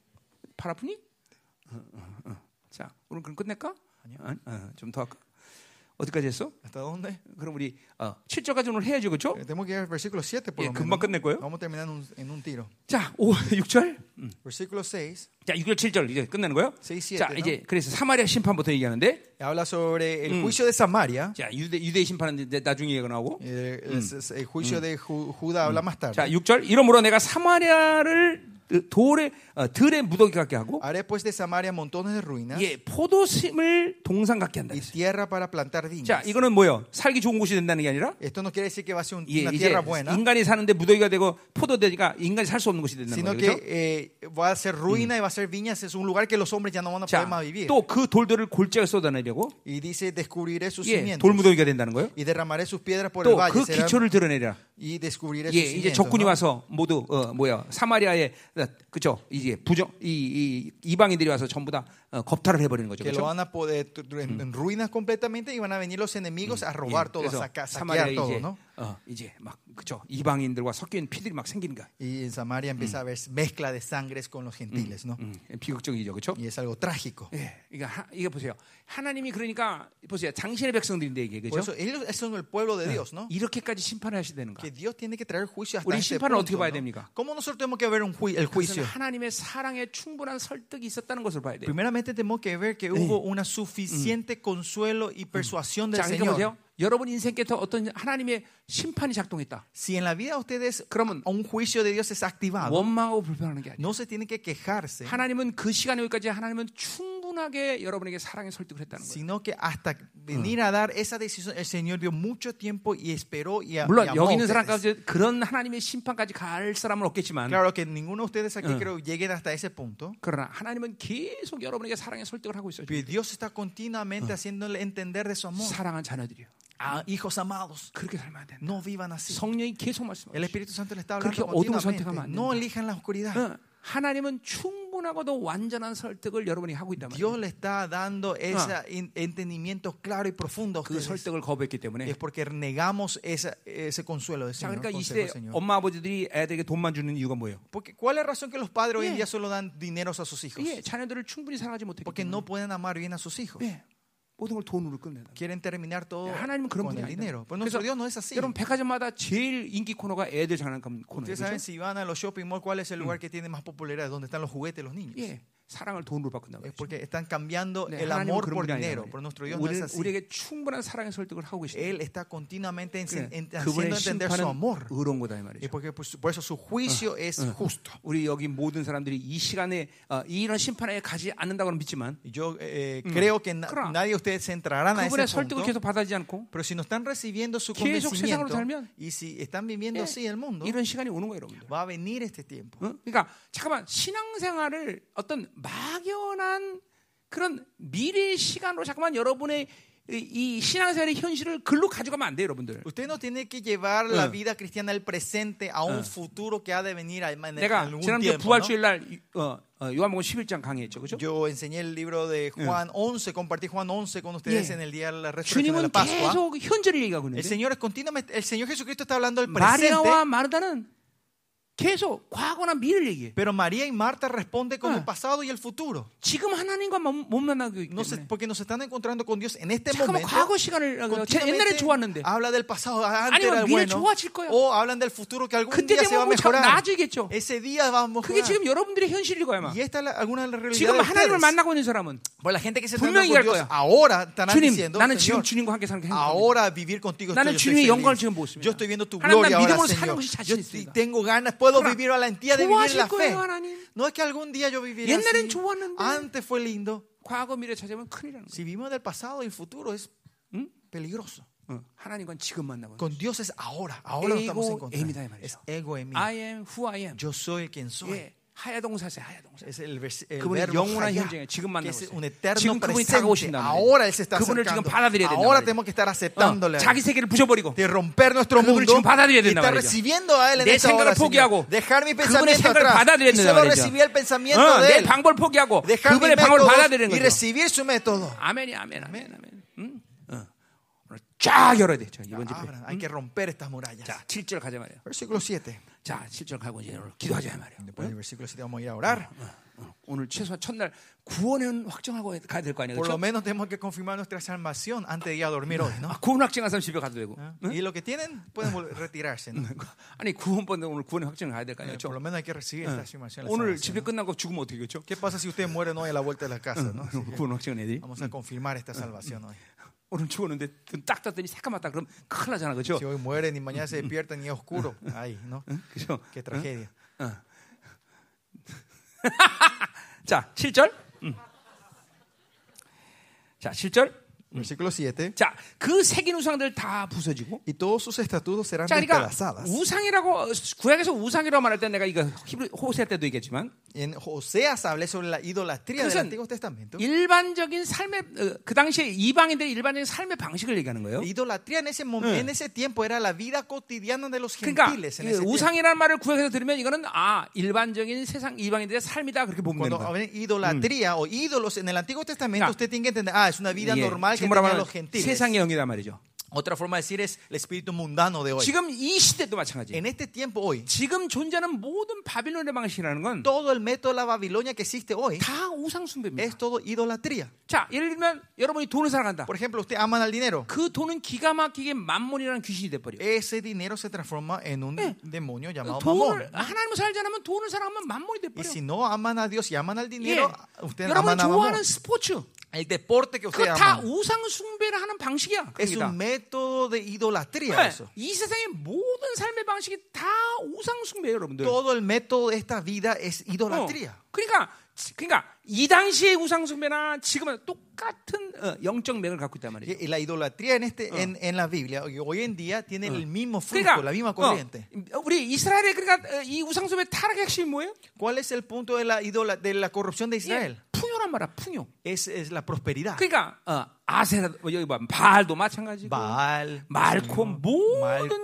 Speaker 1: 발 아프니? 어, 어, 어. 자, 오늘 그럼 끝낼까? 아니요. 좀더 할까? 어디까지 했어?
Speaker 2: ¿Hasta dónde?
Speaker 1: 그럼 우리 어, 7절까지 오늘 해야죠, 그렇죠?
Speaker 2: Eh, Tenemos que llegar al versículo 7 por
Speaker 1: 예,
Speaker 2: lo menos.
Speaker 1: 금방 끝낼 거예요.
Speaker 2: Vamos a terminar en un, en un tiro.
Speaker 1: 자, 오, 6절.
Speaker 2: Versículo 6
Speaker 1: 자, 6절, 7절 이제 끝내는 거예요.
Speaker 2: 세, 시에
Speaker 1: 자,
Speaker 2: 때나?
Speaker 1: 이제 그래서 사마리아 심판부터 얘기하는데,
Speaker 2: habla sobre el juicio de Samaria.
Speaker 1: 자, 유대 유대 심판은 이제 나중에 얘기가 나오고,
Speaker 2: Eh, es- es- el juicio de Ju- Judá habla más tarde.
Speaker 1: 자, 6절 이러므로 내가 사마리아를 돌에 어, 들에 무더기 같게 하고,
Speaker 2: Haré pues de Samaria montones de ruinas
Speaker 1: 예, 포도심을 동상 같게 한다.
Speaker 2: y
Speaker 1: 그랬어요.
Speaker 2: tierra para plantar viñas.
Speaker 1: 자, 이거는 뭐요? 살기 좋은 곳이 된다는 게 아니라
Speaker 2: Esto no quiere decir que va a ser un-
Speaker 1: 예,
Speaker 2: una
Speaker 1: 이제
Speaker 2: tierra buena,
Speaker 1: 인간이 사는데 무더기가 되고 포도되니까 인간이 살 수 없는 곳이 된다는
Speaker 2: sino
Speaker 1: 거죠.
Speaker 2: que
Speaker 1: 그렇죠?
Speaker 2: eh, va a ser ruina y va a ser viñas. Es un lugar que los hombres ya no van a poder
Speaker 1: 자,
Speaker 2: más vivir.
Speaker 1: 또 그 돌들을 골짜기 쏟아내려고
Speaker 2: Y dice, descubriré sus
Speaker 1: 예,
Speaker 2: cimientos
Speaker 1: 돌무더기가 된다는 거예요.
Speaker 2: y derramaré sus piedras por el
Speaker 1: 또
Speaker 2: valle
Speaker 1: 그
Speaker 2: serán-
Speaker 1: 기초를 드러내라.
Speaker 2: y descubriré
Speaker 1: 예,
Speaker 2: sus
Speaker 1: 이제
Speaker 2: cimientos.
Speaker 1: 적군이
Speaker 2: ¿no?
Speaker 1: 와서 모두 어, 뭐야 사마리아에 그죠? 이제 부정 이, 이 이방인들이 와서 전부 다 어, 겁탈을 해버리는 거죠.
Speaker 2: Que
Speaker 1: 그렇죠?
Speaker 2: lo van a poder tu- tu- en, en ruinas completamente y van a venir los enemigos a robar todo, a
Speaker 1: 예, 그래서
Speaker 2: saca-
Speaker 1: 사마리아
Speaker 2: saquear todo,
Speaker 1: 이제
Speaker 2: ¿no?
Speaker 1: 어, 이제 막 그죠? 이방인들과 섞인 피들이 막 생기는 거야.
Speaker 2: Y en Samaria empieza a haber mezcla de sangres con los gentiles, ¿no?
Speaker 1: 음, 비극적이죠, 그렇죠?
Speaker 2: Y es algo trágico.
Speaker 1: 예, 이거 하, 이거 보세요. 하나님이 그러니까 보세요. 당신의 백성들인데 이게
Speaker 2: Por
Speaker 1: 그죠?
Speaker 2: eso ellos son el pueblo de Dios, ¿no?
Speaker 1: 이렇게까지 심판을 하시되는가?
Speaker 2: Que Dios tiene que traer juicio hasta
Speaker 1: 우리
Speaker 2: este
Speaker 1: 심판을 어떻게
Speaker 2: punto,
Speaker 1: 봐야
Speaker 2: ¿no?
Speaker 1: 됩니까?
Speaker 2: ¿Cómo nosotros tenemos que ver un ju- el
Speaker 1: 그것은
Speaker 2: juicio?
Speaker 1: 하나님의 사랑에 충분한 설득이 있었다는 것을 봐야 돼요.
Speaker 2: Primeramente tenemos que ver que hubo una suficiente consuelo y persuasión del
Speaker 1: 자, 그러니까
Speaker 2: Señor.
Speaker 1: 보세요. 여러분 인생께서 어떤 하나님의 심판이 작동했다.
Speaker 2: Si en la vida de ustedes
Speaker 1: 그러면
Speaker 2: a un juicio de
Speaker 1: 아,
Speaker 2: Dios
Speaker 1: 뭐?
Speaker 2: es activado,
Speaker 1: 원망하고 불평하는 게 아니에요. 네.
Speaker 2: no se tiene que quejarse.
Speaker 1: 하나님은 그 시간 여기까지 하나님은 충분한 충분하게 여러분에게 사랑의 설득을 했다는 거예요.
Speaker 2: sino que hasta venir a dar esa decisión el Señor dio mucho tiempo y esperó y, a- y
Speaker 1: 물론
Speaker 2: amó.
Speaker 1: 여기 있는 사람까지 그런 하나님의 심판까지 갈 사람은 없겠지만
Speaker 2: Claro que ninguno de ustedes aquí
Speaker 1: Mm.
Speaker 2: creo lleguen hasta ese punto.
Speaker 1: 그러나 하나님은 계속 여러분에게 사랑의 설득을 하고 있어요.
Speaker 2: Pero Dios está continuamente haciéndole entender de su amor.
Speaker 1: 사랑한 자녀들이요.
Speaker 2: Ah, hijos amados,
Speaker 1: 그렇게 살면 안 된다.
Speaker 2: no vivan así.
Speaker 1: 성령이 계속 말씀하고
Speaker 2: El
Speaker 1: 있어요.
Speaker 2: Espíritu Santo Ah. le está
Speaker 1: 그렇게
Speaker 2: hablando
Speaker 1: 어두운
Speaker 2: continuamente.
Speaker 1: 선택하면 안
Speaker 2: No
Speaker 1: 된다.
Speaker 2: elijan la oscuridad.
Speaker 1: 응. 하나님은 충분하고도 완전한 설득을 여러분이 하고 있단 말이에요.
Speaker 2: Dios le está dando ese en- entendimiento claro y profundo a
Speaker 1: 그
Speaker 2: ustedes.
Speaker 1: 설득을 거부했기
Speaker 2: Y
Speaker 1: 때문에.
Speaker 2: es porque negamos esa- ese consuelo del
Speaker 1: 자,
Speaker 2: Señor.
Speaker 1: 그러니까 이
Speaker 2: consejo del
Speaker 1: 시대
Speaker 2: Señor.
Speaker 1: 엄마 아버지들이 애들에게 돈만 주는 이유가 뭐예요?
Speaker 2: Porque, ¿Cuál es la razón que los padres hoy
Speaker 1: Yeah.
Speaker 2: en día solo dan dineros a sus hijos?
Speaker 1: 예, 자녀들을 충분히 사랑하지 못했기
Speaker 2: Porque
Speaker 1: 때문에.
Speaker 2: no pueden amar bien a sus hijos.
Speaker 1: 예, 모든 걸 돈으로 끝내다.
Speaker 2: Quieren terminar todo
Speaker 1: 예, 하나님은 그런
Speaker 2: con
Speaker 1: 분이
Speaker 2: el
Speaker 1: 아니에요.
Speaker 2: dinero. Pero nuestro Dios no es así.
Speaker 1: 여러분 백화점마다 제일 인기 코너가 애들 장난감 코너예요.
Speaker 2: Ustedes
Speaker 1: 그렇죠?
Speaker 2: saben si van a los shopping mall, ¿cuál es el lugar que tiene más popularidad? Donde están los juguetes de los niños.
Speaker 1: 예, 사랑을 돈으로 바꾼다고.
Speaker 2: Es porque están cambiando
Speaker 1: 네,
Speaker 2: el
Speaker 1: 하나님은
Speaker 2: amor
Speaker 1: 그런
Speaker 2: por
Speaker 1: 분이
Speaker 2: dinero.
Speaker 1: 아니에요.
Speaker 2: Pero nuestro Dios no es
Speaker 1: 우리는
Speaker 2: así.
Speaker 1: 우리에게 충분한 사랑의 설득을 하고 계시다.
Speaker 2: Él está continuamente en-
Speaker 1: 그래,
Speaker 2: en- haciendo
Speaker 1: 그분의
Speaker 2: entender su
Speaker 1: 심판은
Speaker 2: amor.
Speaker 1: 의로운 거다 이
Speaker 2: Y
Speaker 1: 말이죠.
Speaker 2: porque por su, por eso su juicio es justo.
Speaker 1: 우리 여기 모든 사람들이 이 시간에 어, 이런 심판에 가지 않는다고는 믿지만
Speaker 2: Y Yo eh, creo que na-
Speaker 1: Claro.
Speaker 2: nadie de ustedes entrarán a
Speaker 1: 그분의
Speaker 2: ese
Speaker 1: 설득을
Speaker 2: punto.
Speaker 1: 계속 받아들이지 않고
Speaker 2: Pero si no están recibiendo su
Speaker 1: 계속 세상으로
Speaker 2: convencimiento
Speaker 1: 살면,
Speaker 2: y si están viviendo
Speaker 1: 예,
Speaker 2: así el mundo,
Speaker 1: 이런 시간이 오는 거예요, 여러분들.
Speaker 2: va a venir este tiempo.
Speaker 1: 응? 그러니까 잠깐만 신앙생활을 어떤 막연한 그런 미래의 시간으로 잠깐만 여러분의 이, 이 신앙생활의 현실을 글로 가져가면 안 돼요, 여러분들.
Speaker 2: Usted no tiene que llevar la
Speaker 1: Eh.
Speaker 2: vida cristiana al presente a un futuro que ha de venir al- en
Speaker 1: 내가
Speaker 2: algún
Speaker 1: 지난주
Speaker 2: tiempo. ¿no?
Speaker 1: 부활주일 날 어, 어, 요한복음 11장 강의했죠, 그죠
Speaker 2: Yo enseñé el libro de Juan 11, compartí Juan 11 con ustedes
Speaker 1: Yeah.
Speaker 2: en el día de la resurrección de la
Speaker 1: 주님은
Speaker 2: Pascua.
Speaker 1: 계속 현재를 얘기하고
Speaker 2: El
Speaker 1: 있는데
Speaker 2: Señor es continuamente, el Señor Jesucristo está hablando del presente,
Speaker 1: 마리아와 마르다는 계속 과거나 미래를 얘기해.
Speaker 2: pero María y Marta responden con
Speaker 1: Eh.
Speaker 2: el pasado y el futuro.
Speaker 1: 지금 하나님과 못, 못 만나고 있기
Speaker 2: No se-
Speaker 1: 때문에
Speaker 2: porque nos están encontrando con Dios en este
Speaker 1: 잠깐만
Speaker 2: momento.
Speaker 1: 과거 시간을 어, 제 옛날에
Speaker 2: continuamente
Speaker 1: 좋았는데
Speaker 2: habla del pasado, antes
Speaker 1: 아니면
Speaker 2: era
Speaker 1: 미래
Speaker 2: bueno.
Speaker 1: 좋아질 거야.
Speaker 2: O hablan del futuro que algún
Speaker 1: 그때
Speaker 2: día se va a
Speaker 1: 되면 뭐 참
Speaker 2: mejorar.
Speaker 1: 나아지겠죠.
Speaker 2: Ese día vamos a
Speaker 1: 그게
Speaker 2: mejorar.
Speaker 1: 지금 여러분들의 현실일 거야, 아마.
Speaker 2: Y esta es la- alguna de las
Speaker 1: 지금
Speaker 2: realidades.
Speaker 1: 하나님을
Speaker 2: de ustedes.
Speaker 1: 만나고 있는 사람은
Speaker 2: Bueno, la gente que se está
Speaker 1: 분명히
Speaker 2: dando por
Speaker 1: 할
Speaker 2: Dios
Speaker 1: 거야.
Speaker 2: ahora estarán
Speaker 1: 주님, 아,
Speaker 2: diciendo,
Speaker 1: 나는 지금
Speaker 2: "Señor,
Speaker 1: 주님과 함께 사는 게 행복합니다.
Speaker 2: ahora vivir contigo
Speaker 1: 나는
Speaker 2: estoy
Speaker 1: 주님의
Speaker 2: feliz.
Speaker 1: 영광을 지금 보고 있습니다.
Speaker 2: Yo estoy viendo tu
Speaker 1: 하나님, 나
Speaker 2: gloria ahora,
Speaker 1: 믿음으로 사는
Speaker 2: Señor.
Speaker 1: 것이 자신
Speaker 2: Yo
Speaker 1: 있습니다.
Speaker 2: tengo ganas, puedo
Speaker 1: 그러나
Speaker 2: vivir a la entidad de vivir
Speaker 1: 좋아하실
Speaker 2: la fe.
Speaker 1: 거예요, 하나님.
Speaker 2: No es que algún día yo viviré así.
Speaker 1: 옛날엔 좋았는데.
Speaker 2: Antes fue lindo.
Speaker 1: 과거 미래 찾으면 큰일이라는 거예요.
Speaker 2: Si vivimos del pasado y el futuro es
Speaker 1: ¿Mm?
Speaker 2: peligroso.
Speaker 1: 응. 그 하나님과 지금 만나고
Speaker 2: Con Dios es ahora. Ahora lo estamos
Speaker 1: Ego
Speaker 2: encontrando.
Speaker 1: em이다, 이 말이죠.
Speaker 2: Es ego em.
Speaker 1: I am who I am.
Speaker 2: Yo soy quien soy.
Speaker 1: 예, 하야동사세 하야동사.
Speaker 2: Es el, vers- el
Speaker 1: 그분의
Speaker 2: verbo
Speaker 1: 영원한
Speaker 2: haya,
Speaker 1: 현장에 지금
Speaker 2: que
Speaker 1: 만나고
Speaker 2: es
Speaker 1: 있어요.
Speaker 2: un eterno
Speaker 1: 지금 그분이
Speaker 2: presente.
Speaker 1: 다가오신다.
Speaker 2: Ahora él se está
Speaker 1: 그분을 지금
Speaker 2: acercando.
Speaker 1: 받아들여야 된다.
Speaker 2: Ahora tenemos que estar
Speaker 1: 말이죠. 어,
Speaker 2: aceptándole. a él.
Speaker 1: 자기 세계를 부셔버리고
Speaker 2: de romper nuestro
Speaker 1: 그분을
Speaker 2: mundo
Speaker 1: 지금 받아들여야
Speaker 2: y
Speaker 1: 된다
Speaker 2: estar
Speaker 1: 말이죠.
Speaker 2: recibiendo a él en
Speaker 1: 내
Speaker 2: esa
Speaker 1: 생각을
Speaker 2: hora, Señor.
Speaker 1: 포기하고
Speaker 2: dejar mi
Speaker 1: 그분의
Speaker 2: pensamiento
Speaker 1: 생각을
Speaker 2: atrás y
Speaker 1: 받아들여야
Speaker 2: solo
Speaker 1: 말이죠.
Speaker 2: recibir el pensamiento
Speaker 1: 어,
Speaker 2: Ah, de
Speaker 1: 내
Speaker 2: él
Speaker 1: 방법을 포기하고
Speaker 2: dejar mi
Speaker 1: 그분의 방법을 받아들이는
Speaker 2: método y
Speaker 1: 거죠.
Speaker 2: recibir su método
Speaker 1: 아멘이 아멘 아멘 아멘. 응? 어. 오늘 쫙 열어야 돼. 자, 이번 집회.
Speaker 2: Abran, hay que romper estas murallas
Speaker 1: 자, 7절 가자 말이에요.
Speaker 2: versículo 7
Speaker 1: 자, 7절 가고 이제 오늘 기도하자 말이에요.
Speaker 2: después del versículo 7 vamos a ir a orar
Speaker 1: 어, 오늘 최소한 첫날 구원은 확정하고 가야 될 거 아니에요.
Speaker 2: por lo
Speaker 1: 그렇죠?
Speaker 2: menos tenemos que confirmar nuestra salvación antes de ir a dormir hoy ¿no?
Speaker 1: 아, 구원 확정한 사람 집에 가도 되고.
Speaker 2: y lo que tienen pueden vol- retirarse ¿no?
Speaker 1: 아니, 구원 받는 오늘 구원 확정을 가야 될 거
Speaker 2: Eh,
Speaker 1: 아니에요.
Speaker 2: por
Speaker 1: 그렇죠?
Speaker 2: lo menos hay que recibir esta afirmación la
Speaker 1: 오늘
Speaker 2: salvación,
Speaker 1: 집회
Speaker 2: ¿no?
Speaker 1: 끝나고 죽으면 어떻게 되겠죠?
Speaker 2: ¿qué pasa si ustedes mueren hoy a la vuelta de la casa? ¿no? Así que
Speaker 1: 구원 확정한 애들이
Speaker 2: vamos a confirmar esta salvación hoy
Speaker 1: 오늘 죽었는데 눈딱 떴더니 새까맣다 그럼 큰일 나잖아 그렇죠? 그죠?
Speaker 2: si hoy mueren y mañana se despiertan y es oscuro ahí ¿no?
Speaker 1: 그죠?
Speaker 2: Qué tragedia.
Speaker 1: 자 7절 음. 자 7절
Speaker 2: Versículo 7.
Speaker 1: 자 그 새긴 우상들 다 부서지고
Speaker 2: Y todos sus estatutos serán
Speaker 1: 자 그러니까
Speaker 2: despedazadas.
Speaker 1: 우상이라고 어, 구약에서 우상이라고 말할 때 내가 이거 히브리 호세 때도 얘기했지만
Speaker 2: En Oseas hablé sobre la idolatría del
Speaker 1: 그것은
Speaker 2: Antiguo Testamento.
Speaker 1: 일반적인 삶의 어, 그 당시에 이방인들의 일반적인 삶의 방식을 얘기하는 거예요.
Speaker 2: La idolatría en ese, mom- en ese tiempo era la vida cotidiana de los
Speaker 1: 그러니까
Speaker 2: gentiles. En
Speaker 1: 이
Speaker 2: ese tiempo.
Speaker 1: 우상이라는 말을 구약에서 들으면 이거는 아 일반적인 세상 이방인들의 삶이다 그렇게 보면 되는
Speaker 2: Cuando
Speaker 1: 거예요.
Speaker 2: hablan idolatría o ídolos en el Antiguo Testamento,
Speaker 1: Claro.
Speaker 2: usted tiene que entender, ah, es una vida normal que
Speaker 1: 예, 지금으로
Speaker 2: tenían
Speaker 1: 말하면
Speaker 2: los gentiles.
Speaker 1: 세상의 영이란 말이죠.
Speaker 2: Otra forma de decir es el espíritu mundano de hoy.
Speaker 1: 지금 어, 이 시대도 마찬가지.
Speaker 2: En este tiempo hoy,
Speaker 1: 지금 존재하는 모든 바빌론의 방식이라는 건 다
Speaker 2: todo el método de la Babilonia que existe hoy
Speaker 1: 우상 숭배입니다.
Speaker 2: es todo idolatría.
Speaker 1: 예. 자, 예를 들면 여러분이 돈을 사랑한다.
Speaker 2: Por ejemplo, usted aman al dinero.
Speaker 1: 그 돈은 기가 막히게 만몬이라는 귀신이 돼 버려.
Speaker 2: ese dinero se transforma en un demonio
Speaker 1: 뭐,
Speaker 2: llamado mamón.
Speaker 1: 돈을 하나님을 살지 않으면 돈을 사랑하면 만몬이 돼
Speaker 2: Y
Speaker 1: 버려.
Speaker 2: si no aman a Dios y aman al
Speaker 1: 예.
Speaker 2: dinero, ustedes
Speaker 1: 여러분
Speaker 2: aman a mamón.
Speaker 1: 좋아하는 스포츠
Speaker 2: El deporte que
Speaker 1: 그거
Speaker 2: ustedes
Speaker 1: 다
Speaker 2: aman
Speaker 1: 우상 숭배를 하는 방식이야.
Speaker 2: es
Speaker 1: 그게
Speaker 2: un
Speaker 1: 다.
Speaker 2: método de idolatría.
Speaker 1: 네,
Speaker 2: Eso.
Speaker 1: 이 세상의 모든 삶의 방식이 다 우상 숭배예요, 여러분들.
Speaker 2: Todo el método de esta vida es
Speaker 1: 어,
Speaker 2: idolatría.
Speaker 1: 그러니까 그러니까 이 당시의 우상 숭배나 지금은 똑같은 어, 영적 맥을 갖고 있단 말이에요.
Speaker 2: Y la idolatría en, este, en, en la Biblia y hoy en día tiene el mismo fruto,
Speaker 1: 그러니까
Speaker 2: la misma
Speaker 1: 어,
Speaker 2: corriente.
Speaker 1: 우리 이스라엘의 그러니까 어, 이 우상 숭배 타락의 핵심이 뭐예요?
Speaker 2: ¿Cuál es el punto de la, idola- de la corrupción de
Speaker 1: 예,
Speaker 2: Israel?
Speaker 1: 풍요란 말이야, 풍요.
Speaker 2: Es, es la prosperidad.
Speaker 1: 그러니까 어, 아세라 뭐 여기 봐 바알도 마찬가지고
Speaker 2: Baal,
Speaker 1: 말코 모든
Speaker 2: 말코.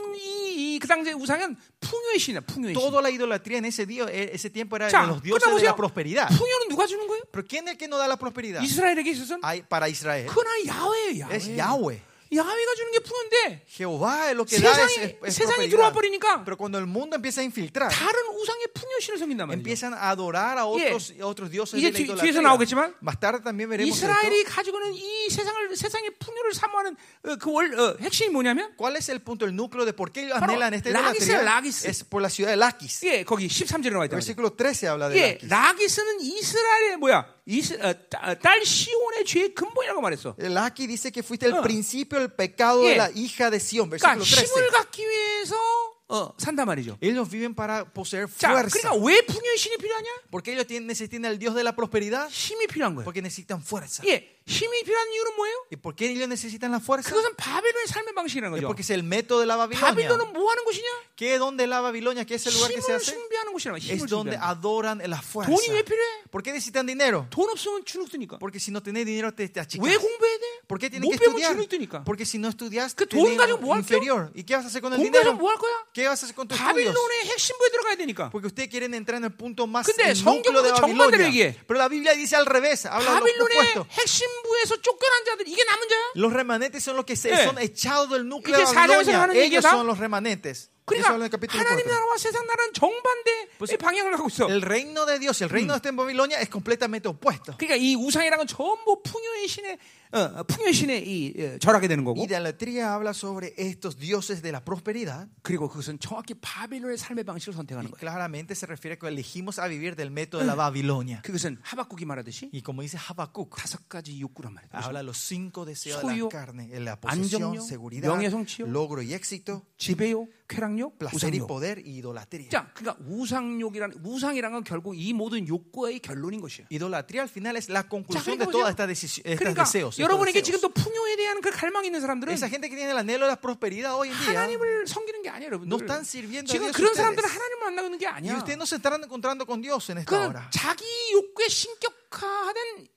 Speaker 1: 이그 당시 우상은 풍요의 신이야, 풍요의 신.
Speaker 2: toda la idolatría en ese, día, e- ese tiempo era
Speaker 1: 자,
Speaker 2: de los
Speaker 1: 그러니까
Speaker 2: dioses de
Speaker 1: 보세요.
Speaker 2: la prosperidad.
Speaker 1: 풍요는 누가 주는 거예요?
Speaker 2: ¿Pero quién es el que nos da la prosperidad?
Speaker 1: 이스라엘에게 있어서는
Speaker 2: Ay, para Israel.
Speaker 1: 그나 아, 예. 야훼예요, 야훼.
Speaker 2: Es Yahweh.
Speaker 1: 야훼가 주는 게 풍요인데
Speaker 2: Jehová es lo que da es, es-
Speaker 1: 세상이
Speaker 2: es
Speaker 1: 세상이 들어와
Speaker 2: prosperidad.
Speaker 1: 버리니까
Speaker 2: Pero cuando el mundo empieza a infiltrar,
Speaker 1: 다른 우상의 풍요신을 섬긴단 말이죠.
Speaker 2: empiezan a adorar a otros, a otros dioses
Speaker 1: 이게
Speaker 2: de la
Speaker 1: 뒤- 뒤에서
Speaker 2: idolatría.
Speaker 1: 나오겠지만,
Speaker 2: Más tarde también veremos esto.
Speaker 1: 이스라엘이 가지고 있는 이 세상을 세상의 풍요를 사모하는 어, 그월 어, 핵심이 뭐냐면
Speaker 2: ¿Cuál es el punto, el núcleo de por qué ellos
Speaker 1: Claro,
Speaker 2: anhelan este
Speaker 1: Laquis,
Speaker 2: idolatría?
Speaker 1: Laquis.
Speaker 2: Es por la ciudad de Laquis.
Speaker 1: 예 거기 13절에 나와 있다.
Speaker 2: El
Speaker 1: 말이에요.
Speaker 2: versículo 13 habla de
Speaker 1: 예,
Speaker 2: Laquis.
Speaker 1: 라기스는 이스라엘의 뭐야? 이스, 어, 따- 어, 딸 시온의 죄의 근본이라고 말했어.
Speaker 2: Laquis dice que fuiste el
Speaker 1: Ah.
Speaker 2: principio del pecado
Speaker 1: Yeah.
Speaker 2: de la hija de Sión.
Speaker 1: 그러니까
Speaker 2: Versículo 13.
Speaker 1: 힘을 갖기 위해서 어, 산단 말이죠.
Speaker 2: Ellos viven para poseer
Speaker 1: 자,
Speaker 2: fuerza.
Speaker 1: 그러니까 왜 풍요의 신이 필요하냐?
Speaker 2: Porque ellos tienen, necesitan al Dios de la prosperidad.
Speaker 1: 힘이 필요한 거예요.
Speaker 2: Porque necesitan fuerza.
Speaker 1: 예, 힘이 필요한 이유는 뭐예요?
Speaker 2: ¿Y por qué ellos necesitan la fuerza?
Speaker 1: 그것은 바벨론의 삶의 방식이라는
Speaker 2: Es
Speaker 1: 예, 거죠.
Speaker 2: porque es el método de la Babilonia.
Speaker 1: 바빌론은 뭐 하는 곳이냐?
Speaker 2: ¿Qué dónde es la Babilonia? ¿Qué es el lugar que se
Speaker 1: 힘을
Speaker 2: hace?
Speaker 1: 숭배하는 곳이란 말이야.
Speaker 2: Es
Speaker 1: 힘을
Speaker 2: donde
Speaker 1: 숭배하는 곳.
Speaker 2: adoran la fuerza.
Speaker 1: 돈이 왜 필요해?
Speaker 2: ¿Por qué necesitan dinero?
Speaker 1: 돈 없으면 주눅 드니까.
Speaker 2: Porque si no tenés dinero te, te achicas.
Speaker 1: 왜 공부해야 돼?
Speaker 2: ¿Por qué tienes
Speaker 1: 못
Speaker 2: que
Speaker 1: 배우면
Speaker 2: estudiar?
Speaker 1: 주눅 드니까.
Speaker 2: Porque si no estudias
Speaker 1: ¿Que
Speaker 2: te
Speaker 1: 돈
Speaker 2: dinero
Speaker 1: 가지고 뭐 할게요?
Speaker 2: inferior. ¿Y qué vas a hacer con el
Speaker 1: 공부해서
Speaker 2: dinero?
Speaker 1: 뭐 할 거야?
Speaker 2: ¿Qué vas a hacer con tus estudios?
Speaker 1: 바빌론의 핵심부에 들어가야 되니까.
Speaker 2: Porque ustedes quieren entrar en el punto más
Speaker 1: 근데
Speaker 2: el núcleo de
Speaker 1: 성경은 정반대로
Speaker 2: Babilonia.
Speaker 1: 얘기해.
Speaker 2: Pero la Biblia dice al revés, habla de lo
Speaker 1: 바빌론의
Speaker 2: opuesto.
Speaker 1: 핵심부에서 쫓겨난 자들 이게 남은 자야?
Speaker 2: Los remanentes son los que se,
Speaker 1: 예.
Speaker 2: son echados del núcleo
Speaker 1: 이게
Speaker 2: de
Speaker 1: 사장에서 하는
Speaker 2: Babilonia. Ellos
Speaker 1: 얘기다?
Speaker 2: son los remanentes. Eso habla en el
Speaker 1: 그러니까
Speaker 2: capítulo
Speaker 1: 하나님
Speaker 2: 4.
Speaker 1: 나라와 세상 나라는 정반대의 방향을 갖고 있어.
Speaker 2: El reino de Dios, el reino de este en Babilonia es completamente opuesto.
Speaker 1: 그러니까 이 우상이라는 건 전부 풍요의 신의 어, 어, 풍요의 신의 이 어, 절하게 되는 거고.
Speaker 2: Idolatría habla sobre estos dioses de la prosperidad.
Speaker 1: 그리고 그것은 정확히 바빌론의 삶의 방식을 선택하는
Speaker 2: Y
Speaker 1: 거예요.
Speaker 2: claramente se refiere a que elegimos a vivir del método de la Babilonia.
Speaker 1: 그것은 하박국이 말하듯이
Speaker 2: Y como dice Habacuc,
Speaker 1: 다섯 가지 욕구란 말이에요. 그래서
Speaker 2: habla de los cinco deseos de
Speaker 1: Suyo,
Speaker 2: la carne: en la
Speaker 1: andomnyo,
Speaker 2: posesión, seguridad,
Speaker 1: 명예성취요,
Speaker 2: logro y éxito,
Speaker 1: 지배욕, 쾌락욕,
Speaker 2: placer y
Speaker 1: 우상욕.
Speaker 2: poder y idolatría.
Speaker 1: 자, 그러니까 우상욕이란 우상이란 건 결국 이 모든 욕구의 결론인 것이에요.
Speaker 2: Idolatría al final es la
Speaker 1: 자,
Speaker 2: conclusión
Speaker 1: 그러니까
Speaker 2: de
Speaker 1: 보세요.
Speaker 2: todas estas deci- estos
Speaker 1: 그러니까
Speaker 2: deseos. estos
Speaker 1: 여러분에게
Speaker 2: deseos.
Speaker 1: 지금도 풍요에 대한 그 갈망이 있는 사람들은
Speaker 2: Esa gente que tiene el anhelo de la prosperidad hoy en día. ¿eh?
Speaker 1: 하나님을 섬기는 게 아니에요,
Speaker 2: No
Speaker 1: 여러분들.
Speaker 2: están sirviendo a
Speaker 1: 지금
Speaker 2: Dios
Speaker 1: 그런
Speaker 2: ustedes.
Speaker 1: 사람들은 하나님을 만나고 있는 게
Speaker 2: Y
Speaker 1: 아니야.
Speaker 2: ustedes no se estarán encontrando con Dios en esta
Speaker 1: 그
Speaker 2: hora.
Speaker 1: 자기 욕구에 신격화된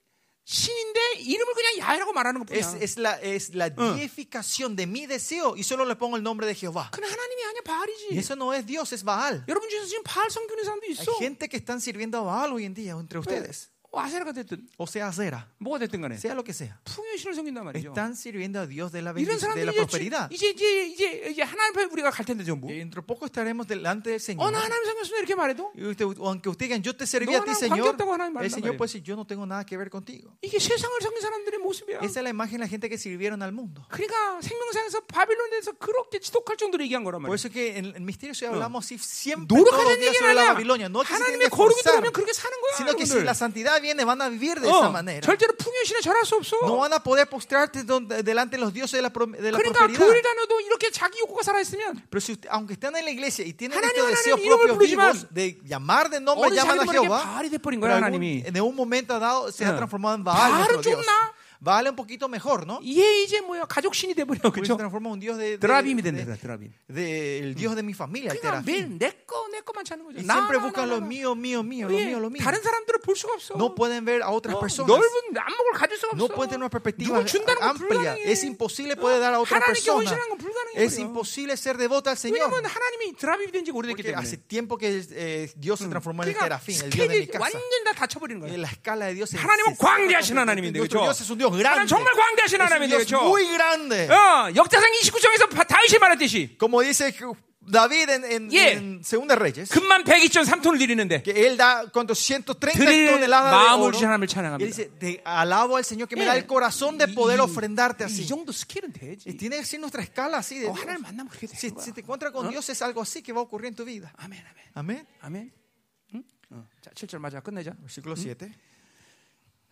Speaker 1: 신인데 이름을 그냥 야훼라고 말하는
Speaker 2: Es,
Speaker 1: 것뿐이야.
Speaker 2: es la, es la deificación de mi deseo y solo le pongo el nombre de Jehová.
Speaker 1: 그건 하나님이 아니야,
Speaker 2: Y
Speaker 1: 바알이지.
Speaker 2: eso no es Dios, es Baal.
Speaker 1: 여러분 중에서 지금 바알 섬기는 사람도
Speaker 2: Hay
Speaker 1: 있어.
Speaker 2: gente que están sirviendo a Baal hoy en día
Speaker 1: Eh.
Speaker 2: entre ustedes.
Speaker 1: 와세라가 됐든
Speaker 2: O sea, Acera,
Speaker 1: 뭐가 됐든 간에
Speaker 2: sea lo que sea.
Speaker 1: 풍요신을 섬긴단 말이죠.
Speaker 2: Están sirviendo a Dios de la
Speaker 1: 이런
Speaker 2: bendición, de
Speaker 1: 사람들이
Speaker 2: la
Speaker 1: 이제
Speaker 2: prosperidad.
Speaker 1: 주- 이제 이제 이제 이제 하나님 앞에 우리가 갈 텐데 전부.
Speaker 2: Y dentro poco estaremos delante del
Speaker 1: 어,
Speaker 2: Señor.
Speaker 1: 나 하나님 섬겼으면 이렇게 말해도
Speaker 2: Y usted- aunque ustedes digan, yo te
Speaker 1: No,
Speaker 2: serví a ti,
Speaker 1: no,
Speaker 2: Señor,
Speaker 1: 관계없다고 하나님 말한단
Speaker 2: el Señor
Speaker 1: 말이에요.
Speaker 2: puede decir, yo no tengo nada que ver contigo.
Speaker 1: 이게 세상을 섬긴 사람들의 모습이야.
Speaker 2: Esa es la 이마gen de la gente que sirvieron al mundo.
Speaker 1: 그러니까 생명상에서 바빌론에 대해서 그렇게 지독할 정도로 얘기한 거란
Speaker 2: Por
Speaker 1: 말이야.
Speaker 2: eso que en el misterio se hablamos así siempre todos los
Speaker 1: 노력하는
Speaker 2: días
Speaker 1: 얘기는
Speaker 2: sobre la
Speaker 1: 아니야.
Speaker 2: Babilonia. No que se tienen que Oh,
Speaker 1: 하나님의 거룩이
Speaker 2: esforzar,
Speaker 1: 들어오면 그렇게 사는 거야.
Speaker 2: sino que si
Speaker 1: 여러분들.
Speaker 2: la santidad viene, van a vivir de esa
Speaker 1: 어,
Speaker 2: manera.
Speaker 1: 절대로 풍요신에 절할 수 없어.
Speaker 2: No van a poder postrarte don- delante de los dioses de la, pro- de la
Speaker 1: 그러니까 교회를
Speaker 2: prosperidad.
Speaker 1: 다녀도 이렇게 자기 욕구가 살아있으면
Speaker 2: Pero si usted- aunque están en la iglesia y tienen
Speaker 1: 하나님,
Speaker 2: estos deseos
Speaker 1: 하나님, 이름을
Speaker 2: propios vivos
Speaker 1: 부르지만
Speaker 2: de llamar de nombre,
Speaker 1: 어느
Speaker 2: llaman a
Speaker 1: 자기 모르게
Speaker 2: Jehová,
Speaker 1: 바알이 돼버린
Speaker 2: pero
Speaker 1: 거야,
Speaker 2: algún-
Speaker 1: 하나님이.
Speaker 2: en un momento dado se
Speaker 1: 응.
Speaker 2: ha transformado en
Speaker 1: 바알은
Speaker 2: Baal, nuestro
Speaker 1: 좀
Speaker 2: Dios.
Speaker 1: 나?
Speaker 2: Baal es un poquito mejor, ¿no?
Speaker 1: 얘 이제 뭐야 가족신이 돼버려
Speaker 2: Porque
Speaker 1: 그죠?
Speaker 2: se transforma en un Dios de, de-
Speaker 1: 드라빔이 된다
Speaker 2: de-
Speaker 1: 그래, 드라빔.
Speaker 2: de- el Dios de mi familia, el
Speaker 1: 그러니까 매일
Speaker 2: terafín.
Speaker 1: 내거내 거만 찾는 거죠.
Speaker 2: Y
Speaker 1: 나,
Speaker 2: siempre
Speaker 1: 나,
Speaker 2: buscan
Speaker 1: 나,
Speaker 2: lo
Speaker 1: 나.
Speaker 2: mío, mío, mío, lo
Speaker 1: 예,
Speaker 2: mío, lo mío.
Speaker 1: 다른 사람들은 볼 수가 없어.
Speaker 2: No pueden ver a otras
Speaker 1: 어,
Speaker 2: personas.
Speaker 1: 넓은 안목을 가질 수가
Speaker 2: No
Speaker 1: 없어.
Speaker 2: pueden tener una perspectiva
Speaker 1: 누굴 준다는 건
Speaker 2: amplia.
Speaker 1: 불가능해.
Speaker 2: Es imposible poder dar a otra
Speaker 1: 하나님께
Speaker 2: persona.
Speaker 1: 헌신하는 건 불가능해.
Speaker 2: Es imposible ser devota al Señor.
Speaker 1: 왜냐면 하나님이 드라빔이 된지 오래됐기
Speaker 2: Porque
Speaker 1: 때문에. 아,
Speaker 2: hace tiempo que eh, Dios se transformó en el
Speaker 1: 그러니까
Speaker 2: terafín, el Dios de mi
Speaker 1: 스케일이
Speaker 2: casa.
Speaker 1: 완전 다 닫혀버리는 거예요.
Speaker 2: Y la escala de Dios es
Speaker 1: 하나님은 광대하신 하나님인데,
Speaker 2: Nuestro
Speaker 1: 그렇죠?
Speaker 2: Dios es un
Speaker 1: 하나님
Speaker 2: Dios grande.
Speaker 1: 정말 광대하신
Speaker 2: Es un
Speaker 1: 하나님인데
Speaker 2: Dios
Speaker 1: 그렇죠?
Speaker 2: muy grande.
Speaker 1: 어, 역대상 29장에서 다윗이 말했듯이
Speaker 2: Como dice David en, en,
Speaker 1: Yeah.
Speaker 2: en Segunda Reyes.
Speaker 1: 금만 102.3톤을 드리는데
Speaker 2: que él da cuánto 130
Speaker 1: 드릴
Speaker 2: toneladas de
Speaker 1: 마음을
Speaker 2: oro.
Speaker 1: 주신 하나님을
Speaker 2: Y
Speaker 1: 찬양합니다.
Speaker 2: él dice, "Te alabo al Señor que me da el corazón de
Speaker 1: 이-
Speaker 2: poder
Speaker 1: 이-
Speaker 2: ofrendarte
Speaker 1: 이
Speaker 2: así.
Speaker 1: 정도 스케일은 되지.
Speaker 2: Y tiene que ser nuestra escala así de
Speaker 1: 어,
Speaker 2: Dios.
Speaker 1: 하나님 만나면 그렇게
Speaker 2: Si,
Speaker 1: 되는 거야.
Speaker 2: si te encuentras con Dios es algo así que va a ocurrir en tu vida.
Speaker 1: 아멘, 아멘,
Speaker 2: Amén.
Speaker 1: 아멘. 응? 어, 자, 7절 맞아 끝내자.
Speaker 2: Versículo 7.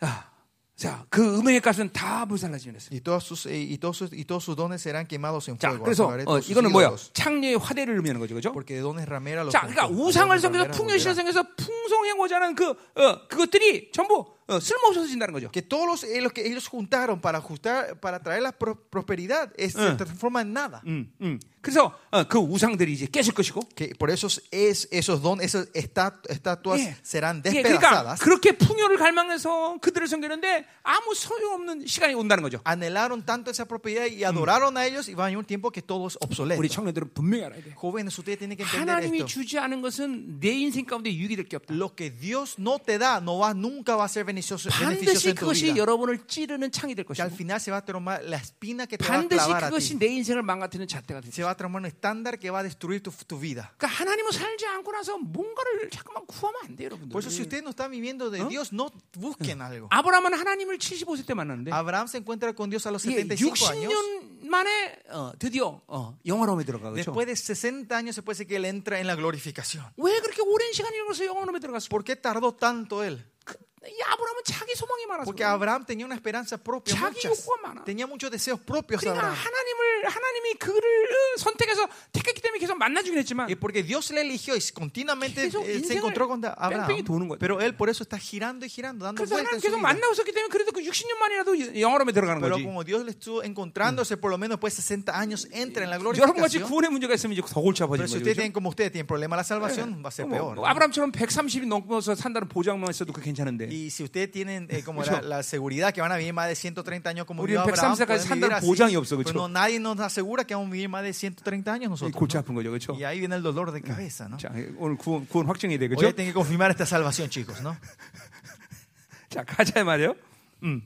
Speaker 1: 아, 자, 그 음행의 값은 다 불살라지면 했어요.
Speaker 2: Y todos sus, eh, y todos sus, y todos sus dones serán quemados en
Speaker 1: 자,
Speaker 2: fuego.
Speaker 1: 그래서
Speaker 2: apagaré
Speaker 1: 어,
Speaker 2: todos sus
Speaker 1: 이거는 뭐야?
Speaker 2: ídolos,
Speaker 1: 창녀의 화대를 의미하는 거죠, 그죠?
Speaker 2: Porque de dones ramera los
Speaker 1: 자, 그러니까
Speaker 2: conjuro,
Speaker 1: 우상을
Speaker 2: dones
Speaker 1: 섬겨서
Speaker 2: ramera
Speaker 1: 풍요신을
Speaker 2: volverá.
Speaker 1: 섬겨서 풍성해고자 하는 그 어, 그것들이 전부 어, 쓸모없어진다는 거죠.
Speaker 2: que todos los, eh, los que ellos juntaron para ajustar, para traer la pro- prosperidad es- se transforma en nada.
Speaker 1: 음, 음. 그래서 어, 그 우상들이 이제 깨질 것이고.
Speaker 2: Que por eso es esos dones, esas estatu- estatuas
Speaker 1: 예.
Speaker 2: serán
Speaker 1: 예, 그러니까
Speaker 2: despedazadas.
Speaker 1: 그렇게 풍요를 갈망해서 그들을 섬기는데 아무 소용없는 시간이 온다는 거죠.
Speaker 2: 아, Anhelaron tanto esa propiedad y adoraron a ellos y va a llegar un tiempo que todo es obsoleto.
Speaker 1: 우리 청년들은 분명히 알아야 돼.
Speaker 2: Jóvenes, ustedes tienen que entender
Speaker 1: 하나님이
Speaker 2: esto.
Speaker 1: 주지 않은 것은 내 인생 가운데 유익이 될 게 없다.
Speaker 2: Lo que Dios no te da no va, nunca va a ser beneficioso, beneficioso
Speaker 1: 반드시
Speaker 2: en tu
Speaker 1: 그것이
Speaker 2: vida.
Speaker 1: 여러분을 찌르는 창이 될
Speaker 2: Que al
Speaker 1: 것이고
Speaker 2: final se va a tomar la espina que te va a
Speaker 1: 반드시
Speaker 2: clavar a
Speaker 1: 그것이
Speaker 2: ti.
Speaker 1: 내 인생을 망가뜨리는 잣대가 될 것이고
Speaker 2: Se va a transformar en un estándar que va a destruir tu, tu vida.
Speaker 1: 그러니까 하나님은 살지 않고 나서 뭔가를 자꾸만 구하면 안 돼요
Speaker 2: Por eso, si
Speaker 1: 여러분들
Speaker 2: ustedes no están viviendo de Dios, no Ah, busquen algo.
Speaker 1: 아브라함은 하나님을 75세 때 만났는데
Speaker 2: Abraham se encuentra con Dios a los
Speaker 1: 이게
Speaker 2: 75 años.
Speaker 1: 60년 만에 어, 드디어 어, 영화로움에 들어가 그렇죠
Speaker 2: Después de 60 años se puede decir que él entra en la glorificación.
Speaker 1: 왜 그렇게 오랜 시간이 걸려서 영화로움에 들어갔을까
Speaker 2: ¿Por qué tardó tanto él?
Speaker 1: 그, 이 아브라함은 자기 소망이 많아서
Speaker 2: Porque
Speaker 1: 그래요.
Speaker 2: Abraham tenía una esperanza propia,
Speaker 1: Chagi
Speaker 2: muchas.
Speaker 1: Juamana.
Speaker 2: tenía muchos deseos propios
Speaker 1: 그러니까
Speaker 2: Abraham.
Speaker 1: 하나님을 하나님이 그를 어, 선택해서 택했기 때문에 계속 만나주긴 했지만
Speaker 2: Y Eh, porque Dios le eligió y continuamente
Speaker 1: Keso
Speaker 2: eh,
Speaker 1: 인생을
Speaker 2: se encontró con
Speaker 1: 뺑뺑이 도는
Speaker 2: Abraham.
Speaker 1: 거예요.
Speaker 2: Pero él por eso está girando y girando, dando
Speaker 1: 그래서 하나님
Speaker 2: vueltas en su
Speaker 1: 계속
Speaker 2: vida.
Speaker 1: 만나고 있었기 때문에 그래도 그 60년 만이라도 영화로움에 들어가는
Speaker 2: Pero
Speaker 1: 거지
Speaker 2: como Dios le estuvo encontrándose por lo menos después de 60 años, entra en la
Speaker 1: 여러분 같이
Speaker 2: glorificación.
Speaker 1: 구원의 문제가 있으면 이제 더 골치
Speaker 2: Pero
Speaker 1: 아파지는
Speaker 2: si
Speaker 1: 거죠.
Speaker 2: ustedes
Speaker 1: 그렇죠?
Speaker 2: tienen como ustedes tienen problema la salvación, va a ser
Speaker 1: 뭐,
Speaker 2: peor.
Speaker 1: 뭐 아브라함처럼 130이 넘어서 산다는 보장만 있어도 그 괜찮은데.
Speaker 2: Y si ustedes tienen eh, como la,
Speaker 1: 그렇죠.
Speaker 2: la seguridad que van a vivir más de 130 años como
Speaker 1: 우리는
Speaker 2: vivió Abraham,
Speaker 1: 130 까지
Speaker 2: pueden vivir
Speaker 1: 산다는
Speaker 2: así.
Speaker 1: 보장이 없어, 그렇죠.
Speaker 2: Pero no, nadie nos asegura que vamos a vivir más de 130 años
Speaker 1: 이
Speaker 2: nosotros.
Speaker 1: 골치 아픈 거죠, 그렇죠?
Speaker 2: Y ahí viene el dolor de cabeza, ¿no?
Speaker 1: 자, 오늘 구원, 구원 확정이 돼,
Speaker 2: Hoy
Speaker 1: 그렇죠?
Speaker 2: tienen que confirmar esta salvación, chicos, ¿no?
Speaker 1: 자, 가자 말이요. 음.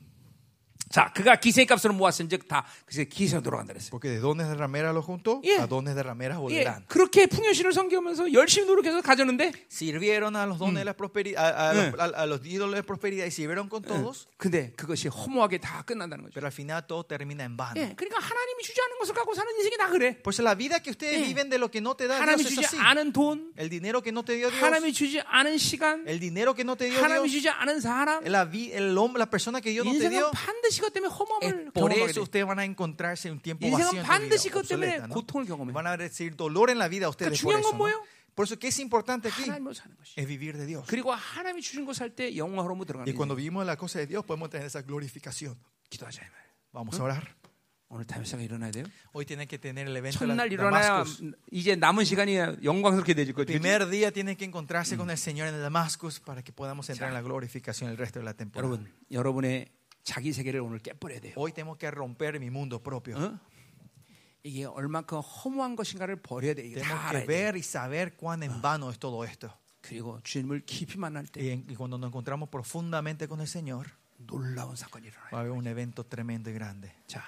Speaker 1: 자, 그가 기생의 값으로 모았은즉 다 그새 기세로 돌아간다 그랬어요.
Speaker 2: Porque de dones de ramera lo juntó,
Speaker 1: Yeah.
Speaker 2: a dones de rameras
Speaker 1: 예,
Speaker 2: volverán.
Speaker 1: 그렇게 풍요신을 섬기면서 열심히 노력해서 가졌는데,
Speaker 2: Sirvieron a los
Speaker 1: Mm.
Speaker 2: dones de la prosperidad, a, a
Speaker 1: Yeah.
Speaker 2: los, a- a los ídolos de prosperidad y sirvieron
Speaker 1: Mm.
Speaker 2: con todos,
Speaker 1: 근데 그것이 허무하게 다 끝난다는 거죠.
Speaker 2: pero al final todo termina en vano.
Speaker 1: 예, 그러니까 하나님이 주지 않은 것을 갖고 사는 인생이 다 그래.
Speaker 2: Por eso la vida que ustedes
Speaker 1: Yeah.
Speaker 2: viven de lo que no te da
Speaker 1: 하나님이
Speaker 2: Dios es
Speaker 1: 주지
Speaker 2: así.
Speaker 1: 않은 돈,
Speaker 2: El dinero que no te dio Dios,
Speaker 1: 하나님이 주지 않은 시간,
Speaker 2: el dinero que no te dio
Speaker 1: 하나님이
Speaker 2: Dios,
Speaker 1: 주지 않은 사람,
Speaker 2: la, vi- el hombre- la persona que Dios no te
Speaker 1: 인생은
Speaker 2: dio,
Speaker 1: 반드시 그것 때문에
Speaker 2: es
Speaker 1: 허무함을
Speaker 2: por
Speaker 1: 경험하게
Speaker 2: eso
Speaker 1: 돼.
Speaker 2: ustedes van a encontrarse un tiempo vacío
Speaker 1: 인생은
Speaker 2: en tu
Speaker 1: 반드시
Speaker 2: vida,
Speaker 1: 그것 때문에
Speaker 2: obsoleta, ¿no?
Speaker 1: 고통을 경험해.
Speaker 2: Van a recibir dolor en la vida ustedes por
Speaker 1: 중요한 건
Speaker 2: eso. ¿no?
Speaker 1: 뭐예요?
Speaker 2: Por eso, ¿qué es importante aquí?
Speaker 1: 하나님으로 사는 것이.
Speaker 2: Es vivir de Dios.
Speaker 1: 그리고 하나님이 주신 거 살 때 영화로움으로
Speaker 2: Y
Speaker 1: 들어가는
Speaker 2: cuando vivimos en la cosa de Dios, podemos tener esa glorificación.
Speaker 1: 인생. 기도하자 이 말.
Speaker 2: Vamos a orar.
Speaker 1: 오늘 다윗사가 일어나야 돼요.
Speaker 2: Hoy tienen que tener el evento de la-
Speaker 1: 첫날
Speaker 2: de
Speaker 1: 일어나야
Speaker 2: Damascus.
Speaker 1: 이제 남은 시간이 영광스럽게 되질 거예요. 그치?
Speaker 2: Primer día tienen que encontrarse con el Señor en el Damascus para que podamos entrar en la glorificación el resto de la temporada.
Speaker 1: 여러분, 여러분의 자기 세계를 오늘 깨버려야 돼요.
Speaker 2: Hoy tengo que romper mi mundo propio.
Speaker 1: 어? 이게 얼만큼 허무한 것인가를 버려야 돼. 이게 다
Speaker 2: Tengo que
Speaker 1: 알아야 돼.
Speaker 2: ver y saber cuán en vano es todo esto.
Speaker 1: 그리고 주님을 깊이 만날 때
Speaker 2: Y, en- y cuando nos encontramos profundamente con el Señor,
Speaker 1: 놀라운 사건이 일어나요.
Speaker 2: va a haber un evento tremendo y grande.
Speaker 1: 자,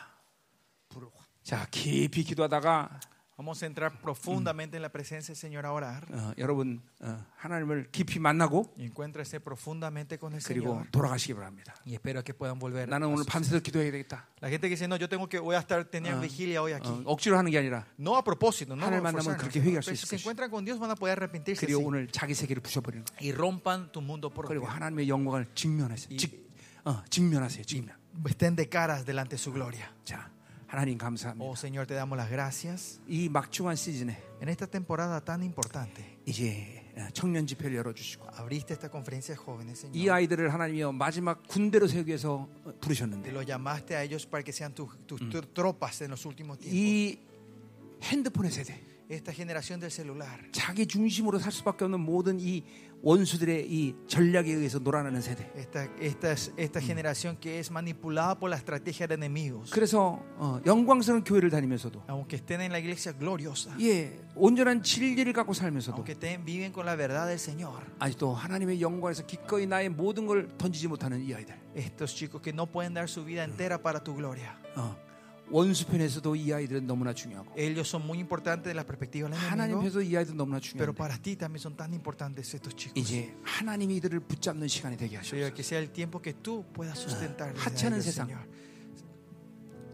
Speaker 1: 불을 확. 자, 깊이 기도하다가
Speaker 2: Vamos a entrar profundamente en la presencia del Señor a orar.
Speaker 1: 어, 여러분 어, 하나님을 깊이 만나고
Speaker 2: Y encuéntrese profundamente con el
Speaker 1: 그리고
Speaker 2: Señor.
Speaker 1: 돌아가시기 바랍니다.
Speaker 2: Y espero que puedan volver.
Speaker 1: 나는 오늘 밤새도록 기도해야 되겠다.
Speaker 2: La gente que dice, no, yo tengo que, voy a estar teniendo vigilia hoy aquí.
Speaker 1: 어, 억지로 하는 게 아니라
Speaker 2: No a propósito, no
Speaker 1: 하나님
Speaker 2: a
Speaker 1: 만나면
Speaker 2: forzarnos.
Speaker 1: 그렇게 회개할 수
Speaker 2: Pero
Speaker 1: 있을
Speaker 2: si se
Speaker 1: 것이야.
Speaker 2: encuentran con Dios van a poder arrepentirse
Speaker 1: 그리고
Speaker 2: sí.
Speaker 1: 오늘 자기 세계를 부셔버리는 거예요.
Speaker 2: y rompan tu mundo
Speaker 1: 그리고
Speaker 2: propio.
Speaker 1: 하나님의 영광을 직면하세요. 직, 어, 직면하세요. 직면.
Speaker 2: Estén de caras delante de su gloria.
Speaker 1: 자, 하나님 감사합니다.
Speaker 2: Oh Señor, te damos las gracias.
Speaker 1: 이 막중한 시즌에
Speaker 2: En esta temporada tan importante,
Speaker 1: 이제 어, 청년 집회를 열어주시고
Speaker 2: abriste esta conferencia de jóvenes,
Speaker 1: 이
Speaker 2: Señor.
Speaker 1: 아이들을 하나님이 마지막 군대로 세우기 위해서 어,
Speaker 2: Te
Speaker 1: 부르셨는데
Speaker 2: lo llamaste a ellos para que sean tus, tus tu- tropas en los últimos tiempos.
Speaker 1: 이 핸드폰의 세대
Speaker 2: Esta generación del celular,
Speaker 1: 뭐 자기 중심으로 살 수밖에 없는 모든 이 원수들의 이 전략에 의해서 놀아나는 세대.
Speaker 2: esta, esta, es- esta generación que es manipulada por la estrategia de enemigos,
Speaker 1: 그래서 어, 영광스러운 교회를 다니면서도
Speaker 2: aunque estén en la iglesia gloriosa,
Speaker 1: 예 온전한 진리를 갖고 살면서도
Speaker 2: aunque estén, viven con la verdad del Señor.
Speaker 1: 아직도 하나님의 영광에서 기꺼이 나의 모든 걸 던지지 못하는 이 아이들.
Speaker 2: Estos chicos que no pueden dar su vida entera para tu gloria.
Speaker 1: 어, 원수편에서도 이 아이들은 너무나 중요하고
Speaker 2: Ellos son muy importantes de la perspectiva del
Speaker 1: 하나님
Speaker 2: enemigo,
Speaker 1: 편에서 이 아이들은 너무나
Speaker 2: pero
Speaker 1: 중요한데
Speaker 2: para ti también son tan importantes estos chicos.
Speaker 1: 이제 하나님이 이들을 붙잡는 시간이 되게
Speaker 2: Señor,
Speaker 1: 하시옵소서.
Speaker 2: que sea el tiempo que tú puedas sustentarles. a
Speaker 1: 하찮은
Speaker 2: ellos,
Speaker 1: 세상.
Speaker 2: Señor.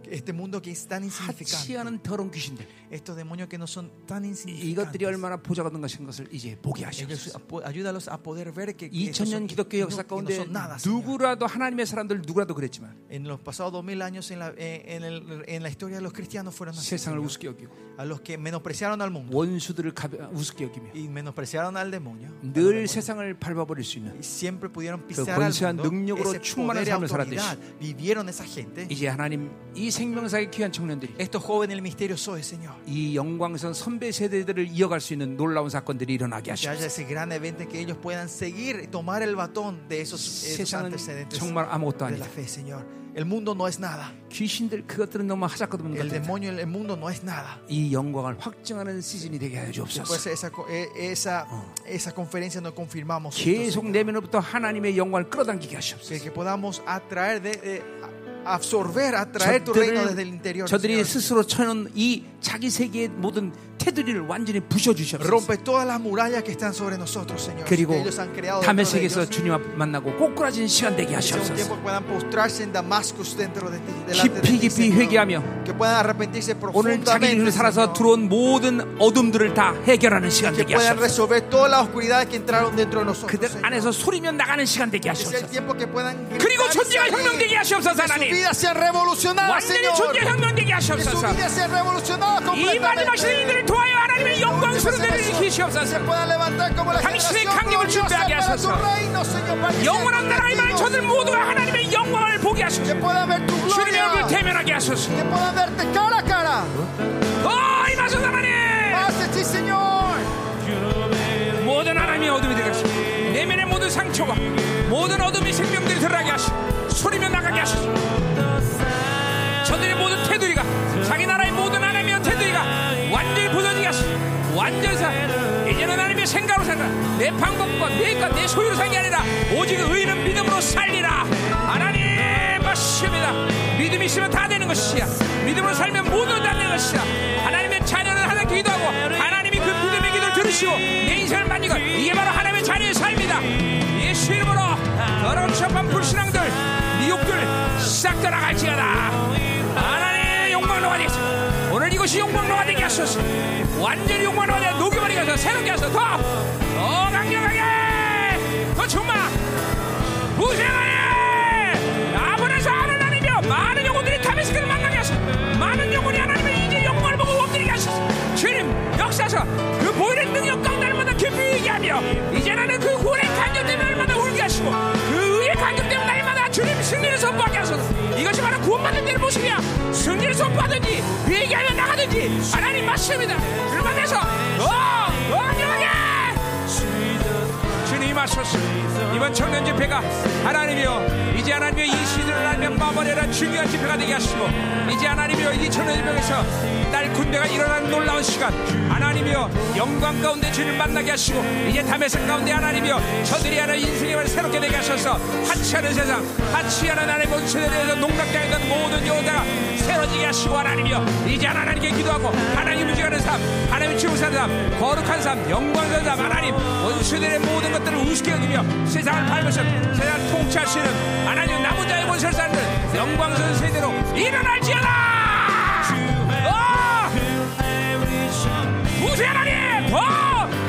Speaker 2: Que Este mundo que es tan insignificante.
Speaker 1: 하치하는 더러운 귀신들
Speaker 2: Estos demonios que no son tan
Speaker 1: 이것들이
Speaker 2: insignificantes.
Speaker 1: 얼마나 보좌가 된 것인 것을 이제 보게
Speaker 2: Ellos,
Speaker 1: 하시옵소서.
Speaker 2: apo- ayúdalos a poder ver que, que estos
Speaker 1: 2000년
Speaker 2: son-
Speaker 1: 기독교
Speaker 2: no-
Speaker 1: 역사
Speaker 2: que no
Speaker 1: 가운데
Speaker 2: son nada. Señor.
Speaker 1: 누구라도 하나님의 사람들 누구라도 그랬지만
Speaker 2: En los pasados 2000 años en la, eh, en el- en la historia de los cristianos fueron así,
Speaker 1: 세상을
Speaker 2: Señor.
Speaker 1: 우습게 여기고
Speaker 2: a los que menospreciaron al mundo
Speaker 1: 원수들을 가벼, 우습게 여기며
Speaker 2: y menospreciaron al demonio. a los
Speaker 1: 늘
Speaker 2: demonios.
Speaker 1: 세상을 밟아버릴 수 있는
Speaker 2: y siempre pudieron pisar
Speaker 1: 권세한
Speaker 2: al mundo
Speaker 1: 능력으로
Speaker 2: ese
Speaker 1: 충만한
Speaker 2: poder y
Speaker 1: 삶을
Speaker 2: autoridad. Vivieron esa gente.
Speaker 1: 이제 하나님 이 생명사의 귀한 청년들이
Speaker 2: Estos jóvenes del misterio soy, Señor.
Speaker 1: 이 영광선 선배 세대들을 이어갈 수 있는 놀라운 사건들이 일어나게
Speaker 2: Que haya
Speaker 1: 하시옵소서.
Speaker 2: ese gran evento que ellos puedan seguir y tomar el batón de esos, esos
Speaker 1: 세상은
Speaker 2: antecedentes
Speaker 1: 정말 아무것도
Speaker 2: de la
Speaker 1: 아니다.
Speaker 2: fe, Señor. El mundo no es nada.
Speaker 1: 귀신들 그것들은 너무 하자것 없는
Speaker 2: El
Speaker 1: 것들.
Speaker 2: demonio, el el mundo no es nada.
Speaker 1: 이 영광을 확증하는 시즌이 되게 하여
Speaker 2: Después
Speaker 1: 주옵소서.
Speaker 2: esa, co- eh, esa, esa conferencia nos confirmamos. esto,
Speaker 1: 계속
Speaker 2: Señor.
Speaker 1: 내면으로부터 하나님의 영광을 끌어당기게
Speaker 2: que,
Speaker 1: 하시옵소서.
Speaker 2: que podamos atraer, de, de- a- absorber, atraer tu reino desde el
Speaker 1: 저들을
Speaker 2: interior.
Speaker 1: 저들이
Speaker 2: Señor.
Speaker 1: 스스로 쳐놓은 이 자기 세계의 모든 테두리를 완전히 부셔 주시옵소서.
Speaker 2: Rompe todas las murallas que están sobre nosotros, Señor.
Speaker 1: 그리고
Speaker 2: que ellos han creado
Speaker 1: 담의
Speaker 2: dentro de
Speaker 1: 세계에서
Speaker 2: ellos.
Speaker 1: 주님 앞 만나고 꼬꾸라진 시간 되게
Speaker 2: Que sea un tiempo
Speaker 1: 하시옵소서.
Speaker 2: que puedan postrarse en Damascus dentro de ti, delante de
Speaker 1: 깊이
Speaker 2: ti,
Speaker 1: 깊이
Speaker 2: Señor.
Speaker 1: 회개하며
Speaker 2: que puedan arrepentirse
Speaker 1: 오늘 자기들로
Speaker 2: profundamente,
Speaker 1: 살아서
Speaker 2: Señor.
Speaker 1: 들어온 모든 어둠들을 다 해결하는 시간
Speaker 2: que
Speaker 1: 되게 하소서.
Speaker 2: puedan resolver toda la oscuridad que entraron dentro de nosotros.
Speaker 1: 그들
Speaker 2: Señor.
Speaker 1: 안에서 소리면 나가는 시간 되게
Speaker 2: que sea el
Speaker 1: 하소서.
Speaker 2: tiempo que puedan
Speaker 1: 그리고
Speaker 2: gritar y
Speaker 1: 존재가
Speaker 2: salir.
Speaker 1: 혁명되게 하시옵소서
Speaker 2: que su
Speaker 1: 하나님.
Speaker 2: vida sea revolucionada,
Speaker 1: 완전히 존재
Speaker 2: Señor.
Speaker 1: 혁명되게
Speaker 2: Que su
Speaker 1: 하시옵소서.
Speaker 2: vida sea revolucionada
Speaker 1: 이 마지막 시대들을
Speaker 2: completamente.
Speaker 1: 통하여 하나님의 영광스러운 데를
Speaker 2: se
Speaker 1: 일으키시옵소서.
Speaker 2: pueda levantar como la
Speaker 1: 당신의
Speaker 2: generación
Speaker 1: 강림을
Speaker 2: gloriosa
Speaker 1: 준비하게
Speaker 2: para tu
Speaker 1: 하소서.
Speaker 2: reino, Señor, para que
Speaker 1: 영원한
Speaker 2: sean
Speaker 1: 나라의 말
Speaker 2: convertidos,
Speaker 1: 저들 모두가 하나님의 영광을 보게
Speaker 2: que
Speaker 1: 하소서.
Speaker 2: puedan ver tu
Speaker 1: 주님의 얼굴
Speaker 2: gloria,
Speaker 1: 대면하게 하소서.
Speaker 2: que puedan verte cara a cara.
Speaker 1: 어, 이마소서 하나님.
Speaker 2: Pase, sí, Señor.
Speaker 1: 모든 하나님의 어둠이 들어가시고 내면의 모든 상처와 모든 어둠의 생명들이 드러나게 하시고 소리며 나가게 하시고 저들의 모든 테두리가 자기 나라의 모든 하나님의 테두리가 완전히 부서지게 하시고 완전히 사- 이제는 하나님의 생각으로 살라 내 방법과 내가 내 소유로 산게 아니라 오직 의인은 믿음으로 살리라 하나님 맞습니다 믿음이 있으면 다 되는 것이야 믿음으로 살면 모두 다 되는 것이야 하나님의 자녀는 하나님께 기도하고 하나님이 그 믿음의 기도를 들으시고 내 인생을 만지고 이게 바로 하나님의 자녀의 삶이다 예수 이름으로 더러운 첩한 불신앙들 미혹들 싹 떠나갈지어다 하나님의 영광로가 되겠소 오늘 이것이 영광로가 되게 하소서 완전히 영광로가 되어 녹여버리게 하소서 새롭게 하소서 더, 더 강력하게 더 충만 부생하네 아버지에서 하나님이여 많은 영혼들이 다메스크를 만나게 하소서 많은 영혼이 하나님의 이제 영광을 보고 엎드리게 하소서 주님 역사서 그 보이는 능력과 날마다 깊이 얘기하며 이제 나는 그 구원의 간격 때문에 날마다 울게 하시고 그 의의 간격 때문에 날마다 주님 승리를 선포하게 하소서 이것이 바로 구원받는 데의 모습이야 승리를 선포하든지 얘기하며 나가든지 하나님 맞습니다 주님 앞에서 더 강력하게 주님 하소서 이번 청년 집회가 하나님이여 이제 하나님이여 이 시대를 하나님 마무리하는 중요한 집회가 되게 하시고 이제 하나님이여 이 청년 집회에서 날 군대가 일어나는 놀라운 시간 하나님이여 영광 가운데 주님 만나게 하시고 이제 담에색 가운데 하나님이여 저들이 하나 인생을 새롭게 되게 하셔서 하치하는 세상 하치하는 하나님의 본 세대에서 농락당했던 모든 모든 여호다가 새로지게 하시고 하나님이여 이제 하나님께 기도하고 하나님 의지하는 삶 하나님 치우사는 삶 거룩한 삶 영광스러운 삶 하나님 원수들의 모든 것들을 우습게 여기며 세상을 밟으신 세상을 통치하시는 하나님 나무자의 권세를 쌓는 영광스러운 세대로 일어날지어다 어! 우세 하나님 더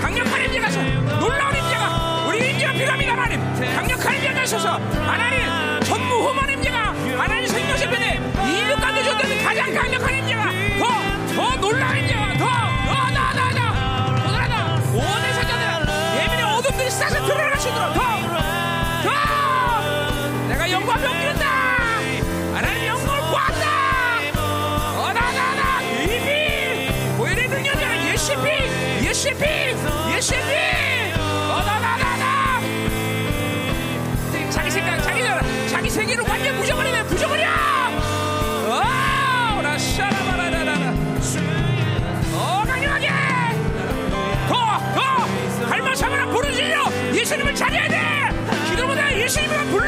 Speaker 1: 강력한 임재가 서 놀라운 임재가 우리 임재가 필요합니다 하나님 강력한 임재가 하셔서 하나님 전무 험한 임재가 하나님 생명 세편에 이륙 가운데 줬던 가장 강력한 임재가 더더 놀라운 임재가 더더더더더 도달하다 모든 세자들 예민의 어둠들이 싸서 드러날 수 있도록 더더 내가 영광 병기른다 하나님 영광을 보았다 어나나나 이미 보혈의 능력이라 예수피 예수피 예수피 어, 어나나나나 자기 생각 자기 나라 자기 세계를 완전 부셔버리네 부셔버려 어나 샤라바라라라 어 강력하게 더더 갈마사마라 부르짖어 예수님을 찾아야 돼 기도보다 예수님을 불러